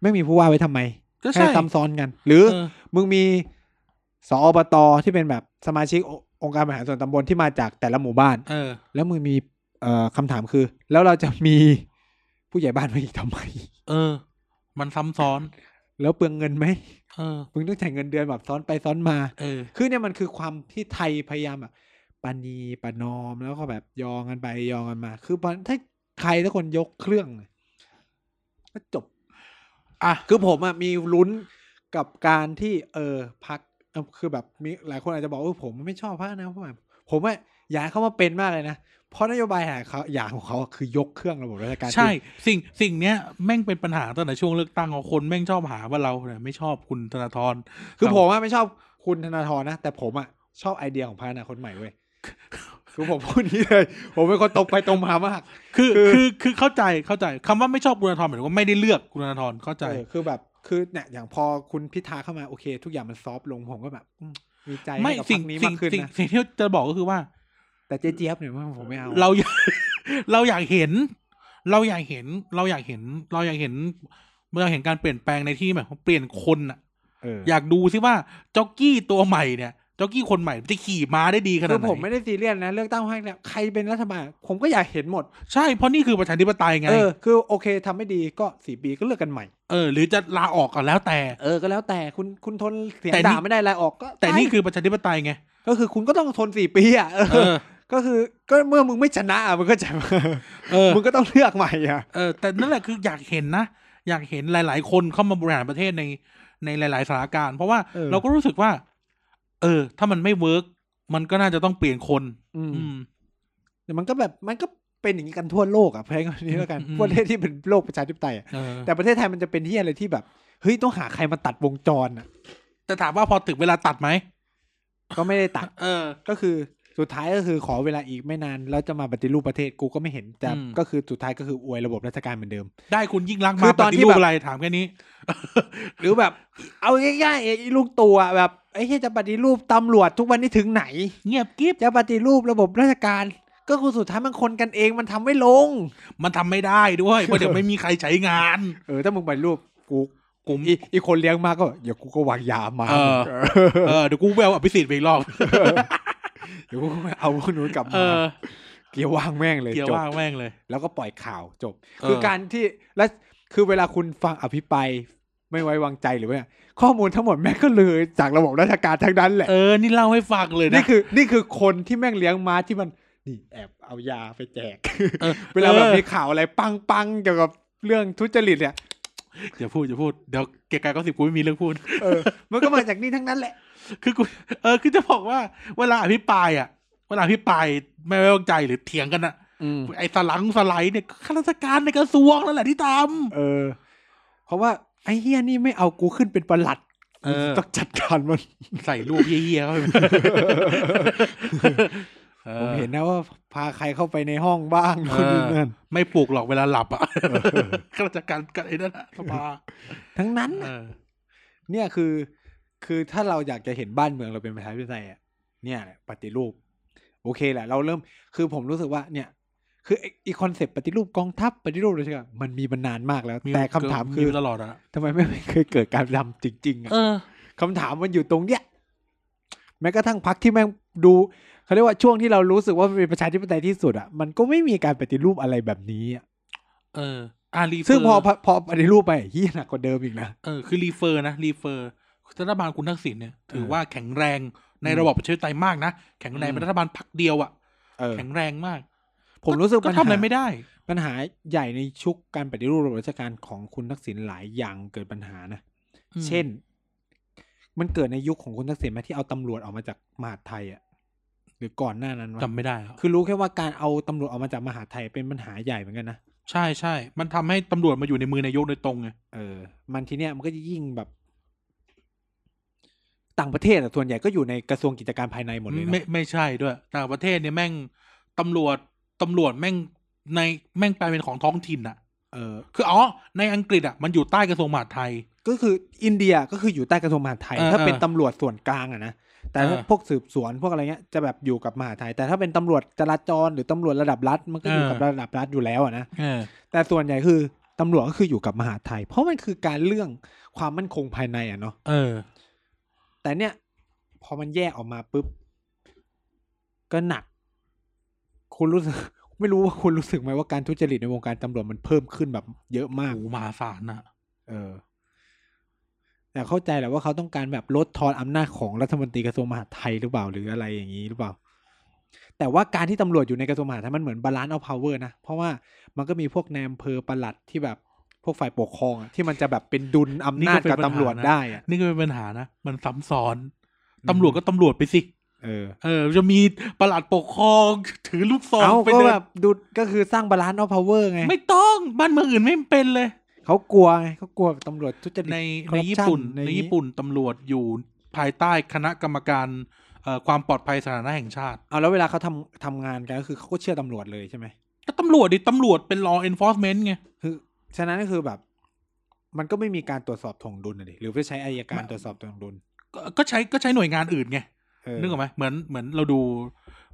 [SPEAKER 1] ไม่มีผู้ว่าไว้ทำไม
[SPEAKER 2] ก็ใช่
[SPEAKER 1] ให้ซ้ำซ้อนกัน หรือ
[SPEAKER 2] เออ
[SPEAKER 1] มึงมีสอบตที่เป็นแบบสมาชิกององค์การบริหารส่วนตำบลที่มาจากแต่ละหมู่บ้าน
[SPEAKER 2] เออ
[SPEAKER 1] แล้วมึงมีเอ่อคำถามคือ แล้วเราจะมีผู้ใหญ่บ้านไว้อีกทำไม
[SPEAKER 2] เออ มันซ้ำซ้อน
[SPEAKER 1] แล้วเปลืองเงินไหม
[SPEAKER 2] เออ
[SPEAKER 1] มึงต้องจ่ายเงินเดือนแบบซ้อนไปซ้อนมา
[SPEAKER 2] เออ
[SPEAKER 1] คือเนี่ยมันคือความที่ไทยพยายามแบบปณีประนอมแล้วก็แบบยองกันไปยองกันมา คือพอถ้าใครทุกคนยกเครื่องเนี่ยก็จบ
[SPEAKER 2] อ่ะ
[SPEAKER 1] คือผมอะมีลุ้นกับการที่ เออพักคือแบบมีหลายคนอาจจะบอกว่าผมไม่ชอบพักนะเพราะแบบผมอะอยากให้เขามาเป็นมากเลยนะ เพราะนโยบายหาเขาอย่างของเขาอะคือยกเครื่องระบบราชการ
[SPEAKER 2] ใช่ สิ่งสิ่งเนี้ยแม่งเป็นปัญหาตั้งแต่ช่วงเลือกตั้งของคนแม่งชอบหาว่าเราเนี่ยไม่ชอบคุณธนาธร
[SPEAKER 1] คือผมอะไม่ชอบคุณธนาธรนะ แต่ผมอะชอบไอเดียของพักอนาคตใหม่เว้ยคือผมพูดอย่างนี้เลย ผมเป็นคนตรงไปตรงมามาก
[SPEAKER 2] คือ
[SPEAKER 1] คือ
[SPEAKER 2] คือคือเข้าใจเข้าใจคำว่าไม่ชอบคุณธนาธรหมายถึงว่าไม่ได้เลือกคุณธนาธรเข้าใจ
[SPEAKER 1] เออคือแบบคือเนี่ยอย่างพอคุณพิธาเข้ามาโอเค ทุกอย่างมันซอฟต์ลงผมก็แบบอืมมีใจ
[SPEAKER 2] ไม่
[SPEAKER 1] ให้กับพร
[SPEAKER 2] สิ่ง
[SPEAKER 1] รคนี้
[SPEAKER 2] สิ่
[SPEAKER 1] มาง กขึ้น
[SPEAKER 2] สิ่ง
[SPEAKER 1] นะ
[SPEAKER 2] สิ่งที่จะบอกก็คือว่า
[SPEAKER 1] แต่เจ๊เจี๊ยบเนี่ยผมไม่เอา
[SPEAKER 2] เรา อยาก เราอยากเห็น เราอยากเห็น เราอยากเห็น เราอยากเห็นเราอยากเห็นการเปลี่ยนแปลงในที่แบบเปลี่ยนคนอะ
[SPEAKER 1] เออ
[SPEAKER 2] อยากดูซิว่าจ็อกกี้ตัวใหม่เนี่ยจ็อกกี้คนใหม่จะขี่ม้าได้ดีขนา
[SPEAKER 1] คื
[SPEAKER 2] ด
[SPEAKER 1] อ
[SPEAKER 2] ไหน
[SPEAKER 1] ผมไม่ได้ซีเรียสนะเลือกตั้งให้แล้วใครเป็นรัฐบาลผมก็อยากเห็นหมด
[SPEAKER 2] ใช่เพราะนี่คือประชาธิปไตยไง
[SPEAKER 1] เออ คือโอเคทำไม่ดีก็สี่ปีก็เลือกกันใหม่
[SPEAKER 2] เออหรือจะลาออกก็แล้วแต่
[SPEAKER 1] เออก็แล้วแต่คุณคุณทนเสียง
[SPEAKER 2] แต่นี่
[SPEAKER 1] ด่าไม่ได้ลาออกก็
[SPEAKER 2] แต่นี่
[SPEAKER 1] ไป
[SPEAKER 2] คือประชาธิปไตยไง
[SPEAKER 1] ก็คือคุณก็ต้องทนสี่ปีอ่ะเออ
[SPEAKER 2] เออ
[SPEAKER 1] ก็คือก็เมื่อมึงไม่ชนะอ่ะมึงก็จะ
[SPEAKER 2] เออ
[SPEAKER 1] มึงก็ต้องเลือกใหม่อ่ะ
[SPEAKER 2] เออแต่นั่นแหละคืออยากเห็นนะ อยากเห็นหลาย ๆ คนเข้ามาบริหารประเทศในในหลาย ๆสถานการณ์เพราะว่าเราก็รู้สึกว่า เออ ถ้ามันไม่เวิร์กมันก็น่าจะต้องเปลี่ยนคน
[SPEAKER 1] อืม
[SPEAKER 2] อืม
[SPEAKER 1] แต่มันก็แบบมันก็เป็นอย่างนี้กันทั่วโลกอ่ะเพลงนี้แล้วกัน
[SPEAKER 2] อืมอืม
[SPEAKER 1] ประเทศที่เป็นโลกประชาธิปไตยอะ
[SPEAKER 2] เออ
[SPEAKER 1] แต่ประเทศไทยมันจะเป็นที่อะไรที่แบบเฮ้ยต้องหาใครมาตัดวงจรอ่ะ
[SPEAKER 2] แต่ถามว่าพอถึงเวลาตัดไหม
[SPEAKER 1] ก็ไม่ได้ตัด
[SPEAKER 2] เออ
[SPEAKER 1] ก็คือสุดท้ายก็คือขอเวลาอีกไม่นานแล้วจะมาปฏิรูปประเทศกูก็ไม่เห็นแต่
[SPEAKER 2] อืม
[SPEAKER 1] ก็คือสุดท้ายก็คืออวยระบบราชการเหมือนเดิม
[SPEAKER 2] ได้คุณยิ่งรักษณ์
[SPEAKER 1] คือ
[SPEAKER 2] มา
[SPEAKER 1] ต
[SPEAKER 2] ต
[SPEAKER 1] อ
[SPEAKER 2] อน น
[SPEAKER 1] ที่
[SPEAKER 2] ที่
[SPEAKER 1] แบบ
[SPEAKER 2] อะไรถามแค่นี้
[SPEAKER 1] หรือแบบ เอาง่ายๆไอ้ลูกตัวแบบไอ้ที่จะปฏิรูปตำรวจทุกวันนี้ถึงไหน
[SPEAKER 2] เงียบกริบ
[SPEAKER 1] จะปฏิรูประบบราชการ ก็คือสุดท้ายมันคนกันเองมันทำไม่ลง
[SPEAKER 2] มันทำไม่ได้ ด้วยเพราะเดี๋ยวไม่มีใครใช้งาน
[SPEAKER 1] เออถ้ามึงปฏิรูปกู
[SPEAKER 2] กลุ่ม
[SPEAKER 1] อีอีคนเลี้ยงมาก็เดี๋ยวกูก็วางยามา
[SPEAKER 2] เออ เออเดี๋ยวกูแววอภิสิทธิ์ไปอีกรอบ
[SPEAKER 1] เดี๋ยวกูเอาพวกนู้นกลับ
[SPEAKER 2] เอ
[SPEAKER 1] มา
[SPEAKER 2] อ
[SPEAKER 1] เกียร์ว่างแม่งเลย
[SPEAKER 2] เกี่ยว
[SPEAKER 1] จบ
[SPEAKER 2] ว่างแม่งเลย
[SPEAKER 1] แล้วก็ปล่อยข่าวจบ
[SPEAKER 2] เออ
[SPEAKER 1] คือการที่และคือเวลาคุณฟังอภิปรายไม่ไว้วางใจหรือว่าข้อมูลทั้งหมดแม่งก็เลยจากระบบราชการทั้งนั้นแหละ
[SPEAKER 2] เออ นี่เล่าให้ฟังเลย
[SPEAKER 1] นี่
[SPEAKER 2] นะ
[SPEAKER 1] คือนี่คือคนที่แม่งเลี้ยงม้าที่มันนี่แอบเอายาไปแจก
[SPEAKER 2] เออ
[SPEAKER 1] เวลาแบบ
[SPEAKER 2] เออ
[SPEAKER 1] มีข่าวอะไรปังๆเกี่ยวกับเรื่องทุจริตเนี่ย
[SPEAKER 2] อย่าพูดอย่าพูดเดี๋ยวเกียร์กายก็สิบกูไม่มีเรื่องพูด
[SPEAKER 1] เออ มันก็มาจากนี่ทั้งนั้นแหละ
[SPEAKER 2] คือกูเออคือจะบอกว่าเวลาอภิปรายอ่ะ เวลาอภิปรายไม่ไว้วางใจหรือเถียงกันอ่ะ
[SPEAKER 1] อืม
[SPEAKER 2] ไอ้สลังสไลด์เนี่ยข้าราชการในกระทรวงนั่นแหละที่ท
[SPEAKER 1] เออ เพราะว่าไอ้เฮียนี่ไม่เอากูขึ้นเป็นประหลัด
[SPEAKER 2] ำเออ
[SPEAKER 1] ต้องจัดการมัน
[SPEAKER 2] ใส่รูปเยี่ย ๆเข้าไปออ
[SPEAKER 1] ผมเห็นนะว่าพาใครเข้าไปในห้องบ้าง
[SPEAKER 2] เอ
[SPEAKER 1] นู่นนี่
[SPEAKER 2] อ
[SPEAKER 1] นั่น
[SPEAKER 2] ไม่ปลุกหรอกเวลาหลับอ่ะ
[SPEAKER 1] เออ
[SPEAKER 2] ข้าราชการกันไอ้นั่นอะสภา
[SPEAKER 1] ทั้งนั้น
[SPEAKER 2] เอ
[SPEAKER 1] น่ะ
[SPEAKER 2] อ
[SPEAKER 1] เนี่ยคือ คือถ้าเราอยากจะเห็นบ้านเมืองเราเป็นประชาธิปไตยอะเนี่ยแหละปฏิรูป โอเคแหละ เราเริ่มคือผมรู้สึกว่า เนี่ย คือไอ้ไอีคอนเซปต์ปฏิรูปกองทัพปฏิรูปอะไรใช่ไหมมันมีมานานมากแล้ว แต่คำถามคือ
[SPEAKER 2] ตลอดอะ
[SPEAKER 1] ทำไมไม่เคยเกิดการทำจริงๆอะ
[SPEAKER 2] เออ
[SPEAKER 1] คำถามมันอยู่ตรงเนี้ยแม้กระทั่งพักที่แม่งดูเขาเรียกว่าช่วงที่เรารู้สึกว่ามันเป็นประชาธิปไตยที่สุดอะ่ะมันก็ไม่มีการปฏิรูปอะไรแบบนี้อะ
[SPEAKER 2] เอออารีเฟร์
[SPEAKER 1] ซึ่งพอพอพอปฏิรูปไปเฮียหนักกว่าเดิมอีกนะ
[SPEAKER 2] เออคือรีเฟอร์นะรีเฟอร์รัฐบาลคุณทักษิณเนี่ย ถือ
[SPEAKER 1] เออ
[SPEAKER 2] ว่าแข็งแรงในระบอบประชาธิปไตยมากนะ แข็งแรง
[SPEAKER 1] อืม
[SPEAKER 2] เป็นรัฐบาลพรรคเดียวอะ
[SPEAKER 1] เออ
[SPEAKER 2] แข็งแรงมาก
[SPEAKER 1] ผมรู้สึก
[SPEAKER 2] ก็
[SPEAKER 1] ปัญหา
[SPEAKER 2] ทำอะไรไม่ได้
[SPEAKER 1] ปัญหาใหญ่ในชุกการปฏิรูประบบราชการของคุณทักษิณหลายอย่างเกิดปัญหานะ
[SPEAKER 2] อืม
[SPEAKER 1] เช่น มันเกิดในยุคของคุณทักษิณไหมาที่เอาตำรวจออกมาจากมหาดไทยอะ่ะหรือก่อนหน้านั้นวะ
[SPEAKER 2] จำไม่ได้อะ
[SPEAKER 1] คือรู้แค่ว่าการเอาตำรวจออกมาจากมหาดไทยเป็นปัญหาใหญ่เหมือนกันนะ
[SPEAKER 2] ใช่ใช่ มันทำให้ตำรวจมาอยู่ในมือนายกโดยตรงไง
[SPEAKER 1] เออ มันทีเนี้ยมันก็จะยิ่งแบบ ต่างประเทศอะส่วนใหญ่ก็อยู่ในกระทรวงกิจการภายในหมดเลย
[SPEAKER 2] ไม่
[SPEAKER 1] เนาะ
[SPEAKER 2] ไม่ใช่ด้วยต่างประเทศเนี่ยแม่งตำรวจตำรวจแม่งในแม่งกลายเป็นของท้องถิ่นอะ
[SPEAKER 1] เออ
[SPEAKER 2] คืออ๋อในอังกฤษอะมันอยู่ใต้กระทรวงมหาดไทย
[SPEAKER 1] ก็คืออินเดียก็คืออยู่ใต้กระทรวงมหาดไทย
[SPEAKER 2] เออ
[SPEAKER 1] ถ้าเป็น
[SPEAKER 2] เออ
[SPEAKER 1] ตำรวจส่วนกลางอะนะ แต่ถ้า
[SPEAKER 2] เออ
[SPEAKER 1] พวกสืบสวนพวกอะไรเงี้ยจะแบบอยู่กับมหาดไทย แต่ถ้าเป็นตำรวจจราจรหรือตำรวจระดับรัฐมันก็อยู่กับระดับรัฐอยู่แล้วอะนะ
[SPEAKER 2] เออ
[SPEAKER 1] แต่ส่วนใหญ่คือตำรวจก็คืออยู่กับมหาดไทย เพราะมันคือการเรื่องความมั่นคงภายในอะเนาะ
[SPEAKER 2] เออ
[SPEAKER 1] แต่เนี่ย พอมันแยกออกมาปุ๊บ ก็หนัก คุณรู้สึก ไม่รู้ว่าคุณรู้สึกไหมว่าการทุจริตในวงการตำรวจมันเพิ่มขึ้นแบบ เยอะมาก
[SPEAKER 2] โอ้โหมหาศาลอะ
[SPEAKER 1] เออ แต่เข้าใจแหละว่าเขาต้องการแบบลดทอนอำนาจของรัฐมนตรีกระทรวงมหาดไทยหรือเปล่าหรืออะไรอย่างนี้หรือเปล่า แต่ว่าการที่ตำรวจอยู่ในกระทรวงมหาดไทยมันเหมือนบาลานซ์เอาพาวเวอร์นะ เพราะว่ามันก็มีพวกนายอำเภอประหลัดที่แบบพวกฝ่ายปกครองอะที่มันจะแบบเป็นดุลอำนาจกับตำรวจได้อะ
[SPEAKER 2] นี่ก็เป็นปัญหานะ มันซ้ำซ้อน ตำรวจก็ตำรวจไปสิ
[SPEAKER 1] เออ
[SPEAKER 2] เออ จะมีประหลัดปกครอง ถือลูกซอง
[SPEAKER 1] เอา
[SPEAKER 2] ไป
[SPEAKER 1] ก็
[SPEAKER 2] เลย
[SPEAKER 1] แบบดูก็คือสร้างบาลานซ์ออฟพาวเวอร์ไง
[SPEAKER 2] ไม่ต้อง บ้านเมืองอื่นไม่เป็นเลย
[SPEAKER 1] เขากลัวไงเขากลัวตำรวจทุจริต
[SPEAKER 2] ใน
[SPEAKER 1] corruption
[SPEAKER 2] ในญี่ปุ่น ใน
[SPEAKER 1] อะไรอย่างงี้
[SPEAKER 2] ญี่ปุ่นตำรวจอยู่ภายใต้คณะกรรมการเอ่อความปลอดภัยสาธารณะแห่งชาติ
[SPEAKER 1] เอาแล้วเวลาเขาทำทำงานกันก็คือเขาก็เชื่อตำรวจเลยใช่ไหม
[SPEAKER 2] ก็ตำรวจดิตำรวจเป็น law enforcement ไง
[SPEAKER 1] คือฉะนั้นก็คือแบบ มันก็ไม่มีการตรวจสอบถ่วงดุลเลยหรือไปใช้อายการ
[SPEAKER 2] มัน
[SPEAKER 1] ตรวจสอบถ่วงดุล
[SPEAKER 2] ก็ก็ใช้ก็ใช้หน่วยงานอื่นไง
[SPEAKER 1] เออ
[SPEAKER 2] นึกออกไหมเหมือนเหมือนเราดู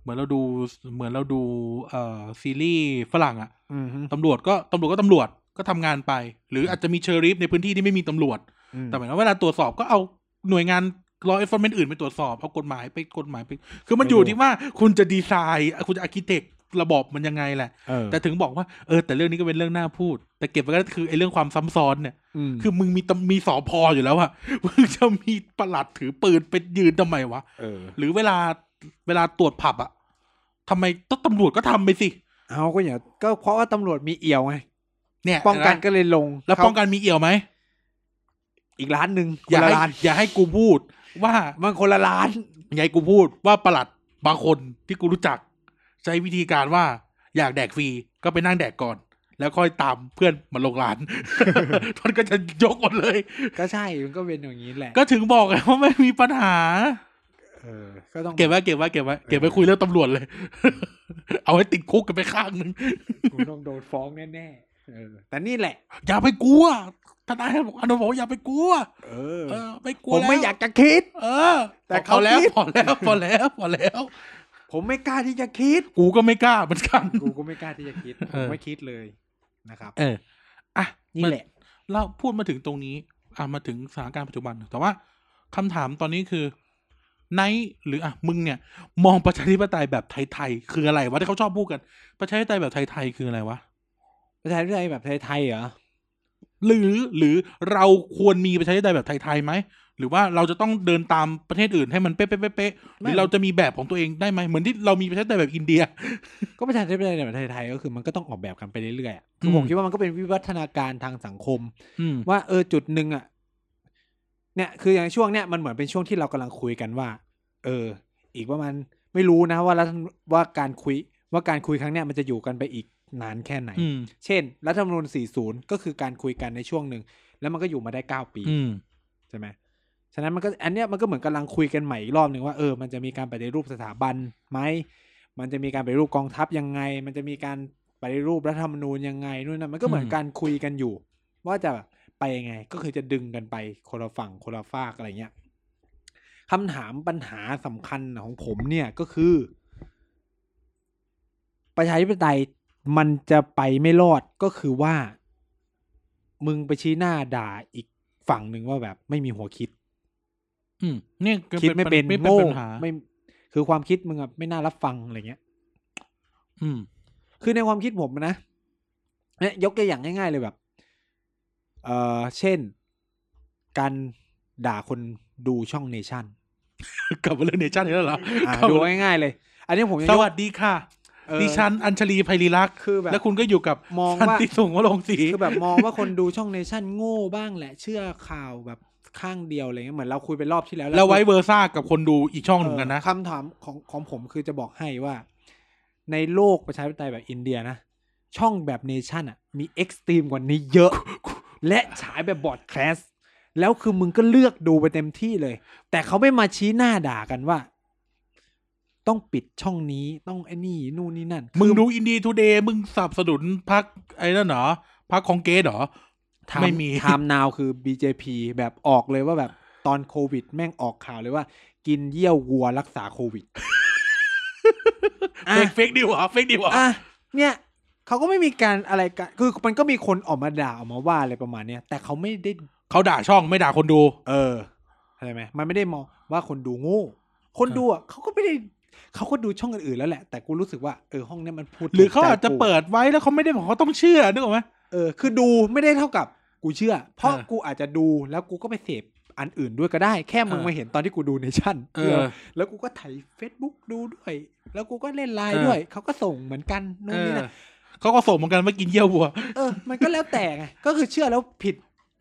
[SPEAKER 2] เหมือนเราดูเหมือนเราดูเอ่อซีรีส์ฝรั่งอะ
[SPEAKER 1] อืมฮึ
[SPEAKER 2] ตำรวจก็ตำรวจก็ตำรวจก็ทำงานไป หรืออาจจะมีเชอริฟในพื้นที่ที่ไม่มีตำรวจ
[SPEAKER 1] อืม
[SPEAKER 2] แต่หมายความว่าเวลาตรวจสอบก็เอาหน่วยงานรอเอฟเฟอร์เมนอื่นไปตรวจสอบเอากฎหมายไปกฎหมายไป คือมันอยู่ที่ว่าคุณจะดีไซน์คุณจะอาร์เคเต็กระบอบมันยังไงแหละ
[SPEAKER 1] เออ
[SPEAKER 2] แต่ถึงบอกว่าเออแต่เรื่องนี้ก็เป็นเรื่องน่าพูด แต่เก็บไว้ก็คือไอ้เรื่องความซ้ำซ้อนเนี่ย
[SPEAKER 1] อืม
[SPEAKER 2] คือมึงมีตำมีสอพออยู่แล้วอะมึงจะมีประหลัดถือปืนไปยืนทำไมวะ
[SPEAKER 1] เออ
[SPEAKER 2] หรือเวลาเวลาตรวจผับอะทำไมต้องตำรวจก็ทำไปสิ
[SPEAKER 1] เอาก็อย่าก็เพราะว่าตำรวจมีเอี่ยวไง
[SPEAKER 2] เนี่ย
[SPEAKER 1] ป้องกัน
[SPEAKER 2] เห็ไหม
[SPEAKER 1] ก็เลยลง
[SPEAKER 2] แล้ว
[SPEAKER 1] เขา
[SPEAKER 2] ป้องกันมีเอี่ยวไหม
[SPEAKER 1] อีกร้านหนึ่งค
[SPEAKER 2] อย่าน
[SPEAKER 1] ละ
[SPEAKER 2] ให้
[SPEAKER 1] ร้าน
[SPEAKER 2] อย่าให้กูพูดว่า
[SPEAKER 1] มันคนละร้าน
[SPEAKER 2] อย่าให้กูพูดว่าประหลัดบางคนที่กูรู้จัก ใช้วิธีการว่าอยากแดกฟรีก็ไปนั่งแดกก่อน แล้วค่อยตามเพื่อนมาลง ร้าน ท่านก็จะยกหมดเลย
[SPEAKER 1] ก็ใช่มันก็เป็นอย่างนี้แหละ
[SPEAKER 2] ก็ถึงบอกไง ว่าไม่มีปัญหา
[SPEAKER 1] เออ ก็ต้อง
[SPEAKER 2] เก็บไว้เก็บไว้เก็บไว้เก็บไว้คุยเรื่องตำรวจเลย เอาให้ติดคุกกันไปข้างหนึ่ง
[SPEAKER 1] กูต้องโดนฟ้องแน่ๆเออ แต่นี่แหละ
[SPEAKER 2] อย่าไปกลัวทนายบอกอนุบอกว่าอย่าไปกลัว
[SPEAKER 1] เออ
[SPEAKER 2] เออไม่กลั
[SPEAKER 1] ผ
[SPEAKER 2] ว
[SPEAKER 1] มไม่
[SPEAKER 2] แล้ว
[SPEAKER 1] อยากจะคิด
[SPEAKER 2] เออ
[SPEAKER 1] แต่
[SPEAKER 2] แต่
[SPEAKER 1] เขา
[SPEAKER 2] เขาแล้ว
[SPEAKER 1] คิด
[SPEAKER 2] พอ แล้วพอแล้วพอแล้ว
[SPEAKER 1] ผมไม่กล้าที่จะคิด
[SPEAKER 2] กูก็ไม่กล้าเหมือนกัน
[SPEAKER 1] กูก็ไม่กล้าที่จะคิด
[SPEAKER 2] เออ
[SPEAKER 1] ผมไม่คิดเลยนะครับ
[SPEAKER 2] เออ อ่ะ
[SPEAKER 1] นี่แหละ
[SPEAKER 2] มาเราพูดมาถึงตรงนี้ อ่ะ มาถึงสถานการณ์ปัจจุบัน แต่ว่าคำถามตอนนี้คือไนท์หรืออ่ะ มึงเนี่ย มองประชาธิปไตยแบบไทยๆ คืออะไรวะที่เขาชอบพูดกัน ประชาธิปไตยแบบไทยๆ คืออะไรวะ
[SPEAKER 1] ประชาธิปไตยแบบไทยๆเหรอ
[SPEAKER 2] หรือหรือเราควรมีประชาธิปไตยแบบไทยๆไหม หรือว่าเราจะต้องเดินตามประเทศอื่นให้มันเป๊ะๆๆๆหรือเราจะมีแบบของตัวเองได้ไหมเหมือนที่เรามีประชาธิปไตยแบบอินเดีย
[SPEAKER 1] ก็ประชาธิปไตยในประเทศไทยก็คือมันก็ต้องออกแบบกันไปเรื่อยๆอะคือ
[SPEAKER 2] ม
[SPEAKER 1] ผมคิดว่ามันก็เป็นวิวัฒนาการทางสังคม
[SPEAKER 2] อืม
[SPEAKER 1] ว่าเออจุดหนึ่งอ่ะเนี่ยคืออย่างช่วงเนี้ยมันเหมือนเป็นช่วงที่เรากำลังคุยกันว่า เออ อีกประมาณไม่รู้นะว่ารัฐว่าการคุยว่าการคุยครั้งเนี้ยมันจะอยู่กันไปอีกนานแค่ไหน
[SPEAKER 2] อืม
[SPEAKER 1] เช่น รัฐธรรมนูญ40 ก็คือการคุยกันในช่วงหนึ่งแล้วมันก็อยู่มาได้ 9 ปี
[SPEAKER 2] อืม
[SPEAKER 1] ใช่ไหมฉะนั้นมันก็อันเนี้ยมันก็เหมือนกำลังคุยกันใหม่อีกรอบหนึ่งว่าเออ มันจะมีการปฏิรูปสถาบันไหม มันจะมีการปฏิรูปกองทัพยังไง มันจะมีการปฏิรูปรัฐธรรมนูญยังไงนู่นนั่นมันก็เหมือน
[SPEAKER 2] อืม
[SPEAKER 1] การคุยกันอยู่ ว่าจะแบบไปยังไง ก็คือจะดึงกันไปคนละฝั่งคนละฝากอะไรเงี้ยคำถามปัญหาสำคัญของผมเนี่ยก็คือ ประชาธิปไตยมันจะไปไม่รอดก็คือว่า มึงไปชี้หน้าด่าอีกฝั่งหนึ่งว่าแบบไม่มีหัวคิด
[SPEAKER 2] อืมเนี่ยก็
[SPEAKER 1] คิดไม่เป็นโง่
[SPEAKER 2] ปัญหา
[SPEAKER 1] ไม่คือความคิดมึงอะไม่น่ารับฟังอะไรเงี้ย
[SPEAKER 2] อืม
[SPEAKER 1] คือในความคิดผมนะเนี่ยยกตัวอย่างง่าย ๆ เลยแบบ เออเช่น การด่าคนดูช่องเนชั่น
[SPEAKER 2] กลับมาเรื่องเนชั่นอีกแล้วเหรอ
[SPEAKER 1] อ่ะ
[SPEAKER 2] กลับ
[SPEAKER 1] ดู
[SPEAKER 2] มา
[SPEAKER 1] ง่ายๆเลย อันนี้ผมจะ
[SPEAKER 2] ส
[SPEAKER 1] ยก
[SPEAKER 2] วัสดีค่ะ
[SPEAKER 1] เออ
[SPEAKER 2] ดิฉันอัญชลีไพรีลักษณ์
[SPEAKER 1] คือแบบ
[SPEAKER 2] และคุณก็อยู่กับ
[SPEAKER 1] มองว่า
[SPEAKER 2] สันติสุขวรงค์ศรี
[SPEAKER 1] คือแบบมองว่าคนดูช่องเนชั่นโง่บ้างแหละ เชื่อข่าวแบบข้างเดียวอะไรเงี้ยเหมือนเราคุยไปรอบที่แล้ว
[SPEAKER 2] แล้วไว้เวอร์ซ่ากับคนดูอีกช่องหนึ่งกันนะ
[SPEAKER 1] เออคำถามของของผมคือจะบอกให้ว่า ในโลกประชาธิปไตยแบบอินเดียนะ ช่องแบบเนชั่นอ่ะ มีเอ็กซ์ตรีมกว่านี้เยอะ และฉายแบบบอร์ดแคสต์แล้วคือมึงก็เลือกดูไปเต็มที่เลย แต่เขาไม่มาชี้หน้าด่ากันว่า ต้องปิดช่องนี้ต้องไอ้นี่นู่นนี่นั่น
[SPEAKER 2] มึงดูอินดีทูเดย์มึงสนับสนุนพักไอ้นั่นเหรอพักของเกสเหรอ ไม่
[SPEAKER 1] ไม่
[SPEAKER 2] มี
[SPEAKER 1] มีไทม์นาวคือ BJP แบบออกเลยว่าแบบตอนโควิด แม่งออกข่าวเลยว่า กินเยี่ยววัวรักษาโควิด
[SPEAKER 2] เฟกเฟกดีวะเฟกดีวะ
[SPEAKER 1] อ่ะเนี่ยเขาก็ไม่มีการอะไรกันคือมันก็มีคนออกมาด่าออกมาว่าอะไรประมาณเนี้ยแต่เขาไม่ได้
[SPEAKER 2] เขาด่าช่องไม่ด่าคนดู
[SPEAKER 1] เอออะไรไหมมันไม่ได้มองว่าคนดูโง่คนดูอ่ะเขาก็ไม่ได้เขาก็ดูช่องอื่นๆแล้วแหละ แต่กูรู้สึกว่าเออห้องเนี้ยมันพูด
[SPEAKER 2] หรือเขาอาจจะ
[SPEAKER 1] ถูกใจกู
[SPEAKER 2] เปิดไว้แล้วเขาไม่ได้บอกเขาต้องเชื่อนึกออกไหม
[SPEAKER 1] เออคือดูไม่ได้เท่ากับกูเชื่อ เพราะ
[SPEAKER 2] เออ
[SPEAKER 1] กูอาจจะดูแล้วกูก็ไปเสพอันอื่นด้วยก็ได้ แค่มึง
[SPEAKER 2] เออ
[SPEAKER 1] มาเห็นตอนที่กูดูในชั่น
[SPEAKER 2] เออ
[SPEAKER 1] แล้วกูก็ไถ Facebook ดูด้วย แล้วกูก็เล่นไล
[SPEAKER 2] เอ
[SPEAKER 1] น์
[SPEAKER 2] อ
[SPEAKER 1] ด้วยเขาก็ส่งเหมือนกันนู่นนี่นะ
[SPEAKER 2] เออเขาก็ส่งเหมือนกันมากินเยี่ยววัว
[SPEAKER 1] เออ มันก็แล้วแต่ไง ก็คือเชื่อแล้วผิด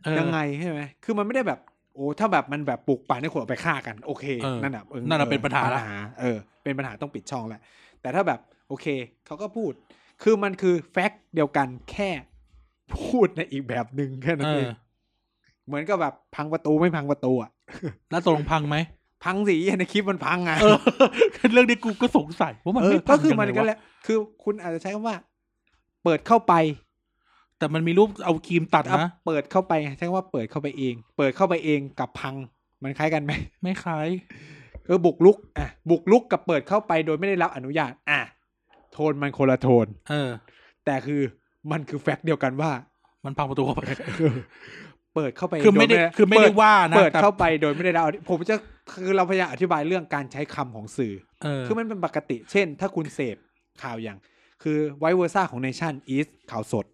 [SPEAKER 2] เออ
[SPEAKER 1] ยังไงใช่ไหม คือมันไม่ได้แบบ โอ้ ถ้าแบบมันแบบปลูกป่าให้คนเอาไปฆ่ากัน โอเค
[SPEAKER 2] เออ
[SPEAKER 1] นั่นอ่ะออ
[SPEAKER 2] นั่นน่ะเป็นปัญหาละ
[SPEAKER 1] เออ เป็นปัญหาต้องปิดช่องแหละ แต่ถ้าแบบโอเค เขาก็พูด คือมันคือแฟกต์เดียวกันแค่พูดในอีกแบบหนึ่งแค่นั้น
[SPEAKER 2] เอ
[SPEAKER 1] เอ
[SPEAKER 2] อง
[SPEAKER 1] เหมือนกับแบบพังประตูไม่พังประตูอ่ะ
[SPEAKER 2] แล้วตกลงพังไหม
[SPEAKER 1] พังสิในคลิปมันพังไง
[SPEAKER 2] เออ เรื่องนี้กูก็สงสัยว่ามัน
[SPEAKER 1] เออ
[SPEAKER 2] ไม่พั
[SPEAKER 1] ก็
[SPEAKER 2] ง
[SPEAKER 1] คือ
[SPEAKER 2] ยัง
[SPEAKER 1] มัน
[SPEAKER 2] ไง
[SPEAKER 1] ก็
[SPEAKER 2] วะ
[SPEAKER 1] แล้ว คือคุณอาจจะใช้คำว่า เปิดเข้าไป
[SPEAKER 2] แต่มันมีรูปเอาครีมตัด
[SPEAKER 1] เอา
[SPEAKER 2] นะ
[SPEAKER 1] เปิดเข้าไปไงใช้คำว่าเปิดเข้าไปเอง เปิดเข้าไปเองกับพังมันคล้ายกันไหม
[SPEAKER 2] ไม่คล้าย
[SPEAKER 1] เออบุกลุกอ่ะบุกลุกกับเปิดเข้าไปโดยไม่ได้รับอนุญาต อ่ะโทนมันคนละโทน
[SPEAKER 2] เออ
[SPEAKER 1] แต่คือมันคือแฟกต์เดียวกันว่า
[SPEAKER 2] มันพังประตูเข้าไป
[SPEAKER 1] เปิดเข้าไป
[SPEAKER 2] คือไม่ได้
[SPEAKER 1] โย
[SPEAKER 2] คือไม่ได้
[SPEAKER 1] เปิ
[SPEAKER 2] ว่านะ
[SPEAKER 1] เปิด
[SPEAKER 2] แต่
[SPEAKER 1] เข้าไปโดยไม่ได้รับอนุผมจะคือเราพยายามอธิบายเรื่องการใช้คำของสื่อ
[SPEAKER 2] เออ
[SPEAKER 1] คือมันเป็นปกติ เช่น ถ้าคุณเสพข่าวอย่าง คือไวเวอร์ซ่าของเนชั่นอีสข่าวสด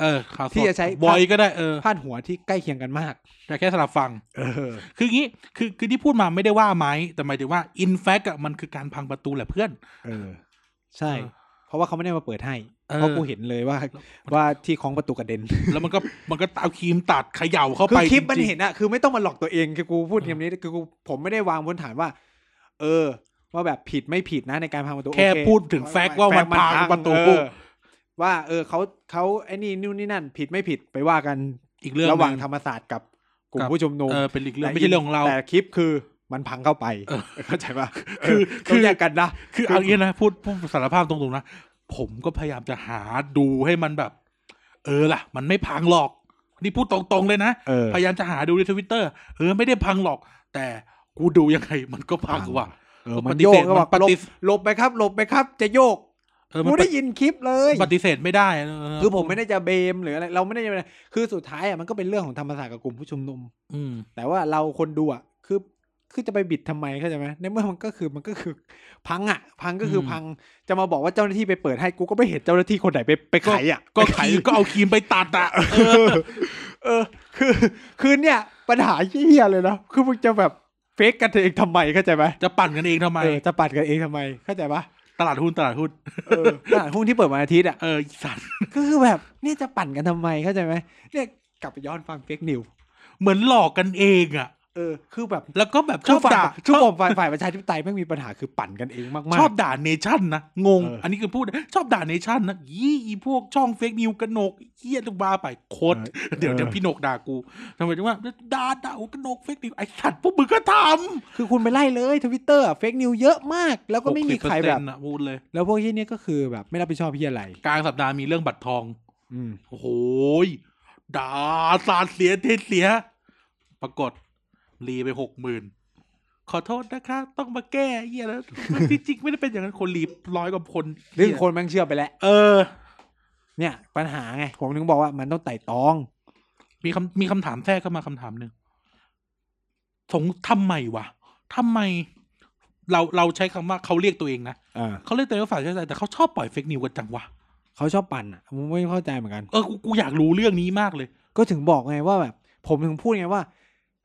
[SPEAKER 2] เออข่าวสด
[SPEAKER 1] ที่จะใช้
[SPEAKER 2] บอยก็ได้เออ
[SPEAKER 1] พาดหัวที่ใกล้เคียงกันมาก
[SPEAKER 2] แต่แค่สลับฟัง
[SPEAKER 1] เออ
[SPEAKER 2] คืองี้คือคือที่พูดมาไม่ได้ว่าไหมแต่หมายถึงว่า in fact อะมันคือการพังประตูแหละเพื่อน
[SPEAKER 1] เออ ใช่
[SPEAKER 2] เออ
[SPEAKER 1] เพราะว่าเขาไม่ได้มาเปิดให้
[SPEAKER 2] เออ
[SPEAKER 1] เพราะกูเห็นเลยว่าว่าที่ของประตูกระเด็น
[SPEAKER 2] แล้วมันก็มันก็เอาครีมตัดเขย่าเข้า
[SPEAKER 1] คือ
[SPEAKER 2] ไป
[SPEAKER 1] คลิปมัน
[SPEAKER 2] จริงๆ
[SPEAKER 1] เห็นอะคือไม่ต้องมาหลอกตัวเองคือกูพูดอย่างนี้คือกูผมไม่ได้วางบนฐานว่า เออ ว่าแบบผิดไม่ผิดนะในการพังประตู
[SPEAKER 2] แค่
[SPEAKER 1] โอเ
[SPEAKER 2] พูดถึงแฟกต์ว่ามันพังประตู
[SPEAKER 1] เออว่า เออเขาเขาไอ้นี่นู่นนี่นั่น ผิดไม่ผิดไปว่ากัน
[SPEAKER 2] อีกเรื่อง
[SPEAKER 1] ระหว่าง
[SPEAKER 2] นึ่
[SPEAKER 1] ธรรมศาสตร์กับกลุ่มผู้ชุมนุม
[SPEAKER 2] เออเป็นอีกเรื่อง
[SPEAKER 1] แต่
[SPEAKER 2] ไม่ใช่เรื่องของเรา
[SPEAKER 1] แต่คลิปคือมันพังเข้าไป
[SPEAKER 2] เออ
[SPEAKER 1] เข้าใจปะ
[SPEAKER 2] คือ
[SPEAKER 1] ต้อ
[SPEAKER 2] คื
[SPEAKER 1] ง
[SPEAKER 2] อ
[SPEAKER 1] แยกกันนะ
[SPEAKER 2] คือเอาอย่างนี้นะพูดพูดสารภาพตรงๆนะ ผมก็พยายามจะหาดูให้มันแบบ เออล่ะ มันไม่พังหรอก นี่พูดตรงๆเลยนะ
[SPEAKER 1] เออ
[SPEAKER 2] พยายามจะหาดูในทวิตเตอร์เออไม่ได้พังหรอก แต่กูดูยังไงมันก็พังว่ะ
[SPEAKER 1] เออมัน
[SPEAKER 2] ปฏิ
[SPEAKER 1] โย
[SPEAKER 2] เส
[SPEAKER 1] ก
[SPEAKER 2] ธ
[SPEAKER 1] ก็บอก
[SPEAKER 2] มันปฏิ
[SPEAKER 1] หลบหลบไปครับ หลบไปครับ จะโยก
[SPEAKER 2] เออมั
[SPEAKER 1] กู
[SPEAKER 2] น
[SPEAKER 1] ได้ยินคลิปเลย
[SPEAKER 2] ปฏิเสธไม่ได้เ
[SPEAKER 1] คือผมไม่ได้จะเบมหรืออะไร เราไม่ได้จะคือสุดท้ายอ่ะมันก็เป็นเรื่องของธรรมศาสตร์กับกลุ่มผู้ชุมนุม
[SPEAKER 2] อืม
[SPEAKER 1] แต่ว่าเราคนดูอ่ะคือคือจะไปบิดทำไมเข้าใจไหมในเมื่อมันก็คือมันก็คือพังอ่ะ พังก็คืออ
[SPEAKER 2] ม
[SPEAKER 1] พังจะมาบอกว่าเจ้าหน้าที่ไปเปิดให้กูก็ไม่เห็นเจ้าหน้าที่คนไหนไปไปไขอ่ะ
[SPEAKER 2] ก็
[SPEAKER 1] ไป
[SPEAKER 2] ไขก็เอาครีมไปตัดอ่ะ
[SPEAKER 1] เออ เออ คือคือเนี่ย ปัญหาเหี้ยเลยนะคือมึงจะแบบเฟกกันเองทำไมเข้าใจไหม
[SPEAKER 2] จะปั่นกันเองทำไม
[SPEAKER 1] เออจะปัดกันเองทำไมเข้าใจปะ
[SPEAKER 2] ตลาดหุ้นตลาดหุ้น
[SPEAKER 1] เอ อตลาดหุ้นที่เปิดวันอาทิตย์อ่ะ
[SPEAKER 2] เอออีสัตว์
[SPEAKER 1] ก็คือแบบเนี่ยจะปั่นกันทำไมเข้าใจไหมเนี่ยกลับไปย้อนฟังเฟกนิว
[SPEAKER 2] เหมือนหลอกกันเองอ่ะ
[SPEAKER 1] เออคือแบบ
[SPEAKER 2] แล้วก็แบบช
[SPEAKER 1] ช
[SPEAKER 2] อ
[SPEAKER 1] อ
[SPEAKER 2] บบ
[SPEAKER 1] ด่า
[SPEAKER 2] ด่า
[SPEAKER 1] ช
[SPEAKER 2] ช
[SPEAKER 1] อ
[SPEAKER 2] อบบ
[SPEAKER 1] ฝ่ายฝ่ายประชาธิปไตยแม่งมีปัญหาคือปั่นกันเองมากๆ
[SPEAKER 2] ชอบด่าเนชั่นนะงง
[SPEAKER 1] เอออั
[SPEAKER 2] อันนี้คือพูดชอบด่าเนชั่นนะยี่อีพวกช่องเฟกนิวกระหนกเฮียลูกบ้าไปโคตรเดี๋ยวเดี๋ยวพี่หนกด่ากูทำไมถึงว่าด่าด่าโอ้กระหนกเฟกนิวไอสัตว์พวกมึงก็ทำ
[SPEAKER 1] คือคุณไปไล่เลยทวิตเตอร์เฟกนิวเยอะมาก แล้วก็ไม่มีใครแบบ
[SPEAKER 2] 60%น่ะพูดเลย
[SPEAKER 1] แล้วพวกที่เนี้ยก็คือแบบไม่รับผิดชอบพี่อะไร
[SPEAKER 2] กลางสัปดาห์มีเรื่องบัตรทอง
[SPEAKER 1] อืม
[SPEAKER 2] โอ้โหยด่าสาดเสียเทเสีย ปรากฏรีไปหกหมื่นขอโทษนะคะ ต้องมาแก้เหี้ยแล้วมันที่จริงไม่ได้เป็นอย่างนั้นคนรีร้อยกว่าคน
[SPEAKER 1] เรื่อง
[SPEAKER 2] เหี้ย
[SPEAKER 1] คนแม่งเชื่อไปแล้ว
[SPEAKER 2] เออ
[SPEAKER 1] เนี่ย ปัญหาไง ผมถึงบอกว่ามันต้องไต่ตอง
[SPEAKER 2] มีคำมีคำถามแทรกเข้ามาคำถามหนึ่งสงทำไมวะทำไม เราเราใช้คำว่าเขาเรียกตัวเองนะ
[SPEAKER 1] อ่า
[SPEAKER 2] เขาเรียกตัวเองว่าฝ่ายประชาธิปไตยแต่เขาชอบปล่อยเฟกนิวกันจังวะ
[SPEAKER 1] เขาชอบปั่นอ่ะผมไม่เข้าใจเหมือนกัน
[SPEAKER 2] เออกูกูอยากรู้เรื่องนี้มากเลย
[SPEAKER 1] ก็ถึงบอกไงว่าแบบ ผมถึงพูดไงว่า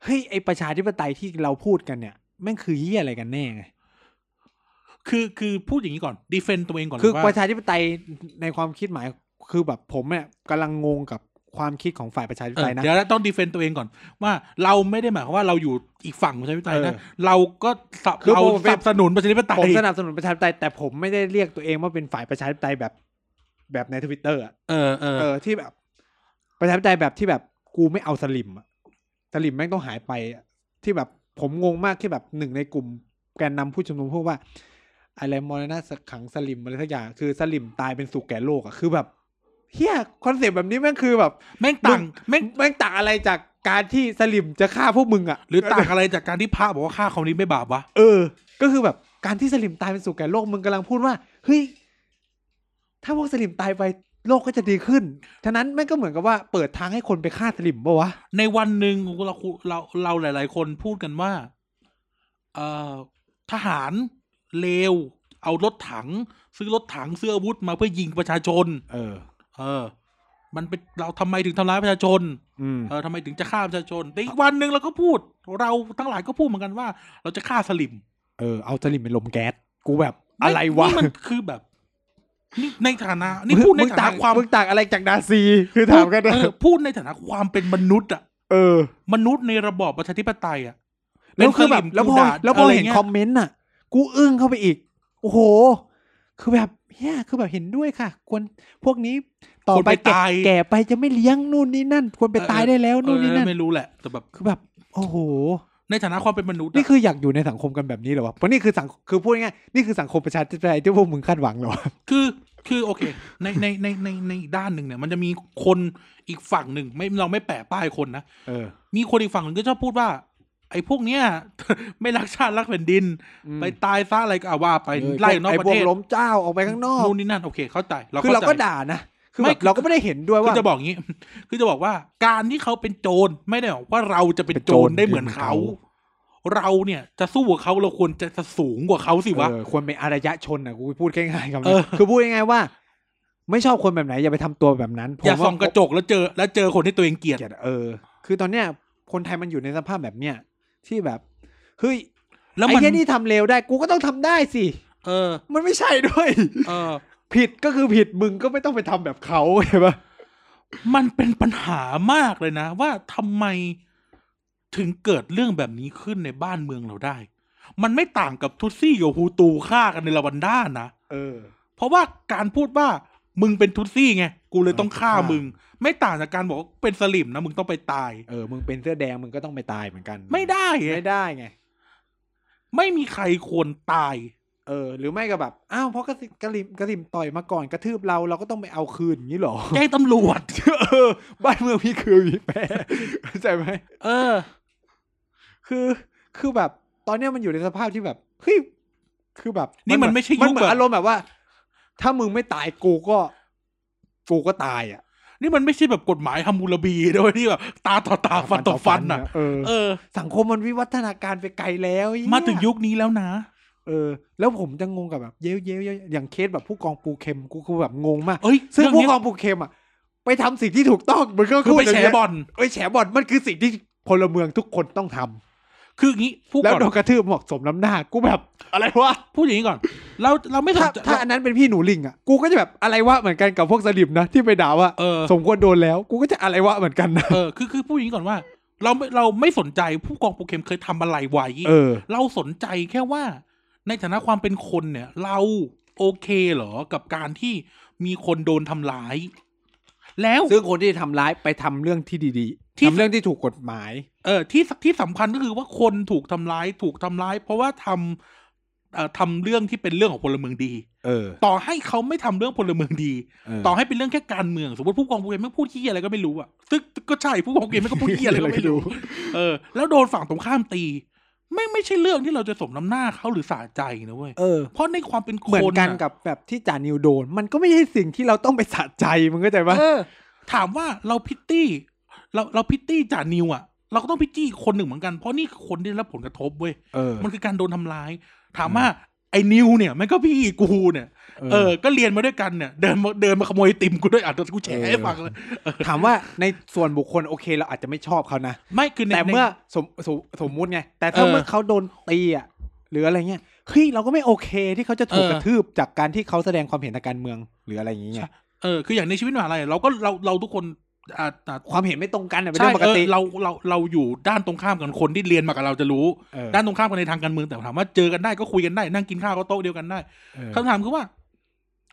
[SPEAKER 1] เฮ้ย ไอประชาธิปไตยที่เราพูดกันเนี่ยแม่งคือเหี้ยอะไรกันแน่ไง
[SPEAKER 2] คือคือพูดอย่างนี้ก่อนดีเฟนต์ตัวเองก่อน
[SPEAKER 1] คือ
[SPEAKER 2] ว่า
[SPEAKER 1] ประชาธิปไตยในความคิดหมายคือแบบผมเนี่ยกำลังงงกับความคิดของฝ่ายประชาธิป
[SPEAKER 2] เออ
[SPEAKER 1] ไตยนะ
[SPEAKER 2] เดี๋ยวเราต้องดีเฟนต์ตัวเองก่อน ว่าเราไม่ได้หมายความว่าเราอยู่อีกฝั่งประชาธิปไตยนะ
[SPEAKER 1] เออ
[SPEAKER 2] เราก็สับ
[SPEAKER 1] คือ
[SPEAKER 2] เรา
[SPEAKER 1] ผมเป็น
[SPEAKER 2] สนับสนุนประชาธิปไตย
[SPEAKER 1] ผมสนับสนุนประชาธิปไตยแต่ผมไม่ได้เรียกตัวเองว่าเป็นฝ่ายประชาธิปไตยแบบ แบบในทวิตเตอร์
[SPEAKER 2] เออเออ
[SPEAKER 1] เออที่แบบ ประชาธิปไตยแบบที่แบบกูไม่เอาสลิมอะสลิมแม่งต้องหายไปอะที่แบบผมงงมากที่แบบหนึ่งในกลุ่มแกนนำผู้ชุมนุมพูดว่า อะไรมรณะสักขังสลิมอะไรทักอย่างคือสลิมตายเป็นสุขแก่โลกอะคือแบบเฮียคอนเซปต์แบบนี้แม่งคือแบบ
[SPEAKER 2] แม่งต่างแม่ง
[SPEAKER 1] แม่งต่างอะไรจากการที่สลิมจะฆ่าพวกมึงอะ
[SPEAKER 2] หรือต่างอะไรจากการที่พระบอกว่าฆ่าคอมมิวนิสต์ไม่บาปวะ
[SPEAKER 1] เออ ก็คือแบบการที่สลิมตายเป็นสุขแก่โลกมึงกำลังพูดว่า เฮ้ย ถ้าพวกสลิมตายไปโลกก็จะดีขึ้น ฉะนั้นแม่งก็เหมือนกับว่าเปิดทางให้คนไปฆ่าสลิมปะวะ
[SPEAKER 2] ในวันหนึ่งเราเราเราหลาย ๆ คนพูดกันว่า เอ่อทหารเลว เอารถถัง ซื้อรถถังซื้ออาวุธมาเพื่อยิงประชาชน
[SPEAKER 1] เออ
[SPEAKER 2] เออ มันเป็นเราทำไมถึงทำร้ายประชาชน
[SPEAKER 1] อืม
[SPEAKER 2] เออทำไมถึงจะฆ่าประชาชน แต่อีกวันหนึ่งเราก็พูด เราทั้งหลายก็พูดเหมือนกันว่า เราจะฆ่าสลิม
[SPEAKER 1] เออ เอาสลิมเป็นลมแก๊ส กูแบบอะไรวะ
[SPEAKER 2] นี่มันคือแบบนี่ในฐานะ นี่พูดใน
[SPEAKER 1] มึง
[SPEAKER 2] ฐา
[SPEAKER 1] ต่า
[SPEAKER 2] นะ
[SPEAKER 1] ง
[SPEAKER 2] ความ
[SPEAKER 1] มึงต่างอะไรจากนาซี คือถามกันนะ
[SPEAKER 2] เออพูดในฐานะความเป็นมนุษย์อะ
[SPEAKER 1] เออ
[SPEAKER 2] มนุษย์ในระบอบประชาธิปไตยอะ
[SPEAKER 1] แล้วคือแบ
[SPEAKER 2] เป็
[SPEAKER 1] บ
[SPEAKER 2] นสม
[SPEAKER 1] แล้วพอ
[SPEAKER 2] กูด่า
[SPEAKER 1] แล้วพอเห็
[SPEAKER 2] ะ
[SPEAKER 1] น
[SPEAKER 2] ไรงี้ย
[SPEAKER 1] คอมเมนต์น่ะ กูอึ้งเข้าไปอีก โอ้โห คือแบบเฮียคือแบบเห็นด้วยค่ะ ควรพวกนี้ต่อ
[SPEAKER 2] ควร
[SPEAKER 1] ไป
[SPEAKER 2] ไป
[SPEAKER 1] แก่
[SPEAKER 2] ตาย
[SPEAKER 1] แก่ไปจะไม่เลี้ยงนู่นนี่นั่น ควรไปตายได้แล้วนู่นนี่นั่น
[SPEAKER 2] เออไม่รู้แหละ แต่แบบ
[SPEAKER 1] คือแบบ โอ้โห
[SPEAKER 2] ในฐานะความเป็นมนุษย์
[SPEAKER 1] นี่
[SPEAKER 2] อะ
[SPEAKER 1] คืออยากอยู่ในสังคมกันแบบนี้เหรอวะเพราะนี่คือสังคือพูดง่ายๆนี่คือสังคมประชาธิปไตยที่พวกมึงคาดหวังเหรอวะ
[SPEAKER 2] คือคือโอเค ในในในในในอีกด้านหนึ่งเนี่ย มันจะมีคนอีกฝั่งหนึ่งไม่เราไม่แปะป้ายคนนะ
[SPEAKER 1] เออ
[SPEAKER 2] มีคนอีกฝั่งหนึ่งก็ชอบพูดว่า ไอ้พวกเนี้ย ไม่รักชาติรักแผ่นดิน
[SPEAKER 1] อืม
[SPEAKER 2] ไปตายซะอะไรก็เอาว่าไปไล่ออกนอก
[SPEAKER 1] ไอ้
[SPEAKER 2] ประ
[SPEAKER 1] พว
[SPEAKER 2] เท
[SPEAKER 1] ก
[SPEAKER 2] ศ
[SPEAKER 1] ล้มเจ้าออกไปข้างนอก
[SPEAKER 2] นู่นนี่นั่นโอเค เข้าใจเรา
[SPEAKER 1] คือเรา
[SPEAKER 2] เข้าใจ
[SPEAKER 1] ก็ด่านะ คือ
[SPEAKER 2] ไม่
[SPEAKER 1] แบบเราก็ไม่ได้เห็นด้วย
[SPEAKER 2] คือ
[SPEAKER 1] ว่า
[SPEAKER 2] จะบอกงี้ คือจะบอกว่าการที่เขาเป็นโจรไม่ได้บอกว่าเราจะเป็นโจรได้เหมือนเขา เราเนี่ยจะสู้กับเขาเราควรจะสูงกว่าเขาสิวะ
[SPEAKER 1] เออควรเป็นอารยะชนนะกูพูดง่ายๆคำ
[SPEAKER 2] เอ
[SPEAKER 1] นี้
[SPEAKER 2] อ
[SPEAKER 1] คือพูดง่ายๆว่า ไม่ชอบคนแบบไหนอย่าไปทำตัวแบบนั้น
[SPEAKER 2] อย่า
[SPEAKER 1] ผมว่
[SPEAKER 2] ส่องกระจกแล้วเจอ แล้วเจอคนที่ตัวเองเกลียด
[SPEAKER 1] เกลียดเออ คือตอนเนี้ย คนไทยมันอยู่ในสภาพแบบเนี้ยที่แบบเฮ้ย
[SPEAKER 2] แล้ว
[SPEAKER 1] ไอ้
[SPEAKER 2] มัน
[SPEAKER 1] เนี้ยนี่ทำเลวได้ กูก็ต้องทำได้สิ
[SPEAKER 2] เออ
[SPEAKER 1] มันไม่ใช่ด้วย
[SPEAKER 2] เออ
[SPEAKER 1] ผิดก็คือผิดมึงก็ไม่ต้องไปทำแบบเขา ใช่ปะ
[SPEAKER 2] มันเป็นปัญหามากเลยนะ ว่าทำไมถึงเกิดเรื่องแบบนี้ขึ้นในบ้านเมืองเราได้ มันไม่ต่างกับทุตซี่กับฮูตูฆ่ากันในละวันด้านะ
[SPEAKER 1] เออ
[SPEAKER 2] เพราะว่าการพูดว่ามึงเป็นทุตซี่ไง กูเลยต้องฆ่า
[SPEAKER 1] เออฆ่ามึ
[SPEAKER 2] มึง ไม่ต่างจากการบอกว่าเป็นสลิมนะ มึงต้องไปตาย
[SPEAKER 1] เออ มึงเป็นเสื้อแดงมึงก็ต้องไปตายเหมือนกัน
[SPEAKER 2] ไม่ได้ไง
[SPEAKER 1] ไม่ได้ไง
[SPEAKER 2] ไม่มีใครควรตาย
[SPEAKER 1] เออ หรือไม่ก็แบบ อ้าว เพราะกระสิกระลิมกระลิมต่อยมาก่อนกระทืบเราเราก็ต้องไปเอาคืนอย่างนี้เหรอ
[SPEAKER 2] แจ้งตำรวจ
[SPEAKER 1] เออ บ้านเมืองพี่คือมีแปรเข้าใจไหม
[SPEAKER 2] เออ
[SPEAKER 1] คือ คือแบบ ตอนเนี้ยมันอยู่ในสภาพที่แบบ เฮ้ย คือแบบ
[SPEAKER 2] นี่มัน
[SPEAKER 1] เห
[SPEAKER 2] ไม่ใช่ยุค
[SPEAKER 1] มันเหมือ
[SPEAKER 2] แบบ
[SPEAKER 1] นอารมณ์แบบว่า ถ้ามึงไม่ตายกูก็ กูก็ตายอ่ะ
[SPEAKER 2] นี่มันไม่ใช่แบบกฎหมายฮัมมูลบีด้วยที่แบบตาต่อตาฟันต่อฟันอ่ะ
[SPEAKER 1] เออ
[SPEAKER 2] เออ
[SPEAKER 1] สังคมมันวิวัฒนาการไปไกลแล้วเหี้
[SPEAKER 2] มาถึงยุคนี้แล้วนะ
[SPEAKER 1] เออแล้วผมจะงงกับแบบเย้ยเย้ยเย้ยอย่างเคสแบบผู้กองปูเข็มกูคือแบบงงมาก
[SPEAKER 2] เอ้ย
[SPEAKER 1] ซึ่ง
[SPEAKER 2] เรื่อง
[SPEAKER 1] ผู้
[SPEAKER 2] เนี้ย
[SPEAKER 1] กองปูเข็มอ่ะไปทำสิ่งที่ถูกต้องมันก็
[SPEAKER 2] คือไป
[SPEAKER 1] ย่า
[SPEAKER 2] แฉ
[SPEAKER 1] งเงี้ย
[SPEAKER 2] บอล
[SPEAKER 1] ไปแฉบอลมันคือสิ่งที่ พลเมืองทุกคนต้องทำ
[SPEAKER 2] คืออย่างนี้พูด
[SPEAKER 1] แล้ว
[SPEAKER 2] ก่อน
[SPEAKER 1] โดนกระทืบเหมาะสมน้ำหน้า กูแบบอะไรวะ
[SPEAKER 2] พูดอย่างนี้ก่อน เราเราไม่ส
[SPEAKER 1] ถ้าน
[SPEAKER 2] ใจ
[SPEAKER 1] ถ้าอันนั้นเป็นพี่หนูลิงอ่ะกูก็จะแบบอะไรวะเหมือนกันกับพวกสลิมนะที่ไปด่าว่า
[SPEAKER 2] เออ
[SPEAKER 1] สมควรโดนแล้ว กูก็จะอะไรวะเหมือนกันนะ
[SPEAKER 2] เออคือคือพูดอย่างนี้ก่อนว่า เราไม่เราไม่สนใจผู้กองโปรเกมเคยทำอะไรไว้
[SPEAKER 1] เออ
[SPEAKER 2] เราสนใจแค่ว่า ในฐานะความเป็นคนเนี่ย เราโอเคเหรอกับการที่มีคนโดนทำร้าย แล้ว
[SPEAKER 1] ซึ่งคนที่ทำร้ายไปทำเรื่องที่ดีๆ
[SPEAKER 2] ที่
[SPEAKER 1] ทำเรื่องที่ถูกกฎหมาย
[SPEAKER 2] เออที่ที่สำคัญก็คือว่าคนถูกทำร้ายถูกทำร้าย เพราะว่าทำเอ่อทำเรื่องที่เป็นเรื่องของพลเมืองดี
[SPEAKER 1] เออ
[SPEAKER 2] ต่อให้เขาไม่ทำเรื่องพลเมืองดี
[SPEAKER 1] เออ
[SPEAKER 2] ต่อให้เป็นเรื่องแค่การเมือง สมมติผู้กองเวียนไม่งพูดขี้ยอะไรก็ไม่รู้อะซึ่งก็ใช่ผู้กองเวียนไม่งก็พูดขี้ยอะไรก็ ไม่รู้ เออแล้วโดนฝั่งตรงข้ามตี ไม่ไม่ใช่เรื่องที่เราจะสมน้ำหน้าเขาหรือสาใจนะเว้ย
[SPEAKER 1] เออ
[SPEAKER 2] เพราะในความเป็นคน
[SPEAKER 1] เหมือนกันะ กับแบบที่จ่านิวโดน มันก็ไม่ใช่สิ่งที่เราต้องไปสะใจมึงเข้าใจปะ
[SPEAKER 2] เออ ถามว่าเราพิตตี้ เราเราพิตตี้จ่านิวอะเราก็ต้องพิตตี้คนหนึ่งเหมือนกันเพราะนี่คือคนที่ได้รับผลกระทบเว้ย
[SPEAKER 1] เออ
[SPEAKER 2] มันคือการโดนทำร้าย ถามว่าไอ้นิวเนี่ยมันก็พี่กูเนี่ยเออก็เรียนมาด้วยกันเนี่ยเดินมาเดินมาขโมยไอติมกูด้วยอ่ะเดี๋ยวกูแฉให้ฟังเลยเออ
[SPEAKER 1] ถามว่าในส่วนบุคคลโอเคเราอาจจะไม่ชอบเขานะ
[SPEAKER 2] ไม่คือใน
[SPEAKER 1] แต่เมื่อสมสมสมมุติไง แต่ถ้า
[SPEAKER 2] เออ
[SPEAKER 1] เมื่อเขาโดนตีอ่ะหรืออะไรเงี้ยเฮ้ยเราก็ไม่โอเคที่เขาจะถูก
[SPEAKER 2] เออ
[SPEAKER 1] กระทืบจากการที่เขาแสดงความเห็นทางการเมือง หรืออะไรอย่างเงี้ย
[SPEAKER 2] เออคืออย่างในชีวิตมหาลัยเราก็เราเราทุกคนอ่าอ่า
[SPEAKER 1] ความเห็นไม่ตรงกันน่ะเป็น
[SPEAKER 2] ใช่
[SPEAKER 1] เรื่องปกติ
[SPEAKER 2] เออเราเราเราอยู่ด้านตรงข้ามกันคนที่เรียนมากับเราจะรู้
[SPEAKER 1] เออ
[SPEAKER 2] ด้านตรงข้ามกันในทางการเมืองแต่ถามว่าเจอกันได้ก็คุยกันได้นั่งกินข้าวก็โต๊ะเดียวกันได้
[SPEAKER 1] เออ
[SPEAKER 2] คำถามคือว่า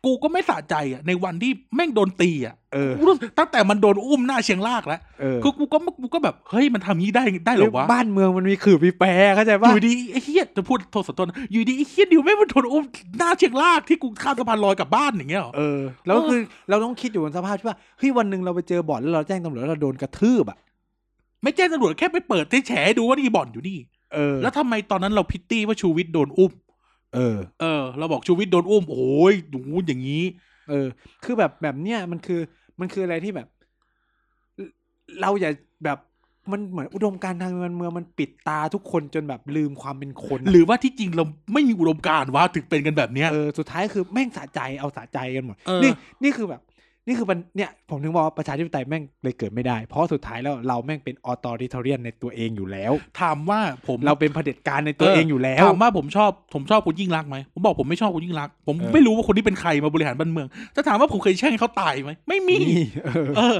[SPEAKER 2] กูก็ไม่สะใจอ่ะในวันที่แม่งโดนตีอ่ะ
[SPEAKER 1] เออ
[SPEAKER 2] กูรู้สึกตั้งแต่มันโดนอุ้มหน้าเชียงรากแล้ว
[SPEAKER 1] เออ
[SPEAKER 2] กูกูก็กูก็แบบเฮ้ยมันทำงี้ได้ได้เหรอวะ
[SPEAKER 1] บ้านเมืองมันมีขื่อมีแปรเข้าใจ
[SPEAKER 2] อ
[SPEAKER 1] ปะ
[SPEAKER 2] ยู่ดีไอ้เฮียจะพูดโทษสัตว์นะอยู่ดีไอ้เฮียดิวแม่งมันโดนอุ้มหน้าเชียงรากที่กูข้ามสะพานลอยกลับบ้านอย่างเงี้ยเหรอ
[SPEAKER 1] เออแล้ว
[SPEAKER 2] เออ
[SPEAKER 1] คือเราต้องคิดอยู่บนสภาพที่ว่าเฮ้ยวันหนึ่งเราไปเจอบ่อนแล้วเราแจ้งตำรวจแล้วเราโดนกระทืบอ่ะ
[SPEAKER 2] ไม่แจ้งตำรวจแค่ไปเปิดแฉให้ดูว่านี่บ่อนอยู่นี่
[SPEAKER 1] เออ
[SPEAKER 2] แล้วทำไมตอนนั้นเราพิตตี้ว่าชูวิทย์โดนอุ้ม
[SPEAKER 1] เออ
[SPEAKER 2] เออเราบอกชูวิทย์โดนอุ้มโอ้ยหนูอย่างนี้
[SPEAKER 1] เออ คือแบบแบบเนี้ยมันคือมันคืออะไรที่แบบ เอ่อเราอย่าแบบมันเหมือนอุดมการณ์ทางการเมืองมันปิดตาทุกคนจนแบบลืมความเป็นคนอะ
[SPEAKER 2] หรือว่าที่จริงเราไม่มีอุดมการณ์ว่าถึงเป็นกันแบบเนี้ย
[SPEAKER 1] เออสุดท้ายคือแม่งสะใจเอาสะใจกันหมด
[SPEAKER 2] เออ
[SPEAKER 1] นี่นี่คือแบบ นี่คือมันเนี่ย ผมถึงบอกว่าประชาธิปไตยแม่งเลยเกิดไม่ได้ เพราะสุดท้ายแล้วเราแม่งเป็นออตอริทเรียนในตัวเองอยู่แล้ว
[SPEAKER 2] ถามว่าผม
[SPEAKER 1] เราเป็นเผด็จการในตัวเองอยู่แล้ว
[SPEAKER 2] ถามว่าผมชอบผมชอบคุณยิ่งรักษณ์ไหมผมบอกผมไม่ชอบคุณยิ่งรักษณ์ผม
[SPEAKER 1] เออ
[SPEAKER 2] ไม่รู้ว่าคนที่เป็นใครมาบริหารบ้านเมืองจะถามว่าผมเคยแช่งให้เขาตายไหมไม่มี
[SPEAKER 1] นี่เออ
[SPEAKER 2] เออ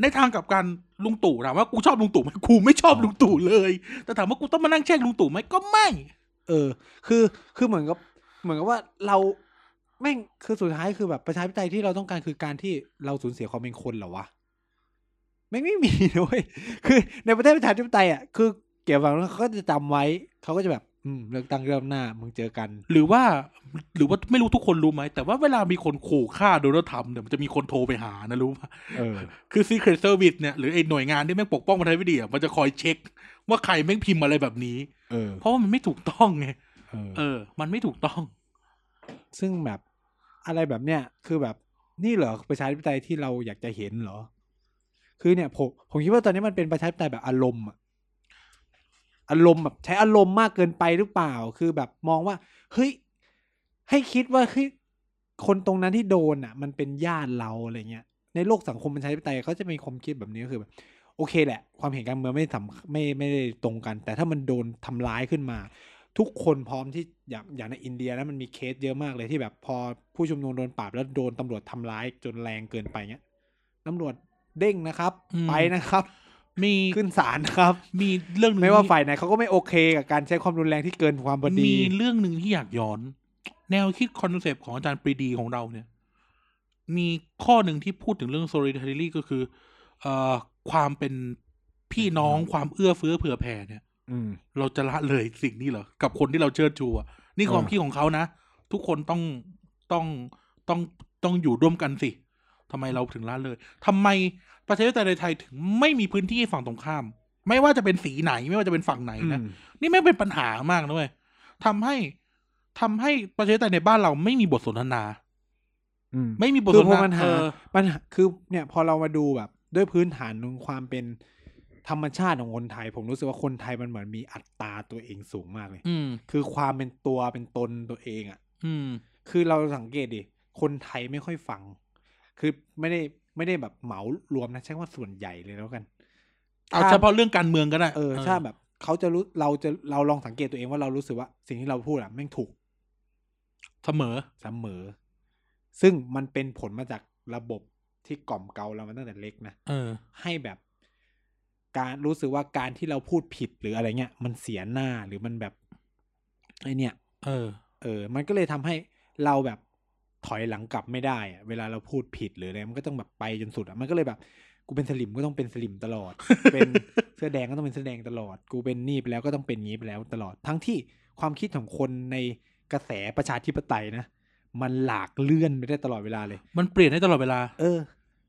[SPEAKER 2] ในทางกลับการลุงตู่ถามว่ากูชอบลุงตู่ไหมกูไม่ชอบลุงตู่เลย แต่ถามว่ากูต้องมานั่งแช่งลุงตู่ไหมก็ไม่
[SPEAKER 1] เออ คือคือเหมือนกับ เหมือนกับว่าเราแม่งคือสุดท้ายคือแบบประชาธิปไตยที่เราต้องการคือการที่เราสูญเสียความเป็นคนเหรอวะแม่งไม่มี นะเว้ย คือในประเทศประชาธิปไตยอ่ะคือเกี่ยวกับเขาก็จะจำไว้เขาก็จะแบบอืมเลือกตั้งเริ่มหน้ามึงเจอกัน
[SPEAKER 2] หรือว่าหรือว่าไม่รู้ทุกคนรู้ไหมแต่ว่าเวลามีคนขู่ฆ่าโดนัลด์ทรัมป์เนี่ยมันจะมีคนโทรไปหานะรู้ปะ
[SPEAKER 1] เออ
[SPEAKER 2] คือ Secret Service เนี่ย หรือไอ้หน่วยงานที่แม่งปกป้องประธานาธิบดีอ่ะมันจะคอยเช็ค ว่าใครแม่งพิมพ์อะไรแบบนี้
[SPEAKER 1] เออ
[SPEAKER 2] เพราะว่ามันไม่ถูกต้องไง
[SPEAKER 1] เออ
[SPEAKER 2] เออ มันไม่ถูกต้อง
[SPEAKER 1] ซึ่งแบบอะไรแบบเนี้ยคือแบบนี่เหรอประชาธิปไตยที่เราอยากจะเห็นเหรอ คือเนี่ยผมผมคิดว่าตอนนี้มันเป็นประชาธิปไตยแบบอารมณ์อะอารมณ์แบบใช้อารมณ์มากเกินไปหรือเปล่า คือแบบมองว่าเฮ้ยให้คิดว่าเฮ้ยคนตรงนั้นที่โดนอ่ะ มันเป็นญาติเราอะไรเงี้ยในโลกสังคมประชาธิปไตยเขาจะมีความคิดแบบนี้ก็คือแบบ โอเคแหละ ความเห็นการเมืองไม่สำไม่ไม่ได้ตรงกัน แต่ถ้ามันโดนทำร้ายขึ้นมา ทุกคนพร้อมที่อย่างอย่างในอินเดียนะมันมีเคสเยอะมากเลยที่แบบพอผู้ชุมนุมโดนปราบแล้วโดนตำรวจทำร้ายจนแรงเกินไปเงี้ยตำรวจเด้งนะครับ
[SPEAKER 2] อืม
[SPEAKER 1] ไปนะครับ
[SPEAKER 2] มี
[SPEAKER 1] ขึ้นศาลนะครับ
[SPEAKER 2] มีเรื่องหนึ่ง
[SPEAKER 1] ไม่ว่า
[SPEAKER 2] ที่
[SPEAKER 1] ฝ่ายไหนเขาก็ไม่โอเคกับการใช้ความรุนแรงที่เกินความพอดี
[SPEAKER 2] มีเรื่องหนึ่งที่อยากย้อน แนวคิดคอนเซปต์ของอาจารย์ปรีดีของเราเนี่ย มีข้อหนึ่งที่พูดถึงเรื่อง solidarity ก็คือ เอ่อความเป็นพี่น้องความเอื้อเฟื้อเผื่อแผ่เนี่ย
[SPEAKER 1] อืม
[SPEAKER 2] เราจะละเลยสิ่งนี้เหรอ กับคนที่เราเชิดชูอะนี่คือความ
[SPEAKER 1] อ่า
[SPEAKER 2] คิดของเขานะ ทุกคนต้องต้องต้องต้องอยู่ร่วมกันสิทำไมเราถึงละเลยทำไมประชาธิปไตยในไทยถึงไม่มีพื้นที่ให้ฝั่งตรงข้าม ไม่ว่าจะเป็นสีไหนไม่ว่าจะเป็นฝั่งไหน
[SPEAKER 1] อื
[SPEAKER 2] นะ
[SPEAKER 1] ม
[SPEAKER 2] นี่ไม่งเป็นปัญหามากนะเว้ยทำให้ทำให้ประชาธิปไตยในบ้านเราไม่มีบทสนทนา
[SPEAKER 1] อืม
[SPEAKER 2] ไม่มีบท
[SPEAKER 1] คื
[SPEAKER 2] ส
[SPEAKER 1] อน พ
[SPEAKER 2] ท
[SPEAKER 1] อ
[SPEAKER 2] นา
[SPEAKER 1] มันหา
[SPEAKER 2] เออ
[SPEAKER 1] ปัญหาคือเนี่ยพอเรามาดูแบบ ด้วยพื้นฐานของความเป็นธรรมชาติของคนไทย ผมรู้สึกว่าคนไทยมันเหมือนมีอัตราตัวเองสูงมากเลย
[SPEAKER 2] อืม
[SPEAKER 1] คือความเป็นตัวเป็นตนตัวเองอ่ะ
[SPEAKER 2] อืม
[SPEAKER 1] คือเราสังเกตดิคนไทยไม่ค่อยฟัง คือไม่ได้ไม่ได้แบบเหมารวมนะใช้คำว่าส่วนใหญ่เลยแล้วกัน
[SPEAKER 2] เอาเฉพาะเรื่องการเมืองก็ได้
[SPEAKER 1] เออถ้าแบบเขาจะรู้เราจะเราลองสังเกตตัวเองว่าเรารู้สึกว่าสิ่งที่เราพูดอะแม่งถูก
[SPEAKER 2] เสมอ
[SPEAKER 1] เสมอ ซึ่งมันเป็นผลมาจากระบบที่กล่อมเกลาเรามาตั้งแต่เล็กนะ
[SPEAKER 2] เออ
[SPEAKER 1] ให้แบบการรู้สึกว่าการที่เราพูดผิดหรืออะไรเงี้ย มันเสียหน้าหรือมันแบบไอเนี่ย
[SPEAKER 2] เออ
[SPEAKER 1] เออ มันก็เลยทำให้เราแบบถอยหลังกลับไม่ได้อะเวลาเราพูดผิดหรืออะไรมันก็ต้องแบบไปจนสุดอะมันก็เลยแบบ กูเป็นสลิมก็ต้องเป็นสลิมตลอด เป็นเสื้อแดงก็ต้องเป็นเสื้อแดงตลอด กูเป็นนี่ไปแล้วก็ต้องเป็นงี้ไปแล้วตลอด ทั้งที่ความคิดของคนในกระแสประชาธิปไตยนะ มันหลากเลื่อนไปได้ตลอดเวลาเลย
[SPEAKER 2] มันเปลี่ยนได้ตลอดเวลา
[SPEAKER 1] เออ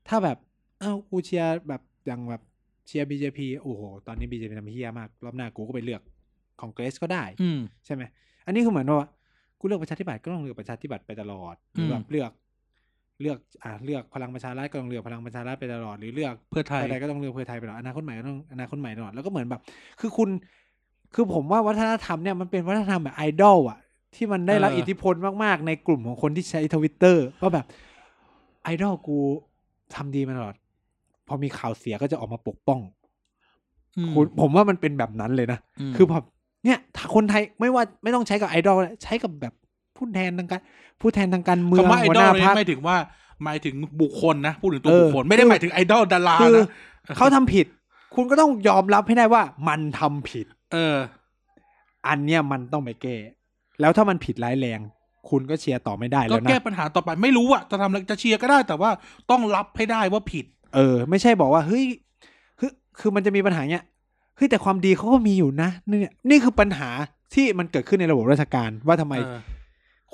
[SPEAKER 1] ถ้าแบบ เอ้ากูเชียร์แบบอย่างแบบเชียร์บีเจพีโอ้โห ตอนนี้บีเจพีทำเฮี้ยมาก รอบหน้ากูก็ไปเลือกของเกรสก็ได้
[SPEAKER 2] อืม
[SPEAKER 1] ใช่ไหม อันนี้คือเหมือนว่า กูเลือกประชาธิปัตย์ก็ต้องเลือกประชาธิปัตย์ไปตลอด หรือแบบเลือก เลือก อ่า เลือกพลังประชารัฐก็ต้องเลือกพลังประชารัฐไปตลอด หรือเลือก
[SPEAKER 2] เพื่อไทย
[SPEAKER 1] อะไรก็ต้องเลือกเพื่อไทยไปตลอด อนาคตใหม่ก็ต้องอนาคตใหม่ตลอด แล้วก็เหมือนแบบ คือคุณ คือผมว่าวัฒนธรรมเนี่ยมันเป็นวัฒนธรรมแบบไอดอลอะที่มันได้รับ
[SPEAKER 2] เอออิ
[SPEAKER 1] อิทธิพลมากๆ ในกลุ่มของคนที่ใช้ทวิตเตอร์ว่าแบบไอดอลกูทำดีมาตลอด พอมีข่าวเสียก็จะออกมาปกป้อง
[SPEAKER 2] อืม
[SPEAKER 1] คุณผมว่ามันเป็นแบบนั้นเลยนะ
[SPEAKER 2] ม
[SPEAKER 1] คือแบบเนี่ยถ้าคนไทยไม่ว่าไม่ต้องใช้กับไอดอลนะใช้กับแบบผู้แทนทางการผู้แทนทางการเมือง
[SPEAKER 2] คำว่าไอ
[SPEAKER 1] หัว
[SPEAKER 2] ด
[SPEAKER 1] ห
[SPEAKER 2] อ
[SPEAKER 1] น้า
[SPEAKER 2] ล
[SPEAKER 1] พร
[SPEAKER 2] เนี่
[SPEAKER 1] ร
[SPEAKER 2] ย
[SPEAKER 1] ค
[SPEAKER 2] ไม่ถึงว่าหมายถึงบุคคลนะพูดถึงตัว
[SPEAKER 1] เออ
[SPEAKER 2] บุคคลไม่ได้
[SPEAKER 1] คือ
[SPEAKER 2] หมายถึงไอดอลดารา
[SPEAKER 1] คือ
[SPEAKER 2] นะ
[SPEAKER 1] เขาทำผิด คุณก็ต้องยอมรับให้ได้ว่ามันทำผิด
[SPEAKER 2] เออ
[SPEAKER 1] อันเนี้ยมันต้องไปแก้แล้วถ้ามันผิดร้ายแรง คุณก็เชียร์ต่อไม่ได้
[SPEAKER 2] ก็
[SPEAKER 1] แล้ว
[SPEAKER 2] แก้
[SPEAKER 1] นะ
[SPEAKER 2] ปัญหาต่อไปไม่รู้อะจะทำอะไรจะเชียร์ก็ได้ แต่ว่าต้องรับให้ได้ว่าผิด
[SPEAKER 1] เออ ไม่ใช่บอกว่าเฮ้ยคือคือมันจะมีปัญหาเนี้ยเฮ้ยแต่ความดีเขาก็มีอยู่นะเนี่ยนี่คือปัญหาที่มันเกิดขึ้นในระบบราชการว่าทำไม
[SPEAKER 2] เออ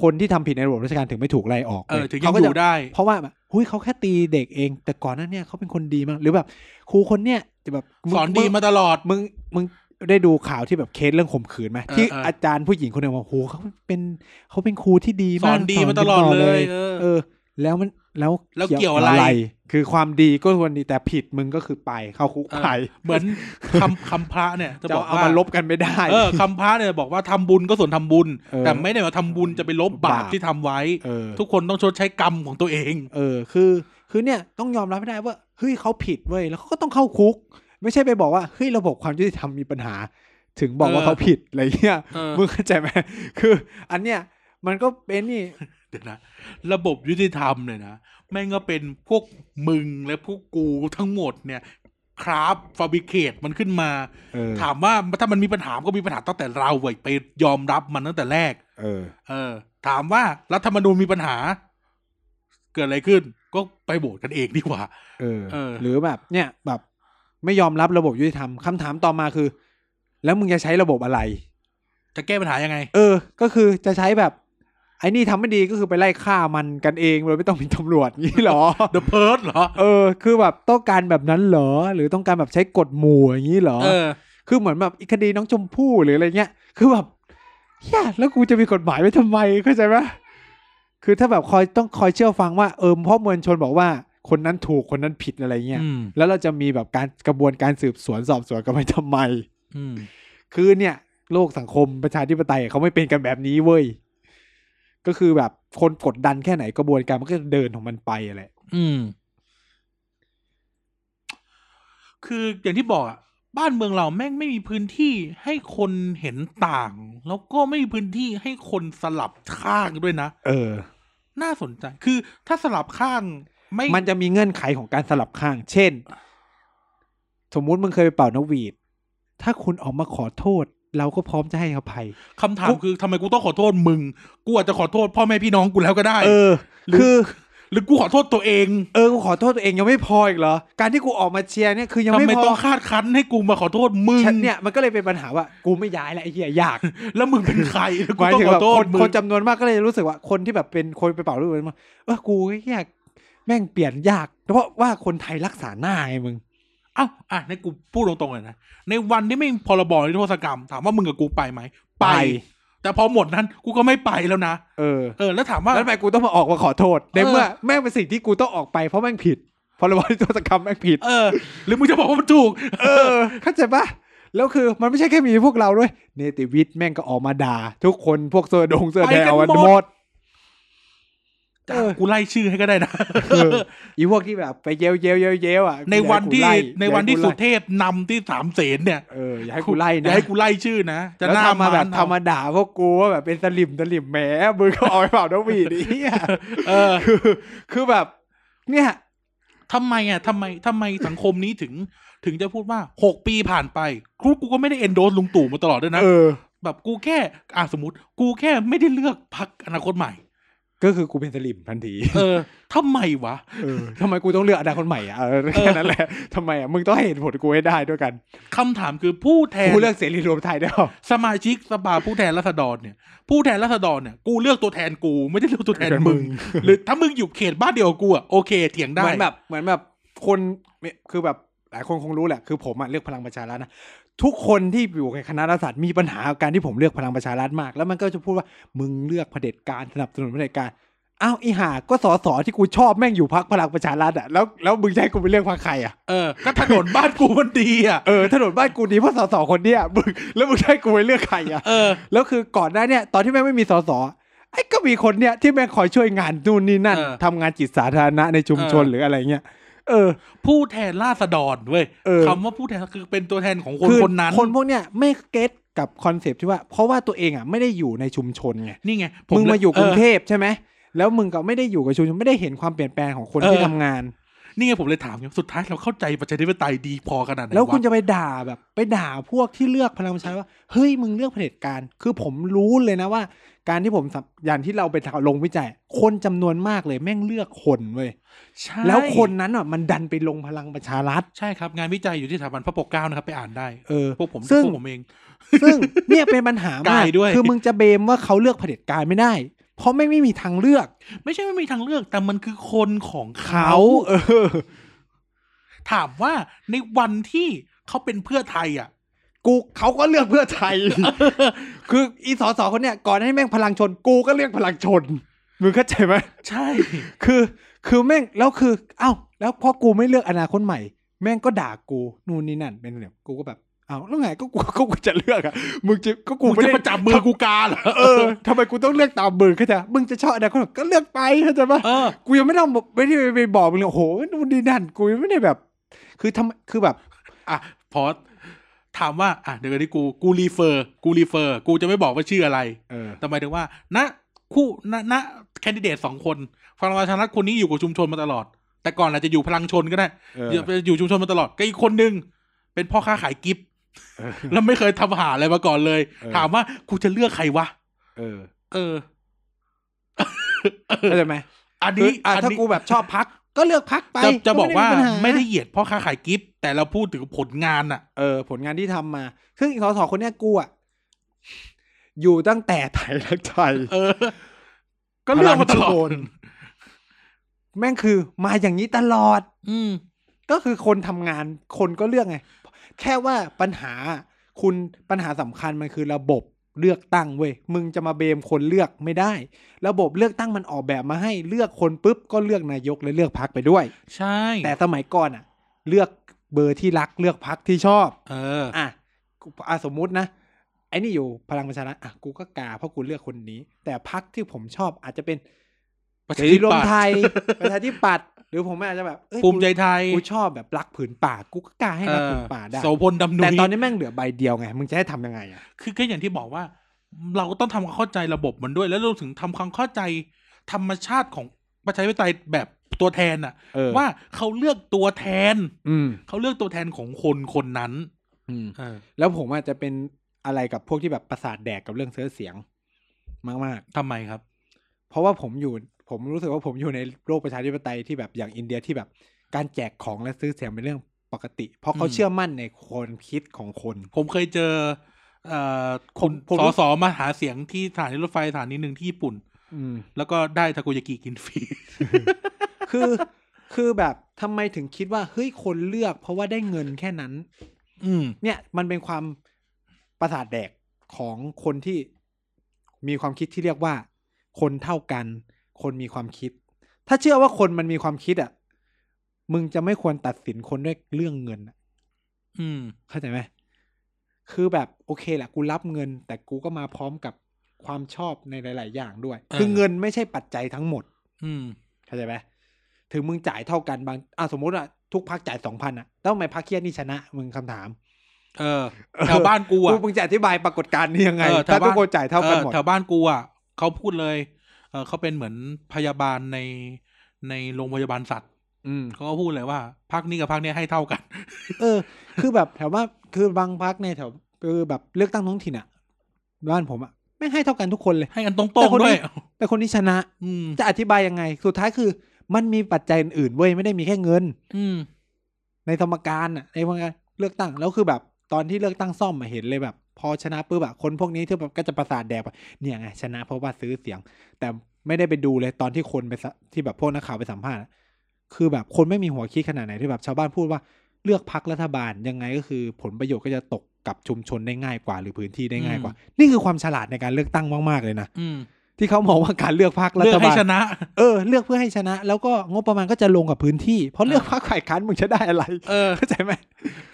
[SPEAKER 1] คนที่ทำผิดในระบบราชการถึงไม่ถูกไล่ออก
[SPEAKER 2] เออ
[SPEAKER 1] ว้
[SPEAKER 2] ถึงยัง
[SPEAKER 1] เขาก็
[SPEAKER 2] อ
[SPEAKER 1] จะ
[SPEAKER 2] ยู่ได้
[SPEAKER 1] เพราะว่าแบบหุยเขาแค่ตีเด็กเอง แต่ก่อนหนั้นเนี่ยเขาเป็นคนดีมาก หรือแบบครูคนเนี่ยจะแบบมึง
[SPEAKER 2] สอนดีมาตลอด
[SPEAKER 1] มึงมึงได้ดูข่าวที่แบบเคสเรื่องข่มขืนไหม
[SPEAKER 2] เออ
[SPEAKER 1] ที่
[SPEAKER 2] เอออ
[SPEAKER 1] อาจารย์ผู้หญิงคนหนึ่งบอกโหเขาเป็นเขาเป็นครูที่ดี
[SPEAKER 2] สอ
[SPEAKER 1] มาก
[SPEAKER 2] นดีมาตลอดเลย เออ
[SPEAKER 1] เออ แล้วมันแล้ว
[SPEAKER 2] แล้วเกี่ยวอะไร
[SPEAKER 1] คือความดีก็ควรดีแต่ผิดมึงก็คือไปเข้าคุกไป
[SPEAKER 2] เหมือน คำคำพระเนี่ย จะ
[SPEAKER 1] จะ
[SPEAKER 2] บอก
[SPEAKER 1] เอา
[SPEAKER 2] ว่า
[SPEAKER 1] มาลบกันไม่ได้
[SPEAKER 2] เออคำพระเนี่ยบอกว่าทำบุญก็ส่วนทำบุญ
[SPEAKER 1] เออ
[SPEAKER 2] แต่ไม่ได้ว่าทำบุญจะไปลบบาป
[SPEAKER 1] บาป
[SPEAKER 2] ที่ทำไว้
[SPEAKER 1] เออ
[SPEAKER 2] ทุกคนต้องชดใช้กรรมของตัวเอง
[SPEAKER 1] เออคือคือเนี่ยต้องยอมรับไม่ได้ว่าเฮ้ยเขาผิดเว้ยแล้วเขาก็ต้องเข้าคุก ไม่ใช่ไปบอกว่าเฮ้ยระบบความยุติธรรมมีปัญหา ถึงบอกว่า
[SPEAKER 2] เออ
[SPEAKER 1] เขาผิดอะไรเงี้ย
[SPEAKER 2] เออ
[SPEAKER 1] มึงเข้าใจไหม คือ อันเนี้ยมันก็เป็นนี่
[SPEAKER 2] เดี๋ยวนะ ระบบยุติธรรมเนี่ยนะแม่งก็เป็นพวกมึงและพวกกูทั้งหมดเนี่ย คราฟฟาบิเคตมันขึ้นมา
[SPEAKER 1] เออ
[SPEAKER 2] ถามว่าถ้ามันมีปัญหามันก็มีปัญหาตั้งแต่เราเว้ยไปยอมรับมันตั้งแต่แรก
[SPEAKER 1] เออ
[SPEAKER 2] เออ ถามว่ารัฐธรรมนูญมีปัญหา เกิดอะไรขึ้น ก็ไปโบสกันเองดีกว่า
[SPEAKER 1] เออ
[SPEAKER 2] เออ
[SPEAKER 1] หรือแบบเนี่ยแบบไม่ยอมรับระบบยุติธรรมคำถามต่อมาคือ แล้วมึงจะใช้ระบบอะไร
[SPEAKER 2] จะแก้ปัญหายังไง
[SPEAKER 1] เออ ก็คือจะใช้แบบ ไอ้นี่ทำไม่ดีก็คือไปไล่ฆ่ามันกันเองโดยไม่ต้องมีตำรวจงี้เหรอ
[SPEAKER 2] The Purge เหรอ
[SPEAKER 1] เออ คือแบบต้องการแบบนั้นเหรอ หรือต้องการแบบใช้กฎหมู่อย่างนี้เหรอ
[SPEAKER 2] เออ
[SPEAKER 1] คือเหมือนแบบอีกคดีน้องชมพู่หรืออะไรเงี้ย คือแบบเฮียแล้วกูจะมีกฎหมายไว้ทำไมเข้าใจไหมคือถ้าแบบคอยต้องคอยเชื่อฟังว่าเออเพราะมวลชนบอกว่าคนนั้นถูกคนนั้นผิดอะไรเงี้ย
[SPEAKER 2] อืม
[SPEAKER 1] แล้วเราจะมีแบบการกระบวนการสืบสวนสอบสวนกันไปทำไม
[SPEAKER 2] อืม
[SPEAKER 1] คือเนี่ย โลกสังคมประชาธิปไตยเขาไม่เป็นกันแบบนี้เว้ย ก็คือแบบคนกดดันแค่ไหนกระบวนการมันก็จะเดินของมันไปอะไร
[SPEAKER 2] อืม คืออย่างที่บอกอะบ้านเมืองเราแม่งไม่มีพื้นที่ให้คนเห็นต่าง แล้วก็ไม่มีพื้นที่ให้คนสลับข้างด้วยนะ
[SPEAKER 1] เออ
[SPEAKER 2] น่าสนใจ คือถ้าสลับข้างไม่
[SPEAKER 1] มันจะมีเงื่อนไขของการสลับข้าง เช่น สมมุติมึงเคยไปเป่านกหวีด ถ้าคุณออกมาขอโทษ เราก็พร้อมจะให้อภัย
[SPEAKER 2] คำถามคือทำไมกูต้องขอโทษมึง กูอาจจะขอโทษพ่อแม่พี่น้องกูแล้วก็ได้
[SPEAKER 1] เออ
[SPEAKER 2] หรือ
[SPEAKER 1] คือ
[SPEAKER 2] หรือกูขอโทษตัวเอง
[SPEAKER 1] เออ กูขอโทษตัวเองยังไม่พออีกเหรอ การที่กูออกมาเชียร์เนี่ยคือยัง
[SPEAKER 2] ทำ
[SPEAKER 1] ไม่
[SPEAKER 2] ไม
[SPEAKER 1] พอ
[SPEAKER 2] ต้องคาดคั้นให้กูมาขอโทษมึง
[SPEAKER 1] ฉันเนี่ยมันก็เลยเป็นปัญหาว่า กูไม่ย้ายแล้วไอ้เหี้ยยาก
[SPEAKER 2] แล้วมึงเป็นใครแล้ว
[SPEAKER 1] ห
[SPEAKER 2] กู
[SPEAKER 1] มาย
[SPEAKER 2] ต้อง
[SPEAKER 1] ถึง
[SPEAKER 2] ขอ
[SPEAKER 1] แบบ
[SPEAKER 2] โท
[SPEAKER 1] ค
[SPEAKER 2] ษ
[SPEAKER 1] น
[SPEAKER 2] มึง
[SPEAKER 1] คนจำนวนมากก็เลยรู้สึกว่าคนที่แบบเป็นคนไปเป่าลูกหวีดมาเออกูไอ้เหี้ยแม่งเปลี่ยนยากเพราะว่าคนไทยรักษาหน้าไงมึง
[SPEAKER 2] เอ้าอ่ะในกูพูดตรงๆเลยนะในวันที่ไม่มีพรบนิรโทษกรรม ถามว่ามึงกับกูไปไหมไป
[SPEAKER 1] ไป
[SPEAKER 2] แต่พอหมดนั้นกูก็ไม่ไปแล้วนะ
[SPEAKER 1] เออ
[SPEAKER 2] เออแล้วถามว่า
[SPEAKER 1] แล้วทำไมกูต้องมาออกมาขอโทษใน
[SPEAKER 2] เออ
[SPEAKER 1] เมื่อแม่งเป็นสิ่งที่กูต้องออกไปเพราะแม่งผิดพรบนิรโทษกรรมแม่งผิด
[SPEAKER 2] เออ หรือมึงจะบอกว่ามันถูก
[SPEAKER 1] เออเข้าใจปะแล้วคือมันไม่ใช่แค่มีพวกเราด้วย เนติวิทย์แม่งก็ออกมาด่าทุกคนพวกเสื้อดงเสื้อแดง
[SPEAKER 2] ไปกัน
[SPEAKER 1] เอามา
[SPEAKER 2] หมด
[SPEAKER 1] หมด เออ
[SPEAKER 2] กูไล่ชื่อให้ก็ได้นะ
[SPEAKER 1] เออ อีพวกที่แบบไปเย้ยวเย้ยวเย้ยวเย้ยวอ่ะ
[SPEAKER 2] ในวันที่
[SPEAKER 1] อย่า
[SPEAKER 2] ใน
[SPEAKER 1] ให้กูไล่
[SPEAKER 2] วันที่
[SPEAKER 1] อย่าให้กู
[SPEAKER 2] สุ
[SPEAKER 1] ไล่
[SPEAKER 2] เทพนำที่สามเสนเนี่ย
[SPEAKER 1] เอออย่าให้กูไล่
[SPEAKER 2] อ
[SPEAKER 1] นะ
[SPEAKER 2] ย่าให้กูไล่ชื่อนะ จะ
[SPEAKER 1] แล้ว
[SPEAKER 2] หน้า
[SPEAKER 1] ทำมาแบบ
[SPEAKER 2] นเอ
[SPEAKER 1] ทำมาด่าพวกกูว่าแบบเป็นสลิมสลิมแหมมึงก็เอาไปเป่าน้ำวีดไอ้เหี้ย
[SPEAKER 2] เออ
[SPEAKER 1] คือคือแบบ เนี่ย
[SPEAKER 2] ทำไมอ่ะทำไมทำไมสังคมนี้ถึง ถึงจะพูดว่าหกปีผ่านไปครูกูก็ไม่ได้เอนโดสลุงตู่มาตลอดด้วยนะ
[SPEAKER 1] เออ
[SPEAKER 2] แบบกูแค่อ่ะสมมติ กูแค่ไม่ได้เลือกพักอนาคตใหม่
[SPEAKER 1] ก็คือกูเป็นสลิมทันที
[SPEAKER 2] เออทำไมวะ
[SPEAKER 1] เออทำไมกูต้องเลือกอนาคตใหม่อ่ะเออแค่นั้นแหละทำไมอ่ะมึงต้องให้เห็นผลกูให้ได้ด้วยกัน
[SPEAKER 2] คำถามคือผู้แทน
[SPEAKER 1] กูเลือกเสรีรวมไทยได้หรอ
[SPEAKER 2] สมาชิกสภาผู้แทนราษฎรเนี่ย ผู้แทนราษฎรเนี่ยกูเลือกตัวแทนกูไม่ได้เลือกตัวแทนมึง หรือถ้ามึงอยู่เขตบ้านเดียวกับกูอ่ะโอเคเถียงได้
[SPEAKER 1] เหมือนแบบเหมือนแบบคนคือแบบหลายคนคงรู้แหละ คือผมอ่ะเลือกพลังประชารัฐนะทุกคนที่อยู่ในคณะรัฐศาสตร์มีปัญหากับการที่ผมเลือกพลังประชารัฐมาก แล้วมันก็จะพูดว่ามึงเลือกเผด็จการสนับสนุนเผด็จการอ้าวอีห่าก็สอสอที่กูชอบแม่งอยู่พักพลังประชารัฐอ่ะแล้วแล้วมึงจะใช้กูไปเลือกพรรคใครอ่ะ
[SPEAKER 2] เออก็ถนนบ้านกูมันดีอ่ะ
[SPEAKER 1] เออถนนบ้านกูดีเพราะสอสอคนเนี้ยมึงแล้วมึงจะใช้กูไปเลือกใครอ่ะ
[SPEAKER 2] เออ
[SPEAKER 1] แล้วคือก่อนหน้าเนี่ยตอนที่แม่งไม่มีสสไอ้ก็มีคนเนี่ยที่แม่งคอยช่วยงานนู่นนี่นั่น
[SPEAKER 2] เออ
[SPEAKER 1] ทำงานจิตสาธารณะในชุมชน
[SPEAKER 2] เออ
[SPEAKER 1] หรืออะไรเงี้ยเออ
[SPEAKER 2] ผู้แทนราษฎรเว้ย
[SPEAKER 1] เออ
[SPEAKER 2] คำว่าผู้แทนคือเป็นตัวแทนของคน
[SPEAKER 1] อ
[SPEAKER 2] คนนั้น
[SPEAKER 1] คนพวกเนี่ยไม่เก็ตกับคอนเซปต์ที่ว่า เพราะว่าตัวเองอ่ะไม่ได้อยู่ในชุมชนไง
[SPEAKER 2] นี่ไงผ
[SPEAKER 1] มึง
[SPEAKER 2] เล
[SPEAKER 1] มาอยู่กรุง
[SPEAKER 2] เ
[SPEAKER 1] เทพใช่ไหมแล้วมึงก็ไม่ได้อยู่กับชุมชนไม่ได้เห็นความเปลี่ยนแปลงของคน
[SPEAKER 2] เออ
[SPEAKER 1] ที่ทำงาน
[SPEAKER 2] นี่ไงผมเลยถามไงสุดท้ายเราเข้าใจประชาธิปไตยดีพอขนาดไหน
[SPEAKER 1] แล้วคุณ
[SPEAKER 2] ะ
[SPEAKER 1] จะไปด่าแบบไปด่าพวกที่เลือกพลังประชารัฐว่าเฮ้ยมึงเลือกเผด็จการคือผมรู้เลยนะว่า การที่ผมสัมอย่างที่เราไปลงวิจัย คนจำนวนมากเลยแม่งเลือกคนเว้ย
[SPEAKER 2] ใช่
[SPEAKER 1] แล้วคนนั้นอ่ะมันดันไปลงพลังประชารัฐ
[SPEAKER 2] ใช่ครับงานวิจัยอยู่ที่สถาบันพระปกเกล้านะครับไปอ่านได้
[SPEAKER 1] เออ
[SPEAKER 2] พวกผม
[SPEAKER 1] ซึ่ง
[SPEAKER 2] พวกผมเอง
[SPEAKER 1] ซึ่งเนี่ยเป็นปัญหามาก
[SPEAKER 2] กายด้วย
[SPEAKER 1] คือมึงจะเบมว่าเขาเลือกเผด็จการไม่ได้ เพราะไม่ไม่มีทางเลือก
[SPEAKER 2] ไม่ใช่ไม่มีทางเลือกแต่มันคือคนของเขา
[SPEAKER 1] เขาเออ
[SPEAKER 2] ถามว่าในวันที่เขาเป็นเพื่อไทยอ่ะ
[SPEAKER 1] กูเขาก็เลือกเพื่อไทย คืออีสอสอคนเนี่ยก่อนให้แม่งพลังชน กูก็เลือกพลังชนมึงเข้าใจไหม
[SPEAKER 2] ใช่
[SPEAKER 1] คือคือแม่งแล้วคือ เอ้า แล้วพอกูไม่เลือกอนาคตใหม่ แม่งก็ด่ากูนู่นนี่นั่นเป็นเนี่ยกูก็แบบเอ้าแล้วไงก็กูก็กูจะเลือกอะมึงจะก็กู
[SPEAKER 2] กู
[SPEAKER 1] ไม่
[SPEAKER 2] จะ
[SPEAKER 1] ได้
[SPEAKER 2] ประจับมือกูกาเหรอ
[SPEAKER 1] เออทำไมกูต้องเลือกตามมือเข้าใจปะมึงจะชอบอะไรก็ก็เลือกไปเข้าใจปะ
[SPEAKER 2] เออ
[SPEAKER 1] กูยังไม่ต้องบอกไม่ได้ไปบอกมึงเลยโอ้โหนู่นนี่นั่นกูยังไม่ได้แบบ คือทำคือแบบ
[SPEAKER 2] อ่ะ พอถามว่าอ่ะเดี๋ยวนี้กูกูรีเฟอร์ กูรีเฟอร์ กูจะไม่บอกว่าชื่ออะไร
[SPEAKER 1] เออ
[SPEAKER 2] แต่หมายถึงว่า ณคู่ณณแคนดิเดตสองคนพลังประชารัฐคนนี้อยู่กับชุมชนมาตลอด แต่ก่อนอาจจะอยู่พลังชนก็ได้
[SPEAKER 1] เออ
[SPEAKER 2] เดี๋ยวไปอยู่ชุมชนมาตลอดก็อีกคนนึงเป็นพ่อค้าขายกิฟต์แล้วไม่เคยทำอาหารอะไรมาก่อนเลย
[SPEAKER 1] เออ
[SPEAKER 2] ถามว่ากูจะเลือกใครวะ
[SPEAKER 1] เออ
[SPEAKER 2] เออ
[SPEAKER 1] เข้าใจไหม
[SPEAKER 2] อัน
[SPEAKER 1] คือ
[SPEAKER 2] นี้
[SPEAKER 1] อ่ะ
[SPEAKER 2] อัน
[SPEAKER 1] ถ้า
[SPEAKER 2] นี้
[SPEAKER 1] กูแบบชอบพักก็เลือกพักไป
[SPEAKER 2] จะจะบอกว่า
[SPEAKER 1] ปัญห
[SPEAKER 2] ไม่ได้เหยียดพ่อค้าขายกิฟต์แต่เราพูดถึงผลงานอะ
[SPEAKER 1] เออ ผลงานที่ทำมา ซึ่งอีกสอสอคนเนี้ยกูอ่ะอยู่ตั้งแต่ไทยรักไทย
[SPEAKER 2] เออ ก็เลือกมาตลอ
[SPEAKER 1] พงช
[SPEAKER 2] ด
[SPEAKER 1] นแม่งคือมาอย่างนี้ตลอด
[SPEAKER 2] อืม
[SPEAKER 1] ก็คือคนทำงานคนก็เลือกไง แค่ว่าปัญหาคุณปัญหาสำคัญมันคือระบบเลือกตั้งเว้ยมึงจะมาเบมคนเลือกไม่ได้ ระบบเลือกตั้งมันออกแบบมาให้เลือกคนปุ๊บก็เลือกนายกและเลือกพักไปด้วย
[SPEAKER 2] ใช่
[SPEAKER 1] แต่สมัยก่อนอ่ะ เลือกเบอร์ที่รักเลือกพักที่ชอบ
[SPEAKER 2] เออ
[SPEAKER 1] อ่ะกูอ่ะสมมุตินะไอ้นี่อยู่พลังประชารัฐอ่ะกูก็กาเพราะกูเลือกคนนี้ แต่พักที่ผมชอบอาจจะเป็น
[SPEAKER 2] ประ
[SPEAKER 1] เส
[SPEAKER 2] ชาธิ
[SPEAKER 1] รีร
[SPEAKER 2] ปัตย์
[SPEAKER 1] วมไทยประชาธิปัตย์หรือผมอาจจะแบบเอ้ย
[SPEAKER 2] ภูมิใจไทย
[SPEAKER 1] กูชอบแบบรักผืนป่า กูก็กาให้รักผืนป่าได้
[SPEAKER 2] โสพลดำนุ
[SPEAKER 1] แต่
[SPEAKER 2] ย
[SPEAKER 1] ตอนนี้แม่งเหลือใบเดียวไง มึงจะให้ทำยังไงอ่ะ
[SPEAKER 2] คือก็อย่างที่บอกว่า เราก็ต้องทำความเข้าใจระบบมันด้วย แล้วรวมถึงทำความเข้าใจธรรมชาติของประชาธิปไตยแบบตัวแทนอะ
[SPEAKER 1] เออ
[SPEAKER 2] ว่าเขาเลือกตัวแทน
[SPEAKER 1] อืม
[SPEAKER 2] เขาเลือกตัวแทนของคนคนนั้น
[SPEAKER 1] อืม
[SPEAKER 2] เออ
[SPEAKER 1] แล้วผมอาจจะเป็นอะไรกับพวกที่แบบประสาทแดกกับเรื่องเสื้อเสียงมากมาก
[SPEAKER 2] ทำไมครับ
[SPEAKER 1] ๆเพราะว่าผมอยู่ ผมรู้สึกว่าผมอยู่ในโลกประชาธิปไตยที่แบบอย่างอินเดียที่แบบ การแจกของและซื้อเสียงเป็นเรื่องปกติ เพราะเขา
[SPEAKER 2] อืม
[SPEAKER 1] เชื่อมั่นในคนคิดของคน
[SPEAKER 2] ผมเคยเจอเอ่อ
[SPEAKER 1] ผ
[SPEAKER 2] คุ
[SPEAKER 1] ม
[SPEAKER 2] ณ
[SPEAKER 1] ผม
[SPEAKER 2] สอ
[SPEAKER 1] รู้
[SPEAKER 2] สอมาหาเสียงที่สถานีรถไฟสถานีหนึ่งที่ญี่ปุ่น
[SPEAKER 1] อืม
[SPEAKER 2] แล้วก็ได้ทาโกยากิกินฟรี
[SPEAKER 1] คือคือแบบทำไมถึงคิดว่าเฮ้ยคนเลือก เพราะว่าได้เงินแค่นั้น
[SPEAKER 2] อืม
[SPEAKER 1] เนี่ยมันเป็นความประสาทแดกของคนที่มีความคิดที่เรียกว่า คนเท่ากัน คนมีความคิด ถ้าเชื่อว่าคนมันมีความคิดอ่ะ มึงจะไม่ควรตัดสินคนด้วยเรื่องเงินอะ
[SPEAKER 2] อืม
[SPEAKER 1] เข้าใจไหมคือแบบโอเคแหละกูรับเงิน แต่กูก็มาพร้อมกับความชอบในหลาย ๆ อย่างด้วย
[SPEAKER 2] เออ
[SPEAKER 1] คือเงินไม่ใช่ปัจจัยทั้งหมด
[SPEAKER 2] อืม
[SPEAKER 1] เข้าใจไหมถึงมึงจ่ายเท่ากันบางอ่ะสมมติอ่ะทุกพักจ่ายสองพันอ่ะแล้วทำไมพักเคียนี่ชนะมึงคำถาม
[SPEAKER 2] เออแถวบ้านกู
[SPEAKER 1] กู
[SPEAKER 2] อ่ะ
[SPEAKER 1] มึงจะอธิบายปรากฏการณ์นี้ยังไง
[SPEAKER 2] เออแถว
[SPEAKER 1] ถ้าทุก
[SPEAKER 2] บ้าน
[SPEAKER 1] คนจ่ายเท่ากันหมด
[SPEAKER 2] แถวบ้านกูอ่ะเขาพูดเลยเออเขาเป็นเหมือนพยาบาลในในโรงพยาบาลสัตว์
[SPEAKER 1] อืม
[SPEAKER 2] เขาก็พูดเลยว่าพักนี้กับพักนี้ให้เท่ากัน
[SPEAKER 1] เออ คือแบบแถวว่าคือบางพักในยแถวคือแบบเลือกตั้งท้องถิ่นอ่ะบ้านผมอ่ะไม่งให้เท่ากันทุกคนเลย
[SPEAKER 2] ให้กันตร
[SPEAKER 1] แต่
[SPEAKER 2] ง
[SPEAKER 1] คน
[SPEAKER 2] ๆด้วย
[SPEAKER 1] นี้ แต่คนที่ชนะ
[SPEAKER 2] อืม
[SPEAKER 1] จะอธิบายยังไง สุดท้ายคือ มันมีปัจจัยอื่นๆเว้ยไม่ได้มีแค่เงิน
[SPEAKER 2] อืม
[SPEAKER 1] ในสมการอ่ะในสมการเลือกตั้งแล้วคือแบบตอนที่เลือกตั้งซ่อมอะเห็นเลยแบบ พอชนะปุ๊บอะคนพวกนี้ที่แบบก็จะประสาทแดกอะเนี่ยไงชนะเพราะว่าซื้อเสียง แต่ไม่ได้ไปดูเลยตอนที่คนไปสะที่แบบพวกนักข่าวไปสัมภาษณ์อะคือแบบคนไม่มีหัวคิดขนาดไหนที่แบบชาวบ้านพูดว่าเลือกพักรัฐบาลยังไงก็คือผลประโยชน์ก็จะตกกับชุมชนได้ง่ายกว่า หรือพื้นที่ได้ง่ายกว่า นี่คือความฉลาดในการเลือกตั้งมากๆเลยนะ
[SPEAKER 2] อืม
[SPEAKER 1] ที่เขามองว่าการเลือกพักรั
[SPEAKER 2] เลือ
[SPEAKER 1] ฐ
[SPEAKER 2] กให้
[SPEAKER 1] บาล
[SPEAKER 2] ชนะ
[SPEAKER 1] เออเลือกเพื่อให้ชนะ แล้วก็งบประมาณก็จะลงกับพื้นที่ เพราะเลือก
[SPEAKER 2] อ่า
[SPEAKER 1] พรรคฝ่ายค้านมึงจะได้อะไร
[SPEAKER 2] เออ
[SPEAKER 1] เข้าใจไหม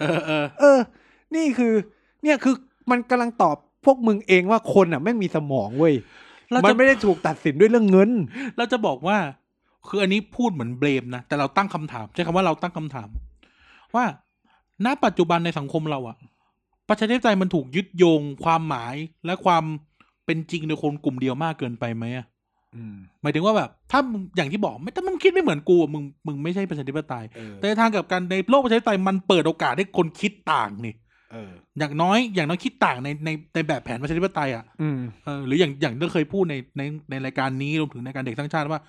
[SPEAKER 2] เออเออ
[SPEAKER 1] เออ นี่คือ เนี่ยคือมันกำลังตอบพวกมึงเองว่าคนอ่ะไม่มีสมองเว้ย
[SPEAKER 2] เรา
[SPEAKER 1] มั
[SPEAKER 2] จะ
[SPEAKER 1] นไม่ได้ถูกตัดสินด้วยเรื่องเงิน
[SPEAKER 2] เราจะบอกว่า คืออันนี้พูดเหมือนเบลมนะ แต่เราตั้งคำถาม ใช้คำว่าเราตั้งคำถาม ว่าณปัจจุบันในสังคมเราอะประชาธิปไตยมันถูกยึดโยงความหมายและความเป็นจริงโดยคนกลุ่มเดียวมากเกินไปไหมอะหมายถึงว่าแบบ ถ้ามึงอย่างที่บอกไม่ถ้ามึงคิดไม่เหมือนกูอะมึงมึงไม่ใช่ประชาธิปไตย
[SPEAKER 1] เออ
[SPEAKER 2] แต่ในทางกลับกันในโลกประชาธิปไตยมันเปิดโอกาสให้คนคิดต่างนี่
[SPEAKER 1] เออ
[SPEAKER 2] อย่างน้อยอย่างน้อยคิดต่างในในในแบบแผนประชาธิปไตยอะ
[SPEAKER 1] อืม
[SPEAKER 2] เออหรืออย่างอย่างที่เคยพูดในในในรายการนี้รวมถึงในการเด็กสร้างชาติว่า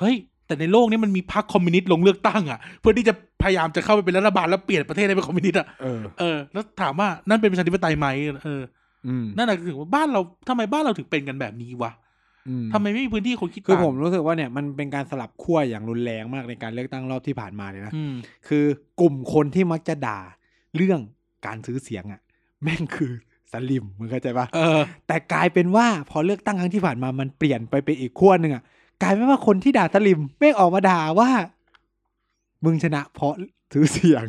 [SPEAKER 2] เฮ้ย แต่ในโลกนี้มันมีพรรคคอมมิวนิสต์ลงเลือกตั้งอะ่ะ เพื่อที่จะพยายามจะเข้าไปเป็นรัฐบาลแล้วเปลี่ยนประเทศให้เป็นคอมมิวนิสต์อ่ะ
[SPEAKER 1] เออ
[SPEAKER 2] เออแล้วถามว่านั่นเป็นประชาธิปไตยไหมเออ
[SPEAKER 1] อืม
[SPEAKER 2] นั่นแหละคือว่าบ้านเราทำไมบ้านเราถึงเป็นกันแบบนี้วะ
[SPEAKER 1] อืม
[SPEAKER 2] ทำไมไม่มีพื้นที่คนคิด
[SPEAKER 1] คือ
[SPEAKER 2] ต่าง
[SPEAKER 1] ผมรู้สึกว่าเนี่ยมันเป็นการสลับขั้วอย่างรุนแรงมากในการเลือกตั้งรอบที่ผ่านมาเลยนะ
[SPEAKER 2] อืม
[SPEAKER 1] คือกลุ่มคนที่มักจะด่าเรื่องการซื้อเสียงอ่ะ แม่งคือสลิมมึงเข้าใจปะ
[SPEAKER 2] เออ
[SPEAKER 1] แต่กลายเป็นว่าพอเลือกตั้งครั้งที่ผ่านมามันเปลี่ยนไปเป็นอีกขั้วหนึ่งอ่ะกลายเป็นว่าคนที่ด่าสลิมไม่งออกมาด่าว่า มึงชนะเพราะถือเสียง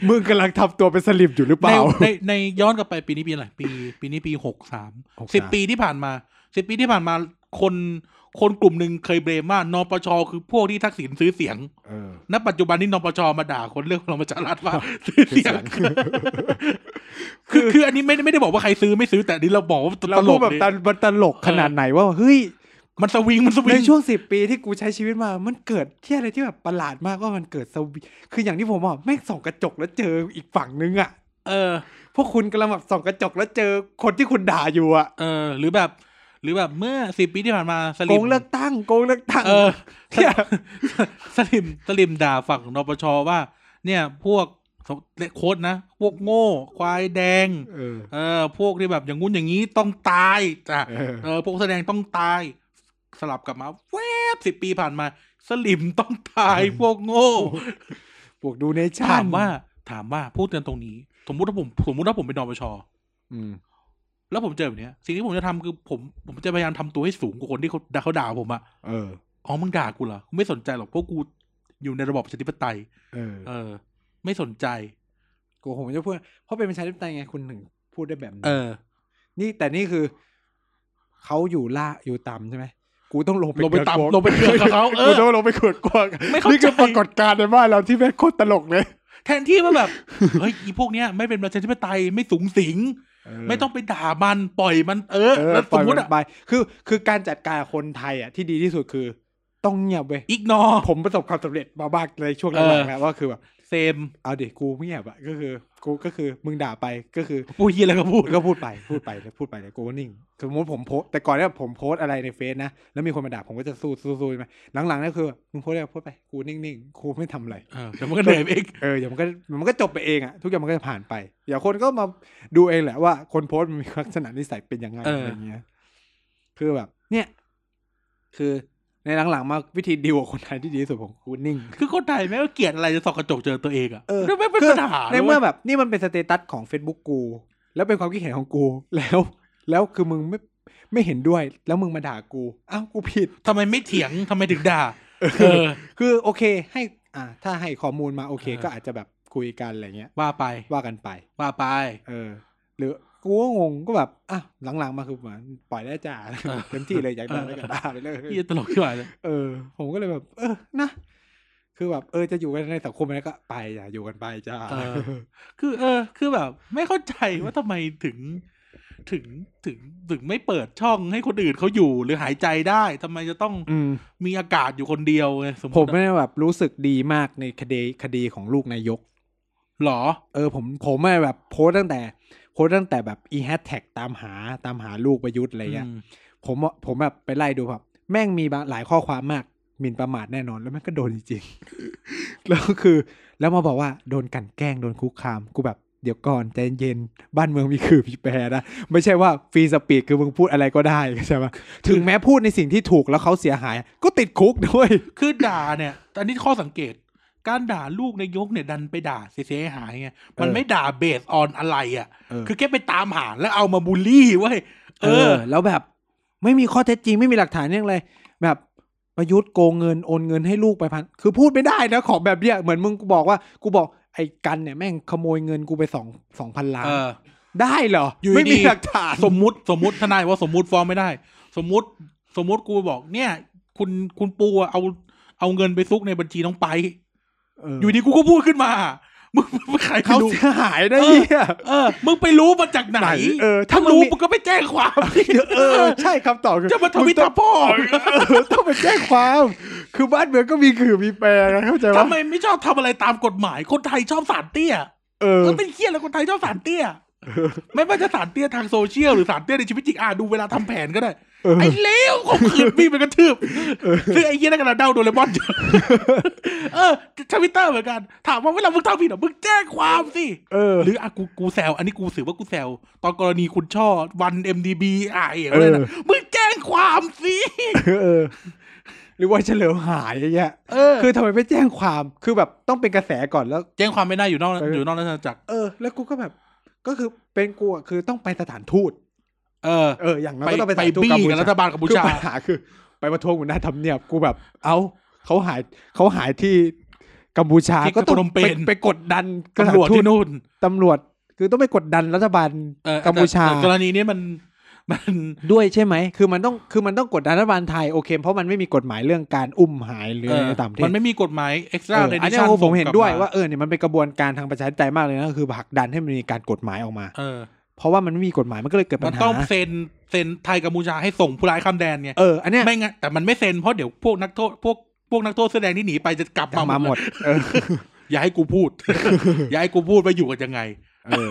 [SPEAKER 1] มึงกำลังทำตัวเป็นสลิมอยู่หรือเป
[SPEAKER 2] ใน
[SPEAKER 1] ล่า
[SPEAKER 2] ในในย้อนกลับไปปีนี้ปีอะไรปี ปีนี้ปีหกสาม
[SPEAKER 1] 63
[SPEAKER 2] สิบปีที่ผ่านมาสิบปีที่ผ่านมาคนคนกลุ่มหนึ่งเคยเบรมว่านปชคือพวกที่ทักษิณซื้อเสียง
[SPEAKER 1] เออ
[SPEAKER 2] ณปัจจุบันนี่นปชมาด่าคนเรื่องพลังประชารัฐ ว่า ซื้อเสียง
[SPEAKER 1] ซื้อเสียง
[SPEAKER 2] คือคืออันนี้ไม่ได้ไม่ได้บอกว่าใครซื้อไม่ซื้อแต่อันนี้เราบอกว่าต
[SPEAKER 1] เรา
[SPEAKER 2] ล
[SPEAKER 1] พูด
[SPEAKER 2] ก
[SPEAKER 1] แบบ
[SPEAKER 2] ดิ
[SPEAKER 1] มันตลกขนาดไหนว่าเฮ้ย
[SPEAKER 2] มันสวิงมันสวิ
[SPEAKER 1] ใน
[SPEAKER 2] ง
[SPEAKER 1] ช่วงสิบปีที่กูใช้ชีวิตมา มันเกิดที่อะไรที่แบบประหลาดมากว่ามันเกิดสวิคืออย่างที่ผมบอกแม่งส่องกระจกแล้วเจออีกฝั่งนึงอ่ะ
[SPEAKER 2] เออ
[SPEAKER 1] พวกคุณกำลังแบบส่องกระจกแล้วเจอคนที่คุณด่าอยู่อ่ะ
[SPEAKER 2] เออ หรือแบบ หรือแบบเมื่อสิบปีที่ผ่านมาส
[SPEAKER 1] โก
[SPEAKER 2] ลิม
[SPEAKER 1] งเลือกตั้งโกงเลือกตั้ง
[SPEAKER 2] เออสลิม สลิมสลิมด่าฝั่งนปชว่า เนี่ย พวกโค้ดนะพวกโง่ ควายแดง
[SPEAKER 1] เออ
[SPEAKER 2] เออ พวกที่แบบอย่างงู้นอย่างนี้ต้องตายจ้ะ
[SPEAKER 1] เออ
[SPEAKER 2] เออพวกแสดงต้องตายสลับกลับมา แวบสิบปีผ่านมา สลิมต้องตาย พวกโง่
[SPEAKER 1] บวกดูเนชั่น
[SPEAKER 2] ถามว่า ถามว่าพูดกันตรงนี้ สมมุติว่าผมสมมุติว่าผมเป็นนปช
[SPEAKER 1] อืม
[SPEAKER 2] แล้วผมเจอแบบเนี้ย สิ่งที่ผมจะทำคือผมผมจะพยายามทำตัวให้สูงกว่าคนที่เขาด่าเขาด่าผมอะ
[SPEAKER 1] เออ
[SPEAKER 2] อ๋อมึงด่ากูเหรอกูไม่สนใจหรอกเพราะกูอยู่ในระบอบประชาธิปไตย
[SPEAKER 1] เออ
[SPEAKER 2] เออ ไม่สนใจ
[SPEAKER 1] กูผมจะพูดเพราะเป็นประชาธิปไตยไงคุณถึงพูดได้แบบนี้
[SPEAKER 2] เออ
[SPEAKER 1] นี่แต่นี่คือ เขาอยู่ล่าอยู่ต่ำใช่ไหมกูต้องลงไป
[SPEAKER 2] ลงไป
[SPEAKER 1] เกือกกวก
[SPEAKER 2] ต่ำลงไปเกือกกับเขาเออ
[SPEAKER 1] กูต้องล งไปเกิดกวาง
[SPEAKER 2] ไม่เข้าใจ
[SPEAKER 1] นี่คือปรากฏการณ์ในบ้านเราที่แม่งโคตรตลกเลย
[SPEAKER 2] แทนที่ว่าแบบ เฮ้ยอีพวกเนี้ยไม่เป็นประชาธิปไตยไม่สูงสิง ไม่ต้องไปด่ามันปล่อยมันเออ
[SPEAKER 1] เออ
[SPEAKER 2] แล้ว
[SPEAKER 1] ป
[SPEAKER 2] ส
[SPEAKER 1] ล่
[SPEAKER 2] ม
[SPEAKER 1] อย
[SPEAKER 2] ม
[SPEAKER 1] มั
[SPEAKER 2] ติ
[SPEAKER 1] น
[SPEAKER 2] อะ
[SPEAKER 1] ไปคือคือการจัดการคนไทยอ่ะที่ดีที่สุดคือ ต้องเงียบเว้ย
[SPEAKER 2] อีกนอ
[SPEAKER 1] ผมประสบความสำเร็จมามากในช่วงห
[SPEAKER 2] เอ
[SPEAKER 1] ลั
[SPEAKER 2] อ
[SPEAKER 1] งๆแล้วว่าคือแบบ
[SPEAKER 2] เซม
[SPEAKER 1] เอาดิกูเงียบอะก็คือ กูก็คือมึงด่าไปก็คือ
[SPEAKER 2] พูดยี่อะไรก็พูด
[SPEAKER 1] ก็พูดไปพูดไปแล้วพูดไปแล้วกูก็นิ่งสมมติผมโพสแต่ก่อนเนี่ยผมโพสอะไรในเฟซนะแล้วมีคนมาด่าผมก็จะสู้สู้สู้ใช่ไหมหลังๆเนี่ยคือมึงโพสอะไรโพสไปกูนิ่งๆกูไม่ทำอะไร
[SPEAKER 2] เออเดี๋ยวมันก็เหนื่อยเอง
[SPEAKER 1] เออเดี๋ยวมันก็มันก็จบไปเองอะทุกอย่างมันก็จะผ่านไปเดี๋ยวคนก็มาดูเองแหละว่าคนโพสมันมีลักษณะนิสัยเป็นยังไงอะไรอย่างเงี้ยคือแบบ เนี่ย คือในหลังๆมาวิธีดีลกับคนไทยที่ดีที่สุดของกูนิ่ง
[SPEAKER 2] คือคนไทยแม่งก็เกลียดอะไรจะส่องกระจกเจอตัวเองอ่ะ
[SPEAKER 1] เออ
[SPEAKER 2] ไม่เป็นปัญหา
[SPEAKER 1] ในเมื่อ
[SPEAKER 2] ลยว้ย
[SPEAKER 1] แบบนี่มันเป็นสเตตัสของ Facebook กู แล้วเป็นความคิดเห็นของกู แล้ว แล้วคือมึงไม่ไม่เห็นด้วย แล้วมึงมาด่ากูอ้าวกูผิด
[SPEAKER 2] ทำไมไม่เถียงทำไมถึงด่า
[SPEAKER 1] เอ
[SPEAKER 2] เอ
[SPEAKER 1] อ
[SPEAKER 2] อ
[SPEAKER 1] คือโอเค ให้อ่าถ้าให้ข้อมูลมาโอเค
[SPEAKER 2] เออ
[SPEAKER 1] ก็อาจจะแบบคุยกันอะไรเงี้ย
[SPEAKER 2] ว่าไป
[SPEAKER 1] ว่ากันไป
[SPEAKER 2] ว่าไป
[SPEAKER 1] เออ หรือ กูก็งงก็แบบอ่ะหลังๆมาคือเหมือนปล่อยได้จ้า เต็มที่เลยอยากด่าได้ก็ ด่าไปเลย
[SPEAKER 2] พี่ตลกที่หวายเลย
[SPEAKER 1] เออ ผมก็เลยแบบ เออนะ คือแบบ เออจะอยู่กันในสังคมอะไรก็ไปอย่าอยู่กันไปจ้า
[SPEAKER 2] เออ คือ เออ คือแบบ ไม่เข้าใจว่าทำไมถึง ถึงถึงถึงไม่เปิดช่องให้คนอื่นเขาอยู่หรือหายใจได้ทำไมจะต้อง
[SPEAKER 1] อืม
[SPEAKER 2] มีอากาศอยู่คนเดียวไงสมม
[SPEAKER 1] ผม
[SPEAKER 2] ติ
[SPEAKER 1] ไม่ได้แบบรู้สึกดีมากในคดีคดีของลูกนายก
[SPEAKER 2] หรอ
[SPEAKER 1] เออ ผมผมไม่แบบโพสต์ตั้งแต่ โพสต์ตั้งแต่แบบอีแฮชแท็กตามหาตามหาลูกประยุทธ์อะไรเงี้ย
[SPEAKER 2] อืม
[SPEAKER 1] ผมว่าผมแบบไปไล่ดูแบบแม่งมีบางหลายข้อความมากหมิ่นประมาทแน่นอนแล้วแม่งก็โดนจริงๆ แล้วก็คือ แล้วมาบอกว่าโดนกลันแกล้งโดนคุกคามกูแบบเดี๋ยวก่อนใจเย็นบ้านเมืองมีคือพี่แปรนะไม่ใช่ว่าฟรีสปีดคือมึงพูดอะไรก็ได้ใช่ปะถึงแม้พูดในสิ่งที่ถูกแล้วเขาเสียหาย ก็ติดคุกด้วย
[SPEAKER 2] คือด่าเนี่ย อันนี้ข้อสังเกต การด่าลูกนายกเนี่ยดันไปด่าเสียหายไง มัน
[SPEAKER 1] เออ
[SPEAKER 2] ไม่ด่าเบสออนอะไรอ่ะ
[SPEAKER 1] เออ
[SPEAKER 2] คือแค่ไปตามหาแล้วเอามาบูลลี่เว้ย
[SPEAKER 1] เอ
[SPEAKER 2] เอ
[SPEAKER 1] อ
[SPEAKER 2] อ
[SPEAKER 1] แล้วแบบไม่มีข้อเท็จจริงไม่มีหลักฐานเรื่องอะไรแบบประยุทธ์โกงเงินโอนเงินให้ลูกไปพันคือพูดไม่ได้นะของแบบเนี้ยเหมือนมึงบอกว่ากูบอกไอ้กันเนี่ยแม่งขโมยเงินกูไปสองสองพันล้าน
[SPEAKER 2] เออ
[SPEAKER 1] ได้เหรอ
[SPEAKER 2] อยู่ดีๆ
[SPEAKER 1] ไม่มีหลักฐาน
[SPEAKER 2] สมมุติสมมุติทนายว่าสมมุติฟ้องไม่ได้ สมมุติสมมุติกูบอกเนี่ย คุณคุณปูอะเอาเอาเงินไปซุกในบัญชีน้องไป
[SPEAKER 1] เออ
[SPEAKER 2] อยู่ดีกูก็พูดขึ้นมา มึงมึงใคร
[SPEAKER 1] เขา
[SPEAKER 2] ไปรู้
[SPEAKER 1] เสียหายได้เนี่ย
[SPEAKER 2] เออ มึงไปรู้มาจากไหน
[SPEAKER 1] เออ
[SPEAKER 2] ถ้า
[SPEAKER 1] ถ้ามึง
[SPEAKER 2] รู้
[SPEAKER 1] มี
[SPEAKER 2] มึงก็ไปแจ้งความ
[SPEAKER 1] เออ ใช่คำตอบคือ
[SPEAKER 2] จะมาทวิต
[SPEAKER 1] งต้อ
[SPEAKER 2] หาง พ่อ
[SPEAKER 1] เออต้องไปแจ้งความ คือบ้านเมืองก็มีคือมีแปรนะเข้าใจ
[SPEAKER 2] ทำ
[SPEAKER 1] ปะ
[SPEAKER 2] ไมไม่ชอบทำอะไรตามกฎหมาย คนไทยชอบสารเตี้ย
[SPEAKER 1] เออ
[SPEAKER 2] เออเป็นเคี้ยแล้วคนไทยชอบสารเตี้ย ไม่ว่าจะสารเตี้ยทางโซเชียลหรือสารเตี้ยในชีวิตจริงอ่ะดูเวลาทำแผนก็ได้
[SPEAKER 1] เออ
[SPEAKER 2] ไอ้เลวข่มขืนพี่เป็นกระทืบซึ่งไอ้เหี้ยนั่นกระดาษเดาโดเรมอน อยู่เออทวิตเตอร์เหมือนกัน ถามว่าเวลามึงทำผิดอ่ะมึงแจ้งความสิ
[SPEAKER 1] เออ
[SPEAKER 2] หรืออ่ะกูกูแซวอันนี้กูถือว่ากูแซวตอนกรณีคุณช่อวันเอ็มดีบีอ่ะเอ๋อะไรนะ
[SPEAKER 1] เออ
[SPEAKER 2] มึงแจ้งความสิ
[SPEAKER 1] เออ หรือว่าเฉลิมหายอย่างเงี้ย
[SPEAKER 2] เออ
[SPEAKER 1] คือทำไมไม่แจ้งความ คือแบบต้องเป็นกระแสก่อนแล้ว
[SPEAKER 2] แจ้งความไม่ได้อยู่นอก
[SPEAKER 1] เออ
[SPEAKER 2] อ
[SPEAKER 1] อ
[SPEAKER 2] ยู่นอกราชอาณาจักร
[SPEAKER 1] เออ แล้วกูก็แบบ ก็คือเป็นกูอะคือต้องไปสถานทูต
[SPEAKER 2] เออ
[SPEAKER 1] เออ อย่างน้อย
[SPEAKER 2] ไป
[SPEAKER 1] ก็ต้องไปส
[SPEAKER 2] ไป
[SPEAKER 1] ถานทูต
[SPEAKER 2] บี้
[SPEAKER 1] กัมพู
[SPEAKER 2] กับรัฐ
[SPEAKER 1] ชา
[SPEAKER 2] บาลกัมพู
[SPEAKER 1] คือ
[SPEAKER 2] ชา
[SPEAKER 1] ปัญหาคือ ไปประท้วงหัวหน้าทำเนียบ กูแบบ เอ้าเขาหายเขาหายที่กัมพูชา ก็ต้องไปไปกดดัน
[SPEAKER 2] ตำรวจที่นู่น
[SPEAKER 1] ตำรวจ คือต้องไปกดดันรัฐบาล
[SPEAKER 2] เออ
[SPEAKER 1] กัมพูชา
[SPEAKER 2] แต่แต่กรณีนี้มันมัน
[SPEAKER 1] ด้วยใช่ไหม คือมันต้อง คือมันต้องกดดันรัฐบาลไทยโอเค เพราะมันไม่มีกฎหมายเรื่องการอุ้มหายหรืออะไรในต่างประเทศ
[SPEAKER 2] มันไม่มีกฎหมาย extra
[SPEAKER 1] เออ
[SPEAKER 2] tradition
[SPEAKER 1] อันเนี้ยผมเห็นด้วยว่า
[SPEAKER 2] ส่งกลับม
[SPEAKER 1] เออเนี่ยมันเป็นกระบวนการทางประชาธิปไตยมากเลยนะคือผลักดันให้มันมีการกฎหมายออกมา
[SPEAKER 2] เออ
[SPEAKER 1] เพราะว่ามันไม่มีกฎหมายมันก็เลยเกิด
[SPEAKER 2] มั
[SPEAKER 1] ปั
[SPEAKER 2] น
[SPEAKER 1] ญหา
[SPEAKER 2] ต้องเซ็นเซ็นไทยกัมพูชาให้ส่งผู้ร้ายข้ามแดนเนี่ย
[SPEAKER 1] เอออันเนี้ย
[SPEAKER 2] ไม่งั้นแต่มันไม่เซ็นเพราะเดี๋ยวพวกนักโทษพวกพวกนักโทษแสอแดงที่หนีไปจะกลับ
[SPEAKER 1] กลับมาหมดเออ
[SPEAKER 2] อย่าให้กู พูด อย่าให้กูพูดว่าอยู่กันยังไง
[SPEAKER 1] เออ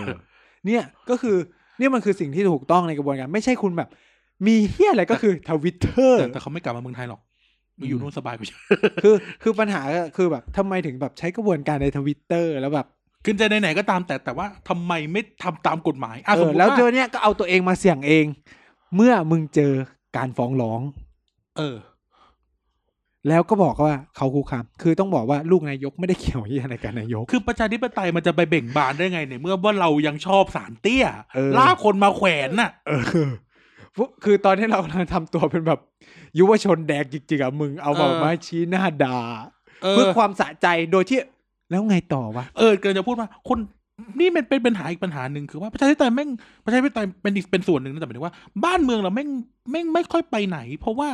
[SPEAKER 1] เนี่ยก็คือเนี่ยมันคือสิ่งที่ถูกต้องในกระบวนการไม่ใช่คุณแบบ มีเฮียอะไรก็คือทวิตเต อร์
[SPEAKER 2] แต่แต่เขาไม่กลับมาเมืองไทยหรอกมึงอยู่
[SPEAKER 1] อืม
[SPEAKER 2] นู่นสบายกว่าเยอะ
[SPEAKER 1] คือคือปัญหาก็คือแบบทำไมถึงแบบใช้กระบวนการในทวิตเตอร์แล้วแบบ
[SPEAKER 2] ขึ้นใจไหนๆก็ตามแต่แต่ว่าทำไมไม่ทำตามกฎหมายอ่ะ
[SPEAKER 1] เอ
[SPEAKER 2] สม
[SPEAKER 1] อ
[SPEAKER 2] มติ
[SPEAKER 1] แล้ว
[SPEAKER 2] ว่า
[SPEAKER 1] เจอเนี่ยก็เอาตัวเองมาเสี่ยงเอง เมื่อมึงเจอการฟ้องร้อง
[SPEAKER 2] เออ
[SPEAKER 1] แล้วก็บอกว่าเขาคุกคามคือต้องบอกว่าลูกนายกไม่ได้เกี่ยวเหียอะไรกับนายก
[SPEAKER 2] คือประชาธิปไตยมันจะไปเบ่งบานได้ไงเนี่ยเมื่อว่าเรายังชอบสารเตี้ย
[SPEAKER 1] เออ
[SPEAKER 2] ล่าคนมาแขวนน่ะ
[SPEAKER 1] เออฟุคือตอนที่เรากำลังทำตัวเป็นแบบ ยุวชนแดกจริงๆอ่ะมึงเอาแบบ
[SPEAKER 2] เออ
[SPEAKER 1] มาชี้หน้าด่า
[SPEAKER 2] เออ
[SPEAKER 1] เพื่อความสะใจโดยที่ แล้วไงต่อวะ
[SPEAKER 2] เออเกินจะพูดว่าคนนี่มันเป็นปัญหาอีกปัญหาหนึ่งคือว่าประชาธิปไตยแม่งประชาธิปไตยเป็นอีกเป็นส่วนหนึ่งนะแต่หมายถึงว่าบ้านเมืองเราแม่งแม่งไม่ค่อยไปไหน เพราะว่า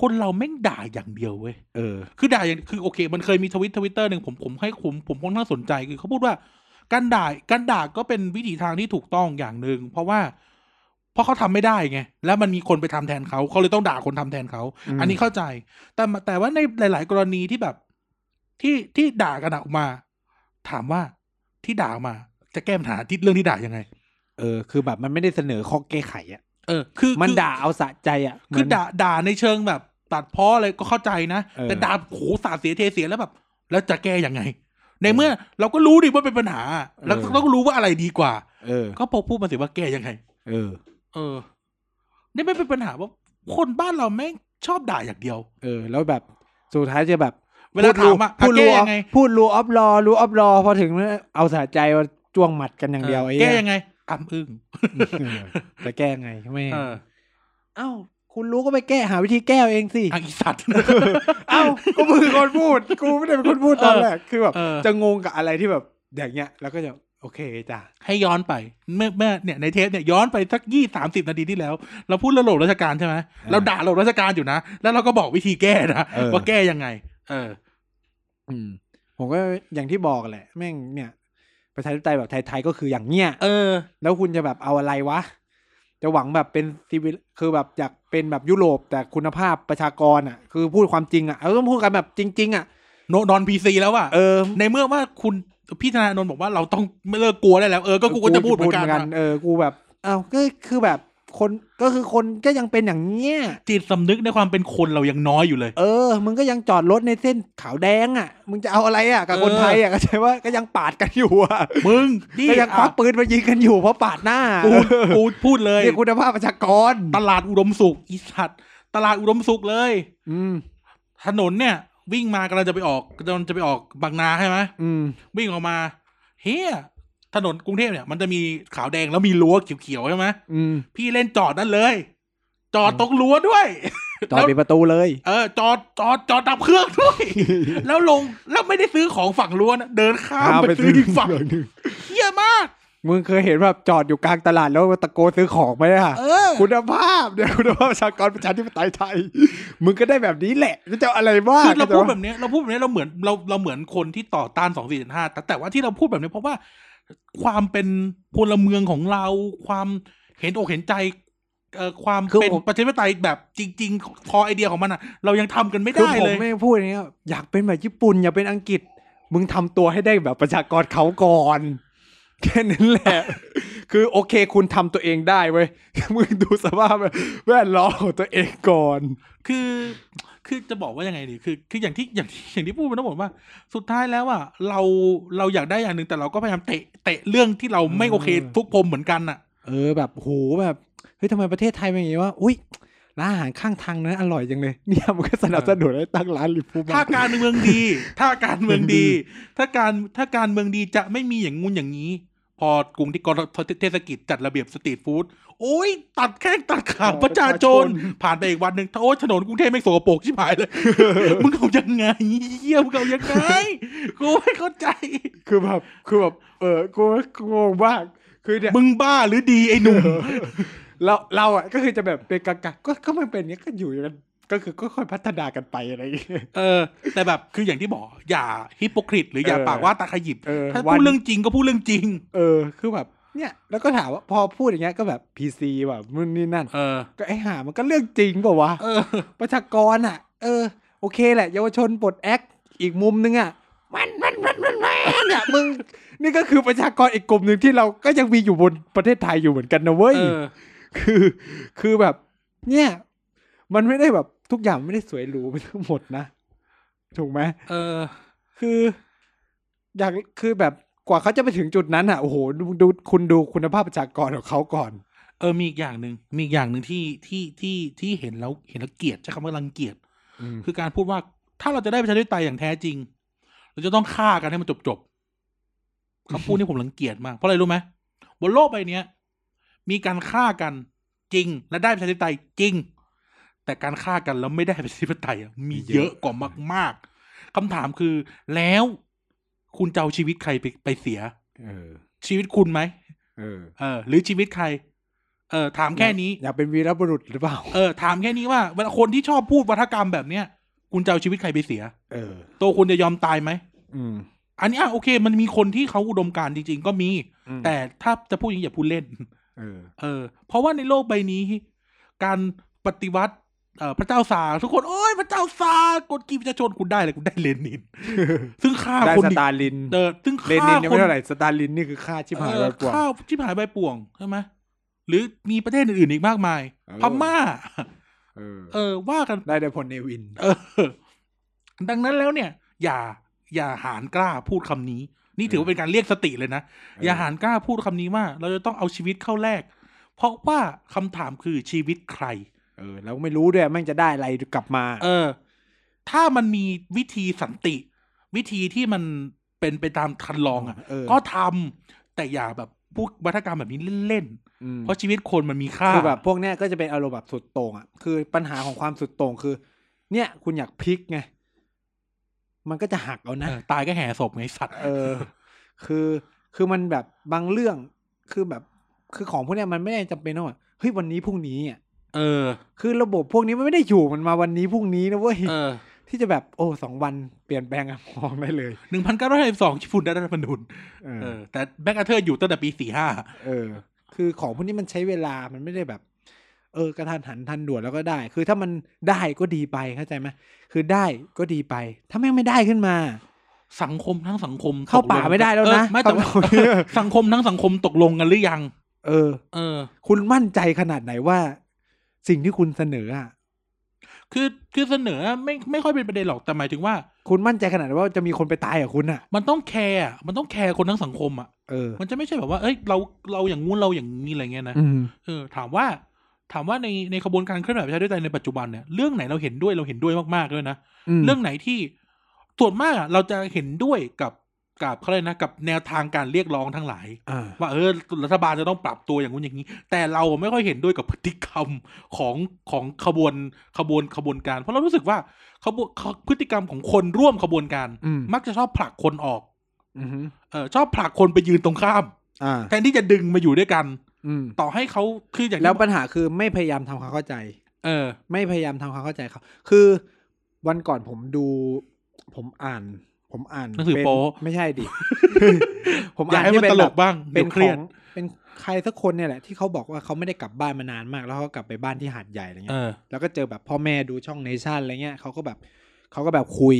[SPEAKER 2] คนเราแม่งด่าอย่างเดียวเว้ย
[SPEAKER 1] เออ
[SPEAKER 2] คือด่าอย่างคือโอเค มันเคยมีทวิตทวิตเตอร์หนึ่งผมผมให้ผมผมค่อนข้างสนใจคือเขาพูดว่า การด่าการด่าก็เป็นวิถีทางที่ถูกต้องอย่างหนึ่งเพราะว่า เพราะเขาทำไม่ได้ไงแล้วมันมีคนไปทำแทนเขาเขาเลยต้องด่าคนทำแทนเขา
[SPEAKER 1] อืม
[SPEAKER 2] อันนี้เข้าใจ แต่มาแต่ว่าในหลาย ๆ กรณีที่แบบ ที่ที่ด่ากันออกมา ถามว่าที่ด่ามา จะแก้ปัญหาที่เรื่องที่ด่ายังไง
[SPEAKER 1] เออ คือแบบมันไม่ได้เสนอข้อแก้ไขอ่ะ
[SPEAKER 2] เออ คือ
[SPEAKER 1] มัน
[SPEAKER 2] คือ
[SPEAKER 1] ด่าเอาสะใจอ่ะ
[SPEAKER 2] คือ
[SPEAKER 1] มัน
[SPEAKER 2] ด่าด่าในเชิงแบบ ตัดเพ้ออะไรก็เข้าใจนะ
[SPEAKER 1] เออ
[SPEAKER 2] แต่ด่าโหสาดเสียเทเสียแล้วแบบ แล้วจะแก้ยังไง ในเมื่อเราก็รู้ดิว่าเป็นปัญหา แล้วเราก็รู้ว่าอะไรดีกว่า
[SPEAKER 1] เออ
[SPEAKER 2] ก็พอพูดมาสิว่าแก้ยังไง
[SPEAKER 1] เออ
[SPEAKER 2] เออ นี่ไม่เป็นปัญหาว่าคนบ้านเราแม่งชอบด่าอย่างเดียว
[SPEAKER 1] เออ แล้วแบบสุดท้ายจะแบบ
[SPEAKER 2] เวลาถามอะ
[SPEAKER 1] พูดรู้
[SPEAKER 2] แก้ยังไง
[SPEAKER 1] พูดรู้ออฟรอรู้ออฟรอพอถึงเนี่ยเอาสะใจว่าจ้วงหมัดกันอย่างเดียวไอ้
[SPEAKER 2] แก้
[SPEAKER 1] เหี้ย
[SPEAKER 2] ยังไงอ้ำอึ้ง
[SPEAKER 1] เออจะแก้ไงไม่
[SPEAKER 2] เออ
[SPEAKER 1] เอ้า คุณรู้ก็ไปแก้หาวิธีแก้เองสิ
[SPEAKER 2] อ่ะอีสัตว์
[SPEAKER 1] เอ้าก็มึงเป็นคนพูด กูไม่ได้เป็นคนพูดตอนแรกคือแบบ
[SPEAKER 2] เออ
[SPEAKER 1] จะงงกับอะไรที่แบบอย่างเงี้ย แล้วก็จะ โอเคจ้ะ
[SPEAKER 2] ให้ย้อนไปเมื่อเมื่อเนี่ยในเทปเนี่ยย้อนไปสักยี่สามสิบนาทีที่แล้ว เราพูดเรื่องระบบราชการใช่ไหมเราด่าระบบราชการอยู่นะ แล้วเราก็บอกวิธีแก้นะ
[SPEAKER 1] เออ
[SPEAKER 2] ว่าแก้ยังไง เออ
[SPEAKER 1] อืม ผมก็อย่างที่บอกแหละ แม่งเนี่ยประชาธิปไตยแบบไทยๆก็คืออย่างเนี้ย
[SPEAKER 2] เออ
[SPEAKER 1] แล้วคุณจะแบบเอาอะไรวะ จะหวังแบบเป็นซีวิลคือแบบอยากเป็นแบบยุโรปแต่คุณภาพประชากรอ่ะ คือพูดความจริงอ่ะ เอาต้องพูดกันแบบจริง ๆ อ่ะ
[SPEAKER 2] โนนอนพีซีแล้วอะ
[SPEAKER 1] เออ
[SPEAKER 2] ในเมื่อว่าคุณพี่ธนาโนนบอกว่าเราต้องไม่เลิกกลัวได้แล้ว เออก็กูก็จะพูดเหมือนกันอะ
[SPEAKER 1] เออ กูแบบ เอาก็คือแบบคนก็คือคนก็ยังเป็นอย่างเนี้ย
[SPEAKER 2] จิตสำนึกในความเป็นคนเรายังน้อยอยู่เลย
[SPEAKER 1] เออ มึงก็ยังจอดรถในเส้นขาวแดงอ่ะ มึงจะเอาอะไรอ่ะ กับคน
[SPEAKER 2] เออ
[SPEAKER 1] ไทยอ่ะก็ใช่ว่าก็ยังปาดกันอยู่อ่ะ
[SPEAKER 2] มึงนี่
[SPEAKER 1] ก็ยังควักปืนมายิงกันอยู่เพราะปาดหน้า
[SPEAKER 2] กูกูพูดเลย
[SPEAKER 1] เรียกคุณภาพประชากร
[SPEAKER 2] ตลาดอุดมสุขอีสัตว์ตลาดอุดมสุขเลย
[SPEAKER 1] อืม
[SPEAKER 2] ถนนเนี่ย วิ่งมากำลังจะไปออกกำลังจะไปออกบางนาใช่ไหม
[SPEAKER 1] อืม
[SPEAKER 2] วิ่งออกมาเฮียถนนกรุงเทพเนี่ยมันจะมีขาวแดงแล้วมีรั้วเขียวๆใช่ไหม
[SPEAKER 1] อืม
[SPEAKER 2] พี่เล่นจอดนั่นเลย จอดตรงรั้วด้วย
[SPEAKER 1] จอดปิดประตูเลย
[SPEAKER 2] เออจอดจอดจอดดับเครื่องด้วย แล้วลงแล้วไม่ได้ซื้อของฝั่งรั้วนะเดินข้ามไปซื้อที่ ฝั่ง
[SPEAKER 1] หนึ่ง
[SPEAKER 2] เฮี้ยมาก
[SPEAKER 1] มึงเคยเห็นแบบจอดอยู่กลางตลาดแล้วตะโกนซื้อของไหมอะ
[SPEAKER 2] เออ
[SPEAKER 1] คุณภาพเนี่ยคุณภาพประชากรประชาธิปไตยไทย มึงก็ได้แบบนี้แหละแล้วจะเอาอะไรบ้าง
[SPEAKER 2] คือเราพูดแบบเนี้ยเราพูดแบบเนี้ยเราเหมือนเราเราเหมือนคนที่ต่อต้านสองสี่เจ็ดห้าแต่แต่ว่าที่เราพูดแบบเนี้ยเพราะว่า ความเป็นพลเมืองของเราความเห็นอกเห็นใจเอ่อความ
[SPEAKER 1] คือ
[SPEAKER 2] เป็น
[SPEAKER 1] ผม
[SPEAKER 2] ประชาธิปไตยแบบจริงๆคอไอเดียของมันอ่ะ เรายังทำกันไม่
[SPEAKER 1] คือ
[SPEAKER 2] ได้
[SPEAKER 1] ผม
[SPEAKER 2] เลย
[SPEAKER 1] ไม่พูดอย่างเงี้ยอยากเป็นแบบญี่ปุ่นอยากเป็นอังกฤษ มึงทำตัวให้ได้แบบประชากรเขาก่อน แค่นั้นแหละ คือโอเค คุณทำตัวเองได้เว้ย มึงดูสภาพแวดล้อมของตัวเองก่อน
[SPEAKER 2] คือคือจะบอกว่ายังไงดีคือ คืออย่างที่อย่างที่อย่างที่พูดมันต้องบอกว่า สุดท้ายแล้วอ่ะเราเราอยากได้อย่างหนึ่งแต่เราก็พยายามเตะเตะเรื่องที่เราไม่โอเค
[SPEAKER 1] อืม
[SPEAKER 2] ทุกพรมเหมือนกันอ่ะ
[SPEAKER 1] เออแบบโหแบบเฮ้ยทำไมประเทศไทยเป็นอย่างนี้ว่าอุ้ยร้านอาหารข้างทางนั้นอร่อยจังเลย เนี่ยมันก็สนับสนุนให้ตั้งร้านริมภู
[SPEAKER 2] ถ้า
[SPEAKER 1] บ้าน
[SPEAKER 2] การเมืองดี ถ้าการเมืองดี
[SPEAKER 1] ดี
[SPEAKER 2] ถ้าการถ้าการเมืองดีจะไม่มีอย่างงู้นอย่างนี้ พอกรุงที่กรทเทศกิจจัดระเบียบสตรีทฟู้ดโอ้ยตัดแข้งตัดขาประชาชน ผ่านไปอีกวันหนึ่งโอ้ยถนนกรุงเทพไม่งสกปรกชิบหายเลย มึงเอายังไงเยี่ยมงเอายังไงกูไม่เข้าใจ
[SPEAKER 1] คือแบบคือแบบเออกูกูงงมากคือเนี่ย
[SPEAKER 2] มึงบ้าหรือดีไอ้หนุ่ม
[SPEAKER 1] เราเราอ่ะก็คือจะแบบเป็นกากๆก็ก็มันเป็นอย่างเงี้ยก็อยู่กันก็คือก็ค่อยพัฒนากันไปอะไรอย่างเงี้ย
[SPEAKER 2] เออ แต่แบบคืออย่างที่บอก อย่าฮิปโปคริต หรืออย่า
[SPEAKER 1] เออ
[SPEAKER 2] ปากว่าตาขยิบ
[SPEAKER 1] เออ
[SPEAKER 2] ถ้า
[SPEAKER 1] วัน
[SPEAKER 2] พูดเรื่องจริงก็พูดเรื่องจริง
[SPEAKER 1] เออคือแบบเนี่ยแล้วก็ถามว่าพอพูดอย่างเงี้ยก็แบบพีซีแบบนู่นนี่นั่น
[SPEAKER 2] เออ
[SPEAKER 1] ก็ไอ้ห่ามันก็เรื่องจริงเปล่าวะ
[SPEAKER 2] เออ
[SPEAKER 1] ประชากรอ่ะ เออ โอเคแหละ เยาวชนปลดแอคอีกมุมนึงอ่ะมันมันมันมันมันเนี่ยมึง นี่ก็คือประชากรอีกกลุ่มหนึ่งที่เราก็ยังมีอยู่บนประเทศไทยอยู่เหมือนกันนะเว้ย
[SPEAKER 2] เออ
[SPEAKER 1] คือ คือแบบ เนี่ย มันไม่ได้แบบทุกอย่างไม่ได้สวยหรู ไปทั้งหมดนะ ถูกไหม
[SPEAKER 2] เออ
[SPEAKER 1] คือ อยากคือแบบกว่าเขาจะไปถึงจุดนั้นอ่ะโอ้โหดูดูคุณดูคุณภาพประชากรของเขาก่อน
[SPEAKER 2] เออมีอีกอย่างหนึ่งมีอีกอย่างหนึ่งที่ที่ที่ที่เห็นแล้วเห็นแล้วเกลียดใช้คำว่ารังเกียจ
[SPEAKER 1] อืม
[SPEAKER 2] คือการพูดว่าถ้าเราจะได้ประชาธิปไตยอย่างแท้จริง เราจะต้องฆ่ากันให้มันจบจบๆคำพูดนี้ผมรังเกียจมากเพราะอะไรรู้ไหมบนโลกใบเนี้ย มีการฆ่ากันจริง และได้ประชาธิปไตยจริง แต่การฆ่ากันแล้วไม่ได้ประชาธิปไตยอะมีเยอะกว่ามาก ๆคำถามคือ แล้วคุณจะเอาชีวิตใครไปไปเสีย
[SPEAKER 1] เออ
[SPEAKER 2] ชีวิตคุณไหม
[SPEAKER 1] เออ
[SPEAKER 2] เออ หรือชีวิตใคร เออ ถามแค่นี้
[SPEAKER 1] อยากเป็นวีรบุรุษหรือเปล่า
[SPEAKER 2] เออถามแค่นี้ว่าเวลาคนที่ชอบพูดวัฒกรรมแบบเนี้ยคุณจะเอาชีวิตใครไปเสีย
[SPEAKER 1] เออ
[SPEAKER 2] ตัวคุณจะยอมตายไหม
[SPEAKER 1] อืม
[SPEAKER 2] อันนี้อ่ะโอเค มันมีคนที่เขาอุดมการณ์จริง ๆ ก็มี
[SPEAKER 1] แต่
[SPEAKER 2] แต่ถ้าจะพูดอย่างนี้อย่าพูดเล่น
[SPEAKER 1] เอ อ
[SPEAKER 2] เออ เพราะว่าในโลกใบนี้ การปฏิวัติเอ่อพระเจ้าซาร์ทุกคนโอ้ยพระเจ้าซาร์กดกี่ประชาชนคุณได้เลยคุณได้เลนิน ซึ่งฆ่า
[SPEAKER 1] ได้
[SPEAKER 2] คน
[SPEAKER 1] ส
[SPEAKER 2] อีก
[SPEAKER 1] ตาลิน
[SPEAKER 2] เออซึ่ง
[SPEAKER 1] เล
[SPEAKER 2] ฆ่า
[SPEAKER 1] นินยัง
[SPEAKER 2] ค
[SPEAKER 1] ไม่
[SPEAKER 2] น
[SPEAKER 1] เท่าไหร่สตาลินนี่คือฆ่าชิบหาย
[SPEAKER 2] เอ
[SPEAKER 1] ไป
[SPEAKER 2] อก
[SPEAKER 1] ว่า
[SPEAKER 2] ฆ่าชิบหายใบป่วงใช่ไหมหรือมีประเทศอื่นๆอีกมากมาย
[SPEAKER 1] เออ
[SPEAKER 2] พม่า
[SPEAKER 1] เออ
[SPEAKER 2] เออว่ากัน
[SPEAKER 1] ได้ได้พลเนวิน
[SPEAKER 2] เออ ดังนั้นแล้วเนี่ย อย่า อย่าหารกล้าพูดคำนี้ นี่ถือว่าเป็นการเรียกสติเลยนะ
[SPEAKER 1] ออ
[SPEAKER 2] อ
[SPEAKER 1] อ
[SPEAKER 2] ย่าหารกล้าพูดคำนี้ว่า เราจะต้องเอาชีวิตเข้าแลกเพราะว่าคำถามคือชีวิตใคร
[SPEAKER 1] เออ แล้วไม่รู้ด้วยแม่งจะได้อะไรกลับมา
[SPEAKER 2] เออ ถ้ามันมีวิธีสันติ วิธีที่มันเป็นไปตามคันลองอ่ะ
[SPEAKER 1] เออ
[SPEAKER 2] ก็ทำแต่อย่าแบบพูดวัฒกรรมแบบนี้เล่นๆ เพ
[SPEAKER 1] เพราะ
[SPEAKER 2] ราะชีวิตคนมันมีค่า
[SPEAKER 1] คือแบบพวกเนี้ยก็จะเป็นอารมณ์แบบสุดโต่งอ่ะ คือปัญหาของความสุดโต่งคือ เนี่ย คุณอยากพลิกไง มันก็จะหักเอา
[SPEAKER 2] เอ
[SPEAKER 1] นะ
[SPEAKER 2] อตายก็แห่ศพไงสัตว์
[SPEAKER 1] เออ คือ คือมันแบบบางเรื่องคือแบบคือของพวกเนี้ยมันไม่ได้จำเป็นต้องแบบเฮ้ยวันนี้พรุ่งนี้อ่ะ
[SPEAKER 2] เออ
[SPEAKER 1] คือระบบพวกนี้มันไม่ได้อยู่มันมาวันนี้พรุ่งนี้นะเว้ย
[SPEAKER 2] เออ
[SPEAKER 1] ที่จะแบบโอ้สองวันเปลี่ยนแปลง การมองได้เลย
[SPEAKER 2] หนึ่งพันเก้าร้อยสิบสองญี่ปุ่นได้รัฐธรรมนูญ
[SPEAKER 1] เอ
[SPEAKER 2] เอ
[SPEAKER 1] อ
[SPEAKER 2] อแต่แบ็กอาเธอร์อยู่ตั้งแต่ปีสี่ห้า
[SPEAKER 1] เออ คือของพวกนี้มันใช้เวลามันไม่ได้แบบ เออกระทันหันทันด่วนแล้วก็ได้ คือถ้ามันได้ก็ดีไปเข้าใจไหมคือได้ก็ดีไป ถ้าแม่งไม่ได้ขึ้นมา
[SPEAKER 2] สังคมทั้งสังคม
[SPEAKER 1] เข้า
[SPEAKER 2] ตกง
[SPEAKER 1] ป่าไม่ได้แล้วนะ
[SPEAKER 2] เออไม่แต่ว่า
[SPEAKER 1] เข้าป่าไม่ได้
[SPEAKER 2] สังคมทั้งสังคมตกลงกันหรือยัง
[SPEAKER 1] เออ
[SPEAKER 2] เออ
[SPEAKER 1] คุณมั่นใจขนาดไหนว่า สิ่งที่คุณเสนออ่ะ
[SPEAKER 2] คือคือเสนอไม่ไม่ค่อยเป็นประเด็นหรอกแต่หมายถึงว่า
[SPEAKER 1] คุณมั่นใจขนาดไหนว่าจะมีคนไปตายกับคุณอ่ะ
[SPEAKER 2] มันต้องแคร์อะมันต้องแคร์คนทั้งสังคมอ่ะ
[SPEAKER 1] เออ
[SPEAKER 2] มันจะไม่ใช่แบบว่า เอ้ย เรา เราอย่างงู้นเราอย่างนี้อะไรเงี้ยนะ
[SPEAKER 1] อืม
[SPEAKER 2] เออ ถามว่า ถามว่าใน ในขบวนการเคลื่อนไหวประชาธิปไตยในปัจจุบันเนี่ย เรื่องไหนเราเห็นด้วย เราเห็นด้วยมากๆด้วยนะ เรื่องไหนที่ ส่วนมากอะเราจะเห็นด้วยกับ กับเขาเลยกนะ กับแนวทางการเรียกร้องทั้งหลาย
[SPEAKER 1] อ่า
[SPEAKER 2] ว่า เออ รัฐบาลจะต้องปรับตัวอย่างงู้นอย่างนี้ แต่เราไม่ค่อยเห็นด้วยกับพฤติกรรมของของขบวน ขบวน ขบวนการ เพราะเรารู้สึกว่า ขบวน พฤติกรรมของคนร่วมขบวนการ
[SPEAKER 1] อืม
[SPEAKER 2] มักจะชอบผลักคนออก
[SPEAKER 1] อืม
[SPEAKER 2] เออชอบผลักคนไปยืนตรงข้าม
[SPEAKER 1] อ่า
[SPEAKER 2] แทนที่จะดึงมาอยู่ด้วยกัน
[SPEAKER 1] อืม
[SPEAKER 2] ต่อให้เขาคืออย่างที่
[SPEAKER 1] แล้วปัญหาคือไม่พยายามทำความเข้าใจ
[SPEAKER 2] เออ
[SPEAKER 1] ไม่พยายามทำความเข้าใจเขา คือวันก่อนผมดู ผมอ่าน ผมอ่าน
[SPEAKER 2] หนังสือ
[SPEAKER 1] เน
[SPEAKER 2] โป๊
[SPEAKER 1] ไม่ใช่ ดิ ผม
[SPEAKER 2] อยา
[SPEAKER 1] อ่าก น
[SPEAKER 2] ให้
[SPEAKER 1] ที่
[SPEAKER 2] มัน
[SPEAKER 1] เป็
[SPEAKER 2] ต
[SPEAKER 1] น
[SPEAKER 2] ล
[SPEAKER 1] แบบ
[SPEAKER 2] กบ้าง
[SPEAKER 1] เป็
[SPEAKER 2] เป็น น
[SPEAKER 1] ข
[SPEAKER 2] เครี
[SPEAKER 1] อย
[SPEAKER 2] ด
[SPEAKER 1] งเป็นใครสักคนเนี่ยแหละที่เขาบอกว่าเขาไม่ได้กลับบ้านมานานมาก แล้วเขากลับไปบ้านที่หาดใหญ่อะไรเงี้ย
[SPEAKER 2] เออ
[SPEAKER 1] แล้วก็เจอแบบพ่อแม่ดูช่องเนชั่นอะไรเงี้ยเขาก็แบบเขาก็แบบคุย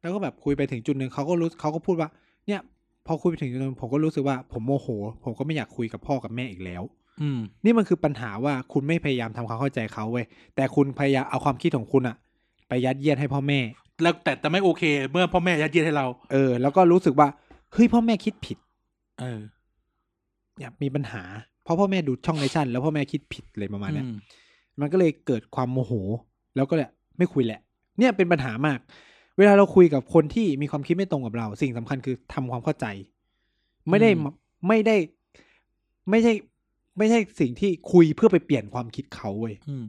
[SPEAKER 1] แล้วก็แบบคุยไปถึงจุดหนึ่งเขาก็รู้เขาก็พูดว่า เนี่ย พอคุยไปถึงจุดหนึงผมก็รู้สึกว่าผมโมโห ผมก็ไม่อยากคุยกับพ่อกับแม่อีกแล้ว
[SPEAKER 2] อืม
[SPEAKER 1] นี่มันคือปัญหาว่าคุณไม่พยายามทำความเข้าใจเขาเว้ยแต่คุณพยายามเอาความคิดของคุณอะไปยัดเยียดให้พ่อแม่
[SPEAKER 2] แล้วแต่แต่ไม่โอเค เมื่อพ่อแม่ยัดเยียดให้เรา
[SPEAKER 1] เออ แล้วก็รู้สึกว่าเฮ้ยพ่อแม่คิดผิด
[SPEAKER 2] เออ
[SPEAKER 1] เนี่ยมีปัญหา เพราะพ่อแม่ดูช่องเนชั่นแล้วพ่อแม่คิดผิดเลยประมาณเนี้ย
[SPEAKER 2] อืม
[SPEAKER 1] มันก็เลยเกิดความโมโห แล้วก็เลยไม่คุยแหละ เนี่ยเป็นปัญหามาก เวลาเราคุยกับคนที่มีความคิดไม่ตรงกับเรา สิ่งสำคัญคือทำความเข้าใจ ไม่ได้มาไม่ได้ ไม่ใช่ ไม่ใช่สิ่งที่คุยเพื่อไปเปลี่ยนความคิดเขาเว้ย
[SPEAKER 2] อืม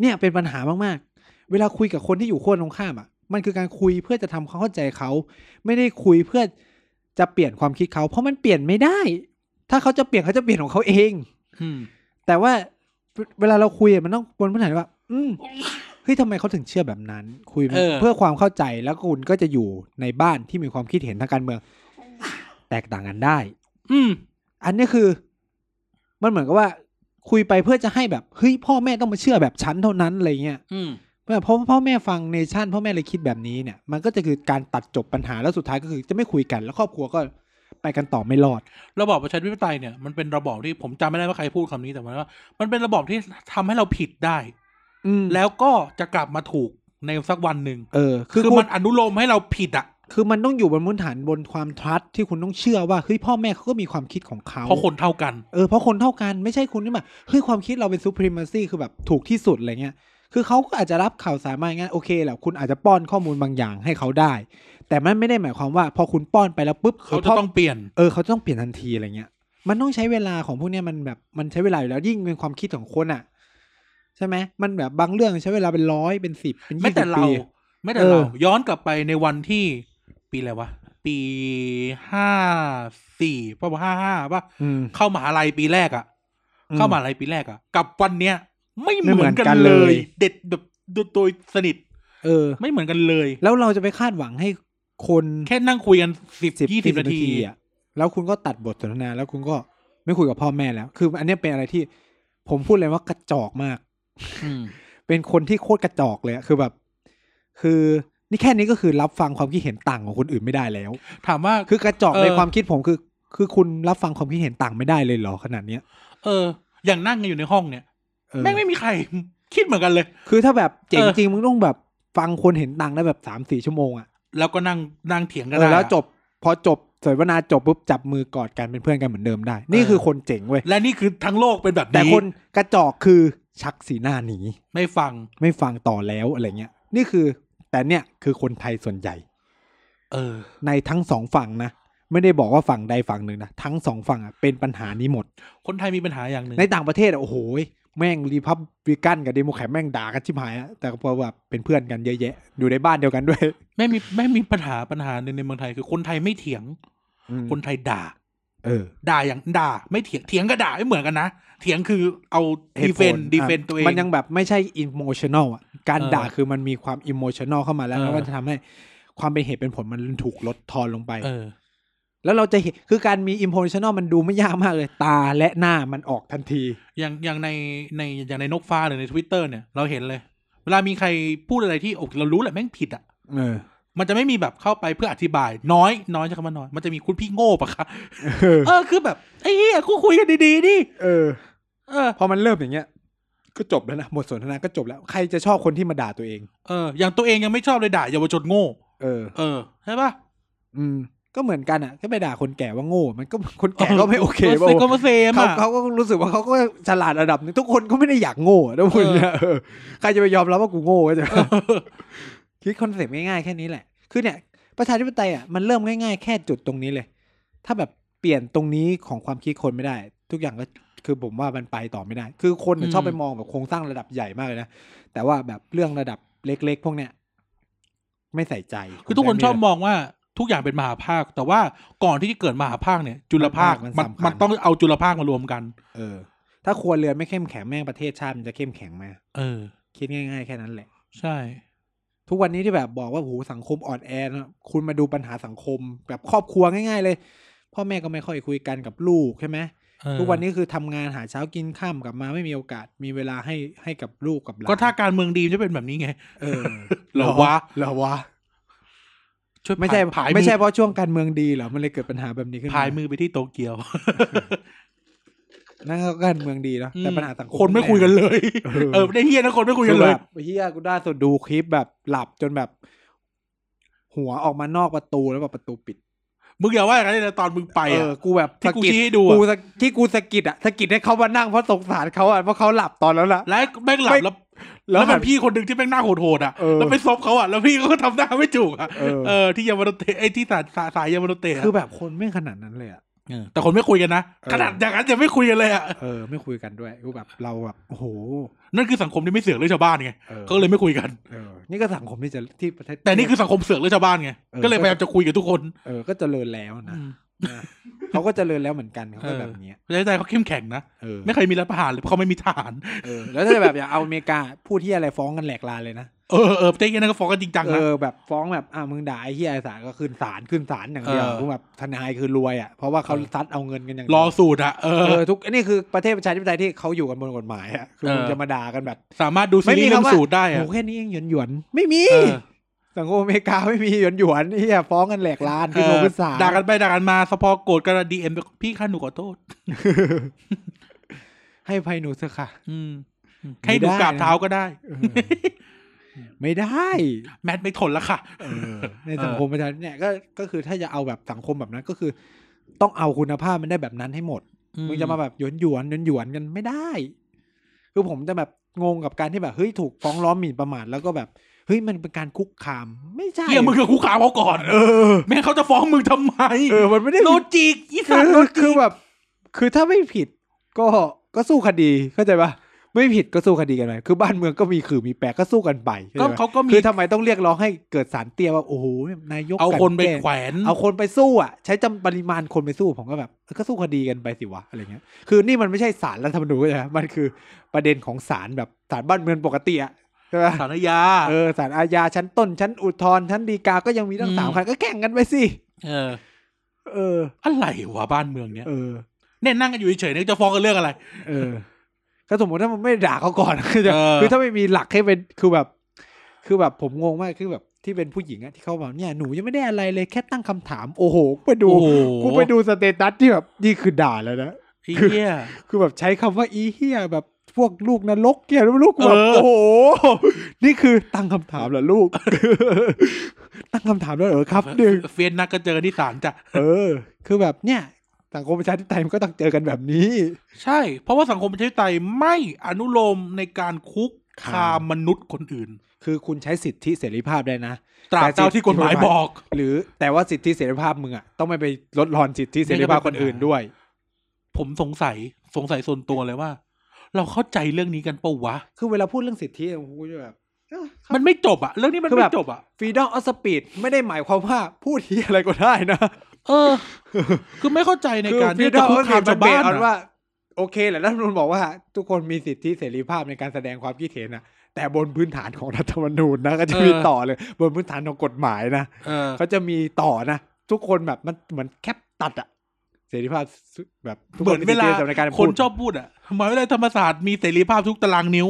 [SPEAKER 1] เนี่ยเป็นปัญหามากๆ เวลาคุยกับคนที่อยู่ขั้วตรงข้ามอ่ะ มันคือการคุยเพื่อจะทำความเข้าใจเขา ไม่ได้คุยเพื่อจะเปลี่ยนความคิดเขา เพราะมันเปลี่ยนไม่ได้ ถ้าเขาจะเปลี่ยนเขาจะเปลี่ยนของเขาเอง
[SPEAKER 2] อืม
[SPEAKER 1] แต่ว่าเวเวลาเราคุยอะมันต้องบนพื้นฐานว่า อืมเฮ้ยทำไมเขาถึงเชื่อแบบนั้น คุยมันเพื่อความเข้าใจแล้วคุณก็จะอยู่ในบ้านที่มีความคิดเห็นทางการเมือง แตกต่างกันได้
[SPEAKER 2] อืม
[SPEAKER 1] อันนี้คือ มันเหมือนกับว่า คุยไปเพื่อจะให้แบบเฮ้ยพ่อแม่ต้องมาเชื่อแบบฉันเท่านั้นอะไรเงี้ย
[SPEAKER 2] อืม
[SPEAKER 1] เพราะเพราะพ่อแม่ฟังเนชั่นพ่อแม่เลยคิดแบบนี้เนี่ย มันก็จะคือการตัดจบปัญหาแล้วสุดท้ายก็คือจะไม่คุยกัน แล้วครอบครัวก็ไปกันต่อไม่รอด
[SPEAKER 2] ระบอบประชาธิปไตยเนี่ยมันเป็นระบอบที่ผมจำไม่ได้ว่าใครพูดคำนี้แต่มันว่า มันเป็นระบอบที่ทำให้เราผิดได้
[SPEAKER 1] อืม
[SPEAKER 2] แล้วก็จะกลับมาถูกในสักวันหนึ่ง
[SPEAKER 1] เออ
[SPEAKER 2] คือมันอนุโลมให้เราผิดอ่ะ
[SPEAKER 1] คือมันต้องอยู่บนพื้นฐานบนความทรัสที่คุณต้องเชื่อว่าเฮ้ยพ่อแม่เขาก็มีความคิดของเขา
[SPEAKER 2] เพราะคนเท่ากัน
[SPEAKER 1] เออเพราะคนเท่ากันไม่ใช่คุณที่แบบเฮ้ยความคิดเราเป็นซูเปอร์มาซีคือแบบถูกที่สุดอะไรเงี้ยคือเขาก็อาจจะรับข่าวสารมาอย่างงั้นโอเคแหละคุณอาจจะป้อนข้อมูลบางอย่างให้เขาได้ แต่มันไม่ได้หมายความว่า พอคุณป้อนไปแล้วปุ๊บ
[SPEAKER 2] เขาจะต้องเปลี่ยน
[SPEAKER 1] เออเขาจะต้องเปลี่ยนทันทีอะไรเงี้ย มันต้องใช้เวลาของพวกเนี้ยมันแบบมันใช้เวลาอยู่แล้วยิ่งเป็นความคิดของคนอ่ะ ใช่ไหมมันแบบบางเรื่องใช้เวลาเป็นร้อยเป็นสิบเป็น
[SPEAKER 2] ไม่
[SPEAKER 1] ยี่สิ
[SPEAKER 2] แต่
[SPEAKER 1] บ
[SPEAKER 2] เรา
[SPEAKER 1] ปี
[SPEAKER 2] ไม่แต่เรา
[SPEAKER 1] เออ
[SPEAKER 2] ย้อนกลับไปในวันที่ ปีอะไรวะ ปีห้าสี่ป่ะห้าห้าป่ะ
[SPEAKER 1] อืม
[SPEAKER 2] เข้ามหาลัยปีแรกอะ
[SPEAKER 1] อืม
[SPEAKER 2] เข้ามหาลัยปีแรกอะกับวันเนี้ย ไม่
[SPEAKER 1] ไม่
[SPEAKER 2] เห
[SPEAKER 1] เหมื
[SPEAKER 2] มือ
[SPEAKER 1] อน นกั
[SPEAKER 2] กัน
[SPEAKER 1] น
[SPEAKER 2] เล
[SPEAKER 1] เลย ย
[SPEAKER 2] เด็ดแบบโดยโดยสนิท
[SPEAKER 1] เออ
[SPEAKER 2] ไม่เหมือนกันเลย
[SPEAKER 1] แล้วเราจะไปคาดหวังให้คน
[SPEAKER 2] แค่นั่งคุยกันสิบ
[SPEAKER 1] สิบ
[SPEAKER 2] ยี่
[SPEAKER 1] ยี่
[SPEAKER 2] สิ
[SPEAKER 1] สิ
[SPEAKER 2] บบ นา
[SPEAKER 1] นา
[SPEAKER 2] ที
[SPEAKER 1] ทีอ่ะแล้วคุณก็ตัดบทสนทนา แล้วคุณก็ไม่คุยกับพ่อแม่แล้ว คืออันเนี้ยเป็นอะไรที่ ผมพูดเลยว่ากระจอกมาก
[SPEAKER 2] อืม
[SPEAKER 1] เป็นคนที่โคตรกระจอกเลยอะคือแบบ คือนี่แค่นี้ก็คือรับฟังความคิดเห็นต่างของคนอื่นไม่ได้แล้ว
[SPEAKER 2] ถามว่า
[SPEAKER 1] คือกระจอก
[SPEAKER 2] เออ
[SPEAKER 1] ในความคิดผมคือ คือคุณรับฟังความคิดเห็นต่างไม่ได้เลยเหรอขนาดเนี้ย
[SPEAKER 2] เออ อย่างนั่งกันอยู่ในห้องเนี่ย
[SPEAKER 1] เออ
[SPEAKER 2] แม่งไม่มีใคร คิดเหมือนกันเลย
[SPEAKER 1] คือถ้าแบบเจ๋ง
[SPEAKER 2] เออ
[SPEAKER 1] จริงมึงต้องแบบฟังคนเห็นต่างได้แบบสามสี่ชั่วโมงอ่ะ
[SPEAKER 2] แล้วก็นั่งนั่งเถียงกัน
[SPEAKER 1] เออ
[SPEAKER 2] ได้
[SPEAKER 1] แล้ว
[SPEAKER 2] อะ
[SPEAKER 1] จบพอจบสนทนาจบปุ๊บจับมือกอดกันเป็นเพื่อนกันเหมือนเดิมได้ นี่
[SPEAKER 2] เออ
[SPEAKER 1] คือคนเจ๋งเว้ย
[SPEAKER 2] และนี่คือทั้งโลกเป็นแบบ
[SPEAKER 1] แต่
[SPEAKER 2] นี้
[SPEAKER 1] คนกระจอกคือชักสีหน้าหนี
[SPEAKER 2] ไม่ฟัง
[SPEAKER 1] ไม่ฟังต่อแล้วอะไรเงี้ย นี่คือ แต่เนี่ยคือคนไทยส่วนใหญ่
[SPEAKER 2] เออ
[SPEAKER 1] ในทั้งสองฝั่งนะ ไม่ได้บอกว่าฝั่งใดฝั่งหนึ่งนะ ทั้งสองฝั่งอะเป็นปัญหานี้หมด
[SPEAKER 2] คนไทยมีปัญหาอย่างหนึ่ง
[SPEAKER 1] ในต่างประเทศอะโอ้โหยแม่งรีพับริกันกับเดโมแครตแม่งด่ากันชิบหายอะแต่ก็เพราะว่าเป็นเพื่อนกันเยอะแยะ อยู่ในบ้านเดียวกันด้วย
[SPEAKER 2] ไม่มีไม่มีปัญหาปัญหาหนึ่งในเมืองไทยคือคนไทยไม่เถียง
[SPEAKER 1] อืม
[SPEAKER 2] คนไทยด่า
[SPEAKER 1] เออ
[SPEAKER 2] ด่าอย่างด่า ไม่เถียงเถียงก็ด่าไม่เหมือนกันนะเถียงคือเอา
[SPEAKER 1] ห
[SPEAKER 2] ดี
[SPEAKER 1] ตุผ
[SPEAKER 2] เฟ
[SPEAKER 1] ล
[SPEAKER 2] น
[SPEAKER 1] อ่ะ
[SPEAKER 2] ดีเฟนตัวเอง
[SPEAKER 1] มันยังแบบไม่ใช่อิ o มชัน a ลอ่ะ การ
[SPEAKER 2] เออ
[SPEAKER 1] ด่าคือมันมีความอิ o มชัน a ลเข้ามาแล้ว
[SPEAKER 2] เออ
[SPEAKER 1] แล้วมันจะทำให้ความเป็นเหตุเป็นผลมันถูกลดทอนลงไป
[SPEAKER 2] เออ
[SPEAKER 1] แล้วเราจะเห็นคือการมีอิ o มชัน a ลมันดูไม่ยากมากเลย ตาและหน้ามันออกทันที
[SPEAKER 2] อย่างอย่างในในอย่างในนกฟ้าหรือในทวิตเตอร์เนี่ยเราเห็นเลย เวลามีใครพูดอะไรที่โอกเรารู้แหละแม่งผิดอ่ะ
[SPEAKER 1] เออ
[SPEAKER 2] มันจะไม่มีแบบเข้าไปเพื่ออธิบาย น้อยน้อยใช้คำว่าน้อย มันจะมีคุณพี่โง่ปะคะ
[SPEAKER 1] เออ
[SPEAKER 2] เออคือแบบไอ้เหี้ยกูคุยกันดีๆดิ
[SPEAKER 1] เออ
[SPEAKER 2] เออ
[SPEAKER 1] พอมันเริ่มอย่างเงี้ย ก็จบแล้วนะบทสนทนาก็จบแล้ว ใครจะชอบคนที่มาด่าตัวเอง
[SPEAKER 2] เอออย่างตัวเองยังไม่ชอบเลยด่าเยาวชนโง่
[SPEAKER 1] เออ
[SPEAKER 2] เออใช่ปะ
[SPEAKER 1] อืม ก็เหมือนกันอ่ะ ก็ไปด่าคนแก่ว่าโง่ มันก็ คนแก่ก็ไม่โอเค
[SPEAKER 2] ก็
[SPEAKER 1] ป่ะ
[SPEAKER 2] เซก็
[SPEAKER 1] วะ
[SPEAKER 2] มาเซม
[SPEAKER 1] เขา
[SPEAKER 2] อ่ะ
[SPEAKER 1] เขาก็รู้สึกว่าเขาก็ฉลาดระดับหนึงทุกคนก็ไม่ได้อยากโง่นะคุณเนี่ยเออใครจะไปยอมรับว่ากูโง่ ก็จะคิดคอนเซ็ปต์ง่ายๆแค่นี้แหละ คือเนี่ย ประชาธิปไตยอ่ะมันเริ่มง่ายๆ แค่จุดตรงนี้เลย ถ้าแบบเปลี่ยนตรงนี้ของความคิดคนไม่ได้ ทุกอย่างก็คือผมว่ามันไปต่อไม่ได้ คือคนน่ะ
[SPEAKER 2] อืม
[SPEAKER 1] ชอบไปมองแบบโครงสร้างระดับใหญ่มากเลยนะแต่ว่าแบบเรื่องระดับเล็ก ๆ พวกเนี้ยไม่ใส่ใจ
[SPEAKER 2] คือทุกคนชอบ
[SPEAKER 1] ผม
[SPEAKER 2] มองว่าทุกอย่างเป็นมหาภาค แต่ว่าก่อนที่จะเกิดมหาภาคเนี่ย จุลภาค
[SPEAKER 1] มัน
[SPEAKER 2] มัน
[SPEAKER 1] สำคัญ
[SPEAKER 2] มันต้องเอาจุลภาคมารวมกัน
[SPEAKER 1] เออ ถ้าครัวเรือนไม่เข้มแข็งแม่งประเทศชาติมันจะเข้มแข็งไหม
[SPEAKER 2] เออ
[SPEAKER 1] คิดง่ายๆแค่นั้นแหละ
[SPEAKER 2] ใช่
[SPEAKER 1] ทุกวันนี้ที่แบบบอกว่าโอ้โหสังคมอ่อนแอนะคุณมาดูปัญหาสังคม แบบครอบครัวง่าย ๆ เลย พ่อแม่ก็ไม่ค่อยคุยกันกับลูกใช่ไหม
[SPEAKER 2] เออ
[SPEAKER 1] ทุกวันนี้คือทำงานหาเช้ากินข้ามกลับมาไม่มีโอกาสมีเวลาให้ให้กับลูกกับหลาน
[SPEAKER 2] ก็ถ้าการเมืองดีมันจะเป็นแบบนี้ไง
[SPEAKER 1] เออ
[SPEAKER 2] เหรอวะ
[SPEAKER 1] เหรอวะ
[SPEAKER 2] ช่วย
[SPEAKER 1] ไม่ใช่
[SPEAKER 2] ผาย
[SPEAKER 1] ไม่ใช่
[SPEAKER 2] อ
[SPEAKER 1] เพราะช่วงการเมืองดีเหรอมันเลยเกิดปัญหาแบบนี้ขึ้นมา
[SPEAKER 2] พายมือไปที่โตเกียว
[SPEAKER 1] นั่นก็การเมืองดีเนาะแต่ปัญหาสังคม
[SPEAKER 2] คนไม่คุยกันเลย
[SPEAKER 1] เออ
[SPEAKER 2] เออได้เฮียนะคนไม่คุยกัน
[SPEAKER 1] อ
[SPEAKER 2] เล
[SPEAKER 1] แบ
[SPEAKER 2] ย
[SPEAKER 1] บเฮียกูได้สุดดูคลิปแบบหลับจนแบบ หัวออกมานอกประตูแล้วแบบประตูปิด
[SPEAKER 2] มึงอย่าว่าอย่างนั้นเลยนะตอนมึงไป
[SPEAKER 1] เอ
[SPEAKER 2] อะ
[SPEAKER 1] อกูแบบ
[SPEAKER 2] ที่กูชี้ให้ดูอะ
[SPEAKER 1] กูสะที่กูสะกิดอะสะกิดให้เขามานั่งเพราะสงสารเขาอะเพราะเขาหลับตอนแล้วล่ะ
[SPEAKER 2] แล้วแม่งหลับแล้ว
[SPEAKER 1] แล้ว
[SPEAKER 2] แล้ว
[SPEAKER 1] หั
[SPEAKER 2] เป็น
[SPEAKER 1] น
[SPEAKER 2] พี่คนหนึ่งที่แม่งหน้าโหดๆอ่ะ
[SPEAKER 1] เออ
[SPEAKER 2] แล้วไปซบเขาอ่ะแล้วพี่ก็ทำหน้าไม่จูกอ่ะ
[SPEAKER 1] เออ
[SPEAKER 2] เออที่ยามาโนเตะไอ้ที่สายสายสายยามาโนเตะอะ
[SPEAKER 1] คือแบบคนไม่ขนาดนั้นเลยอะ
[SPEAKER 2] เออแต่คนไม่คุยกันนะ
[SPEAKER 1] เออ
[SPEAKER 2] ขนาดอย่างนั้นยังไม่คุยกันเลยอ่ะ
[SPEAKER 1] เออ ไม่คุยกันด้วยกูแบบเราแบบโอ้โห
[SPEAKER 2] นั่นคือสังคมที่ไม่เสือกเรื่องชาวบ้านไง
[SPEAKER 1] ออ
[SPEAKER 2] ก็เลยไม่คุยกัน
[SPEAKER 1] เออนี่ก็สังคมที่จะที่ประเทศ
[SPEAKER 2] แต่นี่คือสังคมเสือกเรื่องชาวบ้านไง
[SPEAKER 1] เออ
[SPEAKER 2] ก็เลยพยายามจะคุยกับทุกคน
[SPEAKER 1] เออก็เจริญแล้วนะนะเขาก็เจริญแล้วเหมือนกันเขาก็แบบเนี้ย
[SPEAKER 2] ประชาธิปไตยเขาเข้มแข็งนะ
[SPEAKER 1] เออ
[SPEAKER 2] ไม่เคยมีรัฐประหารเลยเพราะเขาไม่มีทหาร
[SPEAKER 1] เออแล้วถ้าแบบอยากเอาอเมริกาพูดที่อะไรฟ้องกันแหลกลานเลยนะ
[SPEAKER 2] เออเออประเทศนี้นั่นก็ฟ้องกันจริงจัง
[SPEAKER 1] เอ
[SPEAKER 2] นะ
[SPEAKER 1] อแบบฟ้องแบบอ่ะมึงด่าไอ้เหี้ยไอ้สารก็ขึ้นศาลขึ้นศาลอย่างเดียว
[SPEAKER 2] เออ
[SPEAKER 1] คือแบบทนายคือรวยอ่ะเพราะว่าเขาซัดเอาเงินกันอย่างเดีย
[SPEAKER 2] ร
[SPEAKER 1] ว
[SPEAKER 2] อสูตรอ่ะเอ
[SPEAKER 1] เอ
[SPEAKER 2] อ
[SPEAKER 1] อทุกอันนี้คือประเทศประชาธิปไตยที่เขาอยู่กันบนกฎหมายอ่ะคือ
[SPEAKER 2] เออ
[SPEAKER 1] มึงจะมาด่ากันแบบ
[SPEAKER 2] สามารถดูซีรีส์เรื่อ
[SPEAKER 1] คำ
[SPEAKER 2] ง
[SPEAKER 1] ว่า
[SPEAKER 2] สูตรได้อ่ะ
[SPEAKER 1] โหแค่นี้เองหยวนหยวนๆไม่มี
[SPEAKER 2] เออ
[SPEAKER 1] สังคมอเมริกาไม่มีหยวนหยวนๆไอ้เหี้ยฟ้องกันแหลกลานขึ้นโรงขึ้นศาล
[SPEAKER 2] ด่ากันไปด่ากันมาสพอโกรธกันดีเอ็มพี่ข้าหนูขอโทษ
[SPEAKER 1] ให้ภัยหนูเถอะค่ะ
[SPEAKER 2] อืม
[SPEAKER 1] ไม่ได้
[SPEAKER 2] ให้หนูกราบเท้าก็ได้
[SPEAKER 1] เออไม่ได้
[SPEAKER 2] แมทไม่ทนแล้วค่ะ
[SPEAKER 1] ในสังคมประชาธิปไตยเนี่ยก็ก็คือถ้าจะเอาแบบสังคมแบบนั้นก็คือ ต้องเอาคุณภาพมันได้แบบนั้นให้หมด มึงจะมาแบบหยวนหยวนหยวนหยวนๆกันไม่ได้ คือผมจะแบบงงกับการที่แบบเฮ้ยถูกฟ้องร้องหมิ่นประมาทแล้วก็แบบเฮ้ยมันเป็นการคุกคามไม่ใช่
[SPEAKER 2] เฮียมึงกับคุกขามเขาก่อน
[SPEAKER 1] เออ
[SPEAKER 2] แม่งเขาจะฟ้องมึงทำไม
[SPEAKER 1] เออมันไม่ได้
[SPEAKER 2] โลจิกอี
[SPEAKER 1] คื
[SPEAKER 2] สาน
[SPEAKER 1] อคือแบบ คือถ้าไม่ผิดก็ก็สู้คดีเข้าใจปะไม่ผิดก็สู้คดีกันไปคือบ้านเมืองก็มีขื่อมีแปรก็สู้กันไปเข้า
[SPEAKER 2] ก็
[SPEAKER 1] ใจปะ
[SPEAKER 2] เขาก็มี
[SPEAKER 1] คือทำไมต้องเรียกร้องให้เกิดสารเตี้ยว่าโอ้โหนายก
[SPEAKER 2] เอาคนไป
[SPEAKER 1] กลั่ก
[SPEAKER 2] แข
[SPEAKER 1] ล้ง
[SPEAKER 2] วน
[SPEAKER 1] เอาคนไปสู้อ่ะ ใช้จำปริมาณคนไปสู้ผมก็แบบเออก็สู้คดีกันไปสิวะอะไรเงี้ย คือนี่มันไม่ใช่สารรัฐธรรมนูญใช่ไหมมันคือประเด็นของสารแบบสารบ้านเมืองปกติอ่ะใช่ไหม
[SPEAKER 2] สารยา
[SPEAKER 1] เออสารอาญาชั้นต้น ชั้นอุทธรณ์ชั้นฎีกาก็ยังมีทั้ง
[SPEAKER 2] อืม
[SPEAKER 1] สามคันก็แข่งกันไปสิ
[SPEAKER 2] เออ
[SPEAKER 1] เออ
[SPEAKER 2] อะไรวะบ้านเมืองเนี้ย
[SPEAKER 1] เออ
[SPEAKER 2] เนี่ยนั่งกันอยู่เฉยๆเนี่ยจะฟ้องกันเรื่องอะไร
[SPEAKER 1] เออก็สมมติถ้ามันไม่ได้ด่าเขาก่อน คือจะ
[SPEAKER 2] เออ
[SPEAKER 1] คือถ้าไม่มีหลักให้เป็นคือแบบ คือแบบผมงงมากคือแบบที่เป็นผู้หญิงอะที่เขาแบบเนี่ยหนูยังไม่ได้อะไรเลยแค่ตั้งคำถามโอ้โหกูไปดู
[SPEAKER 2] โอ้โห
[SPEAKER 1] กูไปดูสเตตัสที่แบบนี่คือด่าแล้วนะ
[SPEAKER 2] ไอ้เฮีย
[SPEAKER 1] คือแบบใช้คำว่าอีเฮียแบบพวกลูกนรกเกียรู้ลูกกูแบบ
[SPEAKER 2] เออ
[SPEAKER 1] โอ้โห นี่คือตั้งคำถามเหรอลู ก ตั้งคำถามแล้วเหรอครับหนึ่ง
[SPEAKER 2] เฟียนนักก็เจอที่ศาลจ้ะ
[SPEAKER 1] เออ คือแบบเนี่ยสังคมประชาธิปไตยมันก็ต้องเจอกันแบบนี้
[SPEAKER 2] ใช่ เพราะว่าสังคมประชาธิปไตยไม่อนุโลมในการคุกคามมนุษย์คนอื่น
[SPEAKER 1] คือคุณใช้สิทธิเสรีภาพได้นะ
[SPEAKER 2] ตราบเท่าที่กฎหมายบอก
[SPEAKER 1] หรือแต่ว่าสิทธิเสรีภาพมึงอะต้องไม่ไปลดรอนสิทธิเสรีภาพคนอื่นด้วย
[SPEAKER 2] ผมสงสัยสงสัยส่วนตัวเลยว่า เราเข้าใจเรื่องนี้กันปะวะ
[SPEAKER 1] คือเวลาพูดเรื่องสิทธิอะกูจะแบบเอ้อ
[SPEAKER 2] มันไม่จบอะเรื่องนี้มัน
[SPEAKER 1] คือแบ
[SPEAKER 2] ไม่
[SPEAKER 1] บ
[SPEAKER 2] จบอะ
[SPEAKER 1] ฟรีดอมออสปีดไม่ได้หมายความว่าพูดทียอะไรก็ได้นะ
[SPEAKER 2] เออ คือไม่เข้าใจในการ
[SPEAKER 1] คือ
[SPEAKER 2] ที่จะคุกคาม
[SPEAKER 1] พี่ดอม
[SPEAKER 2] ชาวบ้าน
[SPEAKER 1] เอ
[SPEAKER 2] อะ
[SPEAKER 1] ว่า โอเคแหละรัฐธรรมนูญบอกว่า ทุกคนมีสิทธิเสรีภาพในการแสดงความคิดเห็นนะแต่บนพื้นฐานของรัฐธรรมนูญนะก็จะมีต่อเลย บนพื้นฐานของกฎหมายนะ
[SPEAKER 2] เออ
[SPEAKER 1] เขาจะมีต่อนะทุกคนแบบมันเหมือนแคปตัดอะเสรีภาพแบบทุก
[SPEAKER 2] เหมือนเวลา
[SPEAKER 1] สิทธิสำหรับการ
[SPEAKER 2] ค
[SPEAKER 1] พู
[SPEAKER 2] น
[SPEAKER 1] ด
[SPEAKER 2] ชอบพูดอ่ะมหาวิทยาลัยธรรมศาสตร์มีเสรีภาพทุกตารางนิ้ว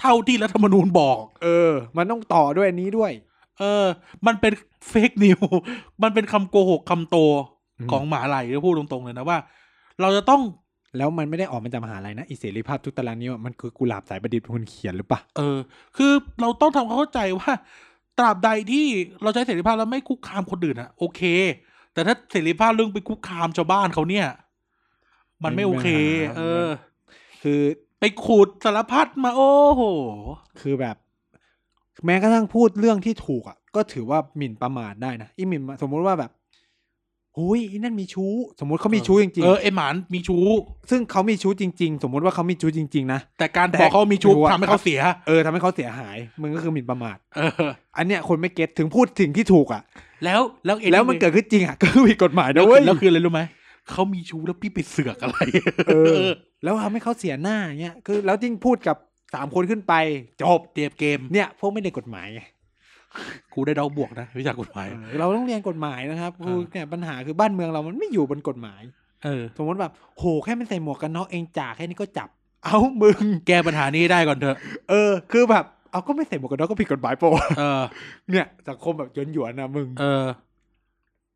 [SPEAKER 2] เท่าที่รัฐธรรมนูญบอก
[SPEAKER 1] เออ มันต้องต่อด้วยอันนี้ด้วย
[SPEAKER 2] เออ มันเป็นเฟกนิว มันเป็นคำโกหกคำโต
[SPEAKER 1] อืม
[SPEAKER 2] ของหมหาลัยที่พูดตรงๆเลยนะว่า เราจะต้อง
[SPEAKER 1] แล้วมันไม่ได้ออกมาจากมหาลัยนะอิเสรีภาพทุกตารางนิ้วอะมันคือกุหลาบสายประดิษฐ์เป็นคนเขียนหรือเปะ
[SPEAKER 2] เออ คือเราต้องทำความเข้าใจว่า ตราบใดที่เราใช้เสรีภาพแล้วไม่คุกคามคนอื่นอะโอเค แต่ถ้าเสรีภาพเรื่องไปคุกคามชาวบ้านเขาเนี่ย มันไม่โอเค เออ
[SPEAKER 1] คือ
[SPEAKER 2] ไปขูดสารพัดมาโอ้โห
[SPEAKER 1] คือแบบ แม้กระทั่งพูดเรื่องที่ถูกอ่ะ ก็ถือว่าหมิ่นประมาทได้นะอีหมิ่นสมมุติว่าแบบหุยอีนั่นมีชู้ สมมุติเขามีชู้จริง
[SPEAKER 2] เออไอหมานมีชู้
[SPEAKER 1] ๆ ซึ่งเขามีชู้จริง ๆ สมมุติว่าเขามีชู้จริง ๆ นะ
[SPEAKER 2] แต่การ
[SPEAKER 1] แต่
[SPEAKER 2] บอกเขามีชู้
[SPEAKER 1] ดูอะ
[SPEAKER 2] ทำให้เขาเสีย
[SPEAKER 1] เออทำให้เขาเสียหายมึงก็คือหมิ่นประมาท
[SPEAKER 2] เออ
[SPEAKER 1] อันเนี้ยคนไม่เก็ตถึงพูดถึงที่ถูกอ่ะ
[SPEAKER 2] แล้วแล้วเอ็
[SPEAKER 1] แล้วมันเกิดขึ้นจริงอ่ะ ก็ผิดกฎหมาย
[SPEAKER 2] แล้ว
[SPEAKER 1] นะ
[SPEAKER 2] คื
[SPEAKER 1] เว้
[SPEAKER 2] อย แล้วคืออะไรรู้ไหมเขามีชู้แล้วพี่ไปเสือกอะไร
[SPEAKER 1] เออ แล้วทำให้เขาเสียหน้าเงี้ยคือ แล้วยิ่งพูดกับสามคนขึ้นไปจบ
[SPEAKER 2] เตรียมเกม
[SPEAKER 1] เนี่ย พวกไม่ได้กฎหมายไง
[SPEAKER 2] กูได้ดาวบวกนะวิชากฎหมาย
[SPEAKER 1] เออเราต้องเรียนกฎหมายนะครับ
[SPEAKER 2] เออ
[SPEAKER 1] คือเนี่ยปัญหาคือบ้านเมืองเรามันไม่อยู่บนกฎหมาย
[SPEAKER 2] เออ
[SPEAKER 1] สมมติแบบโหแค่มันใส่หมวกกันน็อกเองจ่าแค่นี้ก็จับ เอามึง
[SPEAKER 2] แก้ปัญหานี้ให้ได้ก่อนเถอะ
[SPEAKER 1] เออ คือแบบ เอาก็ไม่ใส่หมวกกันน็อกก็ผิดกฎหมายโปะ
[SPEAKER 2] เออ
[SPEAKER 1] เนี่ยสังคมแบบหยวนหยวนๆนะมึง
[SPEAKER 2] เออ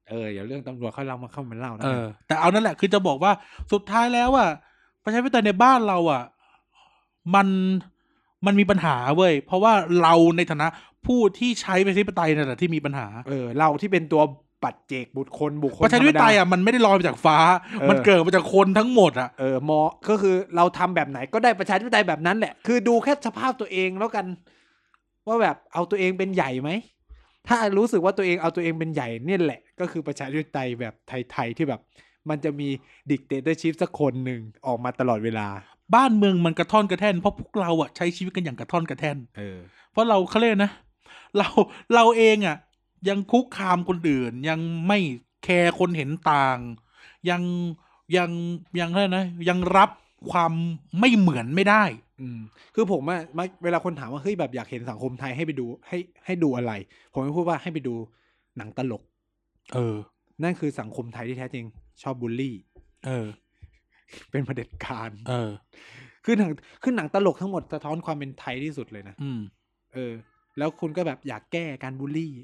[SPEAKER 1] เอออย่าเรื่องตำรวจเขาเรามาเข้ามาเล่านะ
[SPEAKER 2] เออ แต่เอานั่นแหละคือจะบอกว่าสุดท้ายแล้วอ่ะประชาธิปไตยในบ้านเราอ่ะ มันมันมีปัญหาเว้ยเพราะว่าเราในฐานะผู้ที่ใช้ประชาธิปไตยนั่นแหละที่มีปัญหา
[SPEAKER 1] เออ เราที่เป็นตัวปัจเจกบุคคลบุคคล
[SPEAKER 2] ประชาธิปไตย
[SPEAKER 1] ธรรมด
[SPEAKER 2] อ่ะมันไม่ได้ลอยมาจากฟ้า
[SPEAKER 1] เออ
[SPEAKER 2] มันเกิดมาจากคนทั้งหมดอ่ะ
[SPEAKER 1] เออมอก็คือเราทำแบบไหนก็ได้ประชาธิปไตยแบบนั้นแหละ คือดูแค่สภาพตัวเองแล้วกัน ว่าแบบเอาตัวเองเป็นใหญ่ไหม ถ้ารู้สึกว่าตัวเองเอาตัวเองเป็นใหญ่เนี่ยแหละ ก็คือประชาธิปไตยแบบไทย ๆ ที่แบบ มันจะมีดิกเตอร์ชิพสักคนหนึ่งออกมาตลอดเวลา
[SPEAKER 2] บ้านเมืองมันกระท่อนกระแท่นเพราะพวกเราอ่ะใช้ชีวิตกันอย่างกระท่อนกระแท่น
[SPEAKER 1] เออ
[SPEAKER 2] เพราะเราเขาเรียกนะ เราเราเองอ่ะ ยังคุกคามคนอื่น ยังไม่แคร์คนเห็นต่าง ยังยังยังอะไรยกนะ ยังรับความไม่เหมือนไม่ได้
[SPEAKER 1] อืมคือผมอะมักเวลาคนถามว่าเฮ้ยแบบอยากเห็นสังคมไทยให้ไปดูให้ให้ดูอะไร ผมจะพูดว่าให้ไปดูหนังตลก
[SPEAKER 2] เออ
[SPEAKER 1] นั่นคือสังคมไทยที่แท้จริง ชอบบูลลี่
[SPEAKER 2] เออ
[SPEAKER 1] เป็นเผด็จการ
[SPEAKER 2] เออ
[SPEAKER 1] คือหนังคือหนังตลกทั้งหมดสะท้อนความเป็นไทยที่สุดเลยนะ
[SPEAKER 2] อืม
[SPEAKER 1] เออ แล้วคุณก็แบบอยากแก้การบูลลี่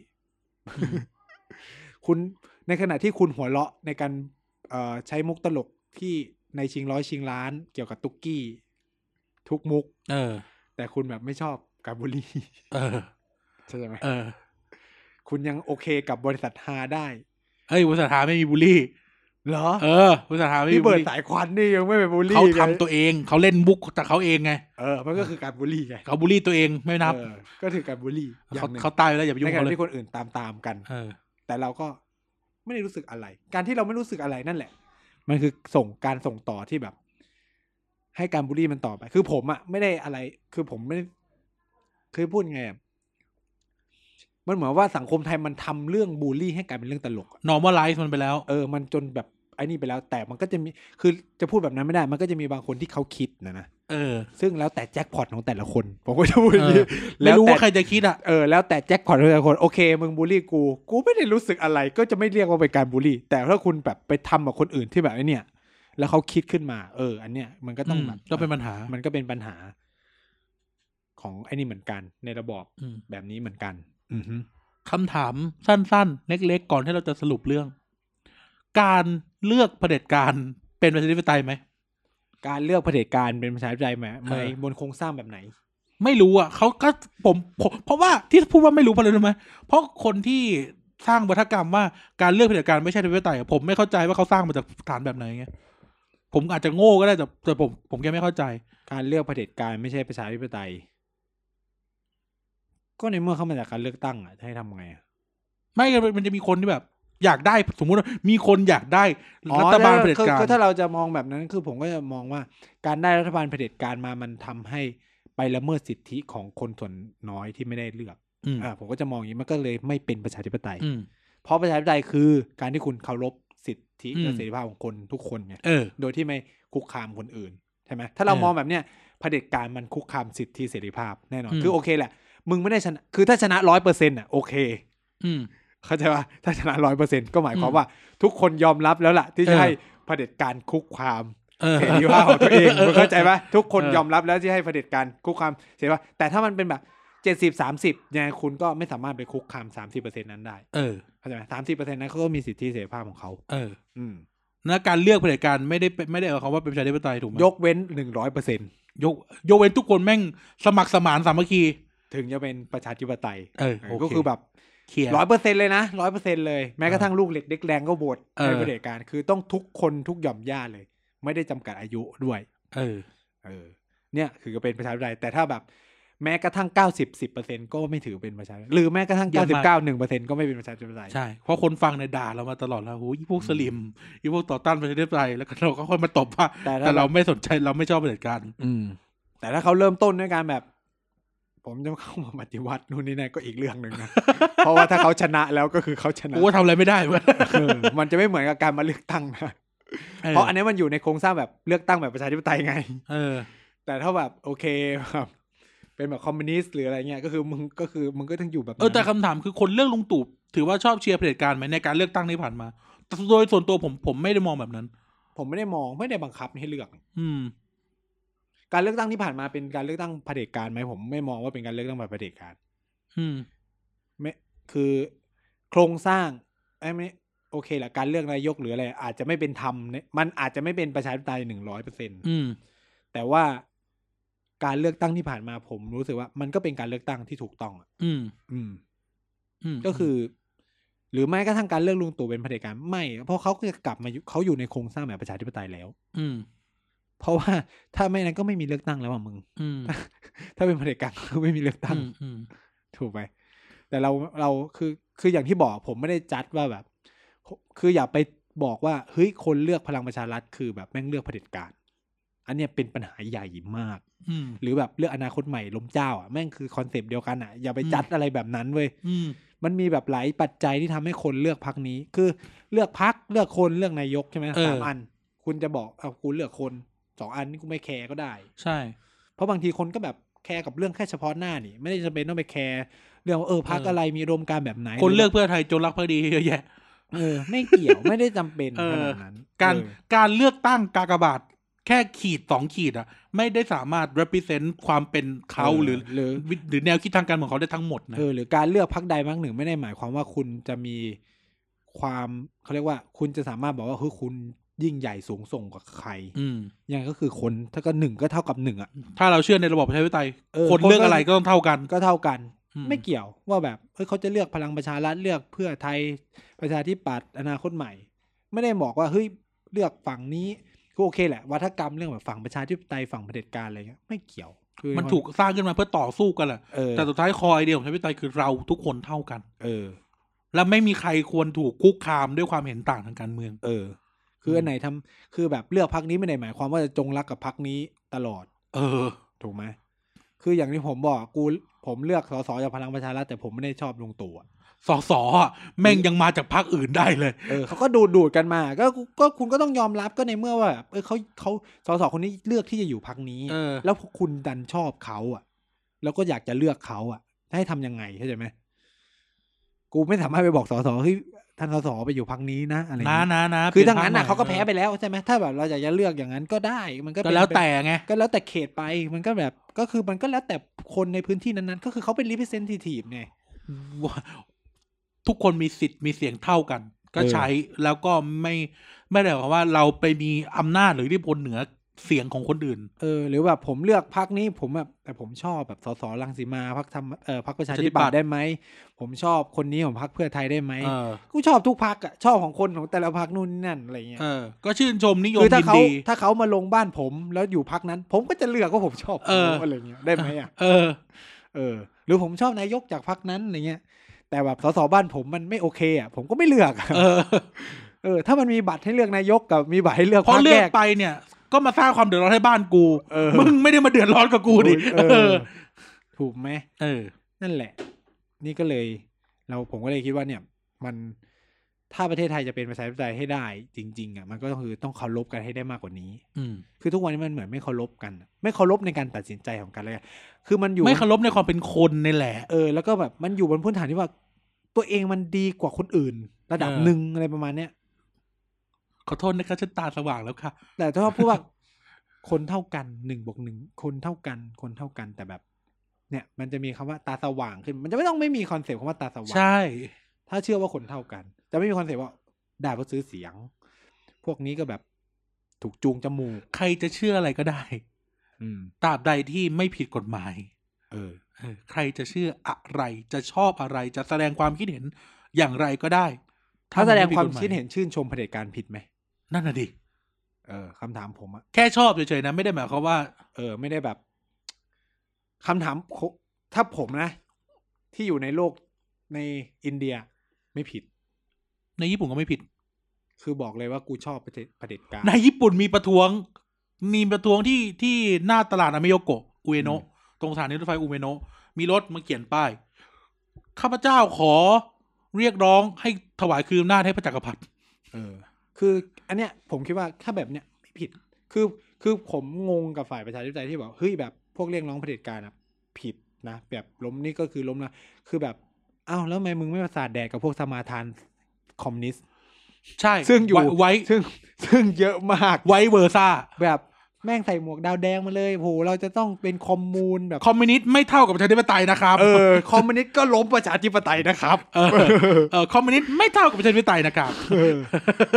[SPEAKER 1] คุณในขณะที่คุณหัวเราะในการเอ่อใช้มุกตลกที่ในชิงร้อยชิงล้าน เกี่ยวกับตุ๊กกี้ ทุกมุก
[SPEAKER 2] เออ
[SPEAKER 1] แต่คุณแบบไม่ชอบการบูลลี่
[SPEAKER 2] เออ
[SPEAKER 1] ใช่ไหม
[SPEAKER 2] เออ
[SPEAKER 1] คุณยังโอเคกับบริษัทฮาได้
[SPEAKER 2] เฮ้ยวุฒิธาไม่มีบูลลี่
[SPEAKER 1] เหรอ
[SPEAKER 2] เออวุฒิธาไม่มี
[SPEAKER 1] พี่
[SPEAKER 2] บูล
[SPEAKER 1] เบิร์ด
[SPEAKER 2] ลี่
[SPEAKER 1] สายควันนี่ยังไม่ไปบูลลี่
[SPEAKER 2] เขาทำ
[SPEAKER 1] ลย
[SPEAKER 2] ตัวเองเขาเล่นบุกแต่เขาเองไง
[SPEAKER 1] เออมันก็คือการบูลลี่ไง
[SPEAKER 2] เขาบูลลี่ตัวเองไม่นับ
[SPEAKER 1] เออก็ถือการบูลลี่อย่า
[SPEAKER 2] เขา
[SPEAKER 1] งหนึ่ง
[SPEAKER 2] เขาตายไปแล้วอย่าไปยุ่
[SPEAKER 1] ใน
[SPEAKER 2] ง
[SPEAKER 1] ข
[SPEAKER 2] เขา
[SPEAKER 1] ณะ
[SPEAKER 2] เลย
[SPEAKER 1] ที่คนอื่นตามตามๆกัน
[SPEAKER 2] เออ
[SPEAKER 1] แต่เราก็ไม่ได้รู้สึกอะไร การที่เราไม่รู้สึกอะไรนั่นแหละ มันคือส่งการส่งต่อที่แบบ ให้การบูลลี่มันต่อไป คือผมอะไม่ได้อะไร คือผมไม่ได้คือพูดไงอะมันเหมือนว่าสังคมไทยมันทำเรื่องบูลลี่ให้กลายเป็นเรื่องตลกอะ
[SPEAKER 2] normalize มันไปแล้ว
[SPEAKER 1] เออ มันจนแบบไอ้นี่ไปแล้ว แต่มันก็จะมี คือจะพูดแบบนั้นไม่ได้ มันก็จะมีบางคนที่เขาคิดนะนะ
[SPEAKER 2] เออ
[SPEAKER 1] ซึ่งแล้วแต่แจ็คพอตของแต่ละคน ผมก็จะพูดอย่างนี้
[SPEAKER 2] เออ ไม่รู้ว่าใครจะคิดอ่ะ
[SPEAKER 1] เออแล้วแต่แจ็คพอตของแต่ละคนโอเค มึงบูลลี่กู กูไม่ได้รู้สึกอะไร ก็จะไม่เรียกว่าเป็นการบูลลี่ แต่ถ้าคุณแบบไปทำกับคนอื่นที่แบบไอ้เนี่ย แล้วเขาคิดขึ้นมา เออ อันเนี้ยมันก็ต้อง
[SPEAKER 2] ม
[SPEAKER 1] แบบ
[SPEAKER 2] ก็เป็นปัญหา
[SPEAKER 1] มันก็เป็นปัญหา ของไอ้นี่เหมือนกันในระบอบ
[SPEAKER 2] อืม
[SPEAKER 1] แบบนี้เหมือนกัน อือฮึ
[SPEAKER 2] คำถามสั้นๆ เล็กๆ ก่อนที่เราจะสรุปเรื่อง การเลือกเผด็จการเป็นประชาธิปไตยไหม
[SPEAKER 1] การเลือกเผด็จการเป็นประชาธิปไตยไหมไหม
[SPEAKER 2] เออ
[SPEAKER 1] บนโครงสร้างแบบไหน
[SPEAKER 2] ไม่รู้อ่ะเขาก็ผมผมเพราะว่าที่พูดว่าไม่รู้เพราะอะไรรู้ไหมเพราะคนที่สร้างวัฒกรรมว่าการเลือกเผด็จการไม่ใช่ประชาธิปไตยอะผมไม่เข้าใจว่าเขาสร้างมาจากฐานแบบไหนไงผมอาจจะโง่ก็ได้แต่แต่ผมผมแค่ไม่เข้าใจ
[SPEAKER 1] การเลือกเผด็จการไม่ใช่ประชาธิปไตย ก็ในเมื่อเข้ามาจากการเลือกตั้งอ่ะจะให้ทำไงอะ
[SPEAKER 2] ไม่มันจะมีคนที่แบบ อยากได้สมมุติว่ามีคนอยากได้รัฐบาลเผด็จการ
[SPEAKER 1] คือถ้าเราจะมองแบบนั้นคือผมก็จะมองว่า การได้รัฐบาลเผด็จการมามันทำให้ไปละเมิดสิทธิของคนส่วนน้อยที่ไม่ได้เลือก
[SPEAKER 2] อืม
[SPEAKER 1] อ่าผมก็จะมองอย่างนี้มันก็เลยไม่เป็นประชาธิปไตย
[SPEAKER 2] อืม
[SPEAKER 1] เพราะประชาธิปไตยคือ การที่คุณเคารพ ธิ
[SPEAKER 2] อืม
[SPEAKER 1] และเสรีภาพของคนทุกคนไง
[SPEAKER 2] เออ
[SPEAKER 1] โดยที่ไม่คุกคามคนอื่นใช่ไหมถ้าเรา
[SPEAKER 2] เออ
[SPEAKER 1] มองแบบเนี้ยเผด็จการมันคุกคามสิทธิเสรีภาพแน่นอน
[SPEAKER 2] อืม
[SPEAKER 1] คือโอเคแหละ มึงไม่ได้ชนะคือถ้าชนะร้อยเปอร์เซ็นต์อ่ะโอเค
[SPEAKER 2] อืม
[SPEAKER 1] เข้าใจว่าถ้าชนะร้อยเปอร์เซ็นต์ก็หมายความ
[SPEAKER 2] อืม
[SPEAKER 1] ว่า ทุกคนยอมรับแล้วล่ะ ที่จะ
[SPEAKER 2] เออ
[SPEAKER 1] ให้เผด็จการคุกคาม
[SPEAKER 2] เออ
[SPEAKER 1] เสรีภาพของ ตัวเองมึงเข้าใจปะทุกคน
[SPEAKER 2] เออย
[SPEAKER 1] อมรับแล้วที่ให้เผด็จการคุกคามเสรีภาพแต่ถ้ามันเป็นแบบเจ็ดสิบสามสิบยังไงคุณก็ไม่สามารถไปคุกคามสามสิบเปอร์เซ็นต์นั้นได้
[SPEAKER 2] เออ
[SPEAKER 1] เข้าใจไหมสามสิบเปอร์เซ็นต์นั้นเขาก็มีสิทธิเสรีภาพของเขา
[SPEAKER 2] เออ
[SPEAKER 1] อืม
[SPEAKER 2] นะการเลือกเผด็จการไม่ได้เป็นไม่ได้เอาคำว่าเป็นประชาธิปไตยถูกไหม
[SPEAKER 1] ยกเว้นหนึ่งร้อยเปอร์เซ็นต์
[SPEAKER 2] ยกยกเว้นทุกคนแม่งสมัครสมานสามัคคี
[SPEAKER 1] ถึงจะเป็นประชาธิปไตย
[SPEAKER 2] เออ
[SPEAKER 1] เออ
[SPEAKER 2] โเ
[SPEAKER 1] ก็คือแบบ
[SPEAKER 2] เคลียร์
[SPEAKER 1] ร้อยเปอร์เซ็นต์เลยนะร้อยเปอร์เซ็นต์เลยแม้กระทั่งลูกเล็กเด็กแดงก็โหวตให้
[SPEAKER 2] เออ
[SPEAKER 1] เผด็จการคือต้องทุกคนทุกหย่อมย่าเลย ไม่ได้จำกัดอายุด้วย
[SPEAKER 2] เออ
[SPEAKER 1] เออเนี่ยคือก็เป็นประชาธิปไตยแต่ถ้าแบบแม้กระทั่ง 90 10%ก็ไม่ถือเป็นประชาธิปไตยหรือแม้กระทั่ง
[SPEAKER 2] เยอะมาก
[SPEAKER 1] 99 1%ก็ไม่เป็นประชาธิปไตย
[SPEAKER 2] ใช่ เพราะคนฟังเนี่ยด่าเรามาตลอดแล้วโหอีพวกสลิมอีพวกต่อต้านประชาธิปไตยแล้วก็เราก็ค่อยมาตบว่า
[SPEAKER 1] แต่ถ้า
[SPEAKER 2] แต่เราไม่สนใจเราไม่ชอบเผด็จการ
[SPEAKER 1] อืม แต่ถ้าเขาเริ่มต้นด้วยการแบบ ผมจะเข้ามาปฏิวัตินู่นนี่นั่นก็อีกเรื่องหนึ่ง นะ เพราะว่าถ้าเขาชนะแล้วก็คือเขาชนะ
[SPEAKER 2] กูก็ทำอะไรไม่ได้เว้ย
[SPEAKER 1] เออมันจะไม่เหมือนกับการมาเลือกตั้งนะเพราะอันนี้มันอยู่ในโครงสร้างแบบเลือกตั้งแบบประชาธิปไตยไง
[SPEAKER 2] เออ
[SPEAKER 1] แต่ถ้าแบบโอเคแบบเป็นแบบคอมมิวนิสต์หรืออะไรเงี้ยก็คือมึงก็คือมึงก็ต้องอยู่แบบ
[SPEAKER 2] เออ แต่
[SPEAKER 1] นั้น
[SPEAKER 2] คำถามคือคนเลือกลุงตู่ถือว่าชอบเชียร์เผด็จการไหมในการเลือกตั้งที่ผ่านมาแต่โดยส่วนตัวผมผมไม่ได้มองแบบนั้น
[SPEAKER 1] ผมไม่ได้มองไม่ได้บังคับให้เลือก
[SPEAKER 2] อืม
[SPEAKER 1] การเลือกตั้งที่ผ่านมาเป็นการเลือกตั้งเผด็จการไหมผมไม่มองว่าเป็นการเลือกตั้งแบบเผด็จการ
[SPEAKER 2] อืม
[SPEAKER 1] ไม่คือโครงสร้างไอ้ยไม่โอเคแหละการเลือกนายกหรืออะไรอาจจะไม่เป็นธรรมเนี่ยมันอาจจะไม่เป็นประชาธิปไตยหนึ่งร้อยเปอร์เซ็น
[SPEAKER 2] อืม
[SPEAKER 1] แต่ว่าการเลือกตั้งที่ผ่านมาผมรู้สึกว่ามันก็เป็นการเลือกตั้งที่ถูกต้องอะ
[SPEAKER 2] อืม
[SPEAKER 1] อืม
[SPEAKER 2] อืม
[SPEAKER 1] ก็คือ หรือไม่กระทั่งการเลือกลุงตู่เป็นเผด็จการไม่เพราะเขาก็จะกลับมาอยู่เขาอยู่ในโครงสร้างแบบประชาธิปไตยแล้ว
[SPEAKER 2] อืม
[SPEAKER 1] เพราะว่าถ้าไม่นั้นก็ไม่มีเลือกตั้งแล้วอ่ะมึง
[SPEAKER 2] อืม
[SPEAKER 1] ถ้าเป็นเผด็จการก็ไม่มีเลือกตั้ง
[SPEAKER 2] อืมอืม
[SPEAKER 1] ถูกไหมแต่เราเราคือคืออย่างที่บอกผมไม่ได้จัดว่าแบบ คืออย่าไปบอกว่าเฮ้ยคนเลือกพลังประชารัฐคือแบบแม่งเลือกเผด็จการ อันเนี้ยเป็นปัญหาใหญ่มาก
[SPEAKER 2] อืม
[SPEAKER 1] หรือแบบเลือกอนาคตใหม่ล้มเจ้าอ่ะแม่งคือคอนเซปต์เดียวกันอ่ะอย่าไป
[SPEAKER 2] อืม
[SPEAKER 1] จัดอะไรแบบนั้นเว้ย
[SPEAKER 2] อืม
[SPEAKER 1] มันมีแบบหลายปัจจัยที่ทำให้คนเลือกพักนี้ คือเลือกพักเลือกคนเลือกนายกใช่ไหม
[SPEAKER 2] เออ
[SPEAKER 1] สามอัน คุณจะบอกเอากูเลือกคนสองอันนี่กูไม่แคร์ก็ได้
[SPEAKER 2] ใช่
[SPEAKER 1] เพราะบางทีคนก็แบบแคร์กับเรื่องแค่เฉพาะหน้านี่ ไม่ได้จำเป็นต้องไปแคร์เรื่องว่าเออพัก
[SPEAKER 2] เอออ
[SPEAKER 1] อะไรมีอุดมการณ์แบบไหน
[SPEAKER 2] คนเลือก
[SPEAKER 1] หรือ
[SPEAKER 2] เพื่อไทยจงรักภักดี เยอะแยะ
[SPEAKER 1] ว่าเออ ไม่เกี่ยว ไม่ได้จำเป็น
[SPEAKER 2] เออ
[SPEAKER 1] ขนาดนั้น
[SPEAKER 2] การ
[SPEAKER 1] เออ
[SPEAKER 2] การเลือกตั้งกากบาทแค่ขีดสองขีดอะไม่ได้สามารถ represent ความเป็นเขาหรือ
[SPEAKER 1] หรือ
[SPEAKER 2] หรือแนวคิดทางการเมืองของเขาได้ทั้งหมดนะ
[SPEAKER 1] เออหรือการเลือกพักใดพักหนึ่งไม่ได้หมายความว่าคุณจะมีความเขาเรียกว่า คุณจะสามารถบอกว่าเฮ้ยคุณยิ่งใหญ่สูงส่งกว่าใคร
[SPEAKER 2] อืม
[SPEAKER 1] ยังไงก็คือคนถ้าก็หนึ่งก็เท่ากับหนึ่งอ่ะ
[SPEAKER 2] ถ้าเราเชื่อในระบบประชาธิปไตย
[SPEAKER 1] เออ
[SPEAKER 2] คน
[SPEAKER 1] คนก็
[SPEAKER 2] เลือกอะไรก็ต้องเท่ากัน
[SPEAKER 1] ก็เท่ากัน
[SPEAKER 2] อืม
[SPEAKER 1] ไม่เกี่ยวว่าแบบเฮ้ยเขาจะเลือกพลังประชารัฐเลือกเพื่อไทยประชาธิปัตย์อนาคตใหม่ ไม่ได้บอกว่าเฮ้ยเลือกฝั่งนี้ก็โอเคแหละวัฒกรรมเรื่องแบบฝั่งประชาธิปไตยฝั่งเผด็จการอะไรเงี้ยไม่เกี่ยวคือ
[SPEAKER 2] มันถูกสร้างขึ้นมาเพื่อต่อสู้กันแหละ
[SPEAKER 1] เออ
[SPEAKER 2] แต่สุดท้ายคอยเดียวของประชาธิปไตยคือเราทุกคนเท่ากัน
[SPEAKER 1] เออ
[SPEAKER 2] และไม่มีใครควรถูกคุกคามด้วยความเห็นต่างทางการเมือง
[SPEAKER 1] เออ คืออันไหนทำคือแบบเลือกพักนี้ไม่ได้หมายความว่าจะจงรักกับพักนี้ตลอด
[SPEAKER 2] เออ
[SPEAKER 1] ถูกไหมคืออย่างที่ผมบอกกูผมเลือกสสจากพลังประชารัฐแต่ผมไม่ได้ชอบลุงตู่อะ
[SPEAKER 2] สอสออะแม่งยังมาจากพรรคอื่นได้เลย
[SPEAKER 1] เออเขาก็ดูดดูดกันมา ก็ก็คุณก็ต้องยอมรับก็ในเมื่อว่าแบบเออเขาเขาสสคนนี้เลือกที่จะอยู่พักนี้
[SPEAKER 2] เออ
[SPEAKER 1] แล้วคุณดันชอบเขาอ่ะ แล้วก็อยากจะเลือกเขาอ่ะ ให้ทำยังไงเข้าใจไหมกูไม่สามารถไปบอกสสเฮ้ยท่านสสไปอยู่พักนี้นะอะไรอย่า
[SPEAKER 2] นะ
[SPEAKER 1] งงี้
[SPEAKER 2] นะนะ
[SPEAKER 1] คือ
[SPEAKER 2] ปลี่
[SPEAKER 1] ถ้าย
[SPEAKER 2] พรร
[SPEAKER 1] งั้นน่ะ
[SPEAKER 2] หย
[SPEAKER 1] เขาก็แพ้ไปแล้วใช่ไหมถ้าแบบเราอยากจะเลือกอย่างนั้นก็ได้มันก็
[SPEAKER 2] ก็
[SPEAKER 1] เป็น
[SPEAKER 2] แล้วแต่ไง
[SPEAKER 1] ก็แล้วแต่เขตไปมันก็แบบก็คือมันก็แล้วแต่คนในพื้นที่นั้นๆ ก็คือเขาเป็น representative ไง
[SPEAKER 2] ว่าทุกคนมีสิทธิ์มีเสียงเท่ากัน ก็
[SPEAKER 1] เออ
[SPEAKER 2] ใช้แล้วก็ไม่ไม่ได้หมายความว่าเราไปมีอำนาจหรืออิที่พลเหนือเสียงของคนอื่น
[SPEAKER 1] เออหรือแบบผมเลือกพักนี้ผมแบบแต่ผมชอบแบบสสรังสีมาพักทำเออพักประชา
[SPEAKER 2] ประชาธิ
[SPEAKER 1] ธิ
[SPEAKER 2] ปั
[SPEAKER 1] ปั
[SPEAKER 2] ต
[SPEAKER 1] ต
[SPEAKER 2] ย์
[SPEAKER 1] ย์ได้ไหมผมชอบคนนี้ของพักเพื่อไทยได้ไหม
[SPEAKER 2] เออ
[SPEAKER 1] กูชอบทุกพักอะชอบของคนของแต่ละพักนู่นนี่นั่นอะไรเงี้ย
[SPEAKER 2] เออ ก็ชื่นชมนิยม
[SPEAKER 1] คือถ้า
[SPEAKER 2] ยิน
[SPEAKER 1] เขา
[SPEAKER 2] ดี
[SPEAKER 1] ถ้าเขามาลงบ้านผมแล้วอยู่พักนั้น ผมก็จะเลือกว่าผมชอบ
[SPEAKER 2] เออ
[SPEAKER 1] ขาอะไรเงี้ยได้ไหมอะ
[SPEAKER 2] เออ
[SPEAKER 1] เออ หรือผมชอบนายกจากพักนั้นอะไรเงี้ย แต่แบบสสบ้านผมมันไม่โอเคอะผมก็ไม่เลือกอะ
[SPEAKER 2] เออ
[SPEAKER 1] เออถ้ามันมีบัตรให้เลือกนายกกับมีบัตรให้เลือก
[SPEAKER 2] เพราะ
[SPEAKER 1] พรรค
[SPEAKER 2] เลือก
[SPEAKER 1] แย
[SPEAKER 2] ไปเนี่ย ก็มาสร้างความเดือดร้อนให้บ้านกู
[SPEAKER 1] เออ
[SPEAKER 2] มึงไม่ได้มาเดือดร้อนกับกูดิ
[SPEAKER 1] เอ
[SPEAKER 2] เอ
[SPEAKER 1] อ
[SPEAKER 2] อ
[SPEAKER 1] ถูกไหม
[SPEAKER 2] เออ
[SPEAKER 1] นั่นแหละ นี่ก็เลย เราผมก็เลยคิดว่าเนี่ย มัน ถ้าประเทศไทยจะเป็นประชาธิปไตยให้ได้จริง ๆอ่ะมันก็ต้องคือต้องเคารพกันให้ได้มากกว่านี้
[SPEAKER 2] อืม
[SPEAKER 1] คือทุกวันนี้มันเหมือนไม่เคารพกันอะไม่เคารพในการตัดสินใจของกันเลย คือมันอยู่
[SPEAKER 2] ไม่เคารพในความเป็นคนในแหละ
[SPEAKER 1] เออแล้วก็แบบมันอยู่บนพื้นฐานที่ว่า ตัวเองมันดีกว่าคนอื่น ระดับ
[SPEAKER 2] เออ
[SPEAKER 1] หนึ่งอะไรประมาณเนี้ย
[SPEAKER 2] ขอโทษนะคะฉันตาสว่างแล้วค่ะ
[SPEAKER 1] แต่ถ้าพูด ว่า คนเท่ากันหนึ่งบวกหนึ่งคนเท่ากัน คนเท่ากันแต่แบบ เนี่ย มันจะมีคำว่าตาสว่างขึ้น มันจะไม่ต้องไม่มีคอนเซปต์คำว่าตาสว่าง
[SPEAKER 2] ใช่
[SPEAKER 1] ถ้าเชื่อว่าคนเท่ากัน จะไม่มีคอนเซปต์ว่าด่าเพราะซื้อเสียง พวกนี้ก็แบบถูกจูงจมูก
[SPEAKER 2] ใครจะเชื่ออะไรก็ได้
[SPEAKER 1] อืม
[SPEAKER 2] ตราบใดที่ไม่ผิดกฎหมาย
[SPEAKER 1] เออ
[SPEAKER 2] เออใครจะเชื่ออะไรจะชอบอะไรจะแสดงความคิดเห็นอย่างไรก็ได้
[SPEAKER 1] ถ้าแสดงความ
[SPEAKER 2] ไผิกฎหย
[SPEAKER 1] คิดเห็นชื่นชมเผด็จการผิดไหม
[SPEAKER 2] นั่นน่ะดิ
[SPEAKER 1] เออคำถามผมอะ
[SPEAKER 2] แค่ชอบเฉยๆนะไม่ได้หมายความว่า
[SPEAKER 1] เออ ไม่ได้แบบคำถามโคถ้าผมนะ ที่อยู่ในโลกในอินเดียไม่ผิด
[SPEAKER 2] ในญี่ปุ่นก็ไม่ผิด
[SPEAKER 1] คือบอกเลยว่ากูชอบประเทศเผด็จการ
[SPEAKER 2] ในญี่ปุ่นมีประท้วง มีประท้วงที่ที่หน้าตลาดอเมโยโกะอุเอโนะตรงสถานีรถไฟอุเอโนะมีรถมาเขียนป้าย ข้าพเจ้าขอเรียกร้องให้ถวายคืนอำนาจให้พระจักรพรรดิ
[SPEAKER 1] เออคืออันเนี้ยผมคิดว่าถ้าแบบเนี้ยไม่ผิด คือคือผมงงกับฝ่ายประชาธิปไตยที่บอกเฮ้ยแบบพวกเรียกร้องเผด็จการอะผิดนะแบบล้มนี่ก็คือล้มนะคือแบบอ้าวแล้วทำไมมึงไม่ประสาทแดกกับพวกสมาทานคอมมิวนิสต์
[SPEAKER 2] ใช่
[SPEAKER 1] ซึ่งอยู่
[SPEAKER 2] ไว้ไว้
[SPEAKER 1] ซึ่งซึ่งเยอะมาก
[SPEAKER 2] ไว้เวอร์ซ่า
[SPEAKER 1] แบบแม่งใส่หมวกดาวแดงมาเลยโหเราจะต้องเป็นคอมมูนแบบ
[SPEAKER 2] คอมมิวนิสต์ไม่เท่ากับประชาธิปไตยนะครับ
[SPEAKER 1] เออคอมมิวนิสต์ก็ล้มประชาธิปไตยนะครับ
[SPEAKER 2] เออ เออคอมมิวนิสต์ไม่เท่ากับประชาธิปไตยนะครับ
[SPEAKER 1] เออ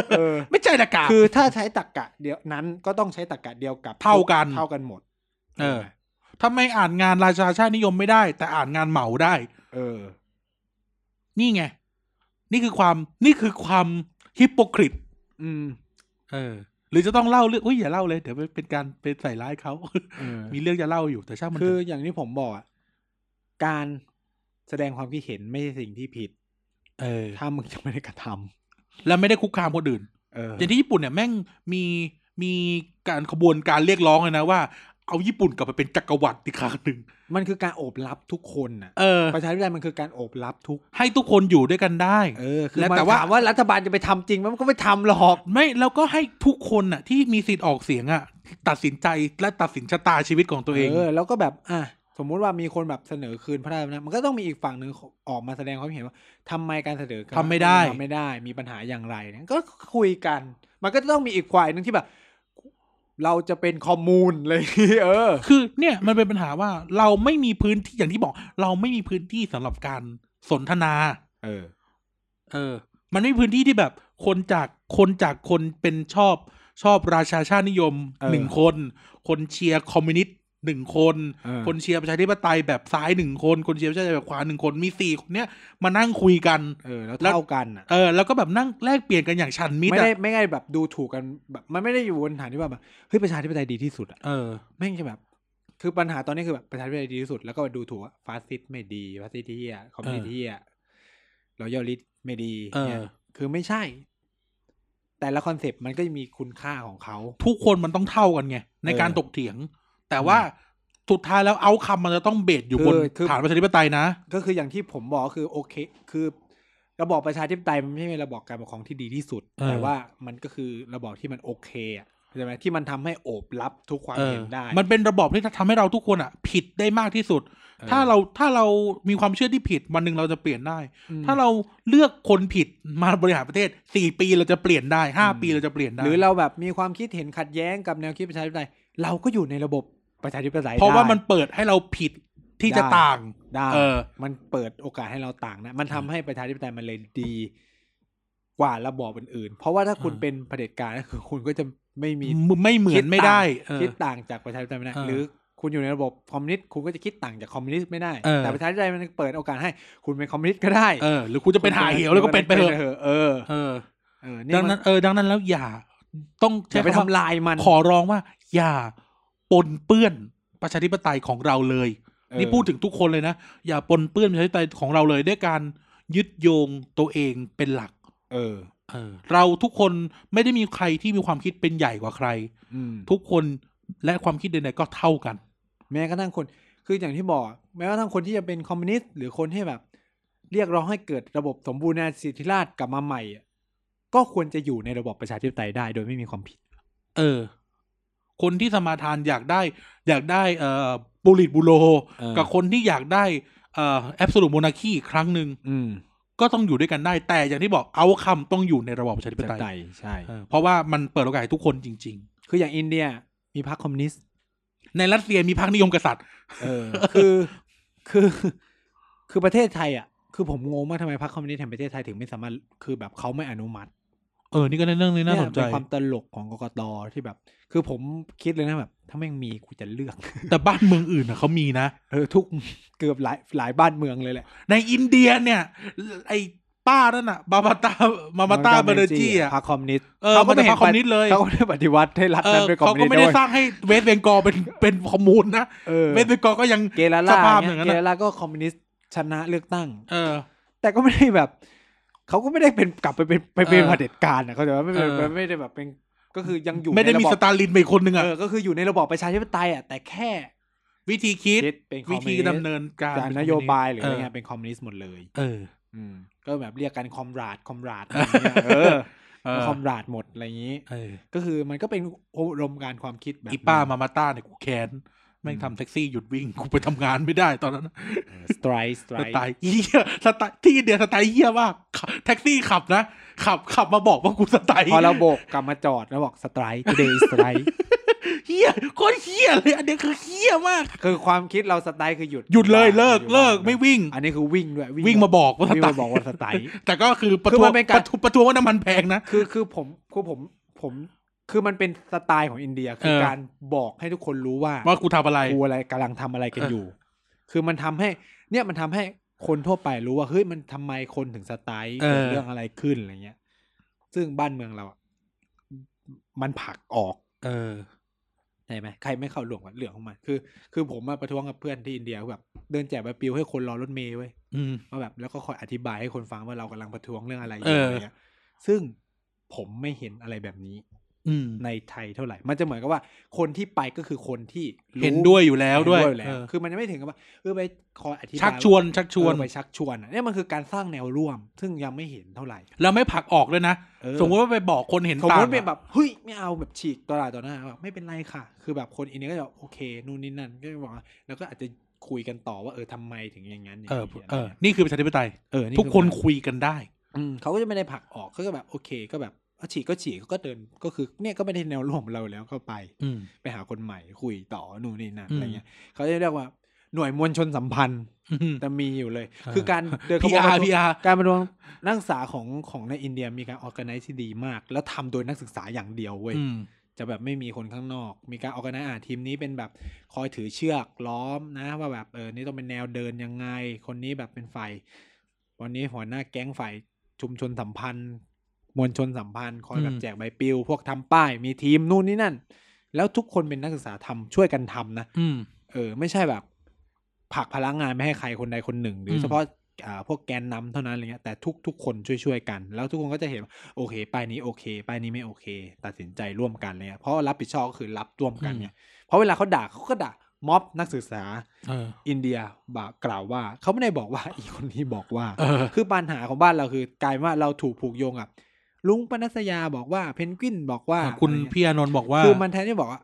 [SPEAKER 1] เออ
[SPEAKER 2] ไม่ใช่ละกา
[SPEAKER 1] คือถ้าใช้ตรกกะเดียวนั้นก็ต้องใช้ตรกกะเดียวกับ
[SPEAKER 2] เท่ากัน
[SPEAKER 1] เท่ากันหมด
[SPEAKER 2] เออถ้าไม่อ่านงานราชาชาตินิยมไม่ได้ แต่อ่านงานเหมาได้
[SPEAKER 1] เออ
[SPEAKER 2] นี่ไง นี่คือความนี่คือความฮิปโปคริต
[SPEAKER 1] อืม
[SPEAKER 2] เออ หรือจะต้องเล่าเรื่องอุ้ยอย่าเล่าเลย เดี๋ยวเป็นการไปใส่ร้ายเขา
[SPEAKER 1] เออ
[SPEAKER 2] มีเรื่องจะเล่าอยู่แต่ช่างมัน
[SPEAKER 1] คือ
[SPEAKER 2] เถะ
[SPEAKER 1] อย่างที่ผมบอกอะการแสดงความคิดเห็นไม่ใช่สิ่งที่ผิด
[SPEAKER 2] เออ
[SPEAKER 1] ถ้ามึงจะไม่ได้กระทำ
[SPEAKER 2] แล้วไม่ได้คุกคามคนอื่น
[SPEAKER 1] เออ
[SPEAKER 2] อย่างที่ญี่ปุ่นเนี่ยแม่งมีมีการขบวนการเรียกร้องเลยนะว่า เอาญี่ปุ่นกลับไปเป็นจักรวรรดิอีกครั้งหนึ่ง
[SPEAKER 1] มันคือการโอบรับทุกคนน่ะ
[SPEAKER 2] เออ
[SPEAKER 1] ประชาธิปไตยมันคือการโอบรับทุก
[SPEAKER 2] ให้ทุกคนอยู่ด้วยกันได้
[SPEAKER 1] เออ คือ
[SPEAKER 2] และ
[SPEAKER 1] มัน
[SPEAKER 2] แต่ว่า
[SPEAKER 1] ถามว่ารัฐบาลจะไปทำจริงไหมมันก็ไม่ทำหรอก
[SPEAKER 2] ไม่แล้วก็ให้ทุกคนน่ะ ที่มีสิทธิ์ออกเสียงอ่ะ ตัดสินใจและตัดสินชะตาชีวิตของตัวเอง
[SPEAKER 1] เออ แล้วก็แบบ อ่ะสมมุติว่ามีคนแบบเสนอคืนพระราชอำนาจมันก็ต้องมีอีกฝั่งหนึ่งออกมาแสดงความเห็นว่าทำไมการเสนอคืน
[SPEAKER 2] ทำไม่ได้
[SPEAKER 1] ทำไม่ได้ มีปัญหาอย่างไรเนี่ยก็คุยกัน มันก็ต้องมีอีกฝ่ายหนึ่งที่แบบ เราจะเป็นคอมมูนเลย เออ
[SPEAKER 2] คือเนี่ยมันเป็นปัญหาว่าเราไม่มีพื้นที่อย่างที่บอก เราไม่มีพื้นที่สำหรับการสนทนา
[SPEAKER 1] เออ
[SPEAKER 2] เออ มันไม่มีพื้นที่ที่แบบ คนจากคนจากคนเป็นชอบชอบราชาชาตินิยม
[SPEAKER 1] เออ
[SPEAKER 2] หนึ่งคน คนเชียร์คอมมิวนิสต์หนึ่งคน
[SPEAKER 1] เออ
[SPEAKER 2] คนเชียร์ประชาธิปไตยแบบซ้ายหนึ่งคน คนเชียร์ประชาธิปไตยแบบขวาหนึ่งคนมีสี่คนเนี้ยมานั่งคุยกัน
[SPEAKER 1] เออ แล้ว
[SPEAKER 2] แล้ว
[SPEAKER 1] เท่ากันอ่ะ
[SPEAKER 2] เออแล้วก็แบบนั่งแลกเปลี่ยนกันอย่างชันมิตร
[SPEAKER 1] ไม่
[SPEAKER 2] อะ
[SPEAKER 1] ได้ไม่ได้แบบดูถูกกันแบบมันไม่ได้อยู่บนฐานที่ว่าแบบเฮ้ยประชาธิปไตยดีที่สุดอ่ะ
[SPEAKER 2] เออ
[SPEAKER 1] แม่งจะแบบ คือปัญหาตอนนี้คือแบบประชาธิปไตยดีที่สุดแล้วก็ดูถูกว่าฟาสซิสต์ไม่ดีฟาสซิสต์ที่อ่ะคอมมิวนิสต์ที่อ่ะรอยัลลิสต์ไม่ดี
[SPEAKER 2] เออ
[SPEAKER 1] นี่ยคือไม่ใช่ แต่ละคอนเซปต์มันก็จะมีคุณค่าของเขา
[SPEAKER 2] ทุกคนมันต้องเท่ากันไง ในการ
[SPEAKER 1] เออ
[SPEAKER 2] ตกเถียง แต่ว่าสุดท้ายแล้วเอาคำมันจะต้องเบสอยู่บน
[SPEAKER 1] เออคือ
[SPEAKER 2] ฐานประชาธิปไตยนะ
[SPEAKER 1] ก็คืออย่างที่ผมบอกก็คือโอเค คือระบอบประชาธิปไตยมันไม่ใช่ระบอบการปกครองที่ดีที่สุด
[SPEAKER 2] เออ
[SPEAKER 1] แต่ว่ามันก็คือระบอบที่มันโอเคอ่ะใช่ไหมที่มันทำให้โอบรับทุกความ
[SPEAKER 2] เออ
[SPEAKER 1] เห็นได้
[SPEAKER 2] มันเป็นระบอบที่ทำให้เราทุกคนอ่ะ ผิดได้มากที่สุด
[SPEAKER 1] เออ
[SPEAKER 2] ถ้าเราถ้าเรามีความเชื่อที่ผิดวันหนึ่งเราจะเปลี่ยนได้
[SPEAKER 1] อืม
[SPEAKER 2] ถ้าเราเลือกคนผิดมาบริหารประเทศสี่ปีเราจะเปลี่ยนได้ห้า
[SPEAKER 1] อืม
[SPEAKER 2] ปีเราจะเปลี่ยนได้
[SPEAKER 1] หรือเราแบบมีความคิดเห็นขัดแย้งกับแนวคิดประชาธิปไตยเราก็อยู่ในระบบประชาธิปไตย
[SPEAKER 2] เพราะว่า
[SPEAKER 1] ได้
[SPEAKER 2] มันเปิดให้เราผิดที่จะ
[SPEAKER 1] ได้
[SPEAKER 2] ต่าง
[SPEAKER 1] ได้
[SPEAKER 2] เออ
[SPEAKER 1] มันเปิดโอกาสให้เราต่างนะ มันทำให้ประชาธิปไตยมันเลยดีกว่าระบอบอื่นๆ เพราะว่าถ้าคุณ
[SPEAKER 2] เออ
[SPEAKER 1] เป็นเผด็จการก็คือคุณก็จะไม่มี
[SPEAKER 2] ไม่เหมือนไม่ได้ เออ
[SPEAKER 1] คิดต่างจากประชาธิปไตยไม่ได้
[SPEAKER 2] เออ
[SPEAKER 1] หรือคุณอยู่ในระบบคอมมิวนิสต์คุณก็จะคิดต่างจากคอมมิวนิสต์ไม่ได้
[SPEAKER 2] เออ
[SPEAKER 1] แต่ประชาธิปไตยมันเปิดโอกาสให้คุณเป็นคอมมิวนิสต์ก็ได้
[SPEAKER 2] เออ หรือคุณจะเป็นหาเหวแล้วก็เป็นไปเถอะ
[SPEAKER 1] เออ
[SPEAKER 2] เออ
[SPEAKER 1] เออนี่
[SPEAKER 2] ดัง
[SPEAKER 1] มั
[SPEAKER 2] นั้น นเออดังนั้นแล้วอย่าต้อง
[SPEAKER 1] อย่าไปทำ
[SPEAKER 2] คำว่า
[SPEAKER 1] ลายมัน
[SPEAKER 2] ขอร้องว่า อย่าปนเปื้อนประชาธิปไตยของเราเลย
[SPEAKER 1] เออ
[SPEAKER 2] นี่พูดถึงทุกคนเลยนะ อย่าปนเปื้อนประชาธิปไตยของเราเลย ด้วยการยึดโยงตัวเองเป็นหลัก
[SPEAKER 1] เออ
[SPEAKER 2] เออ เราทุกคนไม่ได้มีใครที่มีความคิดเป็นใหญ่กว่าใคร
[SPEAKER 1] อืม
[SPEAKER 2] ทุกคนและความคิดใดๆก็เท่ากัน
[SPEAKER 1] แม้กระทั่งคน คืออย่างที่บอก แม้กระทั่งคนที่จะเป็นคอมมิวนิสต์หรือคนที่แบบ เรียกร้องให้เกิดระบบสมบูรณาสิทธิราชย์กลับมาใหม่อะ ก็ควรจะอยู่ในระบอบประชาธิปไตยได้ โดยไม่มีความผิด
[SPEAKER 2] เออ คนที่สมาทานอยากได้ อยากได้เอ่อบูริตบูโร
[SPEAKER 1] เออ
[SPEAKER 2] กับคนที่อยากได้เอ่อแอบสูตโมนาคีครั้งหนึ่ง
[SPEAKER 1] อืม
[SPEAKER 2] ก็ต้องอยู่ด้วยกันได้แต่อย่างที่บอกเอาคำต้องอยู่ในระบอบประชาธิ
[SPEAKER 1] ป
[SPEAKER 2] ป
[SPEAKER 1] ระชาธิป
[SPEAKER 2] ไตย
[SPEAKER 1] ไตยใช่
[SPEAKER 2] เออเพราะว่ามันเปิดโอกาสให้ทุกคนจริง
[SPEAKER 1] คืออย่างอินเดียมีพรรคคอมมิวนิสต์
[SPEAKER 2] ๆ ในรัสเซียมีพรรคนิยมกษัตริย์
[SPEAKER 1] เอ อ คือคือคือประเทศไทยอ่ะคือผมงงมากทำไมพรรคคอมมิวนิสต์แห่งประเทศไทยถึงไม่สามารถคือแบบเขาไม่อนุมัติ
[SPEAKER 2] เออนี่ก็ในเรื่องนี้น่าสนใจ
[SPEAKER 1] เยเป็นความตลกของกกตที่แบบ คือผมคิดเลยนะแบบ ถ้าแม่งมีกูจะเลือก
[SPEAKER 2] แต่บ้านเมืองอื่นน่ะเขามีนะ
[SPEAKER 1] เออทุกเกือบหลายหลายบ้านเมืองเลยแหละ
[SPEAKER 2] ในอินเดียเนี่ย ไอ้ป้านั่นน่ะ บาบาตามามาตาเบเนจีอ่ะ
[SPEAKER 1] พรรคคอมมิวนิสต์
[SPEAKER 2] เออมันเป็นพรรคคอมมิวนิสต์เลย
[SPEAKER 1] เขาก็ไม่ได้ปฏิวัติให้รัฐ
[SPEAKER 2] เอ
[SPEAKER 1] นั้น
[SPEAKER 2] อ
[SPEAKER 1] ด้วยคอม
[SPEAKER 2] เขา
[SPEAKER 1] มิว
[SPEAKER 2] ก็
[SPEAKER 1] นิสต์
[SPEAKER 2] ไม่ได้
[SPEAKER 1] ด้วย
[SPEAKER 2] สร้างให้เวสเบงกอลเป็นเป็นคอมมูนนะ
[SPEAKER 1] เออ
[SPEAKER 2] เวสเบงกอลก็ยัง
[SPEAKER 1] เกลา
[SPEAKER 2] ส
[SPEAKER 1] ล่า
[SPEAKER 2] ภาพอ
[SPEAKER 1] เนี่ย
[SPEAKER 2] ย่างนั้น
[SPEAKER 1] เกลา
[SPEAKER 2] นะ
[SPEAKER 1] ล่าก็คอมมิวนิสต์ชนะเลือกตั้ง
[SPEAKER 2] เออ
[SPEAKER 1] แต่ก็ไม่ได้แบบ เขาก็ไม่ได้เป็นกลับไปเป็นไปเป็น
[SPEAKER 2] เออ
[SPEAKER 1] เผด็จการนะเขาแต่ว่าไม่เป็น
[SPEAKER 2] เออ
[SPEAKER 1] ไม่ได้แบบเป็นก็คือยังอยู่
[SPEAKER 2] ไม่ได้
[SPEAKER 1] ใน
[SPEAKER 2] มี
[SPEAKER 1] ระบ
[SPEAKER 2] ส
[SPEAKER 1] อบ
[SPEAKER 2] ตาลินไปอีกคนนึงอ่ะ
[SPEAKER 1] เออก็คืออยู่ในระบอบประชาธิปไตยอ่ะแต่แค่
[SPEAKER 2] วิธีคิด
[SPEAKER 1] คิดเป็นคอม
[SPEAKER 2] วิ
[SPEAKER 1] มิว
[SPEAKER 2] ธี
[SPEAKER 1] นิสต์
[SPEAKER 2] ดำเนินการ
[SPEAKER 1] การนโยบายหรืออะไรเงี้
[SPEAKER 2] ย
[SPEAKER 1] ยเป็นคอมมิวนิสต์หมดเลย
[SPEAKER 2] เออ
[SPEAKER 1] อืมก็แบบเรียกกันคอมราดคอมราดอะไรอย่างเงี้ยเออ
[SPEAKER 2] เออ
[SPEAKER 1] คอมราดหมดอะไรอย่างนี้
[SPEAKER 2] เออ
[SPEAKER 1] ก็คือมันก็เป็นอุดมการณ์ความคิดแบบ
[SPEAKER 2] อีป้ามามาตาเนี่ยกูแค้นแม่งทำแท็กซี่หยุดวิ่งกูไปทำงานไม่ได้ตอนนั้น
[SPEAKER 1] สไตร์สไต
[SPEAKER 2] ส
[SPEAKER 1] ร์
[SPEAKER 2] ไตล์เหี้ยสไตล์ที่อินเดียสไตล์เหี้ยมากขับแท็กซี่ขับนะ ขับขับมาบอกว่ากูสไตล์
[SPEAKER 1] พอเราโบกกลับมาจอดแล้วบอกสไตร์ today is strike
[SPEAKER 2] เหี้ยโคตรเหี้ยเลย อันเนี้ยคือเหี้ยมาก
[SPEAKER 1] คือความคิดเราสไตร์คือหยุด
[SPEAKER 2] หยุดเลยเลิก
[SPEAKER 1] หยุด
[SPEAKER 2] เลิกไม่วิ่ง
[SPEAKER 1] อันนี้คือวิ่งด้วย
[SPEAKER 2] วิ่งมาบอกว่าส
[SPEAKER 1] วิ่ง
[SPEAKER 2] ไต
[SPEAKER 1] มา
[SPEAKER 2] ล์
[SPEAKER 1] บอกว่าสไตร์
[SPEAKER 2] แต่ก็คือประ
[SPEAKER 1] คือ
[SPEAKER 2] ท้ว
[SPEAKER 1] มั
[SPEAKER 2] ง
[SPEAKER 1] นเป็น
[SPEAKER 2] ป
[SPEAKER 1] การ
[SPEAKER 2] ระท้วงประท้วงว่าน้ำมันแพงนะ
[SPEAKER 1] คือคือผมคือผมผมคือมันเป็นสไตล์ของอินเดียคือ
[SPEAKER 2] เออ
[SPEAKER 1] การบอกให้ทุกคนรู้ว่า
[SPEAKER 2] ว่ากูทำอะไร
[SPEAKER 1] กูอะไรกำลังทำอะไรกันอยู่ คือมันทำให้ เนี่ยมันทำให้คนทั่วไปรู้ว่าเฮ้ยมันทำไมคนถึงสไตล์
[SPEAKER 2] เออ
[SPEAKER 1] เกิดเรื่องอะไรขึ้นอะไรเงี้ย ซึ่งบ้านเมืองเราอะมันผลักออก
[SPEAKER 2] เออ
[SPEAKER 1] ใช่ไหมใครไม่เข้าหลวงกับเรื่องของมันคือ คือผมมาประท้วงกับเพื่อนที่อินเดียแบบเดินแจกใบปลิวให้คนรอรถเมล์เว้ย
[SPEAKER 2] อืม
[SPEAKER 1] ว่าแบบแล้วก็คอยอธิบายให้คนฟังว่าเรากำลังประท้วงเรื่องอะไรอ
[SPEAKER 2] เอยู่ ออ
[SPEAKER 1] อะไรเงี้ย ซึ่งผมไม่เห็นอะไรแบบนี้
[SPEAKER 2] อืม
[SPEAKER 1] ในไทยเท่าไหร่ มันจะเหมือนกับว่า คนที่ไปก็คือคนที่รู้
[SPEAKER 2] เห็นด้วยอยู่แล้วด้วย
[SPEAKER 1] เห็นอแล้
[SPEAKER 2] เอ
[SPEAKER 1] ว
[SPEAKER 2] อ
[SPEAKER 1] คือมันยังไม่ถึงกับว่าเออไปคอยอธิบาย
[SPEAKER 2] ชักชวนชักชวน
[SPEAKER 1] เออไปชักชวนอะเนี่ยมันคือการสร้างแนวร่วม ซึ่งยังไม่เห็นเท่าไหร่
[SPEAKER 2] แล้วไม่ผลักออกด้วยนะ
[SPEAKER 1] เออ
[SPEAKER 2] สมมติว่าไปบอกคนเห็น
[SPEAKER 1] สม
[SPEAKER 2] ต่าง
[SPEAKER 1] มติเป็น
[SPEAKER 2] อะ
[SPEAKER 1] แบบเฮ้ยไม่เอาแบบฉีกตลาดต่อหน้าแบบไม่เป็นไรค่ะ คือแบบคนอินเดียก็จะบอกโอเคนู่นนี่นั่นก็บอกว่าแล้วก็อาจจะคุยกันต่อว่าเออทำไมถึงอย่างนั้นย่าง
[SPEAKER 2] เออ
[SPEAKER 1] นี้
[SPEAKER 2] เออ นี่คือประชาธิปไตย
[SPEAKER 1] เออ
[SPEAKER 2] ทุกคน
[SPEAKER 1] อ
[SPEAKER 2] คุยกันได้
[SPEAKER 1] อืมเขาก็จะไม่ได้ผลักออกเขาก็แบบโอเค ก็แบบเอาฉีกก็ฉีกเขาก็เดินก็คือเนี่ยก็ไม่ได้แนวร่วมของเราแล้วก็ไป
[SPEAKER 2] อืม
[SPEAKER 1] ไปหาคนใหม่คุยต่อนู่นนี่นั่น
[SPEAKER 2] อืม
[SPEAKER 1] อะไรเงี้ยเขาจะเรียกว่าหน่วยมวลชนสัมพันธ์
[SPEAKER 2] อืม
[SPEAKER 1] แต่มีอยู่เลย
[SPEAKER 2] เออ
[SPEAKER 1] คือการเดินขบวน
[SPEAKER 2] PR
[SPEAKER 1] ประท้วง
[SPEAKER 2] PR
[SPEAKER 1] การประท้วงนักศึกษาของของในอินเดียมีการออกไนซ์ที่ดีมาก แล้วทำโดยนักศึกษาอย่างเดียวเว้ย
[SPEAKER 2] อืม
[SPEAKER 1] จะแบบไม่มีคนข้างนอก มีการออกไนซ์อ่าทีมนี้เป็นแบบคอยถือเชือกล้อมนะว่าแบบเออนี่ต้องเป็นแนวเดินยังไง คนนี้แบบเป็นฝ่ายวันนี้หัวหน้าแก๊งฝ่ายชุมชนสัมพันธ์ มวลชนสัมพันธ์คอยแบ
[SPEAKER 2] อื
[SPEAKER 1] บ
[SPEAKER 2] ม
[SPEAKER 1] แจกใบปลิว พวกทำป้ายมีทีมนู่นนี่นั่น แล้วทุกคนเป็นนักศึกษาทำช่วยกันทำนะ
[SPEAKER 2] อืม
[SPEAKER 1] เออไม่ใช่แบบผลักพลังงานไม่ให้ใครคนใดคนหนึ่ง หรือ
[SPEAKER 2] ม
[SPEAKER 1] เฉพาะอ่าพวกแกนนำเท่านั้นอะไรเงี้ยแต่ทุกทุกคนช่วยช่วยๆกัน แล้วทุกคนก็จะเห็นว่าโอเคป้ายนี้โอเคป้ายนี้ไม่โอเค ตัดสินใจร่วมกันเลยอะเพราะรับผิดชอบก็คือรับร่วมกันเนี่ยเพราะเวลาเขาด่าเขาก็ด่าม็อบนักศึกษา
[SPEAKER 2] เออ
[SPEAKER 1] อินเดียบากล่าวว่าเขาไม่ได้บอกว่า อีกคนนี้บอกว่า
[SPEAKER 2] เออ
[SPEAKER 1] คือปัญหาของบ้านเราคือกลายเป็นว่าเราถูกผูกโยงกับลุงปนัสยาบอกว่าเพนกวินบอกว่า
[SPEAKER 2] อ่ะคุณ
[SPEAKER 1] อะไรเงี้ย
[SPEAKER 2] พี่อานนท์บอกว่า
[SPEAKER 1] คือมันแทนที่บอกว่า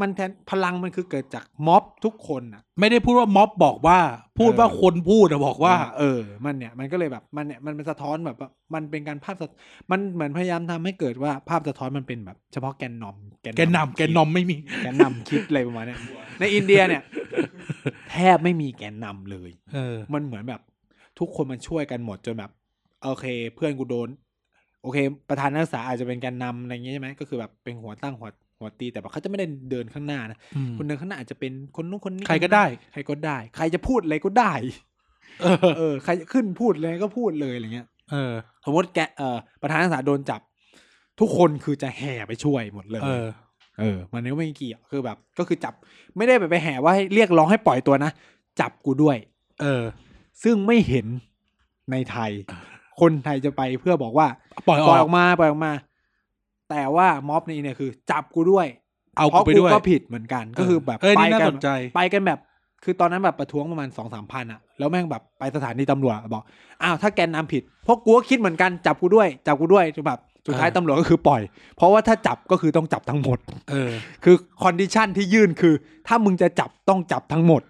[SPEAKER 1] มันแทนพลังมันคือเกิดจากม็อบทุกคนอะ
[SPEAKER 2] ไม่ได้พูดว่าม็อบบอกว่า พูด
[SPEAKER 1] เออ
[SPEAKER 2] ว่าคนพูดอะบอกว่า
[SPEAKER 1] เออ มันเนี่ย มันก็เลยแบบ มันเนี่ย มันเป็นสะท้อนแบบว่ามันเป็นการภาพสะมันเหมือนพยายามทำให้เกิดว่าภาพสะท้อนมันเป็นแบบ เฉพาะแกนนอม
[SPEAKER 2] แกนนำแกนนอมไม่มี
[SPEAKER 1] แกนนำคิดอะไรประมาณเนี้ย ในอินเดียเนี่ย แทบไม่มีแกนนำเลย
[SPEAKER 2] เออ
[SPEAKER 1] มันเหมือนแบบ ทุกคนมันช่วยกันหมดจนแบบ โอเค เพื่อนกูโดน โอเค ประธานนักศึกษาอาจจะเป็นแกนนำอะไรอย่างเงี้ยใช่ไหมก็คือแบบเป็นหัวตั้งหัวหัวตีแต่แบบเขาจะไม่ได้เดินข้างหน้านะ
[SPEAKER 2] อืม
[SPEAKER 1] คนเดินข้างหน้าอาจจะเป็นคนนู้นคนนี้
[SPEAKER 2] ใครก็ได้
[SPEAKER 1] ใครก็ได้ ใครจะพูดอะไรก็ได้
[SPEAKER 2] เออ
[SPEAKER 1] เออใครขึ้นพูดเลยก็พูดเลยอะไรเงี้ย
[SPEAKER 2] เออ
[SPEAKER 1] สมมติแกเอ่อประธานนักศึกษาโดนจับ ทุกคนคือจะแห่ไปช่วยหมดเลย
[SPEAKER 2] เออ
[SPEAKER 1] เออมันก็ไม่เกี่ยวคือแบบ ก็คือจับไม่ได้แบบไปแห่ว่าให้เรียกร้องให้ปล่อยตัวนะ จับกูด้วย
[SPEAKER 2] เออ
[SPEAKER 1] ซึ่งไม่เห็นในไทย คนไทยจะไปเพื่อบอกว่า
[SPEAKER 2] ปล่อยอ
[SPEAKER 1] ปล่อยอ
[SPEAKER 2] อ
[SPEAKER 1] อก กมาปล่อยออกมา แต่ว่าม็อบในอินเนี่ยคือ จับกูด้วย
[SPEAKER 2] เอา
[SPEAKER 1] เพราะกู
[SPEAKER 2] กูไปด้วย
[SPEAKER 1] ก็ผิดเหมือนกัน ก็คือแบบ
[SPEAKER 2] เอ้ย
[SPEAKER 1] ไป
[SPEAKER 2] นี่น่า
[SPEAKER 1] กั
[SPEAKER 2] สนใจ
[SPEAKER 1] ไปกันแบบ คือตอนนั้นแบบประท้วงประมาณสองสามพันอะแล้วแม่งแบบไปสถานีตำรวจอะบอก อ้าวถ้าแกนนำผิดพวกกูก็คิดเหมือนกันจับกูด้วย จับกูด้วยแบบ สุดท้าย
[SPEAKER 2] เออ
[SPEAKER 1] ตำรวจก็คือปล่อย เพราะว่าถ้าจับก็คือต้องจับทั้งหมด
[SPEAKER 2] เออ
[SPEAKER 1] คือคอนดิชันที่ยื่นคือ ถ้ามึงจะจับต้องจับทั้งหมด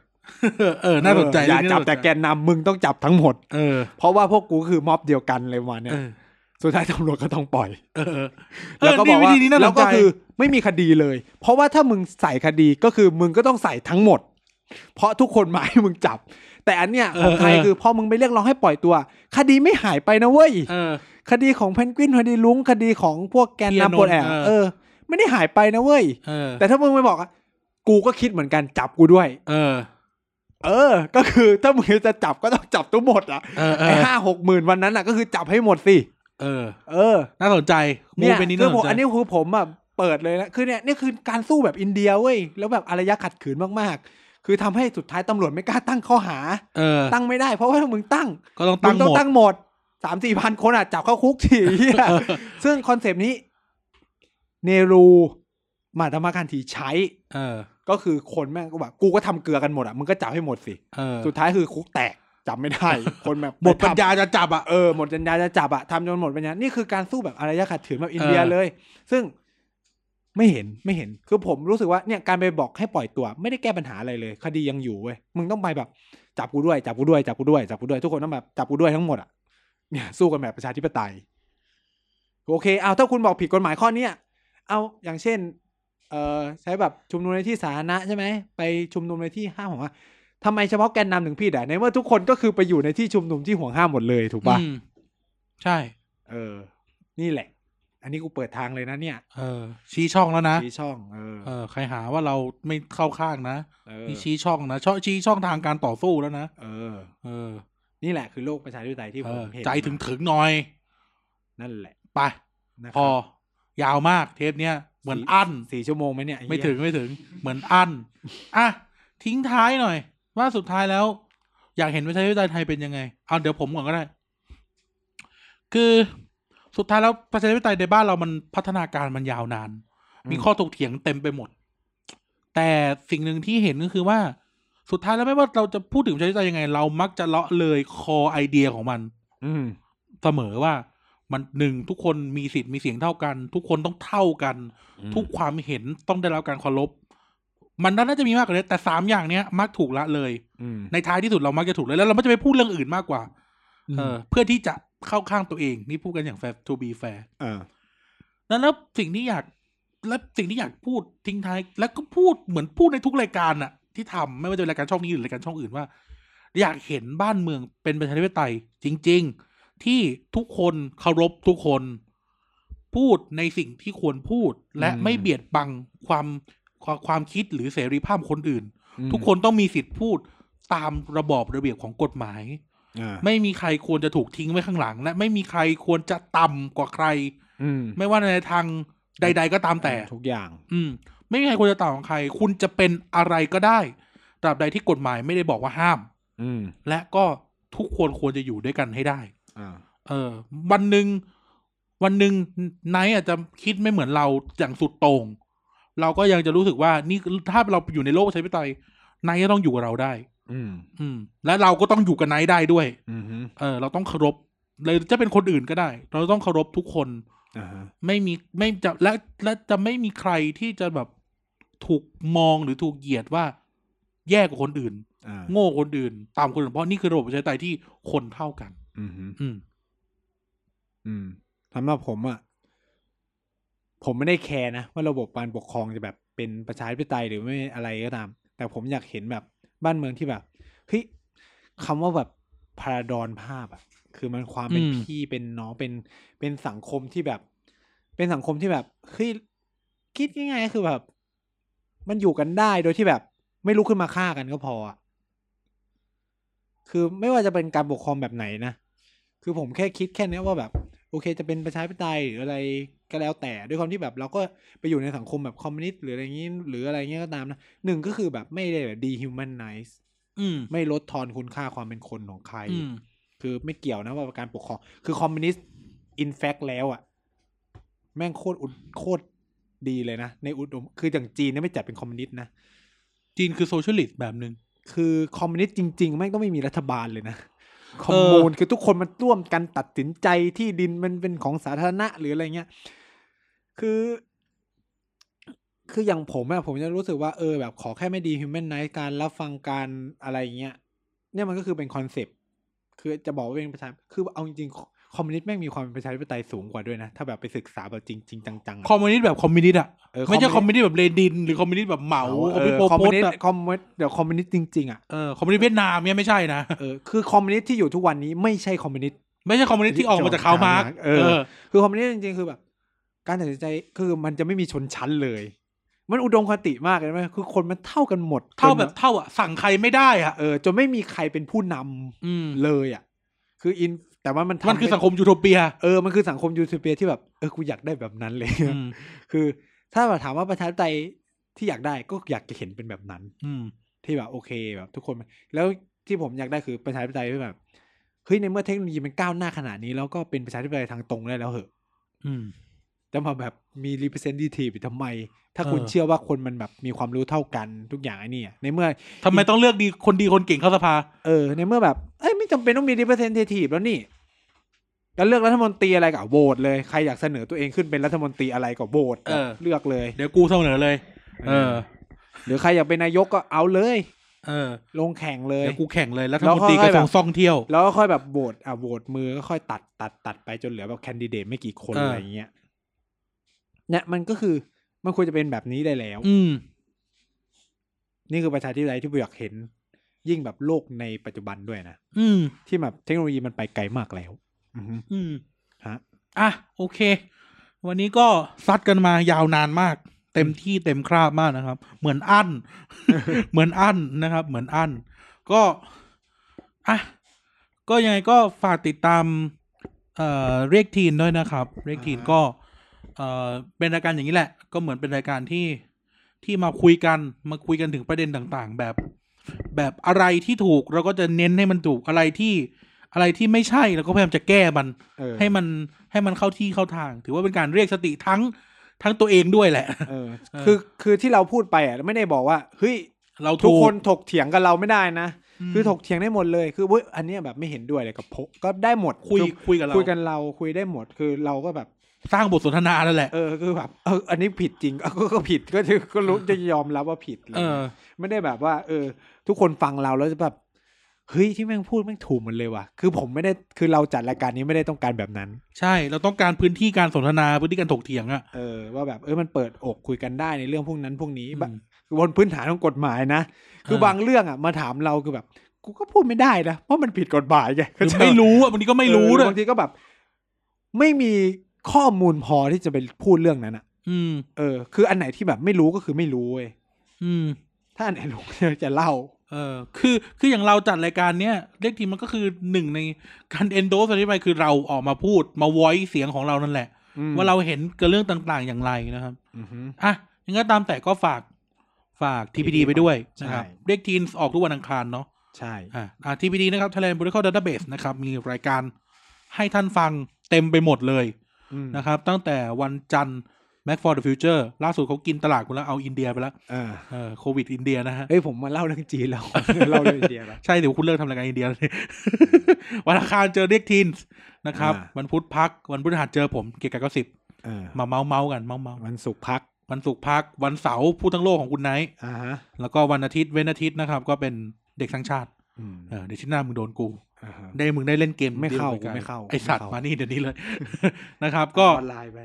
[SPEAKER 2] เออ น่าสนใจ
[SPEAKER 1] เอออย่า
[SPEAKER 2] เรื่งนี้
[SPEAKER 1] จับแต่แกนนำมึงต้องจับทั้งหมด
[SPEAKER 2] เออ
[SPEAKER 1] เพราะว่าพวกกูคือม็อบเดียวกันเลยวันเนี่ย
[SPEAKER 2] เออ
[SPEAKER 1] สุดท้ายตำรวจก็ต้องปล่อย
[SPEAKER 2] เออเออ
[SPEAKER 1] แล้วก็บอกว่า
[SPEAKER 2] เนี่ธีนี้น่าส
[SPEAKER 1] แล้ว
[SPEAKER 2] นใจ
[SPEAKER 1] ก็คือไม่มีคดีเลย เพราะว่าถ้ามึงใส่คดีก็คือมึงก็ต้องใส่ทั้งหมด เพราะทุกคนมาให้มึงจับ แต่อันเนี้ยของไทยคือพอมึงไปเรียกร้องให้ปล่อยตัว คดีไม่หายไปนะเว้ย
[SPEAKER 2] เออ
[SPEAKER 1] คดีของเพนกวินคดีลุงคดีของพวกแกน
[SPEAKER 2] เทียนนท์
[SPEAKER 1] นำปวดแอบ
[SPEAKER 2] เออ
[SPEAKER 1] เออ ไม่ได้หายไปนะเว้ย
[SPEAKER 2] เออ
[SPEAKER 1] แต่ถ้ามึงไปบอกอะกูก็คิดเหมือนกันจับกูด้วย
[SPEAKER 2] เออ
[SPEAKER 1] เออ ก็คือถ้ามึงจะจับก็ต้องจับทั้งหมดอ่ะ
[SPEAKER 2] เออเอ
[SPEAKER 1] ไอ้
[SPEAKER 2] อ
[SPEAKER 1] ห้าหกหมื่นวันนั้นอ่ะก็คือจับให้หมดสิ
[SPEAKER 2] เออ
[SPEAKER 1] เออ
[SPEAKER 2] น่าสนใจมู
[SPEAKER 1] เนี่ย
[SPEAKER 2] เป็นนี้
[SPEAKER 1] คื
[SPEAKER 2] น่า
[SPEAKER 1] อ
[SPEAKER 2] ส
[SPEAKER 1] ผม
[SPEAKER 2] นใจ
[SPEAKER 1] อันนี้คือผมอ่ะเปิดเลยนะคือเนี่ยนี่คือการสู้แบบอินเดียเว้ยแล้วแบบอารยะขัดขืนมากๆ คือทำให้สุดท้ายตำรวจไม่กล้าตั้งข้อหา
[SPEAKER 2] เออ
[SPEAKER 1] ตั้งไม่ได้เพราะว่ามึงตั้ง
[SPEAKER 2] ก็ต้อง
[SPEAKER 1] มึ
[SPEAKER 2] ตั้ง
[SPEAKER 1] ง
[SPEAKER 2] ห
[SPEAKER 1] ต้อ
[SPEAKER 2] ม
[SPEAKER 1] ง
[SPEAKER 2] ด
[SPEAKER 1] ตั้งหมดสามสี่พันคนอ่ะจับเข้าคุกทีเหี้ย ซึ่งคอนเซปต์นี้เนรูมหาธรรมการทีใช้
[SPEAKER 2] เออ
[SPEAKER 1] ก็คือคนแม่งก็แบบกูก็ทำเกลือกันหมดอ่ะมึงก็จับให้หมดสิ
[SPEAKER 2] เออ
[SPEAKER 1] สุดท้ายคือคุกแตกจับไม่ได้ คนแบบ
[SPEAKER 2] หมดปัญญา
[SPEAKER 1] ไปท
[SPEAKER 2] จะจับอ่ะ
[SPEAKER 1] ำเออหมดปัญญาจะจับอะทำจนหมดปัญญานี่คือการสู้แบบอารยะขัดขืนแบบอินเดีย
[SPEAKER 2] เออ
[SPEAKER 1] เลย ซึ่งไม่เห็นไม่เห็นคือผมรู้สึกว่าเนี่ยการไปบอกให้ปล่อยตัว ไม่ได้แก้ปัญหาอะไรเลย คดียังอยู่เว้ยมึงต้องไปแบบจับกูด้วยจับกูด้วยจับกูด้วยจับกูด้วยทุกคนต้องแบบจับกูด้วยทั้งหมดอะเนี่ยสู้กันแบบประชาธิปไตย โอเค เอาถ้าคุณบอกผิดกฎหมายข้อเนี้ยเอาอย่างเช่น เอ่อใช้แบบชุมนุมในที่สาธารณะใช่ไหมไปชุมนุมในที่ห้ามของว่าทำไมเฉพาะแกนนำถึงผิดอ่ะในเมื่อทุกคนก็คือไปอยู่ในที่ชุมนุมที่ห่วงห้ามหมดเลยถูกปะ
[SPEAKER 2] อืมใช่
[SPEAKER 1] เออ นี่แหละ อันนี้กูเปิดทางเลยนะเนี่ย
[SPEAKER 2] เออ ชี้ช่องแล้วนะ
[SPEAKER 1] ชี้ช่องเออ
[SPEAKER 2] เออ ใครหาว่าเราไม่เข้าข้างนะ
[SPEAKER 1] เออ
[SPEAKER 2] นี่ชี้ช่องนะช่องชี้ช่องทางการต่อสู้แล้วนะ
[SPEAKER 1] เออ
[SPEAKER 2] เออ
[SPEAKER 1] นี่แหละคือโลกประชาธิปไตยที่
[SPEAKER 2] เอ
[SPEAKER 1] ผม
[SPEAKER 2] อ
[SPEAKER 1] เห็น
[SPEAKER 2] ใจถึงถึงๆหน่อย
[SPEAKER 1] นั่นแหละ
[SPEAKER 2] ไป
[SPEAKER 1] นะ
[SPEAKER 2] พอ ยาวมากเทปเนี้ยเหมือนอั้น
[SPEAKER 1] สี่ชั่วโมงไหมเนี่ย
[SPEAKER 2] ไม่
[SPEAKER 1] เหี้ย
[SPEAKER 2] ถึงไม่ถึงเหมือนอั้นอ่ะทิ้งท้ายหน่อย ว่าสุดท้ายแล้ว อยากเห็นประชาธิปไตยไทยเป็นยังไงเอาเดี๋ยวผมก่อนก็ได้ คือสุดท้ายแล้วประชาธิปไตยในบ้านเรามันพัฒนาการมันยาวนาน มีข้อถกเถียงเต็มไปหมด แต่สิ่งหนึ่งที่เห็นก็คือว่า สุดท้ายแล้วไม่ว่าเราจะพูดถึงประชาธิปไตยยังไง เรามักจะเลาะเลยคอไอเดียของมัน
[SPEAKER 1] อืม
[SPEAKER 2] เสมอว่า มันหนึ่งทุกคนมีสิทธิ์มีเสียงเท่ากัน ทุกคนต้องเท่ากัน ทุกความเห็นต้องได้รับการเคารพ มันน่าจะมีมากกว่านี้แต่สามอย่างเนี้ยมักถูกละเลย
[SPEAKER 1] อืม
[SPEAKER 2] ในท้ายที่สุดเรามักจะถูกเลยแล้วเราไม่จะไปพูดเรื่องอื่นมากกว่า เออ เพื่อที่จะเข้าข้างตัวเอง นี่พูดกันอย่างแฟร์ to be fair
[SPEAKER 1] เออ
[SPEAKER 2] แล้วแล้วสิ่งที่อยาก และสิ่งที่อยากพูดทิ้งท้าย แล้วก็พูดเหมือนพูดในทุกรายการน่ะ ที่ทำไม่ว่าจะเป็นรายการช่องนี้หรือรายการช่องอื่นว่า อยากเห็นบ้านเมืองเป็นประชาธิปไตย จริง ๆ ที่ทุกคนเคารพทุกคน พูดในสิ่งที่ควรพูด และ
[SPEAKER 1] อืม
[SPEAKER 2] ไม่เบียดบังความความความคิดหรือเสรีภาพคนอื่น
[SPEAKER 1] อืม
[SPEAKER 2] ทุกคนต้องมีสิทธิพูดตามระบอบระเบียบของกฎหมาย
[SPEAKER 1] อ่า
[SPEAKER 2] ไม่มีใครควรจะถูกทิ้งไว้ข้างหลัง และไม่มีใครควรจะต่ำกว่าใคร
[SPEAKER 1] อืม
[SPEAKER 2] ไม่ว่าในทางใด ๆ ก็ตามแต่
[SPEAKER 1] ทุกอย่าง
[SPEAKER 2] อืม ไม่มีใครควรจะต่างของใคร คุณจะเป็นอะไรก็ได้ ตราบใดที่กฎหมายไม่ได้บอกว่าห้าม
[SPEAKER 1] อืม
[SPEAKER 2] และก็ทุกคนควรจะอยู่ด้วยกันให้ได้
[SPEAKER 1] อ่า
[SPEAKER 2] เออ วันหนึ่ง วันหนึ่งไนท์อาจจะคิดไม่เหมือนเราอย่างสุดโต่ง เราก็ยังจะรู้สึกว่า นี่ถ้าเราอยู่ในโลกประชาธิปไตยไนท์ก็ต้องอยู่กับเราได้
[SPEAKER 1] อืม
[SPEAKER 2] อืม และเราก็ต้องอยู่กับไนท์ได้ด้วย
[SPEAKER 1] อืมฮึ
[SPEAKER 2] เออ เราต้องเคารพเลยจะเป็นคนอื่นก็ได้ เราต้องเคารพทุกคน
[SPEAKER 1] อ่าฮะ
[SPEAKER 2] ไม่มีไม่จะและและจะไม่มีใครที่จะแบบถูกมองหรือถูกเหยียดว่า แย่กว่าคนอื่น
[SPEAKER 1] อ่า
[SPEAKER 2] โง่กว่าคนอื่นตามคนอื่นเพราะนี่คือระบบประชาธิปไตยที่คนเท่ากัน
[SPEAKER 1] อืมฮึ
[SPEAKER 2] อืม
[SPEAKER 1] อืมสำหรับผมอะ่ะ ผมไม่ได้แคร์นะ ว่าระบบการปกครองจะแบบเป็นประชาธิปไตยหรือไม่อะไรก็ตาม แต่ผมอยากเห็นแบบบ้านเมืองที่แบบเฮ้ยคำว่าแบบพาราดอนภาพอะ่ะ คือมันความเป็น
[SPEAKER 2] อืม
[SPEAKER 1] พี่เป็นน้องเป็นเป็นสังคมที่แบบ เป็นสังคมที่แบบเฮ้ยคิดง่ายๆก็คือแบบ มันอยู่กันได้โดยที่แบบ ไม่ลุกขึ้นมาฆ่ากันก็พออะ คือไม่ว่าจะเป็นการปกครองแบบไหนนะ คือผมแค่คิดแค่เนี้ยว่าแบบ โอเคจะเป็นประชาธิปไตยหรืออะไรก็แล้วแต่ด้วยความที่แบบเราก็ไปอยู่ในสังคมแบบคอมมิวนิสต์หรืออะไรอย่างงี้หรืออะไรเงี้ยก็ตามนะหนึ่งก็คือแบบไม่ได้แบบดีฮิวแมนไนซ์
[SPEAKER 2] อืม
[SPEAKER 1] ไม่ลดทอนคุณค่าความเป็นคนของใคร
[SPEAKER 2] อืม
[SPEAKER 1] คือไม่เกี่ยวนะว่าการปกครอง คือคอมมิวนิสต์อินแฟกแล้วอะแม่งโคตรอุดโคตรดีเลยนะ ในอุดมคืออย่างจีนเนี่ยไม่จัดเป็นคอมมิวนิสต์นะ
[SPEAKER 2] จีนคือโซเชียลิสต์แบบหนึ่ง
[SPEAKER 1] คือคอมมิวนิสต์จริงๆแม่งต้องไม่มีรัฐบาลเลยนะ คอมมูนคือทุกคนมันร่วมกันตัดสินใจที่ดินมันเป็นของสาธารณะหรืออะไรเงี้ย คือ คืออย่างผมอะผมจะรู้สึกว่าเออแบบขอแค่ไม่ดี human night การรับฟังการอะไรเงี้ย เนี่ยมันก็คือเป็นคอนเซปต์คือจะบอกว่าเป็นประชาคือเอาจริงๆคอมมิวนิสต์แม่งมีความเป็นประชาธิปไตยสูงกว่าด้วยนะ ถ้าแบบไปศึกษาแบบจริง ๆ จังๆอะ
[SPEAKER 2] คอมมิวนิสต์แบบคอมมิวนิสต์อ่ะ
[SPEAKER 1] เออ
[SPEAKER 2] ไม่ใช่คอมมิวนิสต์แบบเลดิน หรือคอมมิวนิสต์แบบเหมาคอมมิวนิสต์โป
[SPEAKER 1] คอม
[SPEAKER 2] โพ
[SPEAKER 1] มิว
[SPEAKER 2] ส
[SPEAKER 1] นิส
[SPEAKER 2] อะ
[SPEAKER 1] ต์คอมมิวนิสต์เดี๋ยวคอมมิวนิสต์จริงๆอะ
[SPEAKER 2] เออคอมมิวนิสต์เวียดนามเนี่ยไม่ใช่นะ
[SPEAKER 1] เออคือคอมมิวนิสต์ที่อยู่ทุกวันนี้ไม่ใช่คอมมิวนิสต์
[SPEAKER 2] ไม่ใช่คอมมิวนิสต์ที่ออกมาจากเขามาร์ก
[SPEAKER 1] เออ คือคอมมิวนิสต์จริงๆคือแบบ การตัดสินใจคือมันจะไม่มีชนชั้นเลย มันอุดมคติมากเลยไหมคือคนมันเท่ากันหมด
[SPEAKER 2] เท่าแบ
[SPEAKER 1] จ
[SPEAKER 2] บ
[SPEAKER 1] น
[SPEAKER 2] เท่าอ่ะ สั่งใครไม่ได้อ่ะ
[SPEAKER 1] เออจนไม่มีใครเป็นผู้นำ
[SPEAKER 2] อืม
[SPEAKER 1] เลยอ่ะ คืออินแต่ว่ามันทำ
[SPEAKER 2] มันคือ
[SPEAKER 1] ไ
[SPEAKER 2] สังคมยูโทเปีย
[SPEAKER 1] เออมันคือสังคมยูโทเปียที่แบบเออกูอยากได้แบบนั้นเลย
[SPEAKER 2] อืม
[SPEAKER 1] คือ ถ้าแบบถามว่าประชาธิปไตยที่อยากได้ก็อยากจะเห็นเป็นแบบนั้น
[SPEAKER 2] อืม
[SPEAKER 1] ที่แบบโอเคแบบทุกคนมันแล้วที่ผมอยากได้คือประชาธิปไตยที่แบบเฮ้ยในเมื่อเทคโนโลยีมันก้าวหน้าขนาดนี้แล้วก็เป็นประชาธิปไตยทางตรงได้แล้วเหอะ
[SPEAKER 2] อืม
[SPEAKER 1] จะมาแบบมี representative อีกทำไม ถ้าคุณ
[SPEAKER 2] เออ
[SPEAKER 1] เชื่อว่าคนมันแบบมีความรู้เท่ากันทุกอย่างไอ้นี่อะในเมื่อ
[SPEAKER 2] ทำไมต้องเลือกดีคนดีคนเก่งเข้าสภา
[SPEAKER 1] เออ ในเมื่อแบบ เอ้ยไม่จำเป็นต้องมี representative แล้วนี่แล้วเลือกรัฐมนตรีอะไรก็โหวตเลย ใครอยากเสนอตัวเองขึ้นเป็นรัฐมนตรีอะไรก็โหวต
[SPEAKER 2] เออ
[SPEAKER 1] เลือกเลย
[SPEAKER 2] เดี๋ยวกูเสนอเลย เออ
[SPEAKER 1] หรือใครอยากเป็นนายกก็เอาเลย
[SPEAKER 2] เออ
[SPEAKER 1] ลงแข่งเลย
[SPEAKER 2] เดี๋ยวกูแข่งเลยแล้ว
[SPEAKER 1] แล้
[SPEAKER 2] ทั้
[SPEAKER 1] ว
[SPEAKER 2] งตี
[SPEAKER 1] ค่
[SPEAKER 2] ก
[SPEAKER 1] อ
[SPEAKER 2] ระ
[SPEAKER 1] ยๆ
[SPEAKER 2] ท
[SPEAKER 1] แบ
[SPEAKER 2] ร
[SPEAKER 1] บ
[SPEAKER 2] วงซ่องเที่ยว
[SPEAKER 1] แล้วก็ค่อยแบบโหวตอ่ะโหวตมือก็ค่อยตัดตัดตัดไปจนเหลือแบบแคนดิเดตไม่กี่คน
[SPEAKER 2] เอออ
[SPEAKER 1] อะไรอย่างเงี้ยเนี่ยมันก็คือมันควรจะเป็นแบบนี้ได้แล้ว
[SPEAKER 2] อืม
[SPEAKER 1] นี่คือประชาธิปไตยที่ผมอยากเห็น ยิ่งแบบโลกในปัจจุบันด้วยนะ
[SPEAKER 2] อืม
[SPEAKER 1] ที่แบบเทคโนโลยีมันไปไกลมากแล้วอือฮึ
[SPEAKER 2] อืม
[SPEAKER 1] ฮะ
[SPEAKER 2] อ่ะโอเค วันนี้ก็ซัดกันมายาวนานมาก เต็มที่เต็มคราบมากนะครับ เหมือนอั้น เหมือนอั้นนะครับ เหมือนอั้น ก็อ่ะก็ยังไงก็ฝากติดตาม เอ่อเรียกทีนด้วยนะครับ เรียกทีน
[SPEAKER 1] อ่า
[SPEAKER 2] ก็ เอ่อเป็นรายการอย่างนี้แหละ ก็เหมือนเป็นรายการที่ที่มาคุยกันมาคุยกันถึงประเด็นต่างๆ แบบ แบบอะไรที่ถูกเราก็จะเน้นให้มันถูกอะไรที่อะไรที่ไม่ใช่เราก็พยายามจะแก้มัน
[SPEAKER 1] เออ
[SPEAKER 2] ให้มันให้มันเข้าที่เข้าทาง ถือว่าเป็นการเรียกสติทั้งทั้งตัวเองด้วยแหละ
[SPEAKER 1] เออ
[SPEAKER 2] เออ
[SPEAKER 1] คือคือที่เราพูดไปอ่ะไม่ได้บอกว่าเฮ้ย
[SPEAKER 2] เรา
[SPEAKER 1] ทุก
[SPEAKER 2] ถูก
[SPEAKER 1] คนถกเถียงกับเราไม่ได้นะ
[SPEAKER 2] ม
[SPEAKER 1] คือถกเถียงได้หมดเลยคือเว้ยอันเนี้ยแบบไม่เห็นด้วยเลยกับพกก็ได้หมด
[SPEAKER 2] คุย
[SPEAKER 1] อ
[SPEAKER 2] คุยกับเรา
[SPEAKER 1] คุยกันเราคุยได้หมดคือเราก็แบบ
[SPEAKER 2] สร้างบทสนทนานั่นแหละ
[SPEAKER 1] เออคือแบบเอออันนี้ผิดจริง เออก็ก็ผิดก็คือก็รู้จะยอมรับว่าผิดะไร
[SPEAKER 2] เอ
[SPEAKER 1] เงี้
[SPEAKER 2] อย
[SPEAKER 1] ไม่ได้แบบว่า เออ ทุกคนฟังเราแล้วจะแบบเฮ้ยที่แม่งพูดแม่งถูกหมดเลยว่ะคือผมไม่ได้คือเราจัดรายการนี้ไม่ได้ต้องการแบบนั้น
[SPEAKER 2] ใช่เราต้องการพื้นที่การสนทนาพื้นที่การถกเถียงอะ
[SPEAKER 1] เออ ว่าแบบเออมันเปิดอกคุยกันได้ในเรื่องพวกนั้นพวกนี้
[SPEAKER 2] อืม
[SPEAKER 1] บะบนพื้นฐานของกฎหมายนะคือบางเรื่องอ่ะมาถามเราคือแบบกูก็พูดไม่ได้นะเพราะมันผิดกฎหมายไง
[SPEAKER 2] หรือไม่รู้อ่ะบางทีก็ไม่รู้
[SPEAKER 1] เอ
[SPEAKER 2] เล
[SPEAKER 1] อย บางทีก็แบบ ไม่มีข้อมูลพอที่จะไปพูดเรื่องนั้นอ่ะ
[SPEAKER 2] อืม
[SPEAKER 1] เออคืออันไหนที่แบบไม่รู้ก็คือไม่รู้เว้ย
[SPEAKER 2] อืม
[SPEAKER 1] ถ้าอันไหนรู้จะเล่า
[SPEAKER 2] เออ คือ คืออย่างเราจัดรายการเนี้ยเรียกทีมมันก็คือหนึ่งในการ endorse อะไรไปคือเราออกมาพูดมา voice เสียงของเรานั่นแหละ
[SPEAKER 1] อืม
[SPEAKER 2] ว่าเราเห็นกับเรื่องต่างๆอย่างไรนะครับ
[SPEAKER 1] อือฮึ
[SPEAKER 2] อ่ะยังไงก็ตามแต่ก็ฝากฝาก TPD ไปด้วยนะครับ
[SPEAKER 1] ใช่
[SPEAKER 2] เรียกทีนออกทุกวันอังคารเนาะ
[SPEAKER 1] ใช่
[SPEAKER 2] อ่าอ่า TPD นะครับ Thailand Protocol Database นะครับ มีรายการให้ท่านฟังเต็มไปหมดเลย
[SPEAKER 1] อืม
[SPEAKER 2] นะครับ ตั้งแต่วันจันทร์ Mac for the Future ล่าสุดเขากินตลาดกูแล้วเอาอินเดียไปแล้ว
[SPEAKER 1] เออ
[SPEAKER 2] เออโควิดอินเดียนะฮะ
[SPEAKER 1] เฮ้ยผมมาเล่าเรื่องจีนแล้ว เล่าเรื่องอินเดียแล้ว
[SPEAKER 2] ใช่ เดี๋ยวคุณเลิกทำรายการอินเดียเลย วันอังคารเจอเรียกทีนส์นะครับ
[SPEAKER 1] อ่า วัน
[SPEAKER 2] วันพุธพัก วันพฤหัสเจอผมเกียรติกายก็สิบ
[SPEAKER 1] เออ
[SPEAKER 2] มาเมาส์เมาส์กันเมาส์เมาส์
[SPEAKER 1] วันศุกร์พัก
[SPEAKER 2] วันศุกร์พัก วันเสาร์พูดทั้งโลกของคุณไนท์
[SPEAKER 1] อ่าฮะ
[SPEAKER 2] แล้วก็วันอาทิตย์เว้นอาทิตย์นะครับ ก็เป็นเด็กสังชาติ
[SPEAKER 1] อืม
[SPEAKER 2] เออเดี๋ยวชิ้นหน้ามึงโดนกู
[SPEAKER 1] อ่าฮะ
[SPEAKER 2] ได้มึงได้เล่นเกม
[SPEAKER 1] ไม่เข้า
[SPEAKER 2] ดียวบ
[SPEAKER 1] ไม่เข้า
[SPEAKER 2] ไอสัตว์
[SPEAKER 1] ไม่เข้าม
[SPEAKER 2] มานี่เดี๋ยวนี้เลย นะครับ ก็
[SPEAKER 1] ออนไลน์ไป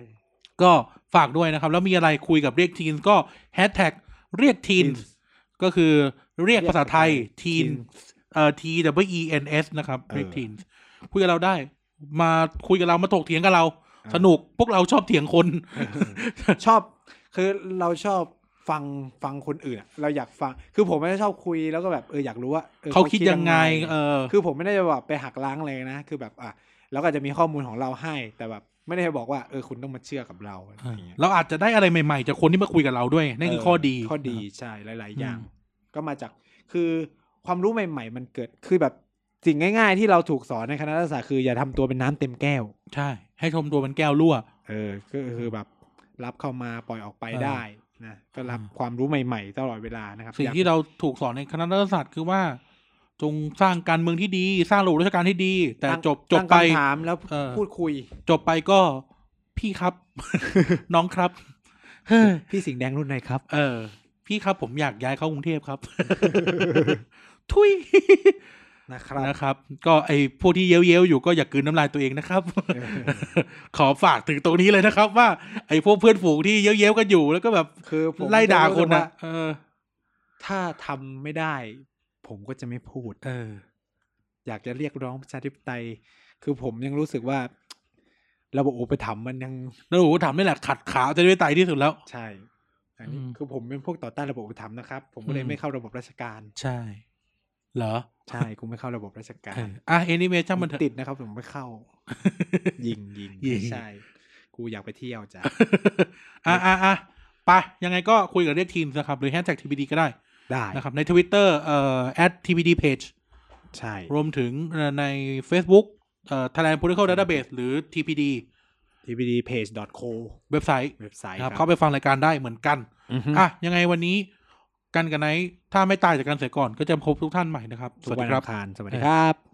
[SPEAKER 2] ก็ฝากด้วยนะครับ แล้วมีอะไรคุยกับเรียกทีนก็แฮชแท็กเรียกทีน
[SPEAKER 1] Teens
[SPEAKER 2] ก็คือเรียก
[SPEAKER 1] เรียก
[SPEAKER 2] ภาษาไทย
[SPEAKER 1] ภาษาไทย
[SPEAKER 2] ทีน
[SPEAKER 1] Teens
[SPEAKER 2] เอ่อ T W E N S นะครับ
[SPEAKER 1] เออ
[SPEAKER 2] เรียกทีนคุยกับเราได้ มาคุยกับเรามาถกเถียงกับเรา
[SPEAKER 1] อ่า
[SPEAKER 2] สนุกพวกเราชอบเถียงคน
[SPEAKER 1] ชอบ คือเราชอบฟังฟังคนอื่นอะเราอยากฟัง คือผมไม่ได้ชอบคุยแล้วก็แบบเอออยากรู้ว่าออ
[SPEAKER 2] เขาคิดยังไง เออ
[SPEAKER 1] คือผมไม่ได้จะแบบไปหักล้างอะไรนะ คือแบบอ่ะเราก็จะมีข้อมูลของเราให้ แต่แบบไม่ได้บอกว่าเออคุณต้องมาเชื่อกับเราอะไรอย่างเงี้ย
[SPEAKER 2] เราอาจจะได้อะไรใหม่ๆ จากคนที่มาคุยกับเราด้วยนั่นคือ
[SPEAKER 1] เ
[SPEAKER 2] ข้อดี
[SPEAKER 1] ข้อดี
[SPEAKER 2] นะ
[SPEAKER 1] ใช่หลาย ๆ อย่าง
[SPEAKER 2] อืม
[SPEAKER 1] ก็มาจาก คือความรู้ใหม่ ๆ มันเกิด คือแบบสิ่งง่าย ๆ ที่เราถูกสอนในคณะรัฐศาสตร์คืออย่าทำตัวเป็นน้ำเต็มแก้ว
[SPEAKER 2] ใช่ ให้ชมตัวมันแก้วรั่ว
[SPEAKER 1] เออก็คือแบบรับเข้ามาปล่อยออกไป
[SPEAKER 2] เออ
[SPEAKER 1] ได้นะก็รับ
[SPEAKER 2] อืม
[SPEAKER 1] ความรู้ใหม่ ๆ ตลอดเวลานะครับ
[SPEAKER 2] สิ่ง
[SPEAKER 1] อยาก
[SPEAKER 2] ที่เราถูกสอนในคณะรัฐศาสตร์คือว่า จงสร้างการเมืองที่ดี สร้างระบบราชการที่ดี แต่
[SPEAKER 1] ตั้ง
[SPEAKER 2] จบจบ
[SPEAKER 1] ตั้ง
[SPEAKER 2] ไป
[SPEAKER 1] คำถามแล้ว
[SPEAKER 2] เออ
[SPEAKER 1] พูดคุย
[SPEAKER 2] จบไปก็พี่ครับ น้องครับเฮ้ย
[SPEAKER 1] พี่สิงห์แดงรุ่นไหนครับ
[SPEAKER 2] เออ พี่ครับผมอยากย้ายเข้ากรุงเทพ ครับ ทุย
[SPEAKER 1] นะครับ
[SPEAKER 2] นะครับ ก็ไอ้พวกที่เย้ยวเย้ยวๆอยู่ก็อย่ากกลืนน้ำลายตัวเอง นะครับ
[SPEAKER 1] เออ
[SPEAKER 2] ขอฝากถึงตรงนี้เลยนะครับ ว่า ไอ้พวกเพื่อนฝูงที่เย้ยวเย้ยวๆกันอยู่แล้วก็แบบ
[SPEAKER 1] คือผม
[SPEAKER 2] ไล่ด่า
[SPEAKER 1] จ
[SPEAKER 2] คน
[SPEAKER 1] รู้สึก
[SPEAKER 2] นะ
[SPEAKER 1] ว่า
[SPEAKER 2] เออ
[SPEAKER 1] ถ้าทำไม่ได้ ผมก็จะไม่พูด
[SPEAKER 2] เออ
[SPEAKER 1] อยากจะเรียกร้องประชาธิปไตย คือผมยังรู้สึกว่า ระบบอุปถัมภ์มันยัง
[SPEAKER 2] แล้วหนูถามนี่แหละขัดขาจะได้ไตที่สุดแล้ว
[SPEAKER 1] ใช่ อันนี้
[SPEAKER 2] อืม
[SPEAKER 1] คือผมเป็นพวกต่อต้านระบบอุปถัมภ์นะครับ ผมก็เล
[SPEAKER 2] อื
[SPEAKER 1] ย
[SPEAKER 2] ม
[SPEAKER 1] ไม่เข้าระบบราชการ
[SPEAKER 2] ใช่ เหรอ
[SPEAKER 1] ใช่กูไม่เข้าระบบราชกา
[SPEAKER 2] เอ
[SPEAKER 1] ร
[SPEAKER 2] ออ่ะแอนิเมชันมันเถอะ
[SPEAKER 1] ติดนะครับ ผมไม่เข้า ยิงยิง
[SPEAKER 2] ยิง
[SPEAKER 1] ไม่ใช่ กูอยากไปเที่ยวจ้ะ
[SPEAKER 2] อ่ะอ่ะอ่ะไปยังไงก็คุยกับเรียกทีมนะครับ หรือแฮชแท็ก TBD ก็ได้
[SPEAKER 1] ได้
[SPEAKER 2] นะครับ ใน Twitter เอ่อ at TBD page
[SPEAKER 1] ใช่
[SPEAKER 2] รวมถึงเอ่อใน Facebook เอ่อ Thailand Political Database หรือ TPD
[SPEAKER 1] tbdpage.co
[SPEAKER 2] เว็บไซต์
[SPEAKER 1] เว็บไซต์
[SPEAKER 2] นะครับ
[SPEAKER 1] ค
[SPEAKER 2] เข้าไปฟังรายการได้เหมือนกัน
[SPEAKER 1] อือฮึ
[SPEAKER 2] อ่ะ ยังไงวันนี้กันกับไนท์ถ้าไม่ตายจากกันเสียก่อนก็จะพบทุกท่านใหม่นะครับ ส
[SPEAKER 1] ทุก
[SPEAKER 2] วัส
[SPEAKER 1] วั
[SPEAKER 2] ดี
[SPEAKER 1] น
[SPEAKER 2] ครั
[SPEAKER 1] อั
[SPEAKER 2] บ
[SPEAKER 1] งคารสวัสดีครับ